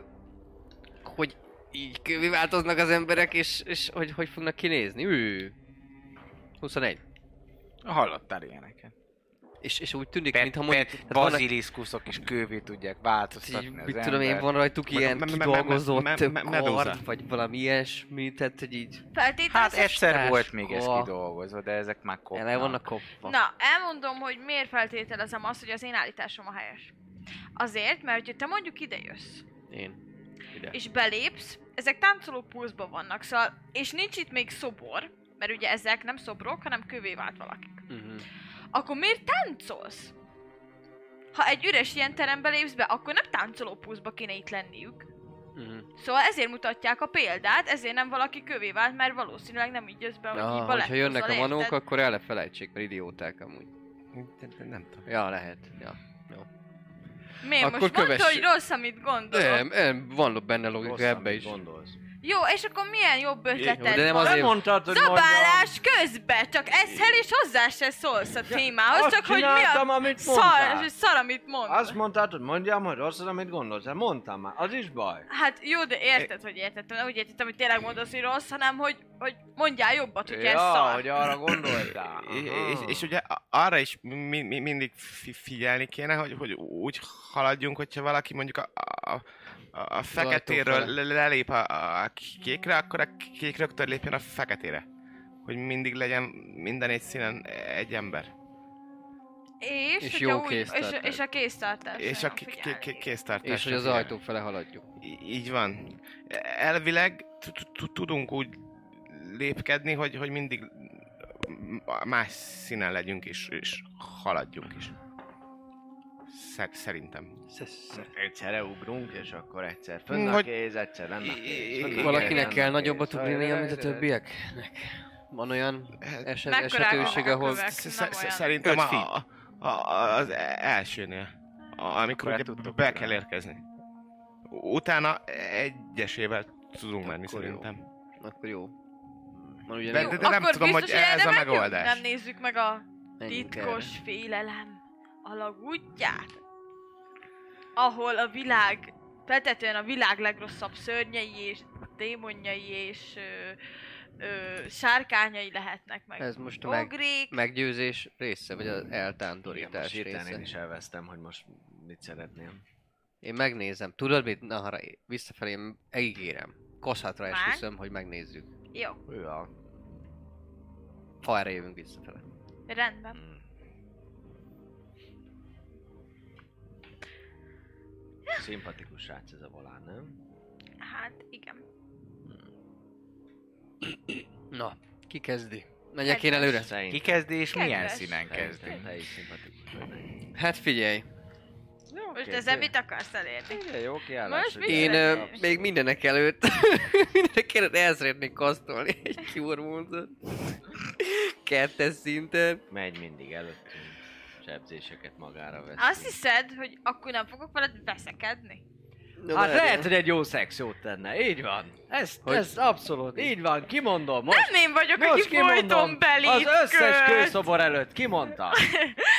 Speaker 5: hogy így kövé változnak az emberek, és, és hogy, hogy fognak kinézni. Ő. 21.
Speaker 9: Hallottál ilyeneket.
Speaker 5: És, és úgy tűnik,
Speaker 9: Pet,
Speaker 5: mintha mondjuk...
Speaker 9: pet,
Speaker 5: tehát vannak-
Speaker 9: baziliszkuszok is kővé tudják változtatni
Speaker 5: így,
Speaker 9: az
Speaker 5: mit tudom én,
Speaker 9: embert.
Speaker 5: van rajtuk ilyen kidolgozott kard, vagy valami ilyesmi, tehát hogy így...
Speaker 9: Hát
Speaker 7: Feltételezem...
Speaker 9: egyszer volt még ez
Speaker 5: Táska.
Speaker 9: kidolgozva, de ezek már kopnak.
Speaker 5: Ele vannak kopva.
Speaker 7: Na, elmondom, hogy miért feltételezem azt, hogy az én állításom a helyes. Azért, mert hogyha te mondjuk ide jössz,
Speaker 5: Én. Ide.
Speaker 7: és belépsz, ezek táncoló pulzban vannak, szóval, és nincs itt még szobor, mert ugye ezek nem szobrok, hanem kövé vált valaki.
Speaker 5: Uh-huh.
Speaker 7: Akkor miért táncolsz? Ha egy üres ilyen terembe lépsz be, akkor nem táncoló pulzba kéne itt lenniük.
Speaker 5: Mhm.
Speaker 7: Szóval ezért mutatják a példát, ezért nem valaki kövé vált, mert valószínűleg nem így jössz be, hogy
Speaker 5: Ah,
Speaker 7: így balett,
Speaker 5: hogyha jönnek a
Speaker 7: azzal,
Speaker 5: manók,
Speaker 7: érted?
Speaker 5: akkor el ne felejtsék, mert idióták amúgy.
Speaker 8: Nem tudom.
Speaker 5: Ja, lehet. Ja. Jó.
Speaker 7: Miért? Akkor most mondta, hogy rossz, amit gondolok.
Speaker 5: Nem, nem, van benne logika
Speaker 7: Rossz,
Speaker 5: ebbe
Speaker 7: amit
Speaker 5: is. Gondolsz.
Speaker 7: Jó, és akkor milyen jobb ötleted
Speaker 5: de nem
Speaker 7: volt?
Speaker 5: azért- Nem mondtad, hogy
Speaker 7: Zabálás közben, csak ezzel és hozzá se szólsz a témához,
Speaker 33: azt
Speaker 7: csak hogy mi
Speaker 33: csináltam,
Speaker 7: a
Speaker 33: amit
Speaker 7: szar,
Speaker 33: mondtál.
Speaker 7: szar, amit mondtál.
Speaker 33: Azt mondtad, hogy mondjam, hogy rossz az, amit gondolsz. Hát Mondtam már, az is baj.
Speaker 7: Hát jó, de érted, hogy értettem. Nem úgy értettem, hogy tényleg mondasz, hogy rossz, hanem hogy, hogy mondjál jobbat, hogy ez szar.
Speaker 33: gondoltál.
Speaker 8: És, és ugye a- arra is mi, mi, mindig fi, figyelni kéne, hogy, hogy úgy haladjunk, hogyha valaki mondjuk a, a, a- a feketéről
Speaker 5: fele.
Speaker 8: le- lelép a, a kékre, akkor a kék rögtön lépjen a feketére. Hogy mindig legyen minden egy színen e, egy ember.
Speaker 7: És,
Speaker 5: És
Speaker 7: és,
Speaker 5: jó
Speaker 7: jó úgy, és,
Speaker 5: kéztartás.
Speaker 7: és a kéztartás.
Speaker 8: És a k- k- k- kéztartásra
Speaker 5: És hogy az
Speaker 8: figyelni.
Speaker 5: ajtók fele haladjuk.
Speaker 8: Í- Így van. Elvileg tu- tu- tu- tudunk úgy lépkedni, hogy, hogy mindig m- más színen legyünk is, és haladjunk is. Szer- szerintem.
Speaker 6: Egyszerre ugrunk, és akkor egyszer fönn a
Speaker 8: Hogy-
Speaker 6: kéz, egyszer lenne a kéz. fönn a kéz,
Speaker 5: Valakinek
Speaker 6: lenne a
Speaker 5: kell
Speaker 6: kéz.
Speaker 5: nagyobbat ugrani, mint a
Speaker 6: Ajaj,
Speaker 5: többieknek. Van olyan eset,
Speaker 7: Mekkorák
Speaker 5: esetőség,
Speaker 7: a
Speaker 5: ahol...
Speaker 7: kövek? Nem olyan.
Speaker 8: Szerintem
Speaker 5: Öt
Speaker 8: a,
Speaker 5: feet.
Speaker 8: a, a, az elsőnél, a, amikor ugye be kell érkezni. Utána egyesével tudunk menni szerintem.
Speaker 5: Akkor jó. Van
Speaker 8: De,
Speaker 5: ugye
Speaker 8: de, de nem
Speaker 7: Akkor
Speaker 8: tudom, hogy
Speaker 7: biztos,
Speaker 8: ez a
Speaker 7: erre megyünk?
Speaker 8: megoldás.
Speaker 7: Nem nézzük meg a
Speaker 5: Menjünk
Speaker 7: titkos félelem alagútját, ahol a világ, feltetően a világ legrosszabb szörnyei és démonjai és ö, ö, sárkányai lehetnek meg.
Speaker 5: Ez most a meg,
Speaker 7: Ogrék,
Speaker 5: meggyőzés része, vagy az
Speaker 6: Igen, most
Speaker 5: eltántorítás
Speaker 6: hirtelen
Speaker 5: része.
Speaker 6: én is elvesztem, hogy most mit szeretném.
Speaker 5: Én megnézem. Tudod mit? Na, ha visszafelé ígérem. Koszatra
Speaker 7: Már?
Speaker 5: esküszöm, hogy megnézzük.
Speaker 7: Jó,
Speaker 5: Ja. Ha erre jövünk visszafele.
Speaker 7: rendben.
Speaker 6: Szimpatikus srác ez a volán, nem?
Speaker 7: Hát igen.
Speaker 5: Na, ki kezdi? Megyek én előre?
Speaker 6: Szerintem.
Speaker 9: Ki kezdi és milyen
Speaker 7: Kedves.
Speaker 9: színen kezdi?
Speaker 6: Te is szimpatikus vagy.
Speaker 5: Hát figyelj,
Speaker 7: Jó, Most
Speaker 6: oké,
Speaker 7: ezzel
Speaker 6: oké.
Speaker 7: mit akarsz elérni?
Speaker 6: Igen, jó
Speaker 7: Most
Speaker 6: kiállás.
Speaker 7: mit
Speaker 5: én ö,
Speaker 7: szeretnél?
Speaker 5: még mindenek előtt, [laughs] mindenek előtt el szeretnék kasztolni egy kiurmózat. Kettes szinten.
Speaker 6: Megy mindig előttünk. Sebzéseket magára vesz.
Speaker 7: Azt hiszed, hogy akkor nem fogok veled veszekedni?
Speaker 5: Na,
Speaker 6: Hát
Speaker 5: várjál.
Speaker 6: lehet, hogy egy jó szex jót tenne, így van. Ez,
Speaker 5: Hogy-
Speaker 6: ez abszolút, így van, kimondom most.
Speaker 7: Nem én vagyok, aki
Speaker 6: most kimondom.
Speaker 7: folyton belé
Speaker 6: Az összes
Speaker 7: költ.
Speaker 6: kőszobor előtt, kimondtam.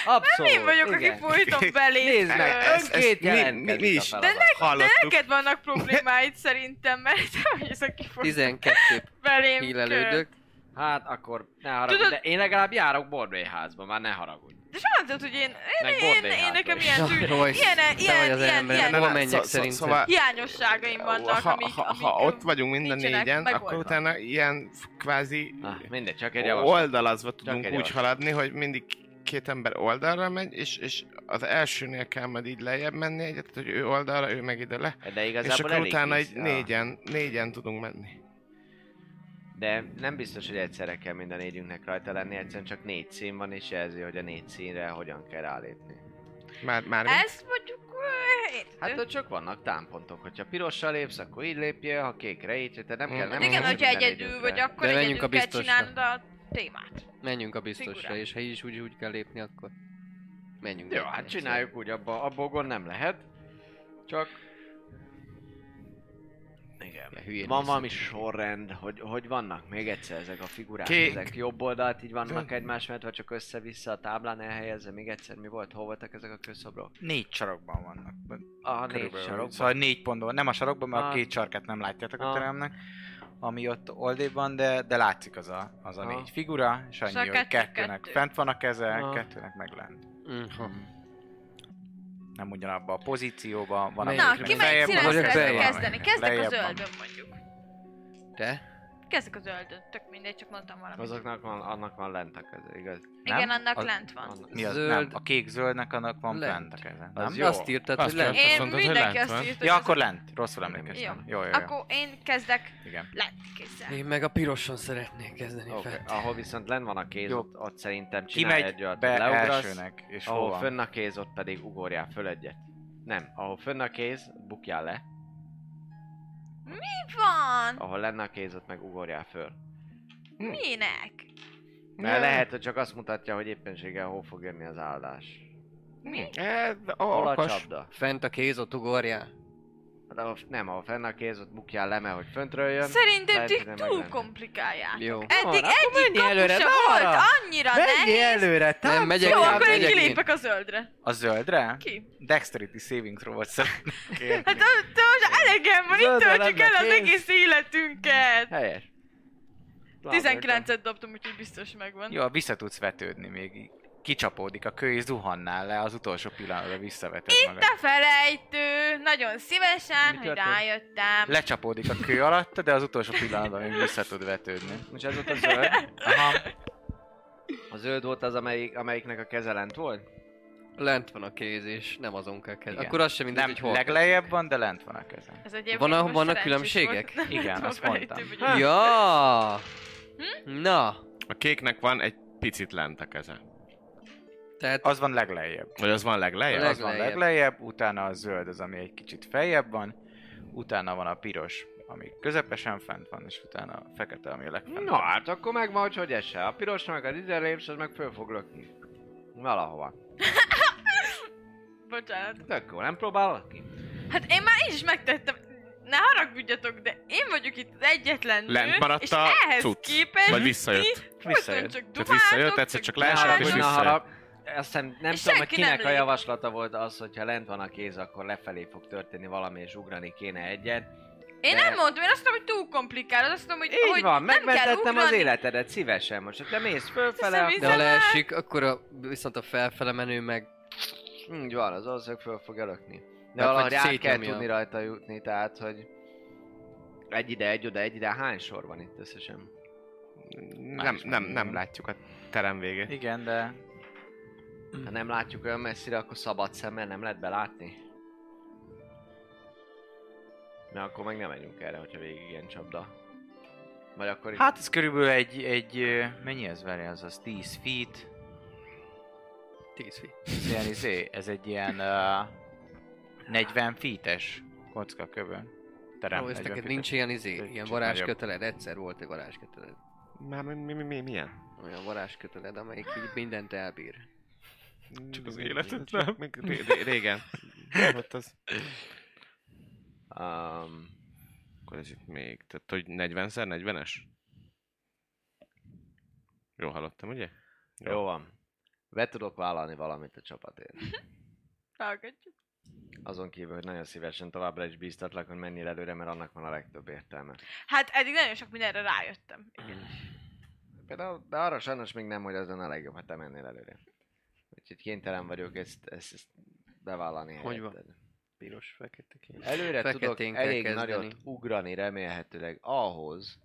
Speaker 6: Abszolút,
Speaker 7: [laughs] Nem én vagyok,
Speaker 6: igen.
Speaker 7: aki folyton belé
Speaker 6: Nézd meg,
Speaker 7: költ.
Speaker 6: ez- Önként jelentkezik a
Speaker 7: De,
Speaker 6: feladat.
Speaker 7: ne, de
Speaker 8: Hallottuk.
Speaker 7: neked vannak problémáid szerintem, mert te vagy az, aki folyton
Speaker 5: 12
Speaker 7: belém
Speaker 5: hílelődök.
Speaker 7: költ.
Speaker 6: Hát akkor ne haragudj,
Speaker 7: Tudod-
Speaker 6: de én legalább járok borbélyházba, már ne haragudj.
Speaker 7: De soha nem tudod, hogy én, én,
Speaker 6: Meg
Speaker 7: én, én,
Speaker 6: bordéhától
Speaker 7: nekem
Speaker 6: is.
Speaker 7: ilyen
Speaker 6: Jaj,
Speaker 7: tűn,
Speaker 5: Royce,
Speaker 7: ilyen,
Speaker 5: te vagy
Speaker 7: ilyen,
Speaker 5: az
Speaker 7: ilyen,
Speaker 5: ember,
Speaker 7: ilyen,
Speaker 5: hova
Speaker 7: ilyen
Speaker 5: menjek
Speaker 8: szó- szó-
Speaker 5: szerintem?
Speaker 8: szóval-
Speaker 7: hiányosságaim vannak,
Speaker 8: ha,
Speaker 7: amik,
Speaker 8: ha,
Speaker 7: amik
Speaker 8: ha ott vagyunk mind a
Speaker 7: nincsenek
Speaker 8: négyen, akkor
Speaker 7: megoldva.
Speaker 8: utána ilyen f- kvázi
Speaker 6: Ah, mindegy, csak egy javaslat.
Speaker 8: oldalazva tudunk
Speaker 6: egy
Speaker 8: úgy
Speaker 6: javaslat.
Speaker 8: haladni, hogy mindig két ember oldalra megy, és, és az elsőnél kell majd így lejjebb menni egyet, hogy ő oldalra, ő meg ide le.
Speaker 6: De igazából
Speaker 8: és akkor
Speaker 6: elég
Speaker 8: utána
Speaker 6: víz-
Speaker 8: egy
Speaker 6: ja.
Speaker 8: négyen, négyen tudunk menni.
Speaker 6: De nem biztos, hogy egyszerre kell minden négyünknek rajta lenni, egyszerűen csak négy szín van, és jelzi, hogy a négy színre hogyan kell rálépni.
Speaker 8: Már, már
Speaker 7: Ezt mondjuk... ö, érthető.
Speaker 6: Hát ott csak vannak támpontok, hogyha pirossal lépsz, akkor így lépjél, ha kékre így, hogy te nem kell, nem
Speaker 7: Hát igen,
Speaker 6: kell
Speaker 7: hogyha
Speaker 6: minden
Speaker 7: egyedül
Speaker 6: időkre.
Speaker 7: vagy, akkor
Speaker 5: De Mm. menjünk
Speaker 7: egyedül
Speaker 5: a
Speaker 7: kell
Speaker 5: biztosra.
Speaker 7: csinálnod a témát.
Speaker 5: Menjünk a biztosra,
Speaker 7: Figurán.
Speaker 5: és ha így is úgy, úgy kell lépni, akkor menjünk.
Speaker 6: Jó,
Speaker 5: együtt,
Speaker 6: hát
Speaker 5: egyszerűen.
Speaker 6: csináljuk úgy, abba, abból gond nem lehet. Csak... Igen.
Speaker 5: Ja, hülyén
Speaker 6: Van
Speaker 5: nézek
Speaker 6: valami
Speaker 5: ki.
Speaker 6: sorrend, hogy, hogy vannak még egyszer ezek a figurák,
Speaker 8: Kék.
Speaker 6: ezek jobb oldalt így vannak egymás mellett, vagy csak össze-vissza a táblán elhelyezve, még egyszer mi volt, hol voltak ezek a közszobrok?
Speaker 9: Négy sarokban vannak.
Speaker 6: A négy
Speaker 9: Körülbelül.
Speaker 6: sarokban.
Speaker 9: Szóval négy pontban, nem a sarokban, mert a
Speaker 6: Ah.
Speaker 9: két sarkát nem látjátok a
Speaker 6: Ah.
Speaker 9: teremnek, ami ott oldébb van, de, de látszik az a, az a
Speaker 6: Ah.
Speaker 9: négy figura, és annyi,
Speaker 7: Szóval
Speaker 9: hogy
Speaker 7: kettő,
Speaker 9: kettőnek
Speaker 7: kettő.
Speaker 9: fent van a keze,
Speaker 6: Ah.
Speaker 9: kettőnek meg lent. Hmm.
Speaker 5: Mhm.
Speaker 9: Nem ugyanabban a pozícióban, van
Speaker 5: Melyik?
Speaker 7: Na,
Speaker 9: amelyik
Speaker 7: ki melyik
Speaker 9: feljebb van,
Speaker 7: színen
Speaker 9: amelyik
Speaker 7: szeretnél
Speaker 9: lejjebb van.
Speaker 7: kezdeni? Kezdek a
Speaker 9: Lejjebb van.
Speaker 7: zöldön mondjuk.
Speaker 5: Te?
Speaker 7: Kezdek a zöldön, tök mindegy, csak mondtam valamit.
Speaker 6: Azoknak van, annak van lent a keze, igaz?
Speaker 9: Nem?
Speaker 7: Igen, annak
Speaker 9: Az-
Speaker 7: lent van.
Speaker 9: Mi az?
Speaker 5: Zöld-
Speaker 9: Nem, a kék zöldnek annak van
Speaker 5: Lent.
Speaker 9: lent a keze.
Speaker 6: Az
Speaker 9: Nem?
Speaker 6: jó. Azt
Speaker 5: írtad, hogy lent.
Speaker 7: Én mindenki azt írtam.
Speaker 9: Ja, akkor lent. Rosszul emlékeztem. Jó, jó, jó.
Speaker 7: Akkor én kezdek
Speaker 9: Igen.
Speaker 7: lent kézzel.
Speaker 5: Én meg a piroson szeretnék kezdeni
Speaker 6: Okay.
Speaker 5: fel.
Speaker 6: Ahol viszont lent van a kéz,
Speaker 9: Jó.
Speaker 6: ott, ott szerintem csinálj
Speaker 9: Kimegy
Speaker 6: egy olyat,
Speaker 9: be
Speaker 6: hogy leugrasz,
Speaker 9: elsőnek, és
Speaker 6: ahol
Speaker 9: hova?
Speaker 6: fönn a kéz, ott pedig ugorjál föl egyet. Nem, ahol fönn a kéz, bukjál le,
Speaker 7: Mi van?
Speaker 6: ahol lenne a kéz, ott meg ugorjál föl.
Speaker 7: Minek?
Speaker 6: Mert lehet, hogy csak azt mutatja, hogy éppenséggel hol fog jönni az áldás.
Speaker 7: Mi?
Speaker 6: Eh, hol a
Speaker 5: Alkas,
Speaker 6: csapda?
Speaker 5: Fent a kéz ott ugorjál.
Speaker 6: De ha- nem, ha fenn Hát a kéz, ott bukjál le, mert hogy föntről jön.
Speaker 7: Szerintem
Speaker 6: lehet,
Speaker 7: ti
Speaker 6: hogy nem meg
Speaker 7: túl
Speaker 6: lenne.
Speaker 7: komplikáljátok.
Speaker 6: Jó.
Speaker 7: Eddig
Speaker 6: Na, akkor
Speaker 7: egyik
Speaker 6: menj előre,
Speaker 7: kapusa
Speaker 6: balra!
Speaker 7: volt annyira
Speaker 6: Menj
Speaker 7: nehéz.
Speaker 6: előre, táncolj!
Speaker 5: Nem, megyek
Speaker 7: Jó,
Speaker 5: én,
Speaker 7: akkor én
Speaker 5: megyek én.
Speaker 7: kilépek a zöldre.
Speaker 9: A zöldre?
Speaker 7: Ki?
Speaker 9: Dexterity saving throw volt szerintem.
Speaker 7: Hát ö- te most elegem van, itt
Speaker 9: Zöldre
Speaker 7: töltjük el
Speaker 9: lenne
Speaker 7: az
Speaker 9: kész. Hát,
Speaker 7: egész életünket.
Speaker 6: Helyes.
Speaker 7: 19-et dobtam, úgyhogy biztos megvan.
Speaker 9: Jó, vissza tudsz vetődni még. így Kicsapódik a kő, és zuhannál le, az utolsó pillanatban visszaveted magad.
Speaker 7: Itt a felejtő, nagyon szívesen, hogy
Speaker 9: történt?
Speaker 7: rájöttem.
Speaker 9: Lecsapódik a kő alatt, de az utolsó pillanatban még vissza tud vetődni.
Speaker 6: Most ez volt a zöld? Aha. A zöld volt az, amelyik, amelyiknek a keze lent volt?
Speaker 5: Lent van a kéz, és nem azon kell kezdeni.
Speaker 9: Igen.
Speaker 5: Akkor az sem mindegy,
Speaker 9: Nem,
Speaker 5: hogy hol
Speaker 9: leglejjebb van, de lent van a kezen.
Speaker 7: Ez egyébként
Speaker 5: Van a-
Speaker 7: most
Speaker 5: vannak
Speaker 7: szerencsés volt. [laughs]
Speaker 5: különbségek?
Speaker 9: Igen, azt mondtam.
Speaker 5: kezd. Ja!
Speaker 7: Hm?
Speaker 5: Na!
Speaker 8: A kéknek van egy picit lent a keze.
Speaker 5: Tehát
Speaker 9: Az van leglejjebb.
Speaker 8: Vagy az van leglejjebb?
Speaker 9: Az van leglejjebb, utána a zöld az, ami egy kicsit feljebb van, utána van a piros, ami közepesen fent van, és utána a fekete, ami a
Speaker 7: Mm.
Speaker 9: legfent.
Speaker 6: Na hát akkor megvan, hogy hogy esse. A pirosnak az ide lépsz, az meg föl fog lökni. Valahova.
Speaker 7: Bocsánat.
Speaker 6: Tök jó, nem próbálod ki?
Speaker 7: Hát én már így is megtettem. Ne haragudjatok, de én vagyok itt az egyetlen nő,
Speaker 8: Lent maradt
Speaker 7: és
Speaker 8: a
Speaker 7: ehhez
Speaker 8: cucc,
Speaker 7: képest
Speaker 8: vagy
Speaker 7: ti
Speaker 8: visszajött.
Speaker 7: folyton
Speaker 8: Visszajött.
Speaker 7: Csak
Speaker 8: Tehát
Speaker 7: dumáltok,
Speaker 8: visszajött, egyszer csak leesett,
Speaker 7: dumáltok.
Speaker 8: és vissza-
Speaker 6: Arra, azt hiszem, nem
Speaker 7: És
Speaker 6: tudom, hogy
Speaker 7: senki nem
Speaker 6: kinek a
Speaker 7: lép.
Speaker 6: javaslata volt az, hogyha lent van a kéz, akkor lefelé fog történni valami, és ugrani kéne egyet.
Speaker 7: Én
Speaker 6: De-
Speaker 7: nem mondtam, én azt mondtam, hogy túl komplikál, azt mondtam, hogy,
Speaker 6: Így
Speaker 7: hogy
Speaker 6: van,
Speaker 7: nem kell
Speaker 6: megmentettem
Speaker 7: ugrani.
Speaker 6: az életedet szívesen most. Ha te mész fölfele,
Speaker 7: Hiszem,
Speaker 5: De ha leesik, akkor a, viszont a felfele menő meg...
Speaker 6: Így van, az ország föl fog elökni. De
Speaker 5: Meg
Speaker 6: valahogy
Speaker 5: Hát, vagy
Speaker 6: át kell
Speaker 5: szétnyomja.
Speaker 6: tudni rajta jutni, tehát, hogy egy ide, egy oda, egy ide, hány sor van itt összesen?
Speaker 8: Nem, nem, nem látjuk a terem végét.
Speaker 9: Igen, de...
Speaker 6: Ha nem látjuk olyan messzire, akkor szabad szemmel nem lehet belátni. Na akkor meg nem megyünk erre, hogyha végig ilyen csapda. Vagy akkor itt...
Speaker 9: Hát ez körülbelül egy, egy ö, mennyi ez várja, az az 10 feet.
Speaker 5: 10 feet.
Speaker 9: Ez ilyen izé, ez egy ilyen uh, 40 feet-es kocka kövön. Terem,
Speaker 5: Ó, ez
Speaker 9: 40
Speaker 5: neked
Speaker 9: feet-es.
Speaker 5: nincs ilyen izé,
Speaker 9: Egy
Speaker 5: ilyen
Speaker 9: kicsit nagyobb.
Speaker 5: varázsköteled, egyszer volt egy varázsköteled.
Speaker 8: Már mi, mi, mi, mi, milyen?
Speaker 5: Olyan varázsköteled, amelyik így mindent elbír.
Speaker 8: Csak az életet nem. Még ré- ré- régen. Ott az.
Speaker 6: Um,
Speaker 8: Akkor ez itt még, tehát hogy 40-szer 40-es? Jó hallottam, ugye?
Speaker 6: Jó van. Be tudok vállalni valamit a csapatért.
Speaker 7: Hallgatjuk.
Speaker 6: Azon kívül, hogy nagyon szívesen továbbra is bíztatlak, hogy menjél előre, mert annak van a legtöbb értelme.
Speaker 7: Hát eddig nagyon sok mindenre rájöttem.
Speaker 6: Például, de arra sajnos még nem, hogy az lenne a legjobb, ha te mennél előre. Úgyhogy kénytelen vagyok ezt, ezt, ezt bevállalni.
Speaker 5: Hogy van?
Speaker 6: helyetted.
Speaker 5: Piros, fekete kék.
Speaker 6: Előre
Speaker 5: Feketén
Speaker 6: tudok
Speaker 5: kell
Speaker 6: elég
Speaker 5: kezdeni.
Speaker 6: nagyot ugrani remélhetőleg ahhoz,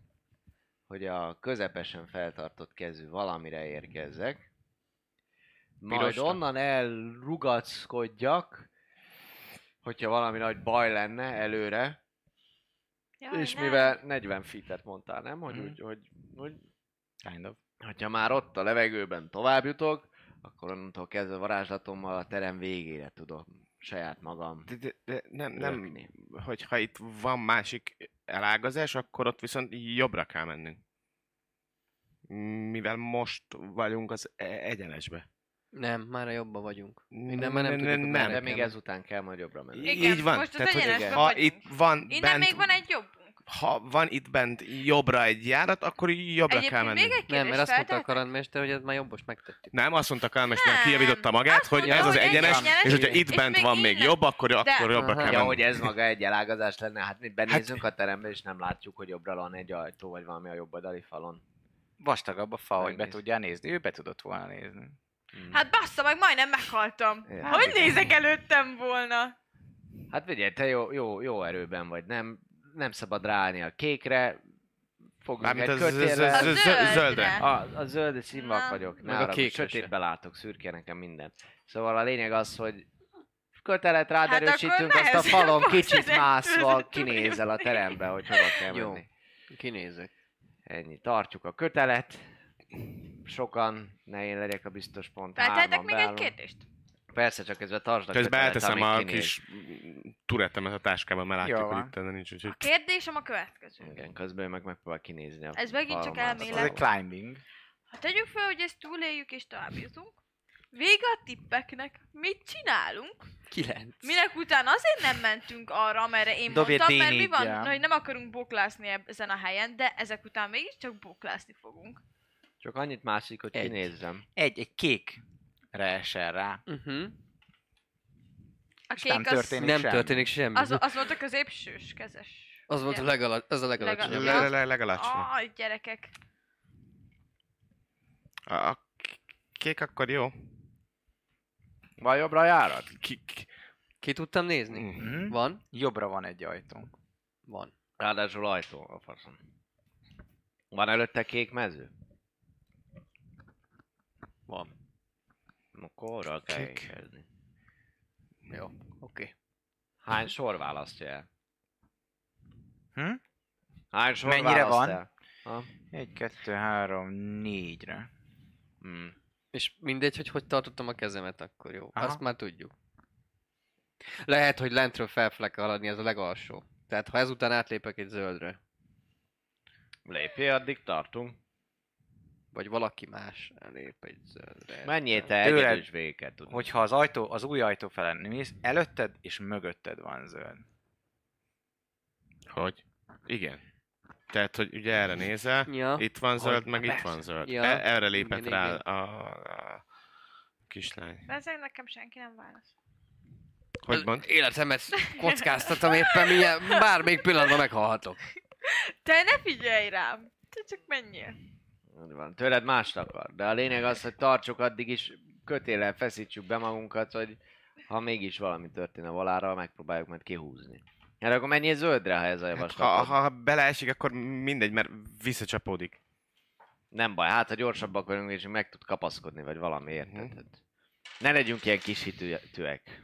Speaker 6: hogy a közepesen feltartott kezű valamire érkezzek. Majd
Speaker 5: Pirosra?
Speaker 6: onnan elrugackodjak, hogyha valami nagy baj lenne előre,
Speaker 7: Jaj,
Speaker 6: és
Speaker 7: nem.
Speaker 6: mivel 40 feet-et mondtál, nem? Hogy,
Speaker 9: Mhm.
Speaker 6: úgy, hogy, hogy
Speaker 9: Kind of.
Speaker 6: hogyha már ott a levegőben tovább jutok, akkor onnantól kezdve varázslatommal a terem végére tudom saját magam.
Speaker 8: De, de, de nem, nem,
Speaker 6: Lökni.
Speaker 8: hogyha itt van másik elágazás, akkor ott viszont jobbra kell mennünk. Mivel most vagyunk az e- egyenesbe.
Speaker 5: Nem, már a jobban vagyunk. Minden
Speaker 8: Nem,
Speaker 5: már nem
Speaker 8: nem,
Speaker 5: tudjuk, hogy
Speaker 8: nem,
Speaker 5: merre
Speaker 6: De
Speaker 8: nem.
Speaker 5: kell
Speaker 6: még
Speaker 5: menni.
Speaker 6: ezután kell majd jobbra menni.
Speaker 7: Igen,
Speaker 8: Így van.
Speaker 7: most az
Speaker 8: hogy
Speaker 7: egyenesben
Speaker 8: ha
Speaker 7: vagyunk.
Speaker 8: itt van
Speaker 7: Innen
Speaker 8: bent,
Speaker 7: még van egy jobb.
Speaker 8: ha van itt bent jobbra egy járat, akkor jobbra kell
Speaker 7: Egyébként
Speaker 8: menni.
Speaker 7: még egy
Speaker 5: Nem, mert
Speaker 7: kérdés
Speaker 5: azt mondta a
Speaker 7: feltehetek?
Speaker 5: karantmester, hogy ez már jobbos megtettük.
Speaker 8: Nem, azt mondta Kálmester, kijavította magát,
Speaker 7: azt
Speaker 8: hogy
Speaker 7: mondta,
Speaker 8: ez az
Speaker 7: hogy egy
Speaker 8: egyenes,
Speaker 7: egyenes,
Speaker 8: és hogyha itt
Speaker 7: és
Speaker 8: bent
Speaker 7: még
Speaker 8: van még
Speaker 7: innen.
Speaker 8: jobb, akkor,
Speaker 7: De-
Speaker 8: akkor jobbra kell
Speaker 6: Ja,
Speaker 8: menni.
Speaker 6: hogy ez maga egy elágazás lenne, hát mi benézünk a terembe, és nem látjuk, hogy jobbra van egy ajtó, vagy valami a jobb oldali falon.
Speaker 9: Vastagabb a fa, hogy be
Speaker 6: Megnéz.
Speaker 9: tudjál nézni. Ő be tudott volna nézni.
Speaker 7: Hát bassza meg, majdnem meghaltam.
Speaker 6: Ja.
Speaker 7: Hogy nézek előttem volna?
Speaker 6: Hát figyelj, te jó, jó, jó erőben vagy, nem, nem szabad ráállni a kékre, fogjunk
Speaker 8: Mármint
Speaker 6: egy
Speaker 8: az- az- az-
Speaker 6: kötélre.
Speaker 8: az- az-
Speaker 7: zöldre.
Speaker 8: zöldre.
Speaker 6: A, a zöld színvak
Speaker 7: Na.
Speaker 6: vagyok,
Speaker 5: Meg
Speaker 6: ne
Speaker 5: a
Speaker 6: arra,
Speaker 5: kékre se.
Speaker 6: sötétbe látok, szürke nekem minden. Szóval a lényeg az, hogy kötelet rád
Speaker 7: Hát
Speaker 6: hát
Speaker 7: akkor
Speaker 6: erősítünk, azt a
Speaker 7: nehezebb [laughs]
Speaker 6: falon
Speaker 7: fogsz
Speaker 6: kicsit
Speaker 7: ezen
Speaker 6: mászva
Speaker 7: túl
Speaker 6: kinézel a
Speaker 7: jutni.
Speaker 6: terembe, hogy hova kell
Speaker 5: Jó.
Speaker 6: menni.
Speaker 5: Kinézek.
Speaker 6: Ennyi, tartjuk a kötelet. Sokan, ne én legyek a biztos pont.
Speaker 7: Feltehetek
Speaker 6: hárman
Speaker 7: még egy
Speaker 6: beállunk.
Speaker 7: kérdést?
Speaker 6: Persze, csak ezzel tartsd a
Speaker 8: Közben
Speaker 6: kötelet,
Speaker 8: elteszem
Speaker 6: amíg
Speaker 8: a
Speaker 6: kinéz.
Speaker 8: kis turettemet a táskába, mert
Speaker 9: Jó
Speaker 8: látjuk, hogy
Speaker 9: van.
Speaker 8: itt ezen nincs, úgyhogy...
Speaker 7: A kérdésem a következő.
Speaker 6: Igen, közben ő meg megpróbál kinézni a
Speaker 7: Ez megint csak
Speaker 6: falon,
Speaker 7: elmélet.
Speaker 9: Ez egy
Speaker 6: falon.
Speaker 9: climbing.
Speaker 7: Ha tegyük fel, hogy ezt túléljük és tovább jutunk, vége a tippeknek. Mit csinálunk?
Speaker 5: Kilenc.
Speaker 7: Minek után azért nem mentünk arra, amerre én
Speaker 9: Dobj egy
Speaker 7: mondtam, mert mi
Speaker 9: D4-jel.
Speaker 7: van, hogy nem akarunk boklászni eb- ezen a helyen, de ezek után mégiscsak boklászni fogunk.
Speaker 6: Csak annyit másik, hogy
Speaker 9: Egy.
Speaker 6: kinézzem.
Speaker 9: Egy, egy kék esel rá.
Speaker 5: Uh-huh.
Speaker 7: A
Speaker 9: És nem
Speaker 7: kék az-
Speaker 9: történik
Speaker 5: nem
Speaker 9: semmi.
Speaker 5: történik semmi. [laughs]
Speaker 7: Az, az volt a középsős kezes.
Speaker 5: Az volt a
Speaker 7: ugye?
Speaker 5: legala, az a legalacsonyabb.
Speaker 7: Legal- ja. Aj, gyerekek.
Speaker 8: A a kék akkor jó.
Speaker 6: Van jobbra járat?
Speaker 8: Ki, ki,
Speaker 5: Ki tudtam nézni?
Speaker 9: Mhm.
Speaker 5: Van?
Speaker 9: Jobbra van egy ajtónk.
Speaker 5: Van.
Speaker 6: Ráadásul ajtó a faszom. Van előtte kék mező? Van. Akkor arra kell
Speaker 5: Kék.
Speaker 6: érkezni.
Speaker 5: Jó, oké. Okay.
Speaker 6: Hány sor választja el?
Speaker 9: Hm?
Speaker 6: Hány sor
Speaker 9: Mennyire
Speaker 6: választ
Speaker 9: van?
Speaker 6: el? Ha?
Speaker 9: Egy, kettő, három, négyre.
Speaker 6: Mm.
Speaker 5: És mindegy, hogy hogy tartottam a kezemet, akkor jó.
Speaker 9: Aha.
Speaker 5: Azt már tudjuk. Lehet, hogy lentről felfele kell haladni, ez a legalsó. Tehát ha ezután átlépek egy zöldre,
Speaker 6: Lépjél, addig tartunk.
Speaker 5: vagy valaki más lép egy zöldre.
Speaker 6: Menjél te
Speaker 5: Nem.
Speaker 6: egyedül is végig kell tudni.
Speaker 9: Hogyha az ajtó, az új ajtó felen mész, előtted és mögötted van zöld.
Speaker 8: Hogy? Igen. Tehát, hogy ugye erre nézel,
Speaker 5: Ja.
Speaker 8: itt van
Speaker 5: Hogy-
Speaker 8: zöld, meg itt
Speaker 5: persze.
Speaker 8: van zöld.
Speaker 5: Ja.
Speaker 8: E- erre lépett
Speaker 5: Igen,
Speaker 8: rá
Speaker 5: igen.
Speaker 8: A, a kislány.
Speaker 7: De ezek nekem senki nem válasz.
Speaker 8: Hogy mond?
Speaker 5: Életemet kockáztatom éppen, mindjárt bármelyik pillanatban meghalhatok.
Speaker 7: Te ne figyelj rám! Te csak menjél.
Speaker 6: Úgy Van. Tőled mást akar, de a lényeg az, hogy tartsuk addig is, kötélen feszítsük be magunkat, hogy ha mégis valami történne valára, megpróbáljuk majd kihúzni. Erre akkor menjél zöldre, ha ez a javaslat.
Speaker 8: Ha, ha beleesik, akkor mindegy, mert visszacsapódik.
Speaker 6: Nem baj, hát ha gyorsabbak vagyunk, és meg tud kapaszkodni, vagy valami érted. Hát Ne legyünk ilyen kis hitűek.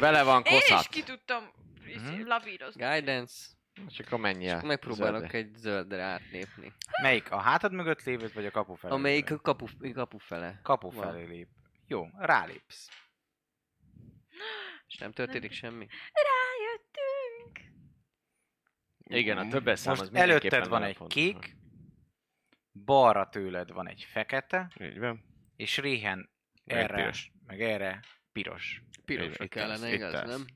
Speaker 6: Vele van
Speaker 7: Én
Speaker 6: koszat.
Speaker 7: is ki tudtam mm-hmm. lavírozni.
Speaker 5: Guidance.
Speaker 6: És akkor menj el.
Speaker 5: Akkor megpróbálok
Speaker 6: zöldre.
Speaker 5: egy zöldre átlépni.
Speaker 9: Melyik? A hátad mögött lévőt, vagy a kapu felé?
Speaker 5: Amelyik
Speaker 9: lévőt?
Speaker 5: a kapu, kapu fele.
Speaker 9: Kapu
Speaker 5: van.
Speaker 9: felé lép. Jó, rálépsz.
Speaker 5: És nem történik semmi.
Speaker 7: Rájöttünk!
Speaker 6: Igen, a többes szám az
Speaker 9: Most
Speaker 6: mindenképpen
Speaker 9: előtted van
Speaker 6: nagyon
Speaker 9: egy
Speaker 6: fontos.
Speaker 9: kék, balra tőled van egy fekete,
Speaker 8: Így van.
Speaker 9: és réhen
Speaker 8: Meg
Speaker 9: erre,
Speaker 8: piros.
Speaker 9: meg erre piros.
Speaker 5: Pirosra
Speaker 8: Itt
Speaker 5: kellene,
Speaker 8: állsz, itt
Speaker 5: igaz,
Speaker 8: állsz.
Speaker 5: nem?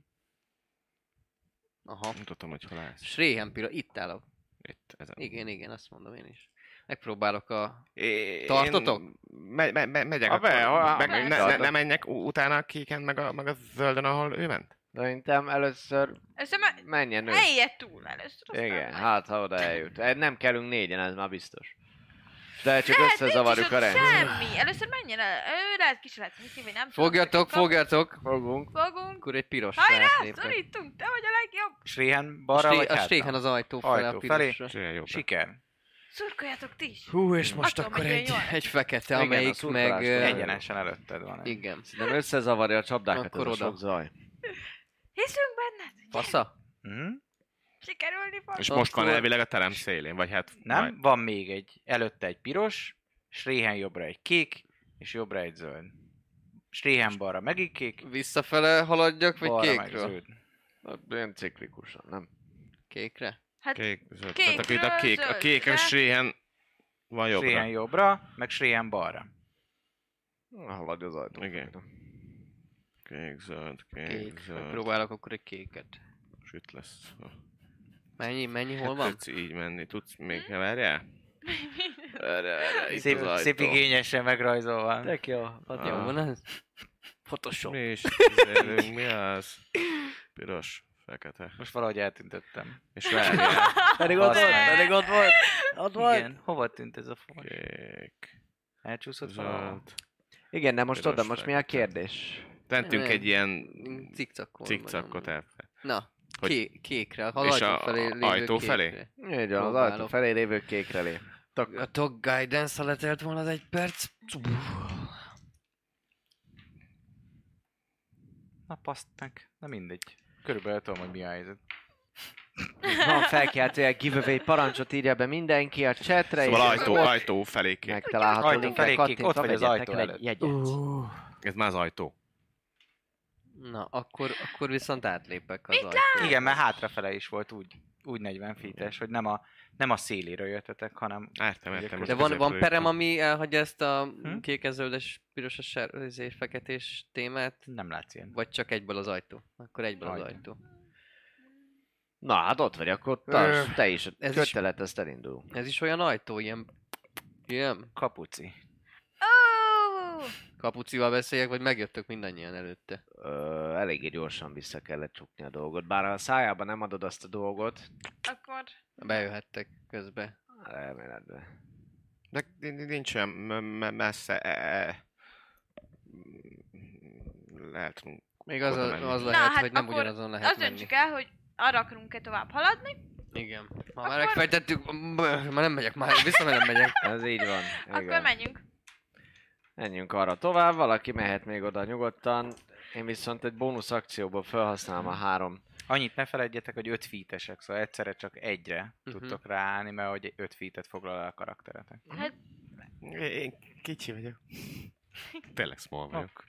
Speaker 5: Aha.
Speaker 8: Mutatom, hogy hol állsz.
Speaker 5: És réhen piros, itt állok.
Speaker 8: Itt, ezen.
Speaker 5: Igen, igen, azt mondom én is. Megpróbálok a...
Speaker 8: É,
Speaker 5: Tartotok?
Speaker 8: én Me- me- me- megyek
Speaker 6: Ha
Speaker 8: akkor.
Speaker 6: be, ha-
Speaker 8: meg,
Speaker 6: ha-
Speaker 8: ne, ne,
Speaker 6: tartok.
Speaker 8: ne menjek u- utána a kéken, meg a, meg a zöldön, ahol ő ment?
Speaker 6: Szerintem először
Speaker 7: Ez a me-
Speaker 6: menjen ő.
Speaker 7: Helye túl először. aztán
Speaker 6: Igen,
Speaker 7: majd.
Speaker 6: hát ha oda eljut. Eh, Nem kellünk négyen, ez már biztos. De csak
Speaker 7: Hát,
Speaker 6: összezavarjuk
Speaker 7: nincs
Speaker 6: a
Speaker 7: is ott
Speaker 6: rendszer.
Speaker 7: Semmi. Először menjen el. Ő lehet ki se lehet nyitni, vagy nem. tudom.
Speaker 5: Fogjatok,
Speaker 7: Kap-
Speaker 5: fogjatok!
Speaker 6: Fogunk.
Speaker 7: Fogunk.
Speaker 5: Akkor egy piros
Speaker 7: Hajrá, szorítunk, te vagy a legjobb.
Speaker 9: És réhen
Speaker 5: A
Speaker 9: balra
Speaker 5: stré-
Speaker 9: vagy
Speaker 5: a
Speaker 9: hátra?
Speaker 5: stréhen az ajtó fele, a
Speaker 9: ajtó felé.
Speaker 5: pirosra.
Speaker 9: Siker.
Speaker 7: Szurkoljatok ti is.
Speaker 5: Hú, és most
Speaker 7: Attól
Speaker 5: akkor
Speaker 7: megy
Speaker 5: egy,
Speaker 7: jól.
Speaker 5: egy fekete,
Speaker 6: Igen, a
Speaker 5: amelyik
Speaker 6: szurkolás
Speaker 5: meg...
Speaker 6: kell.
Speaker 5: ö,
Speaker 9: Egyenesen előtted van. egy.
Speaker 5: Igen.
Speaker 6: Nem összezavarja a csapdákat
Speaker 5: Akkor
Speaker 6: ez a
Speaker 5: oda.
Speaker 6: sok zaj.
Speaker 7: Hiszünk benned.
Speaker 5: Fasza?
Speaker 9: Mhm.
Speaker 7: Sikerülni fog.
Speaker 8: És most van
Speaker 9: Akkor-
Speaker 8: elvileg a terem szélén, vagy hát...
Speaker 9: Nem?
Speaker 8: Majd.
Speaker 9: Van még egy, előtte egy piros, Sréhen jobbra egy kék, és jobbra egy zöld. Sréhen balra megint kék,
Speaker 5: Visszafele haladjak, vagy
Speaker 9: balra meg
Speaker 5: kékről?
Speaker 9: zöld.
Speaker 8: Hát
Speaker 6: Ilyen ciklikusan, nem?
Speaker 5: Kékre.
Speaker 7: Hát
Speaker 8: Kék, zöld.
Speaker 7: Kékről
Speaker 8: Tehát akkor itt a kék, a kék
Speaker 7: zöldre.
Speaker 8: és réhen van jobbra.
Speaker 9: Sréhen jobbra, meg Sréhen balra.
Speaker 6: Haladj az ajtó.
Speaker 8: Igen. Kék, zöld, kék,
Speaker 5: Kék.
Speaker 8: zöld.
Speaker 5: Próbálok akkor egy kéket.
Speaker 8: Süt lesz.
Speaker 5: Mennyi, mennyi, hol
Speaker 8: Hát [laughs]
Speaker 5: van?
Speaker 8: Tudsz így menni, tudsz még keverjel? Erre, erre, itt
Speaker 9: Szép,
Speaker 8: az ajtó.
Speaker 9: szép igényesen megrajzolva.
Speaker 6: Tök jó.
Speaker 5: Jó
Speaker 8: Ah.
Speaker 5: van ez? Photoshop.
Speaker 8: Mi is tüzelünk, mi az? Piros, fekete.
Speaker 9: Most valahogy eltüntöttem.
Speaker 8: És várjál.
Speaker 9: Pedig
Speaker 7: ott volt, pedig
Speaker 9: ott volt,
Speaker 34: ott
Speaker 9: Igen, hova tűnt ez a font?
Speaker 8: Kék,
Speaker 9: Elcsúszott valahol?
Speaker 8: zöld.
Speaker 6: Igen, de most
Speaker 8: Piros
Speaker 6: oda, most mi a
Speaker 8: fekete.
Speaker 6: kérdés?
Speaker 8: Tentünk
Speaker 5: Nem.
Speaker 8: egy ilyen
Speaker 5: Cikcakon
Speaker 8: cikcakot
Speaker 5: vagyunk.
Speaker 8: el.
Speaker 5: Mm, Na,
Speaker 8: Hogy-
Speaker 5: ké- kékre, ha
Speaker 8: És
Speaker 5: az
Speaker 8: a-
Speaker 5: ajtó felé
Speaker 8: a-
Speaker 5: lévő
Speaker 8: ajtó
Speaker 5: kékre.
Speaker 8: felé?
Speaker 6: Így van, az
Speaker 5: Próbálok.
Speaker 6: ajtó felé lévő kékre lép.
Speaker 5: A tog guidance, ha letelt volna az egy perc.
Speaker 9: Na pasztnak. Na mindegy. Körülbelül tudom, hogy mi a helyzet.
Speaker 6: Van felkiáltója, giveaway parancsot írja be mindenki a chatre,
Speaker 8: Szóval
Speaker 6: és
Speaker 8: ajtó,
Speaker 6: ott
Speaker 8: ajtó felé kék.
Speaker 6: megtalálható
Speaker 9: Ajtó
Speaker 6: linkre
Speaker 9: felé kék,
Speaker 6: kattintva
Speaker 9: ott vagy az
Speaker 6: vegyetek
Speaker 9: ajtó
Speaker 6: el egy
Speaker 9: előtt.
Speaker 6: jegyet.
Speaker 8: Ez már az ajtó.
Speaker 5: Na, akkor, akkor viszont átlépek az
Speaker 7: Mit
Speaker 5: ajtón.
Speaker 9: Igen, mert hátrafele is volt úgy. úgy 40 feet hogy nem a, nem a széléről jöttetek, hanem...
Speaker 8: Értem, értem.
Speaker 5: De van, van perem, ami elhagyja ezt a hm? kékezöldes, piros a ser, ezért feketés témát?
Speaker 9: Nem látsz ilyen.
Speaker 5: Vagy csak egyből az ajtó? Akkor egyből ajtó. az ajtó.
Speaker 6: Na hát ott vagy, akkor tarts, te is, ez kötelet, ezt elindulunk.
Speaker 5: Ez is olyan ajtó, ilyen... Ilyen?
Speaker 9: Kapuci.
Speaker 7: Ó!
Speaker 5: Kapucival beszéljek, vagy megjöttök mindannyian előtte?
Speaker 6: Ö, eléggé gyorsan vissza kellett csukni a dolgot, bár ha a szájába nem adod azt a dolgot,
Speaker 7: Akkor...
Speaker 5: Bejöhettek közbe.
Speaker 6: elméletben.
Speaker 8: De nin- nincs olyan m- m- messze... e- e- Lehet tudunk
Speaker 5: Még az,
Speaker 8: oda
Speaker 5: a,
Speaker 8: menni.
Speaker 5: az
Speaker 7: Na,
Speaker 5: lehet,
Speaker 7: hát
Speaker 5: hogy nem
Speaker 7: akkor
Speaker 5: ugyanazon lehet
Speaker 7: Azt
Speaker 5: menni.
Speaker 7: döntsük el, hogy arra akarunk-e tovább haladni,
Speaker 5: Igen. Ha már megfejtettük, b- már nem megyek már, vissza már nem megyek.
Speaker 6: Ez így van.
Speaker 7: akkor menjünk.
Speaker 6: Menjünk arra tovább, valaki mehet még oda nyugodtan. Én viszont egy bónusz akcióból felhasználom a három.
Speaker 9: Annyit ne feledjetek, hogy 5 feet-esek, szóval egyszerre csak egyre
Speaker 5: Mhm.
Speaker 9: uh-huh. tudtok ráállni, mert hogy 5 feet-et foglal el a karakteretek.
Speaker 7: Hát,
Speaker 8: Én kicsi vagyok. [laughs] Tényleg small vagyok.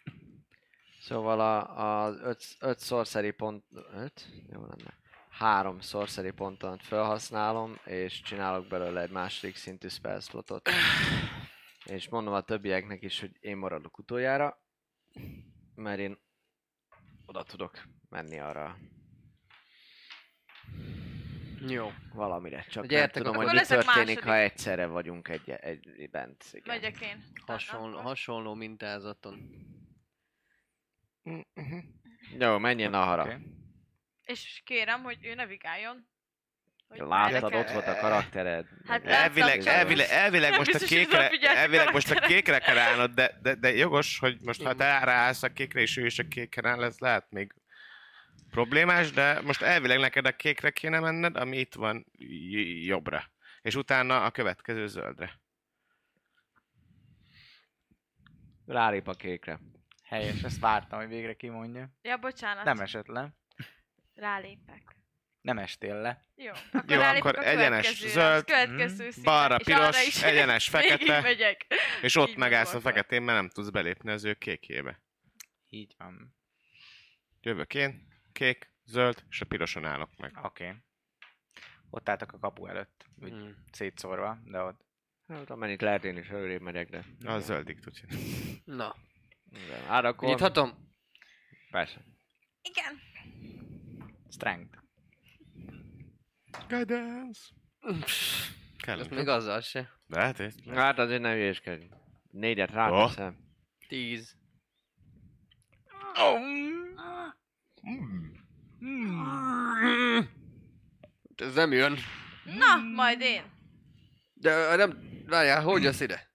Speaker 6: Szóval a, az öt, öt sorcery pont... Öt? Jó lenne. Három sorcery ponton felhasználom, és csinálok belőle egy második szintű spell slotot. És mondom a többieknek is, hogy én maradok utoljára, mert én oda tudok menni arra
Speaker 5: Jó.
Speaker 6: valamire. Csak
Speaker 5: Gyertek
Speaker 6: nem tudom,
Speaker 5: akkor.
Speaker 6: hogy mi
Speaker 7: Akkor leszek
Speaker 6: történik, ha
Speaker 7: második.
Speaker 6: egyszerre vagyunk egy, egy bent. Igen.
Speaker 7: megyek én.
Speaker 5: Hasonló, hasonló mintázaton.
Speaker 6: Jó, menjen Nahara.
Speaker 9: Oké.
Speaker 6: Okay.
Speaker 7: És kérem, hogy ő navigáljon. Hogy
Speaker 6: Láttad,
Speaker 7: merre
Speaker 6: ott
Speaker 7: kell-
Speaker 6: volt a karaktered.
Speaker 7: Hát láttam,
Speaker 8: Elvileg,
Speaker 7: csak-
Speaker 8: elvileg, elvileg
Speaker 7: Nem
Speaker 8: most a
Speaker 7: biztos, hogy
Speaker 8: kékre,
Speaker 7: oda figyeltek
Speaker 8: elvileg most a
Speaker 7: karakterek.
Speaker 8: kékre kell állnod, de, de, de jogos, hogy most ha te ráállsz a kékre, és ő is a kékre áll, ez lehet még problémás, de most elvileg neked a kékre kéne menned, ami itt van j- jobbra. És utána a következő zöldre.
Speaker 6: Rálép a kékre.
Speaker 9: Helyes, ezt vártam, hogy végre kimondja.
Speaker 7: Ja, bocsánat.
Speaker 9: Nem esett le.
Speaker 7: Rálépek.
Speaker 9: Nem estél le.
Speaker 7: Jó, akkor,
Speaker 8: Jó,
Speaker 7: rálépek
Speaker 8: akkor
Speaker 7: a
Speaker 8: egyenes
Speaker 7: következőre,
Speaker 8: zöld,
Speaker 7: az következő
Speaker 8: mhm,
Speaker 7: színe,
Speaker 8: balra
Speaker 7: és arra
Speaker 8: piros,
Speaker 7: is [laughs]
Speaker 8: egyenes fekete.
Speaker 7: végigmegyek.
Speaker 8: És
Speaker 7: Így
Speaker 8: ott megállsz a
Speaker 7: gondoltam.
Speaker 8: feketén, mert nem tudsz belépni az ő kékjébe.
Speaker 9: Így van.
Speaker 8: Jövök én, kék, zöld, és a piroson állok meg.
Speaker 6: Ah,
Speaker 9: Oké. Okay. Ott álltak a kapu előtt, úgy
Speaker 5: Mm.
Speaker 9: szétszórva, de ott.
Speaker 6: Hát amennyit lehet én is előrébb megyek, de...
Speaker 8: Na, a zöldig tud csinálni.
Speaker 5: Na,
Speaker 6: Igen. Hát akkor...
Speaker 5: nyithatom?
Speaker 6: Persze.
Speaker 7: Igen.
Speaker 9: Strength.
Speaker 8: Guidance!
Speaker 5: Ez
Speaker 8: Kellene.
Speaker 5: még azzal se.
Speaker 8: De hát ez...
Speaker 6: Hát azért ne hülyéskedj. Négyet ráteszem.
Speaker 5: Tíz. Hmm. Ez nem jön.
Speaker 7: Na, majd én.
Speaker 5: De nem... Várjál, hogy jössz ide?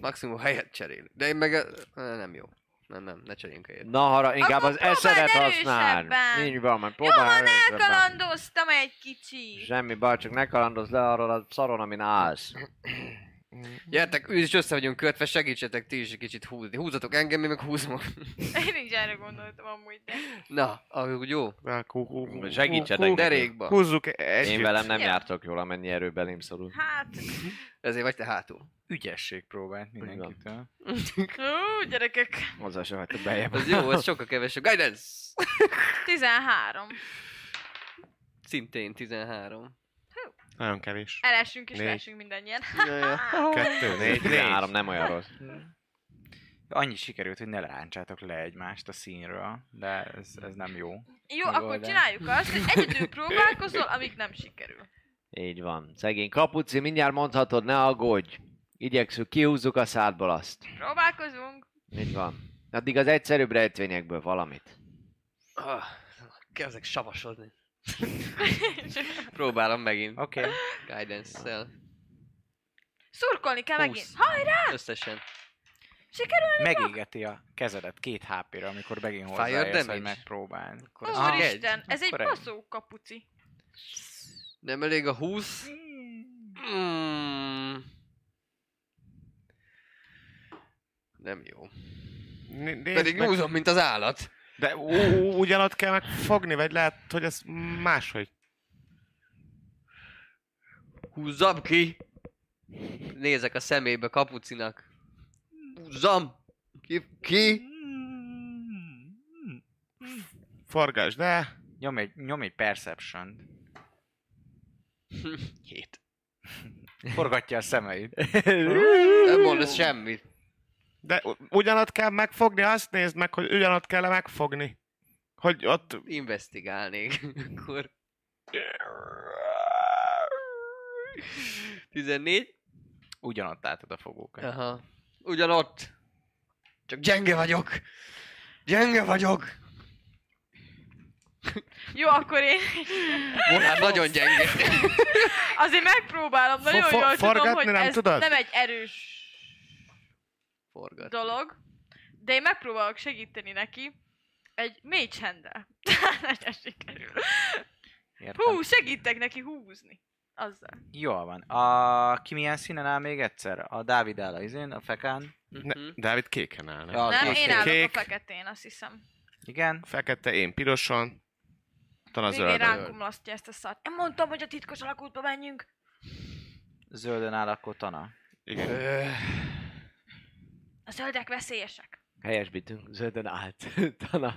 Speaker 5: Maximum helyet cserél. De én meg... eh, Nem jó. Nem, nem, ne cseréljünk helyet.
Speaker 6: Na, harag, inkább
Speaker 7: Akkor
Speaker 6: az eszedet
Speaker 7: próbáld
Speaker 6: használ.
Speaker 7: erősebben.
Speaker 6: Így van, majd
Speaker 7: Jó
Speaker 6: próbálj
Speaker 7: van,
Speaker 6: erősebben.
Speaker 7: elkalandoztam egy kicsit.
Speaker 6: Semmi baj, csak ne kalandozz le arról a szaron, amin állsz.
Speaker 5: Gyertek, ő is össze vagyunk kötve, segítsetek ti is egy kicsit húzni. Húzatok engem, én meg húzom. a-
Speaker 7: [laughs] Én nincs erre gondoltam amúgy, de...
Speaker 5: Na, ahogy jó.
Speaker 8: hát
Speaker 6: Segítsetek neki.
Speaker 5: Derékba.
Speaker 8: Húzzuk együtt.
Speaker 6: Én velem nem
Speaker 7: Ja.
Speaker 6: jártok jól, amennyi erő belém szorul.
Speaker 7: Hát,
Speaker 5: Ezért vagy te hátul.
Speaker 9: Ügyesség próbált mindenkitől.
Speaker 7: ú, gyerekek.
Speaker 6: Hozzá sem hagytok beljebb.
Speaker 5: Ez jó, ez sokkal kevesebb. Guidance!
Speaker 7: 13.
Speaker 5: Szintén 13.
Speaker 8: Nagyon kevés.
Speaker 7: Elesünk és
Speaker 8: Négy.
Speaker 7: leesünk mindannyian.
Speaker 8: Kettő, négy, négy.
Speaker 6: Három, nem olyan rossz.
Speaker 9: Annyi sikerült, hogy ne ráncsátok le egymást a színről, de ez, ez nem jó.
Speaker 7: Jó,
Speaker 9: Megoldás.
Speaker 7: akkor csináljuk azt, hogy egyedül próbálkozol, amíg nem sikerül.
Speaker 6: Így van. Szegény kapuci, mindjárt mondhatod, ne aggódj. Igyekszünk, kihúzzuk a szádból azt.
Speaker 7: Próbálkozunk. [laughs]
Speaker 6: Így van. Addig az egyszerűbb rejtvényekből valamit.
Speaker 5: Ah, kezdek savasodni. Próbálom megint.
Speaker 9: [laughs] Oké. Okay.
Speaker 5: Guidance-szel.
Speaker 7: Szurkolni kell megint.
Speaker 5: Húsz.
Speaker 7: Hajrá!
Speaker 5: Összesen.
Speaker 7: Sikerül!
Speaker 9: Megégeti a kezedet két HP-ra, amikor megint
Speaker 5: Fire
Speaker 9: hozzáérsz, hogy
Speaker 5: damage?
Speaker 9: megpróbálni. Akkor
Speaker 5: az Aha. egy.
Speaker 7: Úristen, ez egy
Speaker 9: Akkor egy.
Speaker 7: baszó kapuci.
Speaker 5: Nem elég a 20. Mm. Nem jó.
Speaker 8: Né- nézd
Speaker 5: Pedig
Speaker 8: meg-
Speaker 5: húzom, mint az állat.
Speaker 8: De ú- ú- ugyanott kell megfogni, vagy lehet, hogy ez máshogy.
Speaker 5: Húzzam ki! Nézek a szemébe kapucinak. Húzzam! Ki? ki?
Speaker 8: Forgás, de...
Speaker 9: Nyom egy, nyom egy perception [laughs] Hét. [laughs] Forgatja a szemeit.
Speaker 25: Nem mond ez semmit.
Speaker 8: De u- ugyanott kell megfogni, azt nézd meg, hogy ugyanott kell megfogni. Hogy ott...
Speaker 5: [laughs]
Speaker 25: Investigálnék. Akkor... 14?
Speaker 9: Ugyanott látod a fogókat.
Speaker 25: Aha. Ugyanott. Csak gyenge vagyok. Gyenge vagyok.
Speaker 7: Jó, akkor én... [laughs]
Speaker 25: Volár nagyon gyenge.
Speaker 7: Azért megpróbálom, nagyon
Speaker 8: Fo- fo-
Speaker 7: jól tudom,
Speaker 8: forgatni
Speaker 7: hogy
Speaker 8: nem
Speaker 7: ez
Speaker 8: tudod?
Speaker 7: nem egy erős
Speaker 25: Forgat.
Speaker 7: dolog, de én megpróbálok segíteni neki egy mage [laughs] hand Nagyon sikerül. Hú, segítek neki húzni. Azzal.
Speaker 9: Jól van. A, ki milyen színen áll még egyszer? A Dávid áll a izén, a fekán.
Speaker 8: Ne,
Speaker 25: Mhm.
Speaker 8: Dávid kéken áll,
Speaker 9: Ja, az
Speaker 7: nem,
Speaker 9: kék.
Speaker 7: én állok
Speaker 8: Kék.
Speaker 7: a feketén, azt hiszem.
Speaker 9: Igen.
Speaker 8: Fekete, én piroson. Talán
Speaker 7: Végén
Speaker 8: zöld.
Speaker 7: ránk omlasztja ezt a szart. Én mondtam, hogy a titkos alakútba menjünk.
Speaker 9: Zöldön áll akkor Tana.
Speaker 8: Igen.
Speaker 7: A zöldek veszélyesek.
Speaker 6: Helyesbítünk, zöldön állt. [laughs] Tana.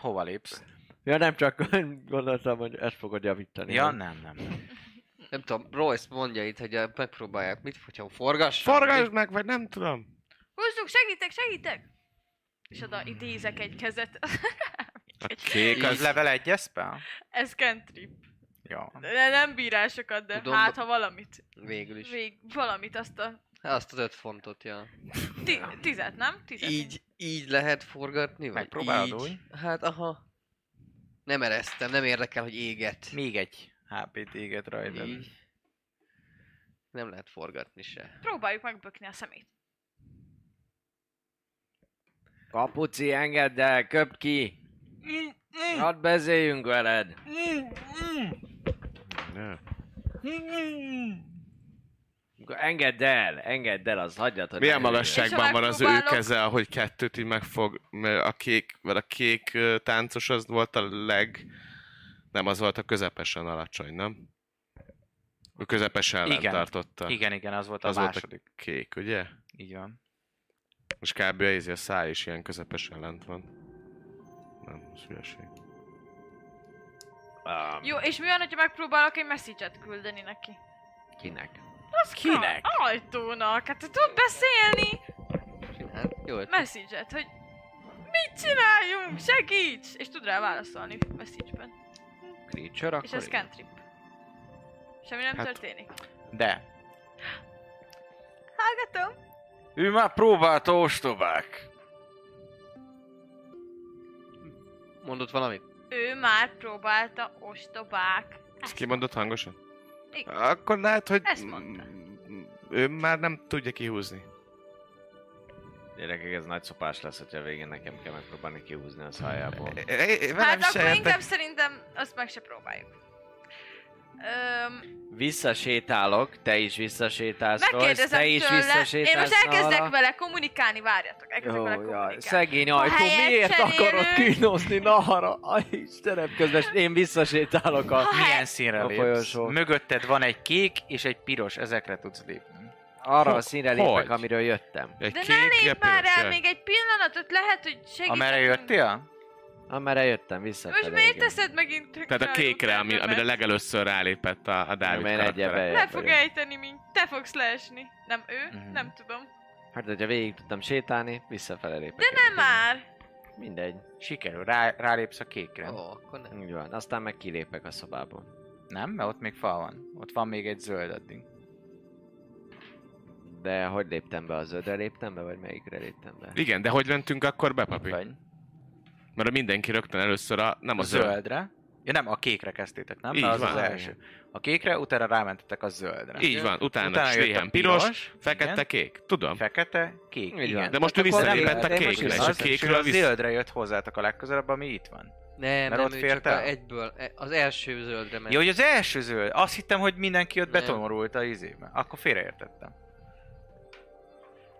Speaker 9: Hova lépsz?
Speaker 6: Ja nem csak [laughs] gondoltam, hogy ezt fogod javítani.
Speaker 9: Ja,
Speaker 6: nem?
Speaker 9: nem, nem.
Speaker 25: Nem tudom, Royce mondja itt, hogy megpróbálják. Mit, hogyha forgass?
Speaker 8: Forgasd meg, vagy nem tudom.
Speaker 7: Húzzuk, segítek, segítek! És oda idézek egy kezet.
Speaker 9: A kék az level egy spell?
Speaker 7: Ez cantrip.
Speaker 9: Jó.
Speaker 7: De nem bírásokat, de
Speaker 25: Tudom,
Speaker 7: hát ha valamit.
Speaker 25: Végül is. Hát
Speaker 7: Vég, valamit azt a
Speaker 25: Azt az öt fontot, ja.
Speaker 7: ti- tizet, nem? Tizet.
Speaker 25: Így, így lehet forgatni? Vagy
Speaker 9: Megpróbálod
Speaker 25: így?
Speaker 9: úgy?
Speaker 25: Hát, aha. Nem eresztem, nem érdekel, hogy éget.
Speaker 9: Még egy HP-t éget rajta.
Speaker 25: Így. Nem lehet forgatni se.
Speaker 7: Próbáljuk megbökni a szemét.
Speaker 6: Kapuci, engedd el, köpd ki! Hadd beszéljünk veled! Engedd el, engedd el, az hagyjad, hogy
Speaker 8: Milyen
Speaker 6: eljöjjön.
Speaker 8: magasságban van az ő
Speaker 7: megpróbálok-
Speaker 8: keze, ahogy kettőt így megfog, mert a kék, mert a kék ö, táncos az volt a leg... Nem, az volt a közepesen alacsony, nem? Ő közepesen
Speaker 9: Igen.
Speaker 8: igen. tartotta.
Speaker 9: Igen, igen, az volt a
Speaker 8: az
Speaker 9: második.
Speaker 8: volt a kék, ugye?
Speaker 9: Így van.
Speaker 8: És kb. a ízi, a száj is ilyen közepesen lent van. Nem, ez hülyeség.
Speaker 7: Jó, és mi van, hogyha megpróbálok egy message-et küldeni neki?
Speaker 6: Kinek?
Speaker 7: Az
Speaker 6: Kinek?
Speaker 7: A ajtónak, hát tud beszélni!
Speaker 25: Csinál. Jó, ötlet.
Speaker 7: Message-et, hogy mit csináljunk, segíts! És tud rá válaszolni message-ben.
Speaker 6: Creature,
Speaker 7: És ez cantrip. Semmi nem
Speaker 9: Hát-
Speaker 7: történik.
Speaker 9: De.
Speaker 7: Hallgatom.
Speaker 9: Ő már próbált ostobák.
Speaker 25: mondott valamit.
Speaker 7: Ő már próbálta ostobák.
Speaker 8: Ezt kimondott hangosan?
Speaker 7: Igen.
Speaker 8: Akkor lehet, hogy...
Speaker 7: Ezt mondta.
Speaker 8: Ő már nem tudja kihúzni.
Speaker 35: Gyerekek, ez nagy szopás lesz, hogyha végén nekem kell megpróbálni kihúzni a szájából.
Speaker 8: E,
Speaker 7: Hát akkor inkább szerintem azt meg se próbáljuk. Öm,
Speaker 6: Visszasétálok, te is visszasétálsz, Royce,
Speaker 7: megkérdezem
Speaker 6: te is
Speaker 7: tőle,
Speaker 6: visszasétálsz
Speaker 7: én most elkezdek
Speaker 6: nála.
Speaker 7: vele kommunikálni, várjatok, elkezdek vele
Speaker 6: Jó, jaj,
Speaker 7: kommunikálni.
Speaker 6: szegény
Speaker 7: Ha
Speaker 6: ajtó,
Speaker 7: helyet
Speaker 6: miért akarod
Speaker 7: cserélünk?
Speaker 6: kínozni Nahara? A Istenem, közben én visszasétálok a...
Speaker 7: Hát.
Speaker 9: Milyen színre
Speaker 6: A
Speaker 9: lépsz?
Speaker 6: folyosó.
Speaker 9: Mögötted van egy kék és egy piros, ezekre tudsz lépni.
Speaker 6: Arra a színre
Speaker 9: Hogy?
Speaker 6: lépek, amiről jöttem.
Speaker 8: Egy
Speaker 7: De ne lépj már el még egy pillanatot, lehet, hogy segítek.
Speaker 9: Amerre jöttél?
Speaker 6: Amerre jöttem, vissza.
Speaker 7: Most miért teszed megint
Speaker 8: Tehát a
Speaker 7: tönkre
Speaker 8: kékre, ami,
Speaker 7: kedvemet?
Speaker 8: amire legelőször rálépett a, a
Speaker 6: Én
Speaker 8: Dávid
Speaker 6: egyre
Speaker 8: karaktere.
Speaker 6: bejöttem.
Speaker 7: Le fog ejteni, mint te fogsz leesni. Nem ő,
Speaker 8: Mhm.
Speaker 7: nem tudom.
Speaker 6: Hát, hogyha végig tudtam sétálni, visszafele lépek.
Speaker 7: De nem már!
Speaker 6: Mindegy.
Speaker 9: Sikerül, rá, rálépsz a kékre.
Speaker 25: Ó, akkor nem.
Speaker 6: Így van. Aztán meg kilépek a szobából.
Speaker 9: Nem, mert ott még fal van. Ott van még egy zöld addig.
Speaker 6: De hogy léptem be? A zöldre léptem be, vagy melyikre léptem be?
Speaker 8: Igen, de hogy mentünk akkor be, papi?
Speaker 9: Vagy.
Speaker 8: Mert mindenki rögtön először a... Nem a,
Speaker 9: A zöldre. Ja nem, a kékre kezdtétek, nem?
Speaker 8: Így
Speaker 9: Mert az
Speaker 8: van.
Speaker 9: az első. A kékre, utána rámentetek a zöldre.
Speaker 8: Így van, utána,
Speaker 9: Utána
Speaker 8: utána
Speaker 9: jött a
Speaker 8: sléhen piros,
Speaker 9: piros,
Speaker 8: fekete,
Speaker 9: igen.
Speaker 8: kék. Tudom.
Speaker 9: Fekete, kék,
Speaker 6: van.
Speaker 9: igen.
Speaker 8: De most ő
Speaker 9: Hát akkor
Speaker 8: visszalépett
Speaker 9: nem-
Speaker 8: a
Speaker 9: de most
Speaker 8: kékre, és
Speaker 9: vissza-
Speaker 8: a kékről
Speaker 9: a
Speaker 8: vissza-
Speaker 9: zöldre jött hozzátok a legközelebb, ami itt van.
Speaker 25: Nem,
Speaker 9: Mert
Speaker 25: nem,
Speaker 9: ott
Speaker 25: ő
Speaker 9: fért
Speaker 25: csak a
Speaker 9: el?
Speaker 25: egyből, e- az első zöldre ment.
Speaker 9: Ja, hogy az első zöld. Azt hittem, hogy mindenki ott
Speaker 25: Nem.
Speaker 9: betomorult a izébe. Akkor félreértettem.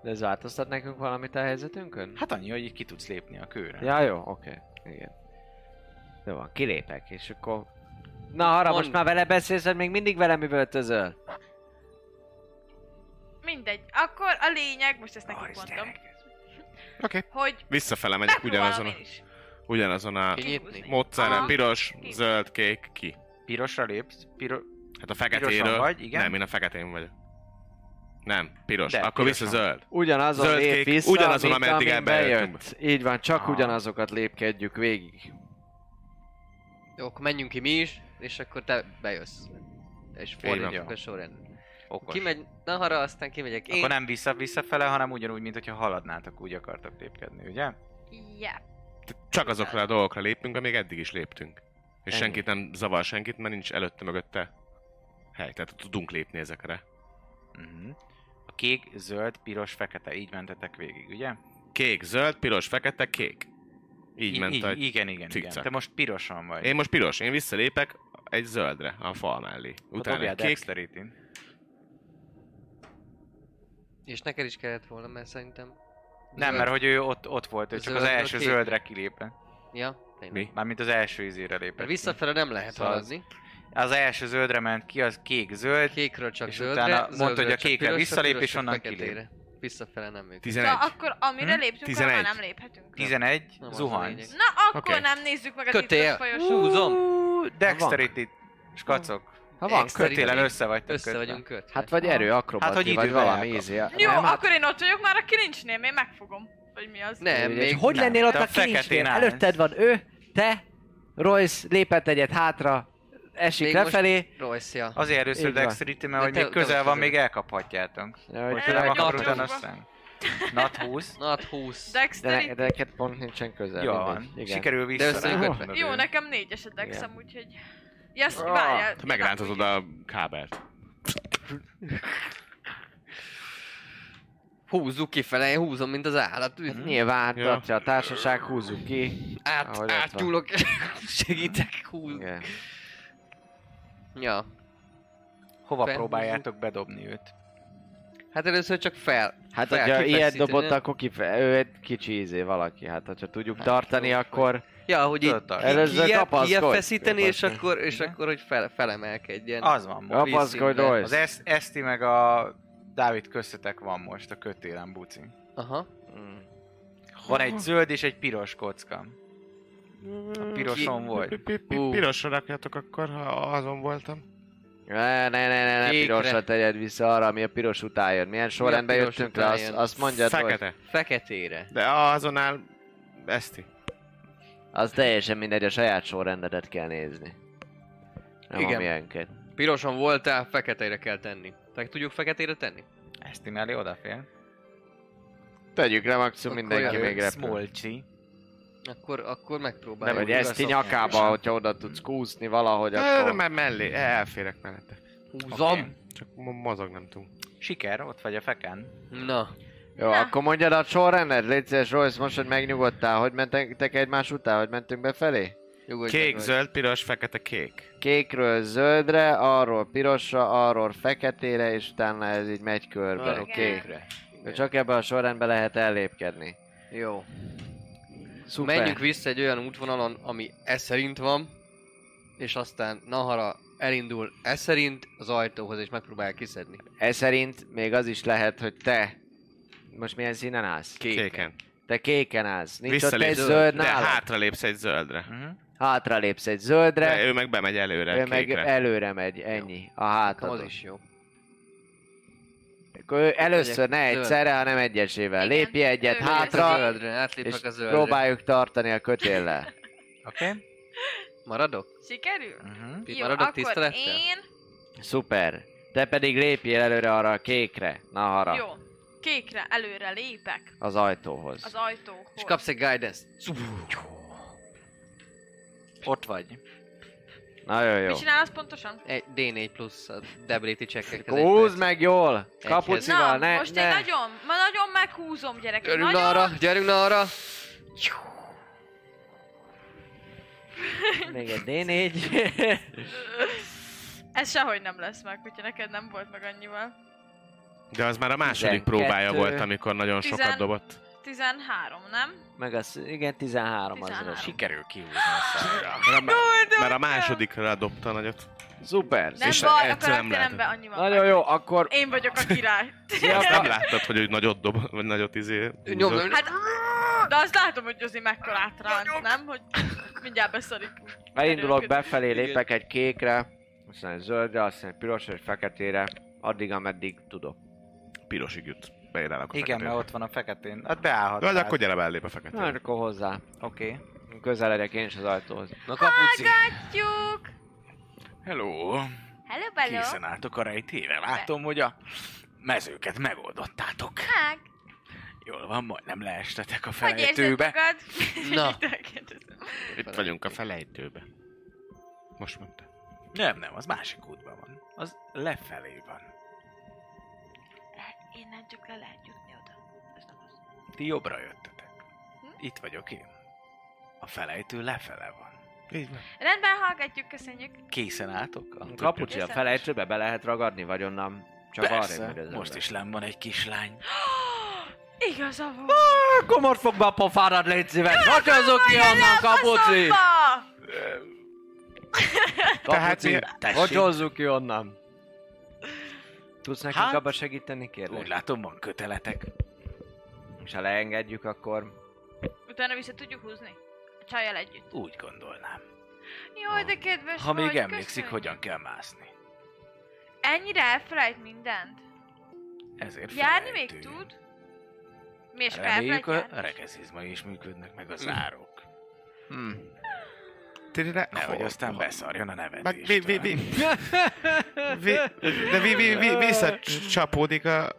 Speaker 6: De ez változtat nekünk valamit a helyzetünkön?
Speaker 9: Hát annyi, hogy így ki tudsz lépni a kőre.
Speaker 6: Ja, jó, oké. Igen. Jó van, kilépek, és akkor... Na, arra
Speaker 25: Mondd.
Speaker 6: most már vele beszélsz, vagy még mindig velem üvöltözöl?
Speaker 7: Mindegy. Akkor [laughs] a lényeg, most ezt nekik mondom,
Speaker 8: Oké.
Speaker 7: hogy
Speaker 8: Visszafele megyek
Speaker 7: megpróbálom
Speaker 8: ugyanazon.
Speaker 7: én
Speaker 8: a-
Speaker 7: is.
Speaker 8: Ugyanazon a
Speaker 5: Kinyitni?
Speaker 8: módszeren,
Speaker 5: Aha.
Speaker 8: piros,
Speaker 5: Ki.
Speaker 8: zöld, kék, ki.
Speaker 9: Pirosra lépsz? Piro...
Speaker 8: Hát a feketéről.
Speaker 9: Piroson vagy, igen?
Speaker 8: Nem, én a feketén vagyok. Nem, piros.
Speaker 9: De,
Speaker 8: Akkor
Speaker 9: piroson.
Speaker 8: vissza zöld.
Speaker 6: Ugyanazon
Speaker 8: zöld,
Speaker 6: lép
Speaker 8: kék,
Speaker 6: vissza,
Speaker 8: ugyanazon,
Speaker 6: mint
Speaker 8: ameddig
Speaker 6: amin
Speaker 8: elbejöttünk.
Speaker 6: bejött. Így van, csak ugyanazokat lépkedjük végig.
Speaker 5: Jó, akkor menjünk ki mi is, és akkor te bejössz. És fordítjuk a sorrendben.
Speaker 9: Okos.
Speaker 5: Kimegy Nahara, aztán kimegyek én.
Speaker 9: Akkor nem vissza-visszafele, hanem ugyanúgy, mint hogyha haladnátok, úgy akartak lépkedni, ugye?
Speaker 7: Yeah.
Speaker 8: Csak azokra a dolgokra lépünk, amíg eddig is léptünk. És
Speaker 9: Ennyi.
Speaker 8: senkit nem zavar senkit, mert nincs előtte mögötte hely. Tehát tudunk lépni ezekre.
Speaker 9: Uh-huh. A kék, zöld, piros, fekete, így mentetek végig, ugye?
Speaker 8: Kék, zöld, piros, fekete, kék. Így
Speaker 9: I-
Speaker 8: ment
Speaker 9: így-
Speaker 8: a
Speaker 9: igen, igen,
Speaker 8: cikcak.
Speaker 9: igen. Te most piroson vagy.
Speaker 8: Én most piros, én visszalépek egy zöldre, a fal mellé. Utána
Speaker 9: dobjál
Speaker 8: egy kék,
Speaker 9: dexterity
Speaker 5: És neked is kellett volna, mert szerintem...
Speaker 9: Nem, mert hogy ő ott, ott volt, ő csak az
Speaker 5: Zöldről
Speaker 9: első
Speaker 5: kékre.
Speaker 9: zöldre kilépett.
Speaker 5: Ja, tényleg.
Speaker 9: Mi? Mármint az első izére lépett.
Speaker 5: Mert
Speaker 9: ki.
Speaker 5: visszafele nem lehet
Speaker 9: Szóval az-
Speaker 5: haladni.
Speaker 9: Az első zöldre ment ki, az kék-zöld.
Speaker 5: Kékről csak
Speaker 9: és
Speaker 5: zöldre,
Speaker 9: utána
Speaker 5: zöldről
Speaker 9: mondta, hogy a
Speaker 5: csak
Speaker 9: kékre
Speaker 5: pirosra,
Speaker 9: visszalép,
Speaker 5: pirosra
Speaker 9: és onnan kilép.
Speaker 5: feketére. Visszafele nem működik.
Speaker 9: 11.
Speaker 7: Na, akkor amire
Speaker 8: Mhm.
Speaker 9: Hm?
Speaker 7: léptünk, arra már nem léphetünk.
Speaker 9: 11,
Speaker 5: Nem az a
Speaker 9: zuhansz.
Speaker 5: lényeg.
Speaker 7: Na, akkor nem nézzük meg a titkos folyosót.
Speaker 9: Dexterity. Skacok.
Speaker 6: Ha van
Speaker 9: kötélen össze vagy.
Speaker 5: Össze vagyunk kötve.
Speaker 6: Hát vagy erő, akrobati,
Speaker 9: Hát, hogy
Speaker 6: vagy
Speaker 9: idővel
Speaker 6: valami
Speaker 9: elkap.
Speaker 6: ízi.
Speaker 7: Jó,
Speaker 6: Nem, hát-
Speaker 7: akkor én ott vagyok már a kilincsnél, én megfogom. Vagy mi az?
Speaker 5: Nem,
Speaker 6: Úgy,
Speaker 5: még
Speaker 6: hogy
Speaker 5: nem.
Speaker 6: lennél ott
Speaker 5: Te
Speaker 6: a
Speaker 5: a feketén
Speaker 6: kilincsnél?
Speaker 5: állsz.
Speaker 6: Előtted van ő, te, Royce lépett egyet hátra, esik
Speaker 5: Még most
Speaker 6: lefelé.
Speaker 5: Royce, ja.
Speaker 9: Azért
Speaker 6: Így van.
Speaker 9: először Dexterity,
Speaker 6: De
Speaker 9: mert hogy
Speaker 6: te-
Speaker 9: még
Speaker 6: te
Speaker 9: közel
Speaker 6: vagy
Speaker 9: van,
Speaker 6: közel.
Speaker 9: még elkaphatjátok.
Speaker 6: Ja, hogy
Speaker 9: Hogyha nem,
Speaker 6: te-
Speaker 9: akkor
Speaker 6: Nat
Speaker 9: utána
Speaker 6: 20.
Speaker 9: aztán. Nat
Speaker 6: [laughs]
Speaker 9: 20.
Speaker 6: hát
Speaker 5: Nat 20.
Speaker 7: Dexterity.
Speaker 6: De, de neked pont nincsen közel.
Speaker 9: Jó
Speaker 6: mindegy.
Speaker 9: van.
Speaker 6: Igen.
Speaker 9: Sikerül vissza.
Speaker 7: Jó, nekem négyes a dexem,
Speaker 6: Igen.
Speaker 7: úgyhogy... Ja, azt várjál.
Speaker 8: Te megrántozod a kábelt.
Speaker 5: Húzzuk kifele, én húzom, mint az állat.
Speaker 6: Nyilván, ja. a társaság, húzzuk ki.
Speaker 5: Át,
Speaker 6: Mhm. Ahogy ott van.
Speaker 5: átgyúlok, [laughs] segítek, húz.
Speaker 6: Igen.
Speaker 5: Ja.
Speaker 9: Hova
Speaker 5: Fel-
Speaker 9: próbáljátok bedobni őt?
Speaker 5: Hát először csak fel.
Speaker 6: Hát,
Speaker 5: fel,
Speaker 6: hogyha ilyet
Speaker 5: kifeszíteni,
Speaker 6: dobott,
Speaker 5: nem?
Speaker 6: akkor kife... ő egy kicsi izé valaki. Hát, hogyha tudjuk tartani, akkor...
Speaker 5: Ja, hogy így
Speaker 6: Tudod,
Speaker 5: ki-
Speaker 6: először
Speaker 5: kijebb,
Speaker 6: kapaszkodj.
Speaker 5: kijebb feszíteni, és
Speaker 6: Kapaszkodj.
Speaker 5: akkor, és akkor hogy fel, felemelkedjen.
Speaker 9: Az van.
Speaker 6: Kapaszkodj,
Speaker 5: Vízszinten.
Speaker 9: Az es- Eszti meg a Dávid köztetek van most a kötélen, buci.
Speaker 5: Aha.
Speaker 9: Van egy zöld és egy piros kocka. A piroson
Speaker 8: Ki-
Speaker 6: [laughs]
Speaker 9: volt.
Speaker 8: pi- pi- Pirosra rakjátok akkor, ha azon voltam.
Speaker 6: Ne, ne, ne, ne, ne
Speaker 9: Kékre.
Speaker 6: pirosra tegyed vissza arra, ami a piros után jön. Milyen sorrendben
Speaker 5: piros
Speaker 6: jöttünk le,
Speaker 5: után
Speaker 6: azt,
Speaker 5: jön?
Speaker 6: azt mondjad,
Speaker 8: Fekete.
Speaker 6: Hogy...
Speaker 5: Feketére.
Speaker 8: De azonnal Eszti.
Speaker 6: Az teljesen mindegy, a saját sorrendedet kell nézni. Nem Igen.
Speaker 5: Igen.
Speaker 6: a miénket.
Speaker 5: Piroson voltál, feketére kell tenni. Meg tudjuk feketére tenni?
Speaker 9: Eszti mellé odafér.
Speaker 6: Tegyük le maximum
Speaker 5: Akkor
Speaker 6: mindenki
Speaker 5: jön
Speaker 6: még repül.
Speaker 9: Smolcsi.
Speaker 5: Akkor,
Speaker 6: Nem,
Speaker 5: akkor megpróbáljuk.
Speaker 6: vagy ezt így nyakába, hogyha oda tudsz kúszni valahogy,
Speaker 8: Akkor...
Speaker 6: akkor...
Speaker 8: Már mellé, E, elférek mellette.
Speaker 5: Húzom.
Speaker 9: Oké.
Speaker 8: Csak mo- mozog nem tudunk.
Speaker 9: Siker, ott vagy a fekán.
Speaker 5: Na.
Speaker 6: Jó, akkor mondjad a sorrendet, légy szíves, Royce, most, hogy megnyugodtál, hogy mentek egymás után, hogy mentünk befelé?
Speaker 5: Nyugodj
Speaker 8: Kék, zöld, piros, fekete, kék.
Speaker 6: Kékről zöldre, arról pirosra, arról feketére, és utána ez így megy körbe,
Speaker 5: Arról
Speaker 6: oké?
Speaker 5: kékre.
Speaker 6: Okay. Csak ebbe a sorrendben lehet ellépkedni.
Speaker 5: Jó.
Speaker 6: Szuper.
Speaker 5: Menjünk vissza egy olyan útvonalon, ami ez szerint van, és aztán Nahara elindul ez szerint az ajtóhoz, és megpróbál kiszedni.
Speaker 6: Ez szerint még az is lehet, hogy te... Most milyen színen állsz?
Speaker 8: Kéken.
Speaker 6: Te kéken állsz. Nincs ott
Speaker 8: Visszalépsz.
Speaker 6: egy zöld
Speaker 8: De hát-
Speaker 6: nálad?
Speaker 8: hátra lépsz egy zöldre.
Speaker 6: Hátra lépsz egy zöldre,
Speaker 8: De ő meg bemegy előre,
Speaker 6: ő meg e-
Speaker 8: kékre.
Speaker 6: előre megy, ennyi. A
Speaker 5: Nekem az
Speaker 6: hátadon.
Speaker 5: is jó.
Speaker 6: Akkor ő először ne
Speaker 5: Megyek zöld.
Speaker 6: egyszerre, hanem egyesével. Lépj egyet
Speaker 5: Megyek a
Speaker 6: hátra,
Speaker 5: zöldre, átlépek
Speaker 6: és
Speaker 5: a zöldre.
Speaker 6: próbáljuk tartani a kötéllel.
Speaker 9: Oké?
Speaker 5: Maradok?
Speaker 7: Sikerül?
Speaker 5: Itt
Speaker 7: Jó,
Speaker 5: maradok
Speaker 7: akkor
Speaker 5: tisztelettel?
Speaker 7: én...
Speaker 6: Szuper. Te pedig lépjél előre arra a kékre, nahara,
Speaker 7: Jó. Kékre előre lépek
Speaker 6: az ajtóhoz.
Speaker 7: az ajtóhoz.
Speaker 5: És kapsz egy guidance.
Speaker 9: Ott vagy.
Speaker 6: Nagyon jó.
Speaker 7: Mit csinálsz pontosan?
Speaker 5: Egy D4 plusz a debility check
Speaker 6: Húzd meg jól! Kapucival,
Speaker 7: Na,
Speaker 6: ne,
Speaker 7: most én
Speaker 6: ne.
Speaker 7: nagyon, ma nagyon meghúzom gyerekek.
Speaker 5: Gyerünk
Speaker 7: nagyon...
Speaker 5: arra, gyerünk arra.
Speaker 6: Még egy D4.
Speaker 5: [laughs]
Speaker 7: Ez sehogy nem lesz meg, hogyha neked nem volt meg annyival.
Speaker 8: De az már a második
Speaker 6: 12.
Speaker 8: próbája volt, amikor nagyon sokat
Speaker 7: Tizen-
Speaker 8: dobott.
Speaker 7: 13, nem?
Speaker 6: Meg az, igen, 13, 13. az.
Speaker 9: Sikerül kihúzni a szájra.
Speaker 8: Mert a, má- mert a másodikra dobta nagyot.
Speaker 6: Szuper.
Speaker 7: Nem
Speaker 8: És
Speaker 7: baj, a
Speaker 8: egyszer nem
Speaker 7: karakteremben annyi van.
Speaker 6: Nagyon jó, akkor
Speaker 7: Én
Speaker 9: [laughs]
Speaker 7: vagyok a király. Hát,
Speaker 8: Nem láttad, hogy ő nagyot dob, vagy nagyot izé. húzott?
Speaker 5: Nyomd,
Speaker 7: Hát De azt látom, hogy Jozi mekkora átránt, nem? Hogy mindjárt beszarik.
Speaker 6: Elindulok befelé, lépek egy kékre, aztán egy zöldre, aztán egy pirosra, egy feketére, addig, ameddig tudok.
Speaker 8: Pirosig jut. Beérelek a
Speaker 36: Igen,
Speaker 8: feketére.
Speaker 36: mert ott van a feketén. Hát beállhat.
Speaker 8: Na, de akkor gyere be, ellép a feketére.
Speaker 6: Na, akkor hozzá.
Speaker 9: Hát,
Speaker 36: Oké.
Speaker 6: Közeledek én is az ajtóhoz.
Speaker 8: Na
Speaker 7: Hallgatjuk!
Speaker 9: Hello!
Speaker 7: Hello, bello!
Speaker 9: Készen álltok a rejtére. Látom, hogy a mezőket megoldottátok.
Speaker 7: Hág,
Speaker 9: Jól van, majdnem leestetek a
Speaker 7: hogy érzed
Speaker 9: felejtőbe.
Speaker 7: magad? [laughs]
Speaker 9: Na.
Speaker 8: Itt vagyunk a felejtőbe. Most mondta.
Speaker 9: Nem, nem, az másik útban van. Az lefelé van.
Speaker 7: Innen csak le lehet jutni oda. Ez nem az.
Speaker 9: Ti jobbra jöttetek.
Speaker 7: Hm?
Speaker 9: Itt vagyok én. A felejtő lefele van. Így van.
Speaker 7: Rendben, hallgatjuk, köszönjük. [gasps]
Speaker 9: Készen álltok? A
Speaker 6: Kapucsi a
Speaker 7: Viszont-
Speaker 6: felejtőbe be lehet ragadni, vagy onnan csak
Speaker 9: Persze,
Speaker 6: arra megy az
Speaker 9: most
Speaker 6: ember.
Speaker 9: is lenn van egy kislány.
Speaker 7: Igaza van.
Speaker 6: Ah, Komor fog be a pofárad, légy szíves! Hagyjazzuk ki onnan, kapuci! Kapuci,
Speaker 9: Tessék.
Speaker 6: hagyjazzuk ki onnan! Tudsz nekünk
Speaker 9: Hát,
Speaker 6: abba segíteni, kérlek?
Speaker 9: Úgy látom, van köteletek.
Speaker 6: És ha leengedjük, akkor...
Speaker 7: Utána vissza tudjuk húzni. A csajjal együtt.
Speaker 9: Úgy gondolnám.
Speaker 7: Jaj, de kedves
Speaker 9: Ha még
Speaker 7: vagy,
Speaker 9: emlékszik,
Speaker 7: köszönjük.
Speaker 9: hogyan kell mászni.
Speaker 7: Ennyire elfelejt mindent?
Speaker 9: Ezért
Speaker 7: Járni még
Speaker 9: felejtő.
Speaker 7: tud? Mi is
Speaker 9: Reméljük, a
Speaker 7: elfelejt
Speaker 9: rekeszizmai is működnek, meg a
Speaker 8: Mm.
Speaker 9: zárók.
Speaker 8: Hmm. Tényleg?
Speaker 9: Nehogy aztán beszarjon a nevet.
Speaker 8: Meg vi, vi, vi, vi, de vi, vi, vi, visszacsapódik a...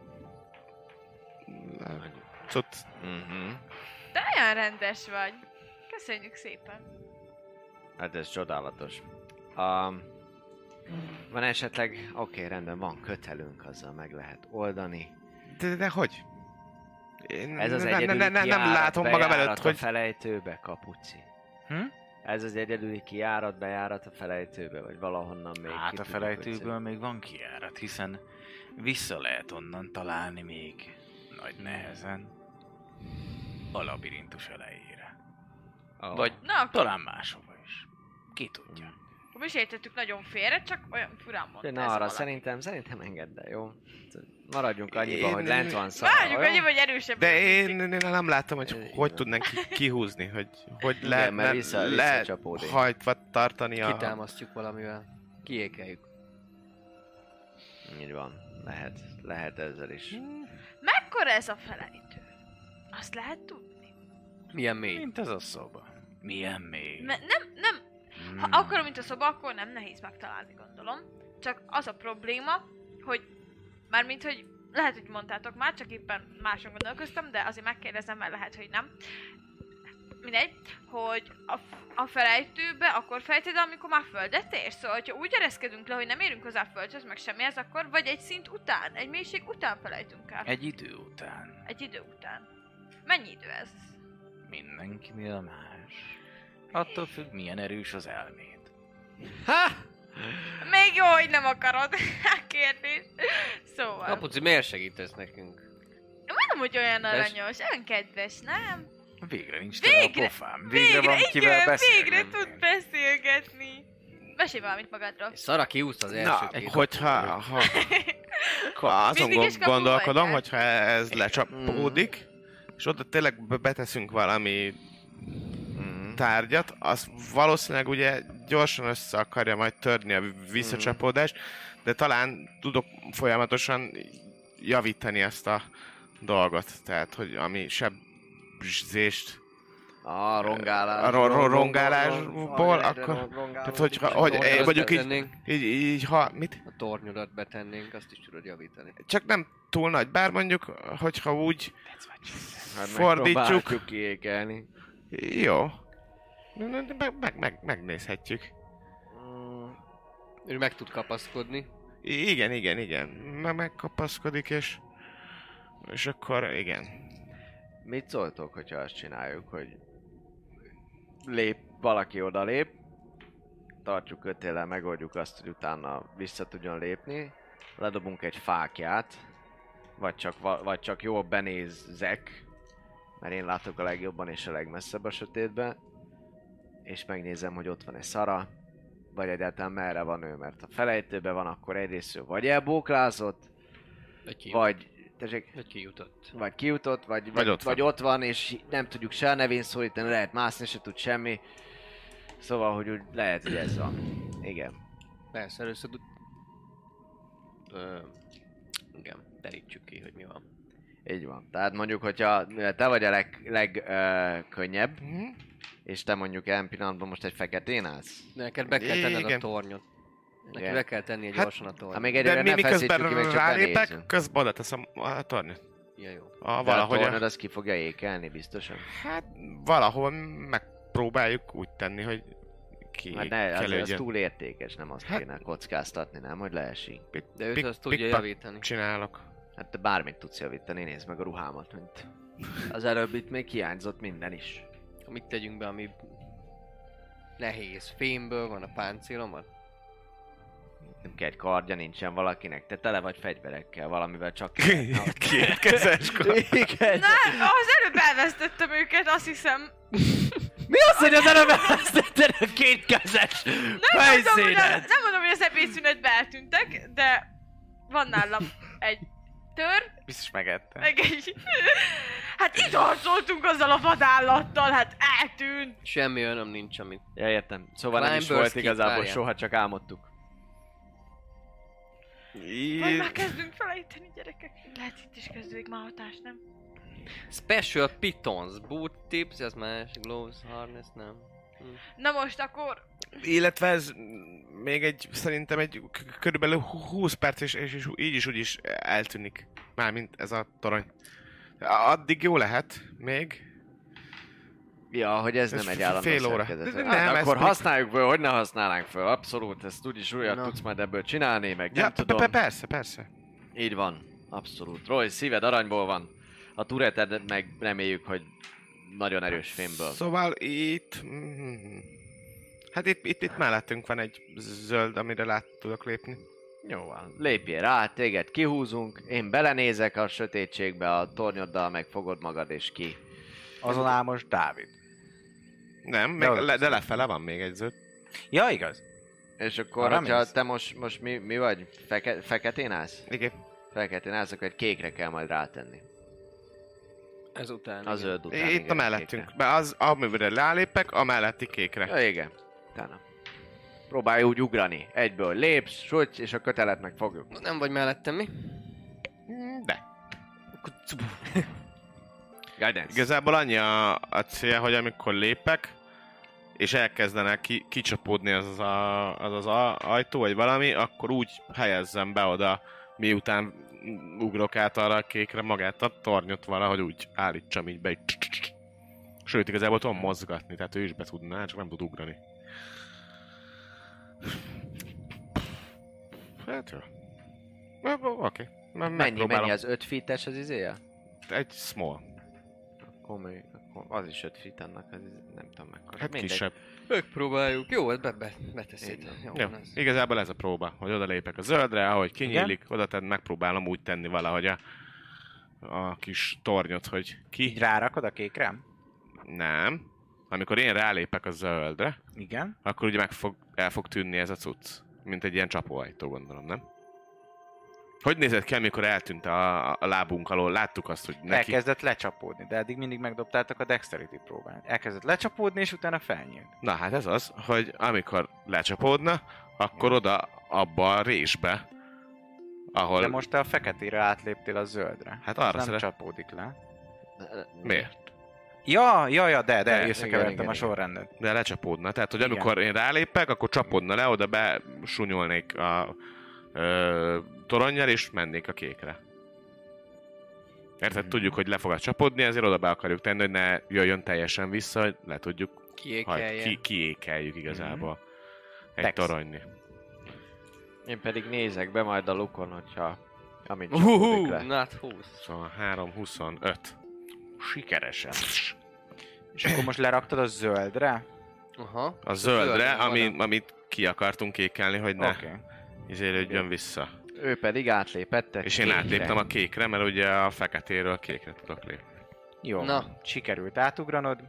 Speaker 8: Cucc.
Speaker 6: Mhm.
Speaker 7: Te olyan rendes vagy. Köszönjük szépen.
Speaker 6: Hát ez csodálatos. Um, van esetleg... Oké, rendben, van kötelünk, azzal meg lehet oldani.
Speaker 8: De, de hogy? Én
Speaker 6: Ez az
Speaker 8: ne- ne-
Speaker 6: egyedüli
Speaker 8: ne- ne- Nem
Speaker 6: kijárat,
Speaker 8: látom magam
Speaker 6: bejárat
Speaker 8: előtt,
Speaker 6: a
Speaker 8: hogy...
Speaker 6: felejtőbe, kapuci.
Speaker 9: Hm?
Speaker 6: Ez az egyedüli kijárat, bejárat a felejtőbe, vagy valahonnan még.
Speaker 9: Hát
Speaker 6: ki
Speaker 9: a
Speaker 6: tudjuk, hogy
Speaker 9: felejtőből még van kiárat, hiszen vissza lehet onnan találni még nagy nehezen a labirintus elejére.
Speaker 6: Oh.
Speaker 9: Vagy
Speaker 7: Na, akkor-
Speaker 9: talán máshova is. Ki tudja.
Speaker 7: Mi is értettük nagyon félre, csak olyan furán mondta
Speaker 6: szerint-
Speaker 7: ez
Speaker 6: Na arra,
Speaker 7: valaki.
Speaker 6: szerintem, szerintem engedd el, jó? Maradjunk
Speaker 8: Én-
Speaker 6: annyiban, hogy lent van
Speaker 7: Várjuk,
Speaker 6: szava,
Speaker 7: hogy
Speaker 6: jó?
Speaker 7: vagy erősebb.
Speaker 8: De én, én nem látom, hogy hogy tudnánk ki- kihúzni, hogy hogy
Speaker 6: Igen,
Speaker 8: lehet
Speaker 6: mert
Speaker 8: le,
Speaker 6: vissza-
Speaker 8: le,
Speaker 6: visszacsapódik.
Speaker 8: hajtva tartani a...
Speaker 5: Kitámasztjuk valamivel. Kiékeljük.
Speaker 6: Így van, lehet, lehet ezzel is.
Speaker 7: Mekkora ez a felejtő? Azt lehet tudni?
Speaker 5: Milyen mély?
Speaker 9: Mint ez a szoba. Milyen mély. Hm.
Speaker 7: Me- nem, nem.
Speaker 9: Hmm.
Speaker 7: Ha akarom, mint a szoba, akkor nem nehéz megtalálni, gondolom. Csak az a probléma, hogy mármint, hogy lehet, hogy mondtátok már, csak éppen máson gondolkoztam, de azért megkérdezem, mert lehet, hogy nem. Mindegy, hogy a, a felejtőbe akkor fejted, amikor már földet érsz. Szóval, hogyha úgy ereszkedünk le, hogy nem érünk hozzá a földhöz, meg semmihez, akkor vagy egy szint után, egy mélység után felejtünk el.
Speaker 9: Egy idő után
Speaker 7: Egy idő után. Mennyi idő ez?
Speaker 9: mindenkinél más. Attól függ, milyen erős az elméd.
Speaker 7: Még jó, hogy nem akarod. [laughs] Kérdés. Szóval.
Speaker 5: Kapuci, miért segítesz nekünk?
Speaker 7: Nem, hogy olyan
Speaker 5: Des-
Speaker 7: aranyos, olyan kedves, nem?
Speaker 9: Végre nincs tele a
Speaker 7: Végre,
Speaker 9: pofám. Végre, van kivel
Speaker 7: igen,
Speaker 9: beszélni.
Speaker 7: végre tud beszélgetni. Mesélj valamit magadról.
Speaker 5: Szara kiúsz az első
Speaker 8: Na,
Speaker 5: pillanat.
Speaker 8: hogyha... Ha, ha azon
Speaker 7: Mindig is
Speaker 8: gond-
Speaker 7: kapu
Speaker 8: gondolkodom,
Speaker 7: vagy,
Speaker 8: hogyha ez lecsapódik, és oda tényleg be- beteszünk valami tárgyat, az valószínűleg ugye gyorsan össze akarja majd törni a visszacsapódást, de talán tudok folyamatosan javítani ezt a dolgot, tehát, hogy ami sebzést
Speaker 6: a rongálás.
Speaker 8: a ro- ro- rongálásból,
Speaker 6: Rongálás,
Speaker 8: akkor...
Speaker 6: rongálódik,
Speaker 8: Tehát, hogy, ha-
Speaker 5: és
Speaker 8: hogy
Speaker 5: a tornyodat
Speaker 8: mondjuk így,
Speaker 5: betennénk.
Speaker 8: így, így, ha... Mit?
Speaker 5: A tornyodat betennénk, azt is tudod javítani.
Speaker 8: Csak nem túl nagy, bár mondjuk, hogyha úgy
Speaker 6: Hát
Speaker 8: fordítjuk,
Speaker 6: megpróbáljuk kiékelni.
Speaker 8: Jó. Na, na, de Meg, meg, meg, megnézhetjük.
Speaker 25: Mm,
Speaker 5: Ő meg tud kapaszkodni.
Speaker 8: I- Igen, igen, igen. Meg megkapaszkodik, és... És akkor igen.
Speaker 6: Mit szóltok, hogyha azt csináljuk, hogy lép, valaki oda lép, tartjuk kötéllel, megoldjuk azt, hogy utána vissza tudjon lépni, ledobunk egy fákját, vagy csak, va- vagy csak jól benézzek, mert én látok a legjobban és a legmesszebb a sötétbe, és megnézem, hogy ott van-e szara, vagy egyáltalán merre van ő, mert ha felejtőben van, akkor egyrészt ő vagy elbóklázott,
Speaker 5: Vagy,
Speaker 6: vagy tessék,
Speaker 25: Vagy kijutott.
Speaker 6: vagy kijutott, vagy, vagy,
Speaker 8: Vagy
Speaker 6: vagy,
Speaker 8: ott
Speaker 6: ott, vagy ott van, és nem tudjuk se a nevén szólítani, lehet mászni, se tud semmi. Szóval, hogy úgy lehet, hogy ez van. Igen.
Speaker 25: Persze, először... du- Ö, igen, derítsük ki, hogy mi van.
Speaker 6: Így van. Tehát mondjuk, hogyha mivel te vagy a legkönnyebb, leg, ö, könnyebb,
Speaker 8: Hm?
Speaker 6: és te mondjuk ilyen pillanatban most egy feketén állsz.
Speaker 25: Neked be kell tenned a
Speaker 6: Igen.
Speaker 25: tornyot. Neki
Speaker 6: Igen.
Speaker 25: be kell tenni egy
Speaker 6: Hát,
Speaker 25: gyorsan a tornyot.
Speaker 6: ha még egyre
Speaker 8: mi,
Speaker 6: ne
Speaker 8: miközben
Speaker 6: feszítsük ki, még csak
Speaker 8: rálépek,
Speaker 6: benézünk.
Speaker 8: közben oda teszem a tornyot.
Speaker 25: Ja, jó.
Speaker 8: A,
Speaker 6: De a
Speaker 8: valahogy
Speaker 6: tornod
Speaker 8: a,
Speaker 6: az ki fogja ékelni biztosan.
Speaker 8: Hát valahol megpróbáljuk úgy tenni, hogy ki
Speaker 6: Mert Hát ne, az, az
Speaker 8: kelődjön.
Speaker 6: túl értékes, nem azt
Speaker 8: Hát-
Speaker 6: kéne kockáztatni, nem? Hogy leesik.
Speaker 25: De őt
Speaker 8: Pik-
Speaker 25: azt tudja
Speaker 8: pikpak
Speaker 25: javítani.
Speaker 8: Csinálok.
Speaker 6: Hát te bármit tudsz javítani, nézd meg a ruhámat, mint az előbb itt még hiányzott minden is.
Speaker 25: Mit tegyünk be, ami nehéz? Fémből van a páncélomat?
Speaker 6: Nem kell egy kardja, nincsen valakinek, te tele vagy fegyverekkel, valamivel csak... [laughs]
Speaker 8: Kétkezes
Speaker 6: Igen.
Speaker 7: Nem, az előbb elvesztettem őket, azt hiszem.
Speaker 6: Mi az, hogy az előbb elvesztetted a kétkezes
Speaker 7: Nem mondom, hogy a, nem mondom, hogy az ebédszünetbe eltűntek, de van nálam egy tör,
Speaker 37: Biztos megette.
Speaker 7: meg egy... Hát itt harcoltunk azzal a vadállattal, hát eltűnt.
Speaker 25: Semmi önöm nincs, amit...
Speaker 6: Ja, értem. Szóval nem is
Speaker 25: Climber
Speaker 6: volt
Speaker 25: skip,
Speaker 6: igazából,
Speaker 25: várjál.
Speaker 6: soha csak álmodtuk.
Speaker 7: Vagy már kezdünk felejteni gyerekek. Lehet itt is kezdődik már hatás, nem?
Speaker 25: Special pitons, boot tips, ez más, gloves, harness, nem.
Speaker 7: Na most akkor
Speaker 8: Illetve ez mm, még egy, szerintem egy k- k- körülbelül hú- 20 perc, és, és, és így is úgy is eltűnik. Mármint ez a torony. Addig jó lehet, még.
Speaker 6: Ja, hogy ez
Speaker 8: Ez
Speaker 6: nem egy
Speaker 8: f-
Speaker 6: állandó
Speaker 8: fél óra.
Speaker 6: szerkezet.
Speaker 8: De- de
Speaker 6: Hát
Speaker 8: nem, ez
Speaker 6: akkor
Speaker 8: még-
Speaker 6: használjuk föl, hogy ne használnánk föl, abszolút, ezt úgyis újat
Speaker 8: Na.
Speaker 6: tudsz majd ebből csinálni, meg
Speaker 8: Ja,
Speaker 6: nem
Speaker 8: pe-
Speaker 6: tudom.
Speaker 8: pe- persze, persze.
Speaker 6: Így van, abszolút. Roy, szíved aranyból van. A tureted meg reméljük, hogy nagyon erős fémből.
Speaker 8: Szóval itt... mm, Hát itt, itt, itt mellettünk van egy zöld, amire lát tudok lépni.
Speaker 6: Jó van. Lépjél rá, téged kihúzunk, én belenézek a sötétségbe a tornyoddal, meg fogod magad és ki.
Speaker 9: Azon áll most Dávid.
Speaker 6: De
Speaker 8: Nem, még,
Speaker 6: oda
Speaker 8: de, le, de lefele van még egy zöld.
Speaker 9: Ja, igaz.
Speaker 6: És akkor,
Speaker 9: Arra
Speaker 6: hogyha
Speaker 9: mész?
Speaker 6: te most, most mi, mi vagy? Feke, feketén állsz?
Speaker 8: Igen.
Speaker 6: Feketén állsz, akkor egy kékre kell majd rátenni.
Speaker 25: Ezután.
Speaker 6: A zöld után.
Speaker 8: itt
Speaker 6: igen,
Speaker 8: a mellettünk. Be az, amire lálépek, a melletti kékre.
Speaker 6: kékre. Ja, igen. Utána. Próbálj úgy ugrani. Egyből lépsz, sújts, és a kötelet meg fogjuk.
Speaker 25: Nem vagy mellettem mi?
Speaker 8: De.
Speaker 6: Guidance.
Speaker 8: Igazából annyi a, a cél, hogy amikor lépek, és elkezdenek ki, kicsapódni az az, a, az az a- ajtó, vagy valami, akkor úgy helyezzem be oda, miután ugrok át arra a kékre magát a tornyot valahogy úgy állítsam így be. Így. Sőt, igazából tudom mozgatni, tehát ő is be tudná, csak nem tud ugrani. Hát jó. Ö, Oké. Okay.
Speaker 6: Mennyi, mennyi az 5 fites az izéje?
Speaker 8: Egy small.
Speaker 6: Komoly, akkor az is 5 fit annak, az izé- nem tudom mekkora.
Speaker 8: Hát
Speaker 6: Mindegy.
Speaker 8: kisebb.
Speaker 25: Megpróbáljuk. Jó,
Speaker 5: hát
Speaker 25: ezt be, be, beteszed. Jó,
Speaker 8: Jó,
Speaker 25: van ez.
Speaker 8: igazából ez a próba, hogy oda lépek a zöldre, ahogy kinyílik, oda tenn, megpróbálom úgy tenni valahogy a, a kis tornyot, hogy ki... Így
Speaker 9: rárakod a kékre?
Speaker 8: Nem. Amikor én rálépek a zöldre,
Speaker 9: Igen.
Speaker 8: akkor ugye meg fog, el fog tűnni ez a cucc. Mint egy ilyen csapóajtó, gondolom, nem? Hogy nézett ki, amikor eltűnt a, a lábunk alól? Láttuk azt, hogy neki...
Speaker 9: Elkezdett lecsapódni, de eddig mindig megdobtátok a dexterity próbát. Elkezdett lecsapódni, és utána felnyílt.
Speaker 8: Na hát ez az, hogy amikor lecsapódna, akkor oda abba a résbe, ahol...
Speaker 9: De most te a feketére átléptél a zöldre.
Speaker 8: Hát arra
Speaker 9: Ez nem
Speaker 8: szeret-
Speaker 9: csapódik le.
Speaker 8: Miért?
Speaker 9: Ja, ja, ja, de, de,
Speaker 8: De, igen,
Speaker 9: összekevertem
Speaker 8: igen,
Speaker 9: a sorrendet.
Speaker 8: De lecsapódna. Tehát, hogy amikor én rálépek, akkor csapódna le, oda be sunyolnék a ö, toronnyal, és mennék a kékre. Érted?
Speaker 9: Mhm.
Speaker 8: Tudjuk, hogy le fog csapódni, ezért oda be akarjuk tenni, hogy ne jöjjön teljesen vissza, hogy le tudjuk
Speaker 25: Kiékelje.
Speaker 8: ki, kiékeljük igazából.
Speaker 9: Mhm.
Speaker 8: Egy
Speaker 6: Dex.
Speaker 8: toronyni.
Speaker 6: Én pedig nézek be majd a lukon, hogyha... Amint
Speaker 25: Hú,
Speaker 6: csapódik le.
Speaker 5: hát
Speaker 25: nat 20.
Speaker 8: Szóval 3, 25. Sikeresen. [clears throat]
Speaker 9: És akkor most leraktad a zöldre?
Speaker 25: Aha.
Speaker 8: A zöldre,
Speaker 25: van
Speaker 8: ami,
Speaker 25: a-
Speaker 8: amit ki akartunk kékelni, hogy ne
Speaker 9: Oké.
Speaker 8: okay. izérődjön vissza.
Speaker 6: Ő pedig átlépett. egy
Speaker 8: És én
Speaker 6: kékre.
Speaker 8: átléptem a kékre, mert ugye a feketéről a kékre tudok lépni.
Speaker 9: Jó,
Speaker 25: Na.
Speaker 9: Na. sikerült átugranod,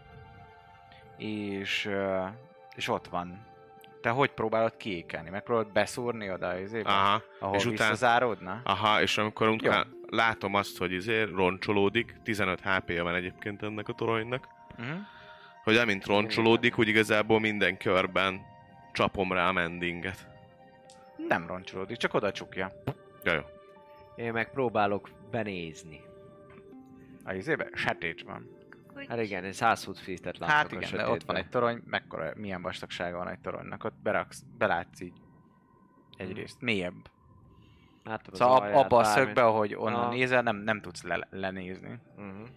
Speaker 9: és, ö, és ott van. Te hogy próbálod kiékelni? Megpróbálod beszúrni oda az
Speaker 8: Aha.
Speaker 9: ahol
Speaker 8: és utána-
Speaker 9: visszazáródna?
Speaker 8: Aha, és amikor
Speaker 9: Jó,
Speaker 8: utána, látom azt, hogy izé roncsolódik, 15 HP-ja van egyébként ennek a toronynak,
Speaker 38: Mhm.
Speaker 8: hogy amint roncsolódik, úgy igazából minden körben csapom rá a mendinget.
Speaker 9: Nem roncsolódik, csak oda csukja.
Speaker 8: Ja, jó.
Speaker 6: Én meg próbálok benézni.
Speaker 9: A izébe? Sötét van.
Speaker 6: Hát igen, én 120 feet-et látok
Speaker 9: Hát
Speaker 6: a
Speaker 9: igen, de
Speaker 6: sötétben.
Speaker 9: ott van egy torony, mekkora, milyen vastagsága van egy toronynak, ott beraksz, belátsz így egyrészt, mélyebb.
Speaker 6: Látod az
Speaker 9: szóval ab,
Speaker 6: alját,
Speaker 9: abba a
Speaker 6: bármit.
Speaker 9: szögbe, ahogy onnan
Speaker 6: Aha.
Speaker 9: nézel, nem, nem tudsz le, lenézni.
Speaker 6: Uh-huh.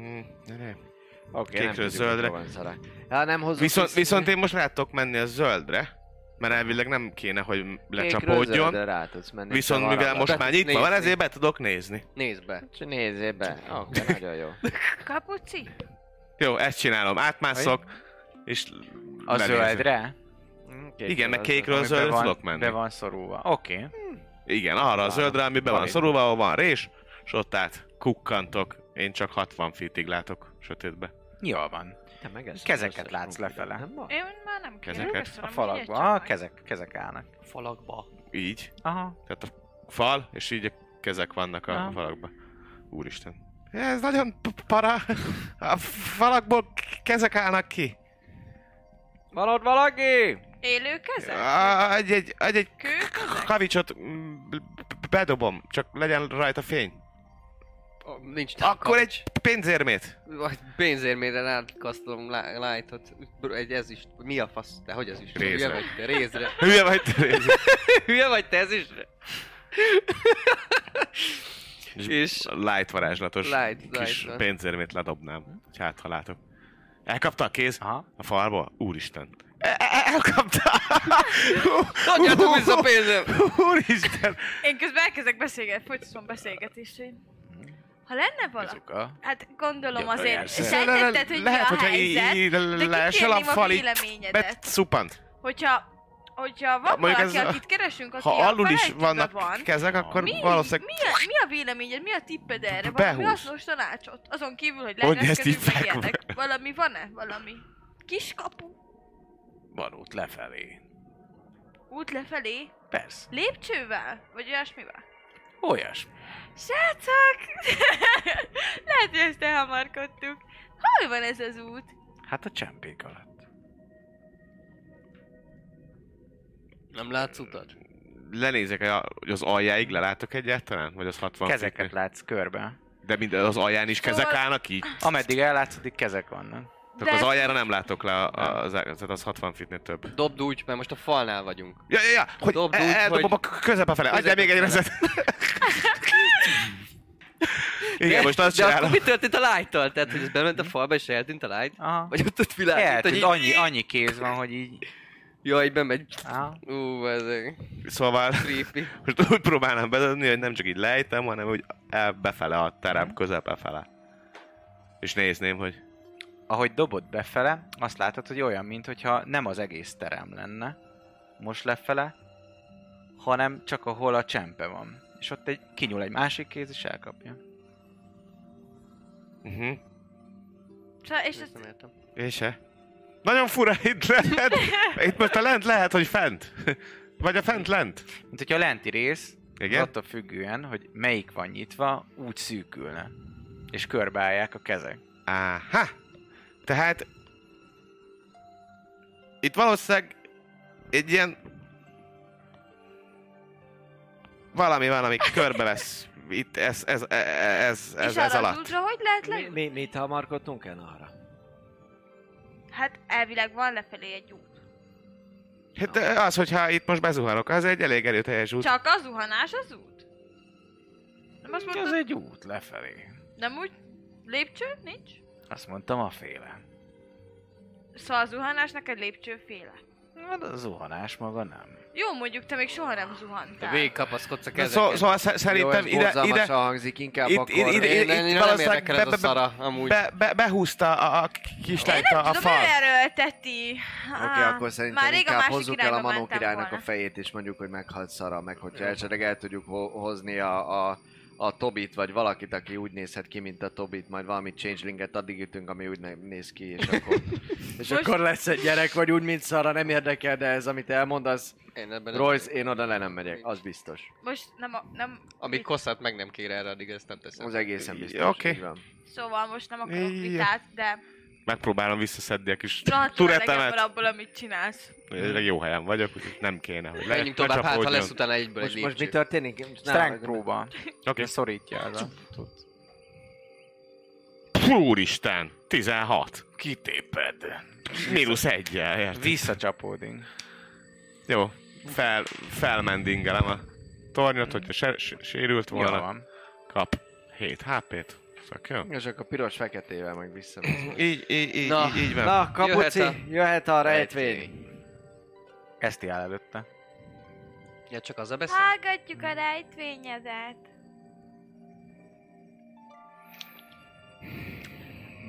Speaker 8: Mm, de nem.
Speaker 6: Oké, nem
Speaker 8: Kékről
Speaker 6: tudjuk,
Speaker 8: zöldre.
Speaker 6: mikor van szara. Ja, nem hozok
Speaker 8: viszont,
Speaker 6: vissza.
Speaker 8: viszont én most rá tudok menni a zöldre, mert elvileg nem kéne, hogy lecsapódjon.
Speaker 6: zöldre rá tudsz menni,
Speaker 8: viszont
Speaker 6: csak
Speaker 8: mivel
Speaker 6: arra
Speaker 8: most
Speaker 6: be
Speaker 8: már
Speaker 6: tudsz
Speaker 8: nyitva van,
Speaker 6: nézni.
Speaker 8: ezért be tudok nézni.
Speaker 5: Nézd be.
Speaker 6: Csak nézzél be. Oké, okay, nagyon jó.
Speaker 7: Kapuci?
Speaker 8: Jó, ezt csinálom. Átmászok, és
Speaker 9: A
Speaker 8: lenézek.
Speaker 9: zöldre?
Speaker 8: Igen, meg kékről
Speaker 9: Amiben
Speaker 8: zöldre
Speaker 9: van-
Speaker 8: tudok menni.
Speaker 9: Be van szorulva. Oké. Okay.
Speaker 8: Igen, arra a zöldre, ami be van
Speaker 9: Valid.
Speaker 8: szorulva, ahol van rés, és ott át kukkantok. Én csak 60 feetig látok sötétbe.
Speaker 9: Jól van.
Speaker 6: Te megeszed
Speaker 9: Kezeket látsz lefele.
Speaker 7: Én már nem kérem,
Speaker 8: Kezeket?
Speaker 7: köszönöm,
Speaker 9: A
Speaker 7: figyelj
Speaker 9: falakba.
Speaker 7: csak
Speaker 9: Ah,
Speaker 7: majd.
Speaker 9: kezek, kezek állnak.
Speaker 5: Falakba.
Speaker 8: Így.
Speaker 9: Aha.
Speaker 8: Tehát a fal, és így a kezek vannak a
Speaker 9: Aha.
Speaker 8: falakba. Úristen. Ez nagyon p- para. A falakból k- kezek állnak ki.
Speaker 6: Van ott valaki?
Speaker 7: Élő kezek?
Speaker 8: Á, Egy, egy, egy, egy
Speaker 7: Kő kezek?
Speaker 8: kavicsot mm, b- b- bedobom, csak legyen rajta fény.
Speaker 5: A, nincs
Speaker 8: Akkor egy pénzérmét.
Speaker 5: Vagy pénzérmére átkasztom lá- lightot. Br- Egy ez is. Mi a fasz? Te hogy ez is?
Speaker 8: Rézre.
Speaker 5: Hülye vagy te, rézre.
Speaker 8: Hülye vagy te rézre.
Speaker 5: Hülye vagy te, ez is?
Speaker 8: És light varázslatos
Speaker 5: Light,
Speaker 8: kis
Speaker 5: light van.
Speaker 8: pénzérmét ledobnám, hogy hát ha látok. Elkapta a kéz a falból? Úristen. E- e- Elkapta! [laughs]
Speaker 5: Adjátok vissza a pénzem!
Speaker 8: Úristen!
Speaker 7: Én közben elkezdek beszélgetni, folytatom beszélgetést, hogy ha lenne valaki, hát gondolom
Speaker 8: Mhm. Ja,
Speaker 7: azért
Speaker 8: persze.
Speaker 7: sejtetted, hogy
Speaker 8: Lehet,
Speaker 7: mi a
Speaker 8: hogyha így-
Speaker 7: helyzet,
Speaker 8: így
Speaker 7: de
Speaker 8: leesel a
Speaker 7: kikérném a,
Speaker 8: fal, így
Speaker 7: véleményedet.
Speaker 8: Bet szupant.
Speaker 7: Hogyha, hogyha van
Speaker 8: Mondjuk
Speaker 7: valaki,
Speaker 8: ez-
Speaker 7: akit keresünk, aki
Speaker 8: Ha
Speaker 7: a
Speaker 8: alul is
Speaker 7: felejtőben
Speaker 8: vannak
Speaker 7: van,
Speaker 8: kezek, akkor
Speaker 7: mi,
Speaker 8: valószínűleg
Speaker 7: Mi a, mi a véleményed, mi a tipped erre? Valami
Speaker 8: Behúz.
Speaker 7: hasznos tanácsot? Azon kívül, hogy
Speaker 8: Mondja, ezt így
Speaker 7: leereszkedünk meg
Speaker 8: vágva.
Speaker 7: ilyenek. Valami van-e? Valami? Kiskapu?
Speaker 9: Van út lefelé.
Speaker 7: Út lefelé?
Speaker 9: Persze.
Speaker 7: Lépcsővel? Vagy olyasmivel?
Speaker 9: Olyas.
Speaker 7: Srácok! [laughs] Lehet, hogy ezt elhamarkodtuk. Hol van ez az út?
Speaker 9: Hát a csempék alatt.
Speaker 5: Nem látsz utat?
Speaker 8: lenézek a- hogy az aljáig, lelátok egyáltalán? Vagy az 60
Speaker 9: Kezeket
Speaker 8: feet-nek?
Speaker 9: látsz körbe.
Speaker 8: De mind, az alján is kezek
Speaker 9: Szóval-
Speaker 8: állnak így?
Speaker 9: Ameddig ellátsz, addig kezek vannak.
Speaker 8: Tehát az aljára nem látok le, a, a, az, tehát az 60 fitnél több.
Speaker 5: Dobd úgy, mert most a falnál vagyunk.
Speaker 8: Ja, ja, ja, hogy
Speaker 5: Dobd
Speaker 8: e-
Speaker 5: úgy,
Speaker 8: eldobom
Speaker 5: hogy-
Speaker 8: a k- közepe fele, adjál még egy
Speaker 5: Közepe
Speaker 8: rezet. [laughs] Igen, most azt
Speaker 5: de akkor
Speaker 8: csinálom.
Speaker 5: mi történt a light-tal? Tehát, hogy ez bement a falba és eltűnt a light?
Speaker 9: Aha.
Speaker 5: Vagy ott ott világít?
Speaker 9: Eltűnt,
Speaker 5: hogy így-
Speaker 9: annyi, annyi kéz van, hogy így...
Speaker 5: Jaj, bemegy.
Speaker 9: Aha.
Speaker 5: Ú, ezek.
Speaker 8: Szóval
Speaker 5: Creepy.
Speaker 8: most úgy próbálnám bedobni, hogy nem csak így lejtem, hanem úgy el- befele a terem közepe fele. És nézném, hogy
Speaker 9: Ahogy dobod befele, azt látod, hogy olyan, mintha nem az egész terem lenne, most lefele, hanem csak ahol a csempe van. És ott egy kinyúl egy másik kéz, és elkapja.
Speaker 8: uh-huh.
Speaker 7: Szóval, és
Speaker 5: Ezt nem értem.
Speaker 8: És se. Nagyon fura itt lehet. Itt most a lent lehet, hogy fent. Vagy a fent lent.
Speaker 9: Mint hogyha a lenti rész,
Speaker 8: Igen?
Speaker 9: az attól függően, hogy melyik van nyitva, úgy szűkülne. És körbeállják a kezek.
Speaker 8: Áha! Tehát... Itt valószínűleg egy ilyen... Valami van, ami körbe lesz. Itt ez, ez, ez, ez, ez,
Speaker 7: és
Speaker 8: ez
Speaker 7: arra az
Speaker 8: alatt.
Speaker 7: útra hogy lehet le?
Speaker 6: Mi, mi, mit hamarkodtunk el arra?
Speaker 7: Hát elvileg van lefelé egy út.
Speaker 8: Hát az, hogyha itt most bezuhanok, az egy elég erőteljes út.
Speaker 7: Csak az zuhanás az út? Nem azt mondtad,
Speaker 9: Ez egy út lefelé.
Speaker 7: nem úgy lépcső? Nincs?
Speaker 9: Azt mondtam a féle.
Speaker 7: Szóval a zuhanás neked lépcsőféle.
Speaker 9: Hát a zuhanás maga nem.
Speaker 7: Jó, mondjuk te még soha nem zuhantál.
Speaker 5: Végig kapaszkodsz a
Speaker 8: Na,
Speaker 5: kezeket.
Speaker 8: szó, szóval sze- szerintem ide, ide,
Speaker 6: hangzik inkább
Speaker 8: itt,
Speaker 6: akkor.
Speaker 8: itt, ide,
Speaker 5: Én-
Speaker 8: ide,
Speaker 5: engem
Speaker 8: itt
Speaker 5: nem
Speaker 8: valószínűleg
Speaker 5: érdekel ez
Speaker 8: be,
Speaker 5: a
Speaker 8: be,
Speaker 5: szara,
Speaker 8: be,
Speaker 5: amúgy.
Speaker 8: be, be, behúzta a, a
Speaker 7: Én
Speaker 8: kislányt
Speaker 7: nem
Speaker 8: a, a
Speaker 7: tudom,
Speaker 8: fal.
Speaker 7: ő erőlteti.
Speaker 39: Oké,
Speaker 7: Á,
Speaker 39: akkor szerintem
Speaker 7: Már rég a
Speaker 39: inkább
Speaker 7: másik
Speaker 39: hozzuk el a
Speaker 7: irányba
Speaker 39: Manó
Speaker 7: mentem
Speaker 39: királynak
Speaker 7: volna.
Speaker 39: a fejét, és mondjuk, hogy meghalt szara, meg hogyha esetleg el tudjuk ho- hozni a, a,
Speaker 6: a Tobit, vagy valakit, aki úgy nézhet ki, mint a Tobit, majd valami changelinget addig ütünk, ami úgy ne- néz ki, és akkor,
Speaker 7: [laughs]
Speaker 6: és
Speaker 40: Most-
Speaker 6: akkor lesz egy gyerek, vagy úgy, mint szarra, nem érdekel, de ez, amit elmondasz,
Speaker 5: Én ebben nem
Speaker 6: Royce, én oda le nem megyek, az biztos.
Speaker 7: Most nem, a, nem...
Speaker 5: Amíg kosszát meg nem kér erre, addig ezt nem teszem.
Speaker 6: Az egészen biztos.
Speaker 8: Ja, oké.
Speaker 6: így van.
Speaker 7: Szóval most nem akarok
Speaker 8: Íj.
Speaker 7: vitát, de
Speaker 8: Megpróbálom visszaszedni a kis
Speaker 7: rohadtul elegem van
Speaker 8: turetemet.
Speaker 7: abból, amit csinálsz.
Speaker 8: Jelenleg jó helyen vagyok, úgyhogy nem kéne, hogy le,
Speaker 5: Menjünk tovább, hát ha
Speaker 8: lecsapódjon.
Speaker 5: lesz utána egyből egy
Speaker 40: Most, most mi
Speaker 5: lépcső.
Speaker 40: történik? Most nem-
Speaker 9: Strength próba.
Speaker 8: Oké. Okay.
Speaker 9: Szorítja arra.
Speaker 8: Úristen, 16. Kitéped. Mínusz egyel, érted?
Speaker 9: Visszacsapódik.
Speaker 8: Jó. Fel, felmendingelem a tornyot, hogyha se, se, sérült volna.
Speaker 9: Jól van.
Speaker 8: Kap 7 HP-t. Tök jó.
Speaker 6: És akkor piros-feketével meg visszamész.
Speaker 8: Így, így, így,
Speaker 6: Na.
Speaker 8: így, így van.
Speaker 40: Na, kapuci,
Speaker 6: Jöhet a-
Speaker 40: jöhet a rejtvény.
Speaker 9: Ezt jár előtte.
Speaker 5: Ja, csak az a beszél?
Speaker 41: Hallgatjuk a rejtvényedet.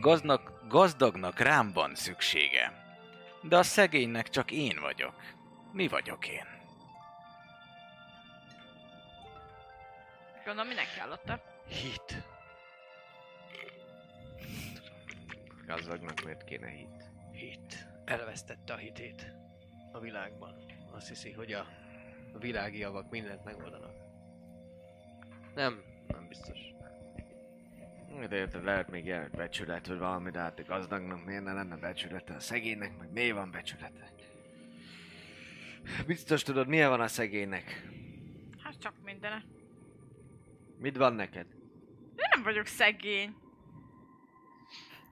Speaker 9: Gazdag, gazdagnak rám van szüksége. De a szegénynek csak én vagyok. Mi vagyok én?
Speaker 7: Gondolom, mindenki hallotta.
Speaker 6: Hit. Gazdagnak miért kéne hit?
Speaker 42: Hit. Elvesztette a hitét a világban. Azt hiszi, hogy a a világi javak mindent megoldanak.
Speaker 5: Nem.
Speaker 6: Nem biztos. De érted, lehet még ilyen becsület, hogy valami, de hát a gazdagnak miért ne lenne becsülete, a szegénynek meg miért van becsülete? Biztos tudod, milyen van a szegénynek?
Speaker 7: Hát csak mindene.
Speaker 6: Mit van neked?
Speaker 7: Én nem vagyok szegény.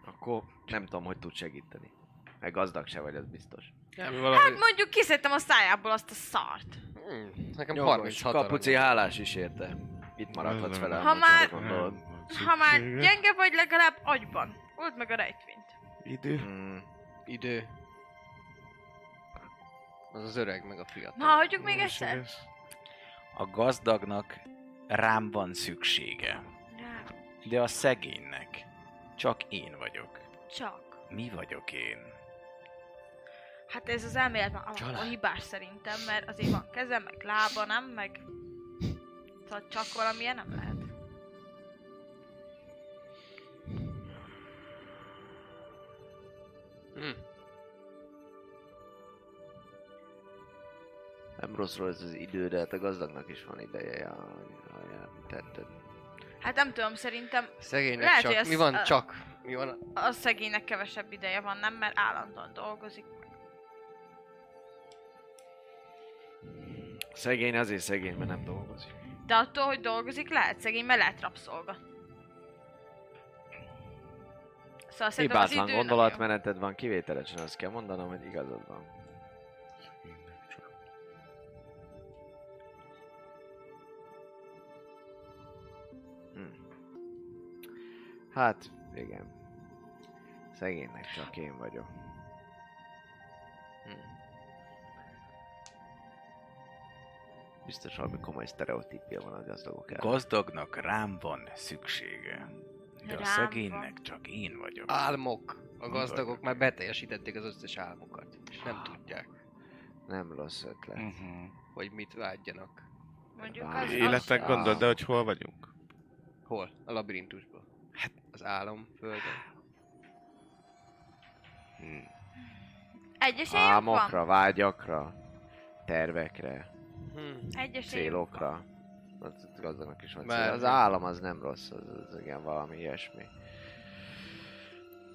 Speaker 6: Akkor nem tudom, hogy tud segíteni. Meg gazdag se vagy, az biztos.
Speaker 5: Nem,
Speaker 7: Hát
Speaker 5: valami...
Speaker 7: mondjuk kiszedtem a szájából azt a szart.
Speaker 5: Hmm, Nekem
Speaker 6: Jogos,
Speaker 5: 36
Speaker 6: Kapuci hálás is érte. Itt maradhatsz vele,
Speaker 7: Ha
Speaker 6: ha
Speaker 7: már-
Speaker 6: már... gondolod.
Speaker 7: Hát, Ha már gyenge vagy, legalább agyban. Old meg a rejtvényt.
Speaker 8: Idő.
Speaker 6: Mm.
Speaker 5: Idő. Hmm. Az az öreg, meg a fiatal.
Speaker 7: Na, hagyjuk még egyszer?
Speaker 9: A gazdagnak rám van szüksége. De a szegénynek csak én vagyok.
Speaker 7: Csak.
Speaker 9: Mi vagyok én?
Speaker 7: Hát ez az elmélet már alapból
Speaker 9: Család.
Speaker 7: hibás szerintem, mert azért van keze, meg lába, nem? Meg... Szóval csak valamilyen nem lehet.
Speaker 5: Hmm.
Speaker 6: Nem rosszról ez az idő, de hát a gazdagnak is van ideje, ja, hogy- hogy tetted.
Speaker 7: Hát nem tudom, szerintem...
Speaker 5: Szegénynek
Speaker 7: lehet,
Speaker 5: csak.
Speaker 7: hogy az-
Speaker 5: Mi van
Speaker 7: a-
Speaker 5: csak? Mi van?
Speaker 7: A szegénynek kevesebb ideje van, nem? Mert állandóan dolgozik.
Speaker 6: Szegény azért szegény, mert nem dolgozik.
Speaker 7: De attól, hogy dolgozik, lehet szegény, mert lehet rabszolga. Szóval szerintem az
Speaker 6: Hibátlan
Speaker 7: idő gondolat, nem
Speaker 6: gondolatmeneted van, kivételesen azt kell mondanom, hogy igazad van. Hm. Hát, igen. Szegénynek csak én vagyok. Hm. Biztos valami komoly sztereotípia van a gazdagok ellen.
Speaker 9: Gazdagnak rám van szüksége. De
Speaker 5: Rám van.
Speaker 9: a szegénynek csak én vagyok.
Speaker 5: Álmok. A gazdagok már beteljesítették az összes álmukat. És nem tudják,
Speaker 6: Nem rossz ötlet.
Speaker 8: Uh-huh.
Speaker 5: hogy mit vágyjanak.
Speaker 7: jó. Mondjuk
Speaker 6: Bár-
Speaker 7: az, Ah. az...
Speaker 8: Életek gondold, de hogy hol vagyunk?
Speaker 5: Hol? A labirintusban. Hát az álom földön.
Speaker 7: Egyes éjjel van?
Speaker 6: Álmokra, vágyakra, tervekre, Hmm.
Speaker 7: Egyes éjjel.
Speaker 6: célokra. Az gazdagnak is van
Speaker 5: Bár-
Speaker 6: cél. Az állam az nem rossz, az, az igen valami ilyesmi.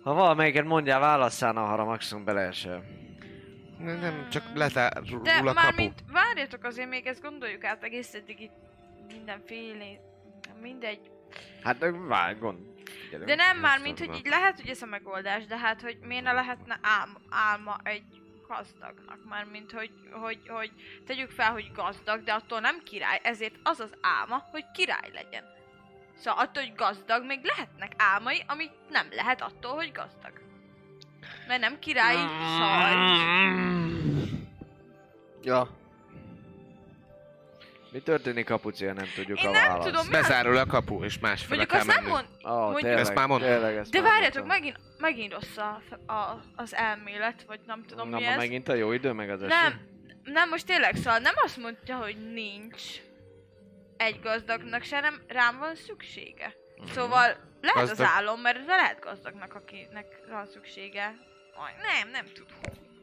Speaker 6: Ha valamelyiket mondjál, válasszál, arra maximum beleesel.
Speaker 8: Nem, nem, csak letárul
Speaker 7: De már mint várjatok azért még ezt gondoljuk át egész eddig itt mindenféle, mindegy.
Speaker 6: Hát várj, gond.
Speaker 7: De nem már, mint hogy így lehet, hogy ez a megoldás, de hát, hogy miért ne lehetne álm, álma egy gazdagnak, már mint hogy, hogy, hogy tegyük fel, hogy gazdag, de attól nem király, ezért az az álma, hogy király legyen. Szóval attól, hogy gazdag, még lehetnek álmai, amit nem lehet attól, hogy gazdag. Mert nem király,
Speaker 6: Mm.
Speaker 7: sajnos.
Speaker 5: Ja.
Speaker 6: Mi történik kapucél, nem tudjuk
Speaker 7: Én
Speaker 6: a
Speaker 7: nem
Speaker 6: választ.
Speaker 7: tudom, mi
Speaker 8: Bezárul a kapu, és másfele
Speaker 7: Mondjuk azt nem mond...
Speaker 6: Ó,
Speaker 7: mondjuk-
Speaker 6: tényleg,
Speaker 8: Ezt már mondtam.
Speaker 6: Tényleg, ezt
Speaker 7: De
Speaker 6: már
Speaker 7: várjatok,
Speaker 6: mondtam.
Speaker 7: megint, megint rossz a, a, az elmélet, vagy nem tudom
Speaker 6: Na,
Speaker 7: mi
Speaker 6: ma
Speaker 7: ez.
Speaker 6: megint a jó idő, meg az eső.
Speaker 7: Nem, nem, most tényleg, szóval nem azt mondja, hogy nincs. egy gazdagnak se nem rám van szüksége. Szóval lehet az
Speaker 8: Gazdag-
Speaker 7: álom, mert lehet gazdagnak, akinek van szüksége. Aj, nem, nem tudom.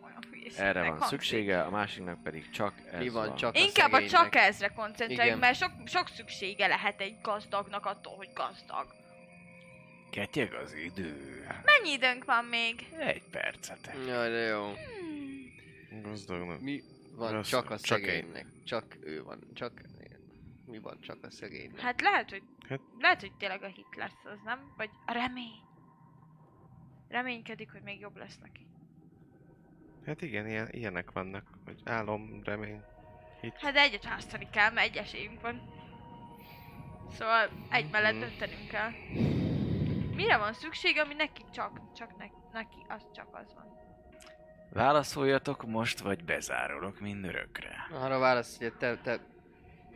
Speaker 7: Olyan hülyeségnek
Speaker 43: Erre van
Speaker 7: hangzik.
Speaker 43: szüksége, a másiknak pedig csak ez
Speaker 44: Mi van,
Speaker 43: van.
Speaker 5: hát
Speaker 44: csak
Speaker 7: Inkább a csak ezre koncentráljunk,
Speaker 43: Igen.
Speaker 7: mert sok, sok szüksége lehet egy gazdagnak attól, hogy gazdag.
Speaker 43: Ketyeg az idő.
Speaker 7: Mennyi időnk van még?
Speaker 43: Egy percet.
Speaker 5: Jaj, de jó.
Speaker 7: Hmm,
Speaker 8: Gazdagnak.
Speaker 5: Mi van
Speaker 8: Gazd-
Speaker 5: csak a
Speaker 8: csak én.
Speaker 5: szegénynek? Csak ő van. Csak... Mi van csak a szegénynek?
Speaker 7: Hát lehet, hogy...
Speaker 8: Hát-
Speaker 7: Lehet, hogy tényleg a hit lesz az, nem? Vagy a remény. Reménykedik, hogy még jobb lesz neki.
Speaker 8: Hát igen, ilyen, ilyenek vannak, hogy álom, remény, hit.
Speaker 7: Hát de egyet választani kell, mert egy esélyünk van. Szóval egy mellett döntenünk kell. Mire van szükség, ami neki csak, csak neki, neki az csak az van.
Speaker 9: Válaszoljatok most, vagy bezárulok mindörökre.
Speaker 5: Arra válasz, hogy te, te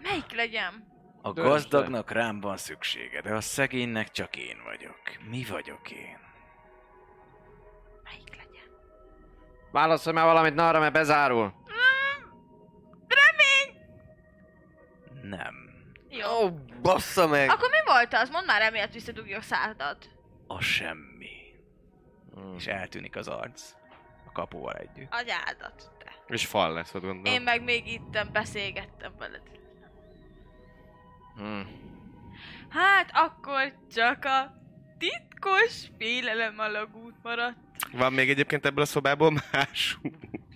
Speaker 7: Melyik legyen?
Speaker 9: A
Speaker 5: Döntsd el.
Speaker 9: gazdagnak rám van szüksége, de a szegénynek csak én vagyok. Mi vagyok én?
Speaker 7: Melyik legyen?
Speaker 6: Válaszolj már valamit, narra, mert bezárul.
Speaker 7: Hmm, Remény!
Speaker 9: Nem.
Speaker 7: Jó.
Speaker 5: Ó, bassza meg!
Speaker 7: Akkor mi volt az? Mondd már remélt visszadugjuk szádat.
Speaker 9: A semmi. És eltűnik az arc. A kapuval együtt.
Speaker 7: Agyádat, te.
Speaker 8: És fal lesz, ott gondolom.
Speaker 7: Én meg még itten beszélgettem veled.
Speaker 8: Hmm.
Speaker 7: Hát akkor csak a titkos félelem alagút maradt.
Speaker 8: Van még egyébként ebből a szobából más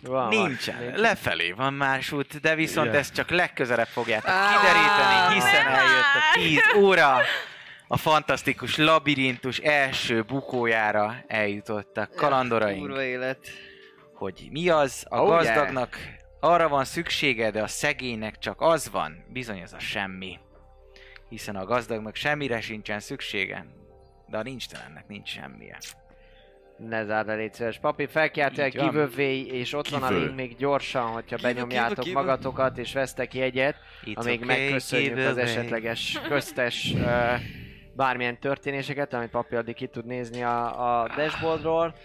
Speaker 6: Ah,
Speaker 43: Van,
Speaker 9: Nincsen. Lefelé van más út, de viszont
Speaker 8: Igen.
Speaker 9: ezt csak legközelebb fogjátok kideríteni, hiszen eljött a 10 óra. A fantasztikus labirintus első bukójára eljutottak kalandoraink.
Speaker 5: kurva élet.
Speaker 9: Hogy mi az, a
Speaker 5: Oh, yeah.
Speaker 9: gazdagnak arra van szüksége, de a szegénynek csak az van, bizony az a semmi. Hiszen a gazdagnak semmire sincsen szüksége, de a nincstelennek nincs semmije.
Speaker 6: Ne zárd el, légy szíves. Papi, felkiáltja
Speaker 9: Így
Speaker 6: egy
Speaker 9: van.
Speaker 6: giveaway, és ott van a
Speaker 9: Kívül.
Speaker 6: link még gyorsan, hogyha benyomjátok
Speaker 9: kívül.
Speaker 6: magatokat, és vesztek jegyet,
Speaker 9: It's
Speaker 6: amíg
Speaker 9: okay,
Speaker 6: megköszönjük az
Speaker 9: giveaway.
Speaker 6: esetleges köztes uh, bármilyen történéseket, amit papi addig ki tud nézni a, a dashboardról.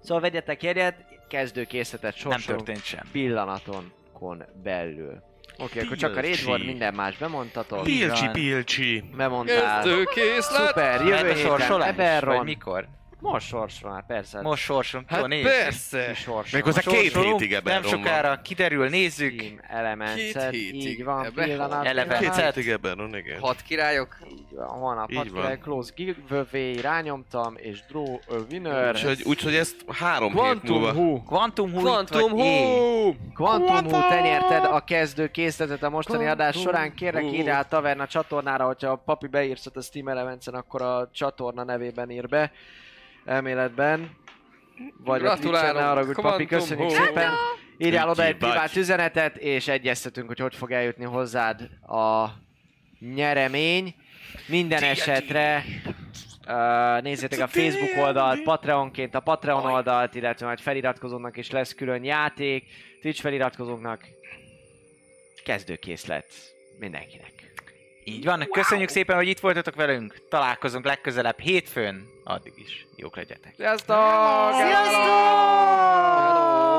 Speaker 6: Szóval vegyetek jegyet, kezdőkészletet sorsolunk.
Speaker 9: történt semmi.
Speaker 6: Pillanatonkon belül. Oké, okay, akkor csak a
Speaker 8: Pilcsi.
Speaker 6: raid volt, minden más bemontatott.
Speaker 8: Pilcsi, pilcsi.
Speaker 6: Bemondtál.
Speaker 5: Kezdőkészlet!
Speaker 6: Szuper, jövő
Speaker 9: Mert a
Speaker 6: héten
Speaker 9: sorsolás,
Speaker 6: Eberron.
Speaker 9: vagy mikor?
Speaker 6: Most sors már, persze.
Speaker 9: Most sorsom,
Speaker 6: Hát
Speaker 9: jó, nézzük.
Speaker 6: persze. Mi sorsolunk?
Speaker 9: Méghozzá két
Speaker 6: Sorsolunk,
Speaker 9: hétig
Speaker 6: nem
Speaker 9: Eberron van.
Speaker 6: sokára
Speaker 9: kiderül, nézzük.
Speaker 6: Team Elements-et,
Speaker 9: Két
Speaker 6: így
Speaker 9: hétig
Speaker 6: van,
Speaker 9: Eberron.
Speaker 6: pillanat.
Speaker 9: Elements.
Speaker 6: pillanat.
Speaker 9: Két
Speaker 8: hétig Eberron, Hát igen.
Speaker 5: Hat királyok?
Speaker 6: Így van, holnap
Speaker 8: Így
Speaker 6: hat
Speaker 8: van.
Speaker 6: király, close giveaway, rányomtam, és draw a winner.
Speaker 8: Úgyhogy, úgyhogy ezt három hét
Speaker 6: Quantum
Speaker 8: múlva...
Speaker 6: Hu.
Speaker 9: Quantum
Speaker 8: Hu Quantum itt vagy Hu. én.
Speaker 6: Quantum Hu,
Speaker 8: Quantum.
Speaker 6: te nyerted a kezdő készletet a mostani
Speaker 8: Quantum
Speaker 6: adás során. Kérlek
Speaker 8: Hu.
Speaker 6: írj rá a Taverna csatornára, hogyha a papi beírsz hát ott a Steam elements akkor a csatorna nevében ír be. Elméletben. Vagy a
Speaker 5: Gratulálunk,
Speaker 6: Twitch-en, ne haragudj, papi,
Speaker 5: Quantum
Speaker 6: köszönjük
Speaker 5: Hu.
Speaker 6: szépen. Írjál oda egy
Speaker 5: Így vagy.
Speaker 6: privát üzenetet, és egyeztetünk, hogy hogy fog eljutni hozzád a nyeremény. Minden esetre Uh, nézzétek a Facebook oldalt, Patreonként a Patreon oldalt, illetve majd feliratkozónak is lesz külön játék, Twitch feliratkozóknak kezdőkészlet mindenkinek.
Speaker 9: Így van, köszönjük szépen, hogy itt voltatok velünk. Találkozunk legközelebb hétfőn. Addig is jók legyetek.
Speaker 6: Sziasztok! Sziasztok!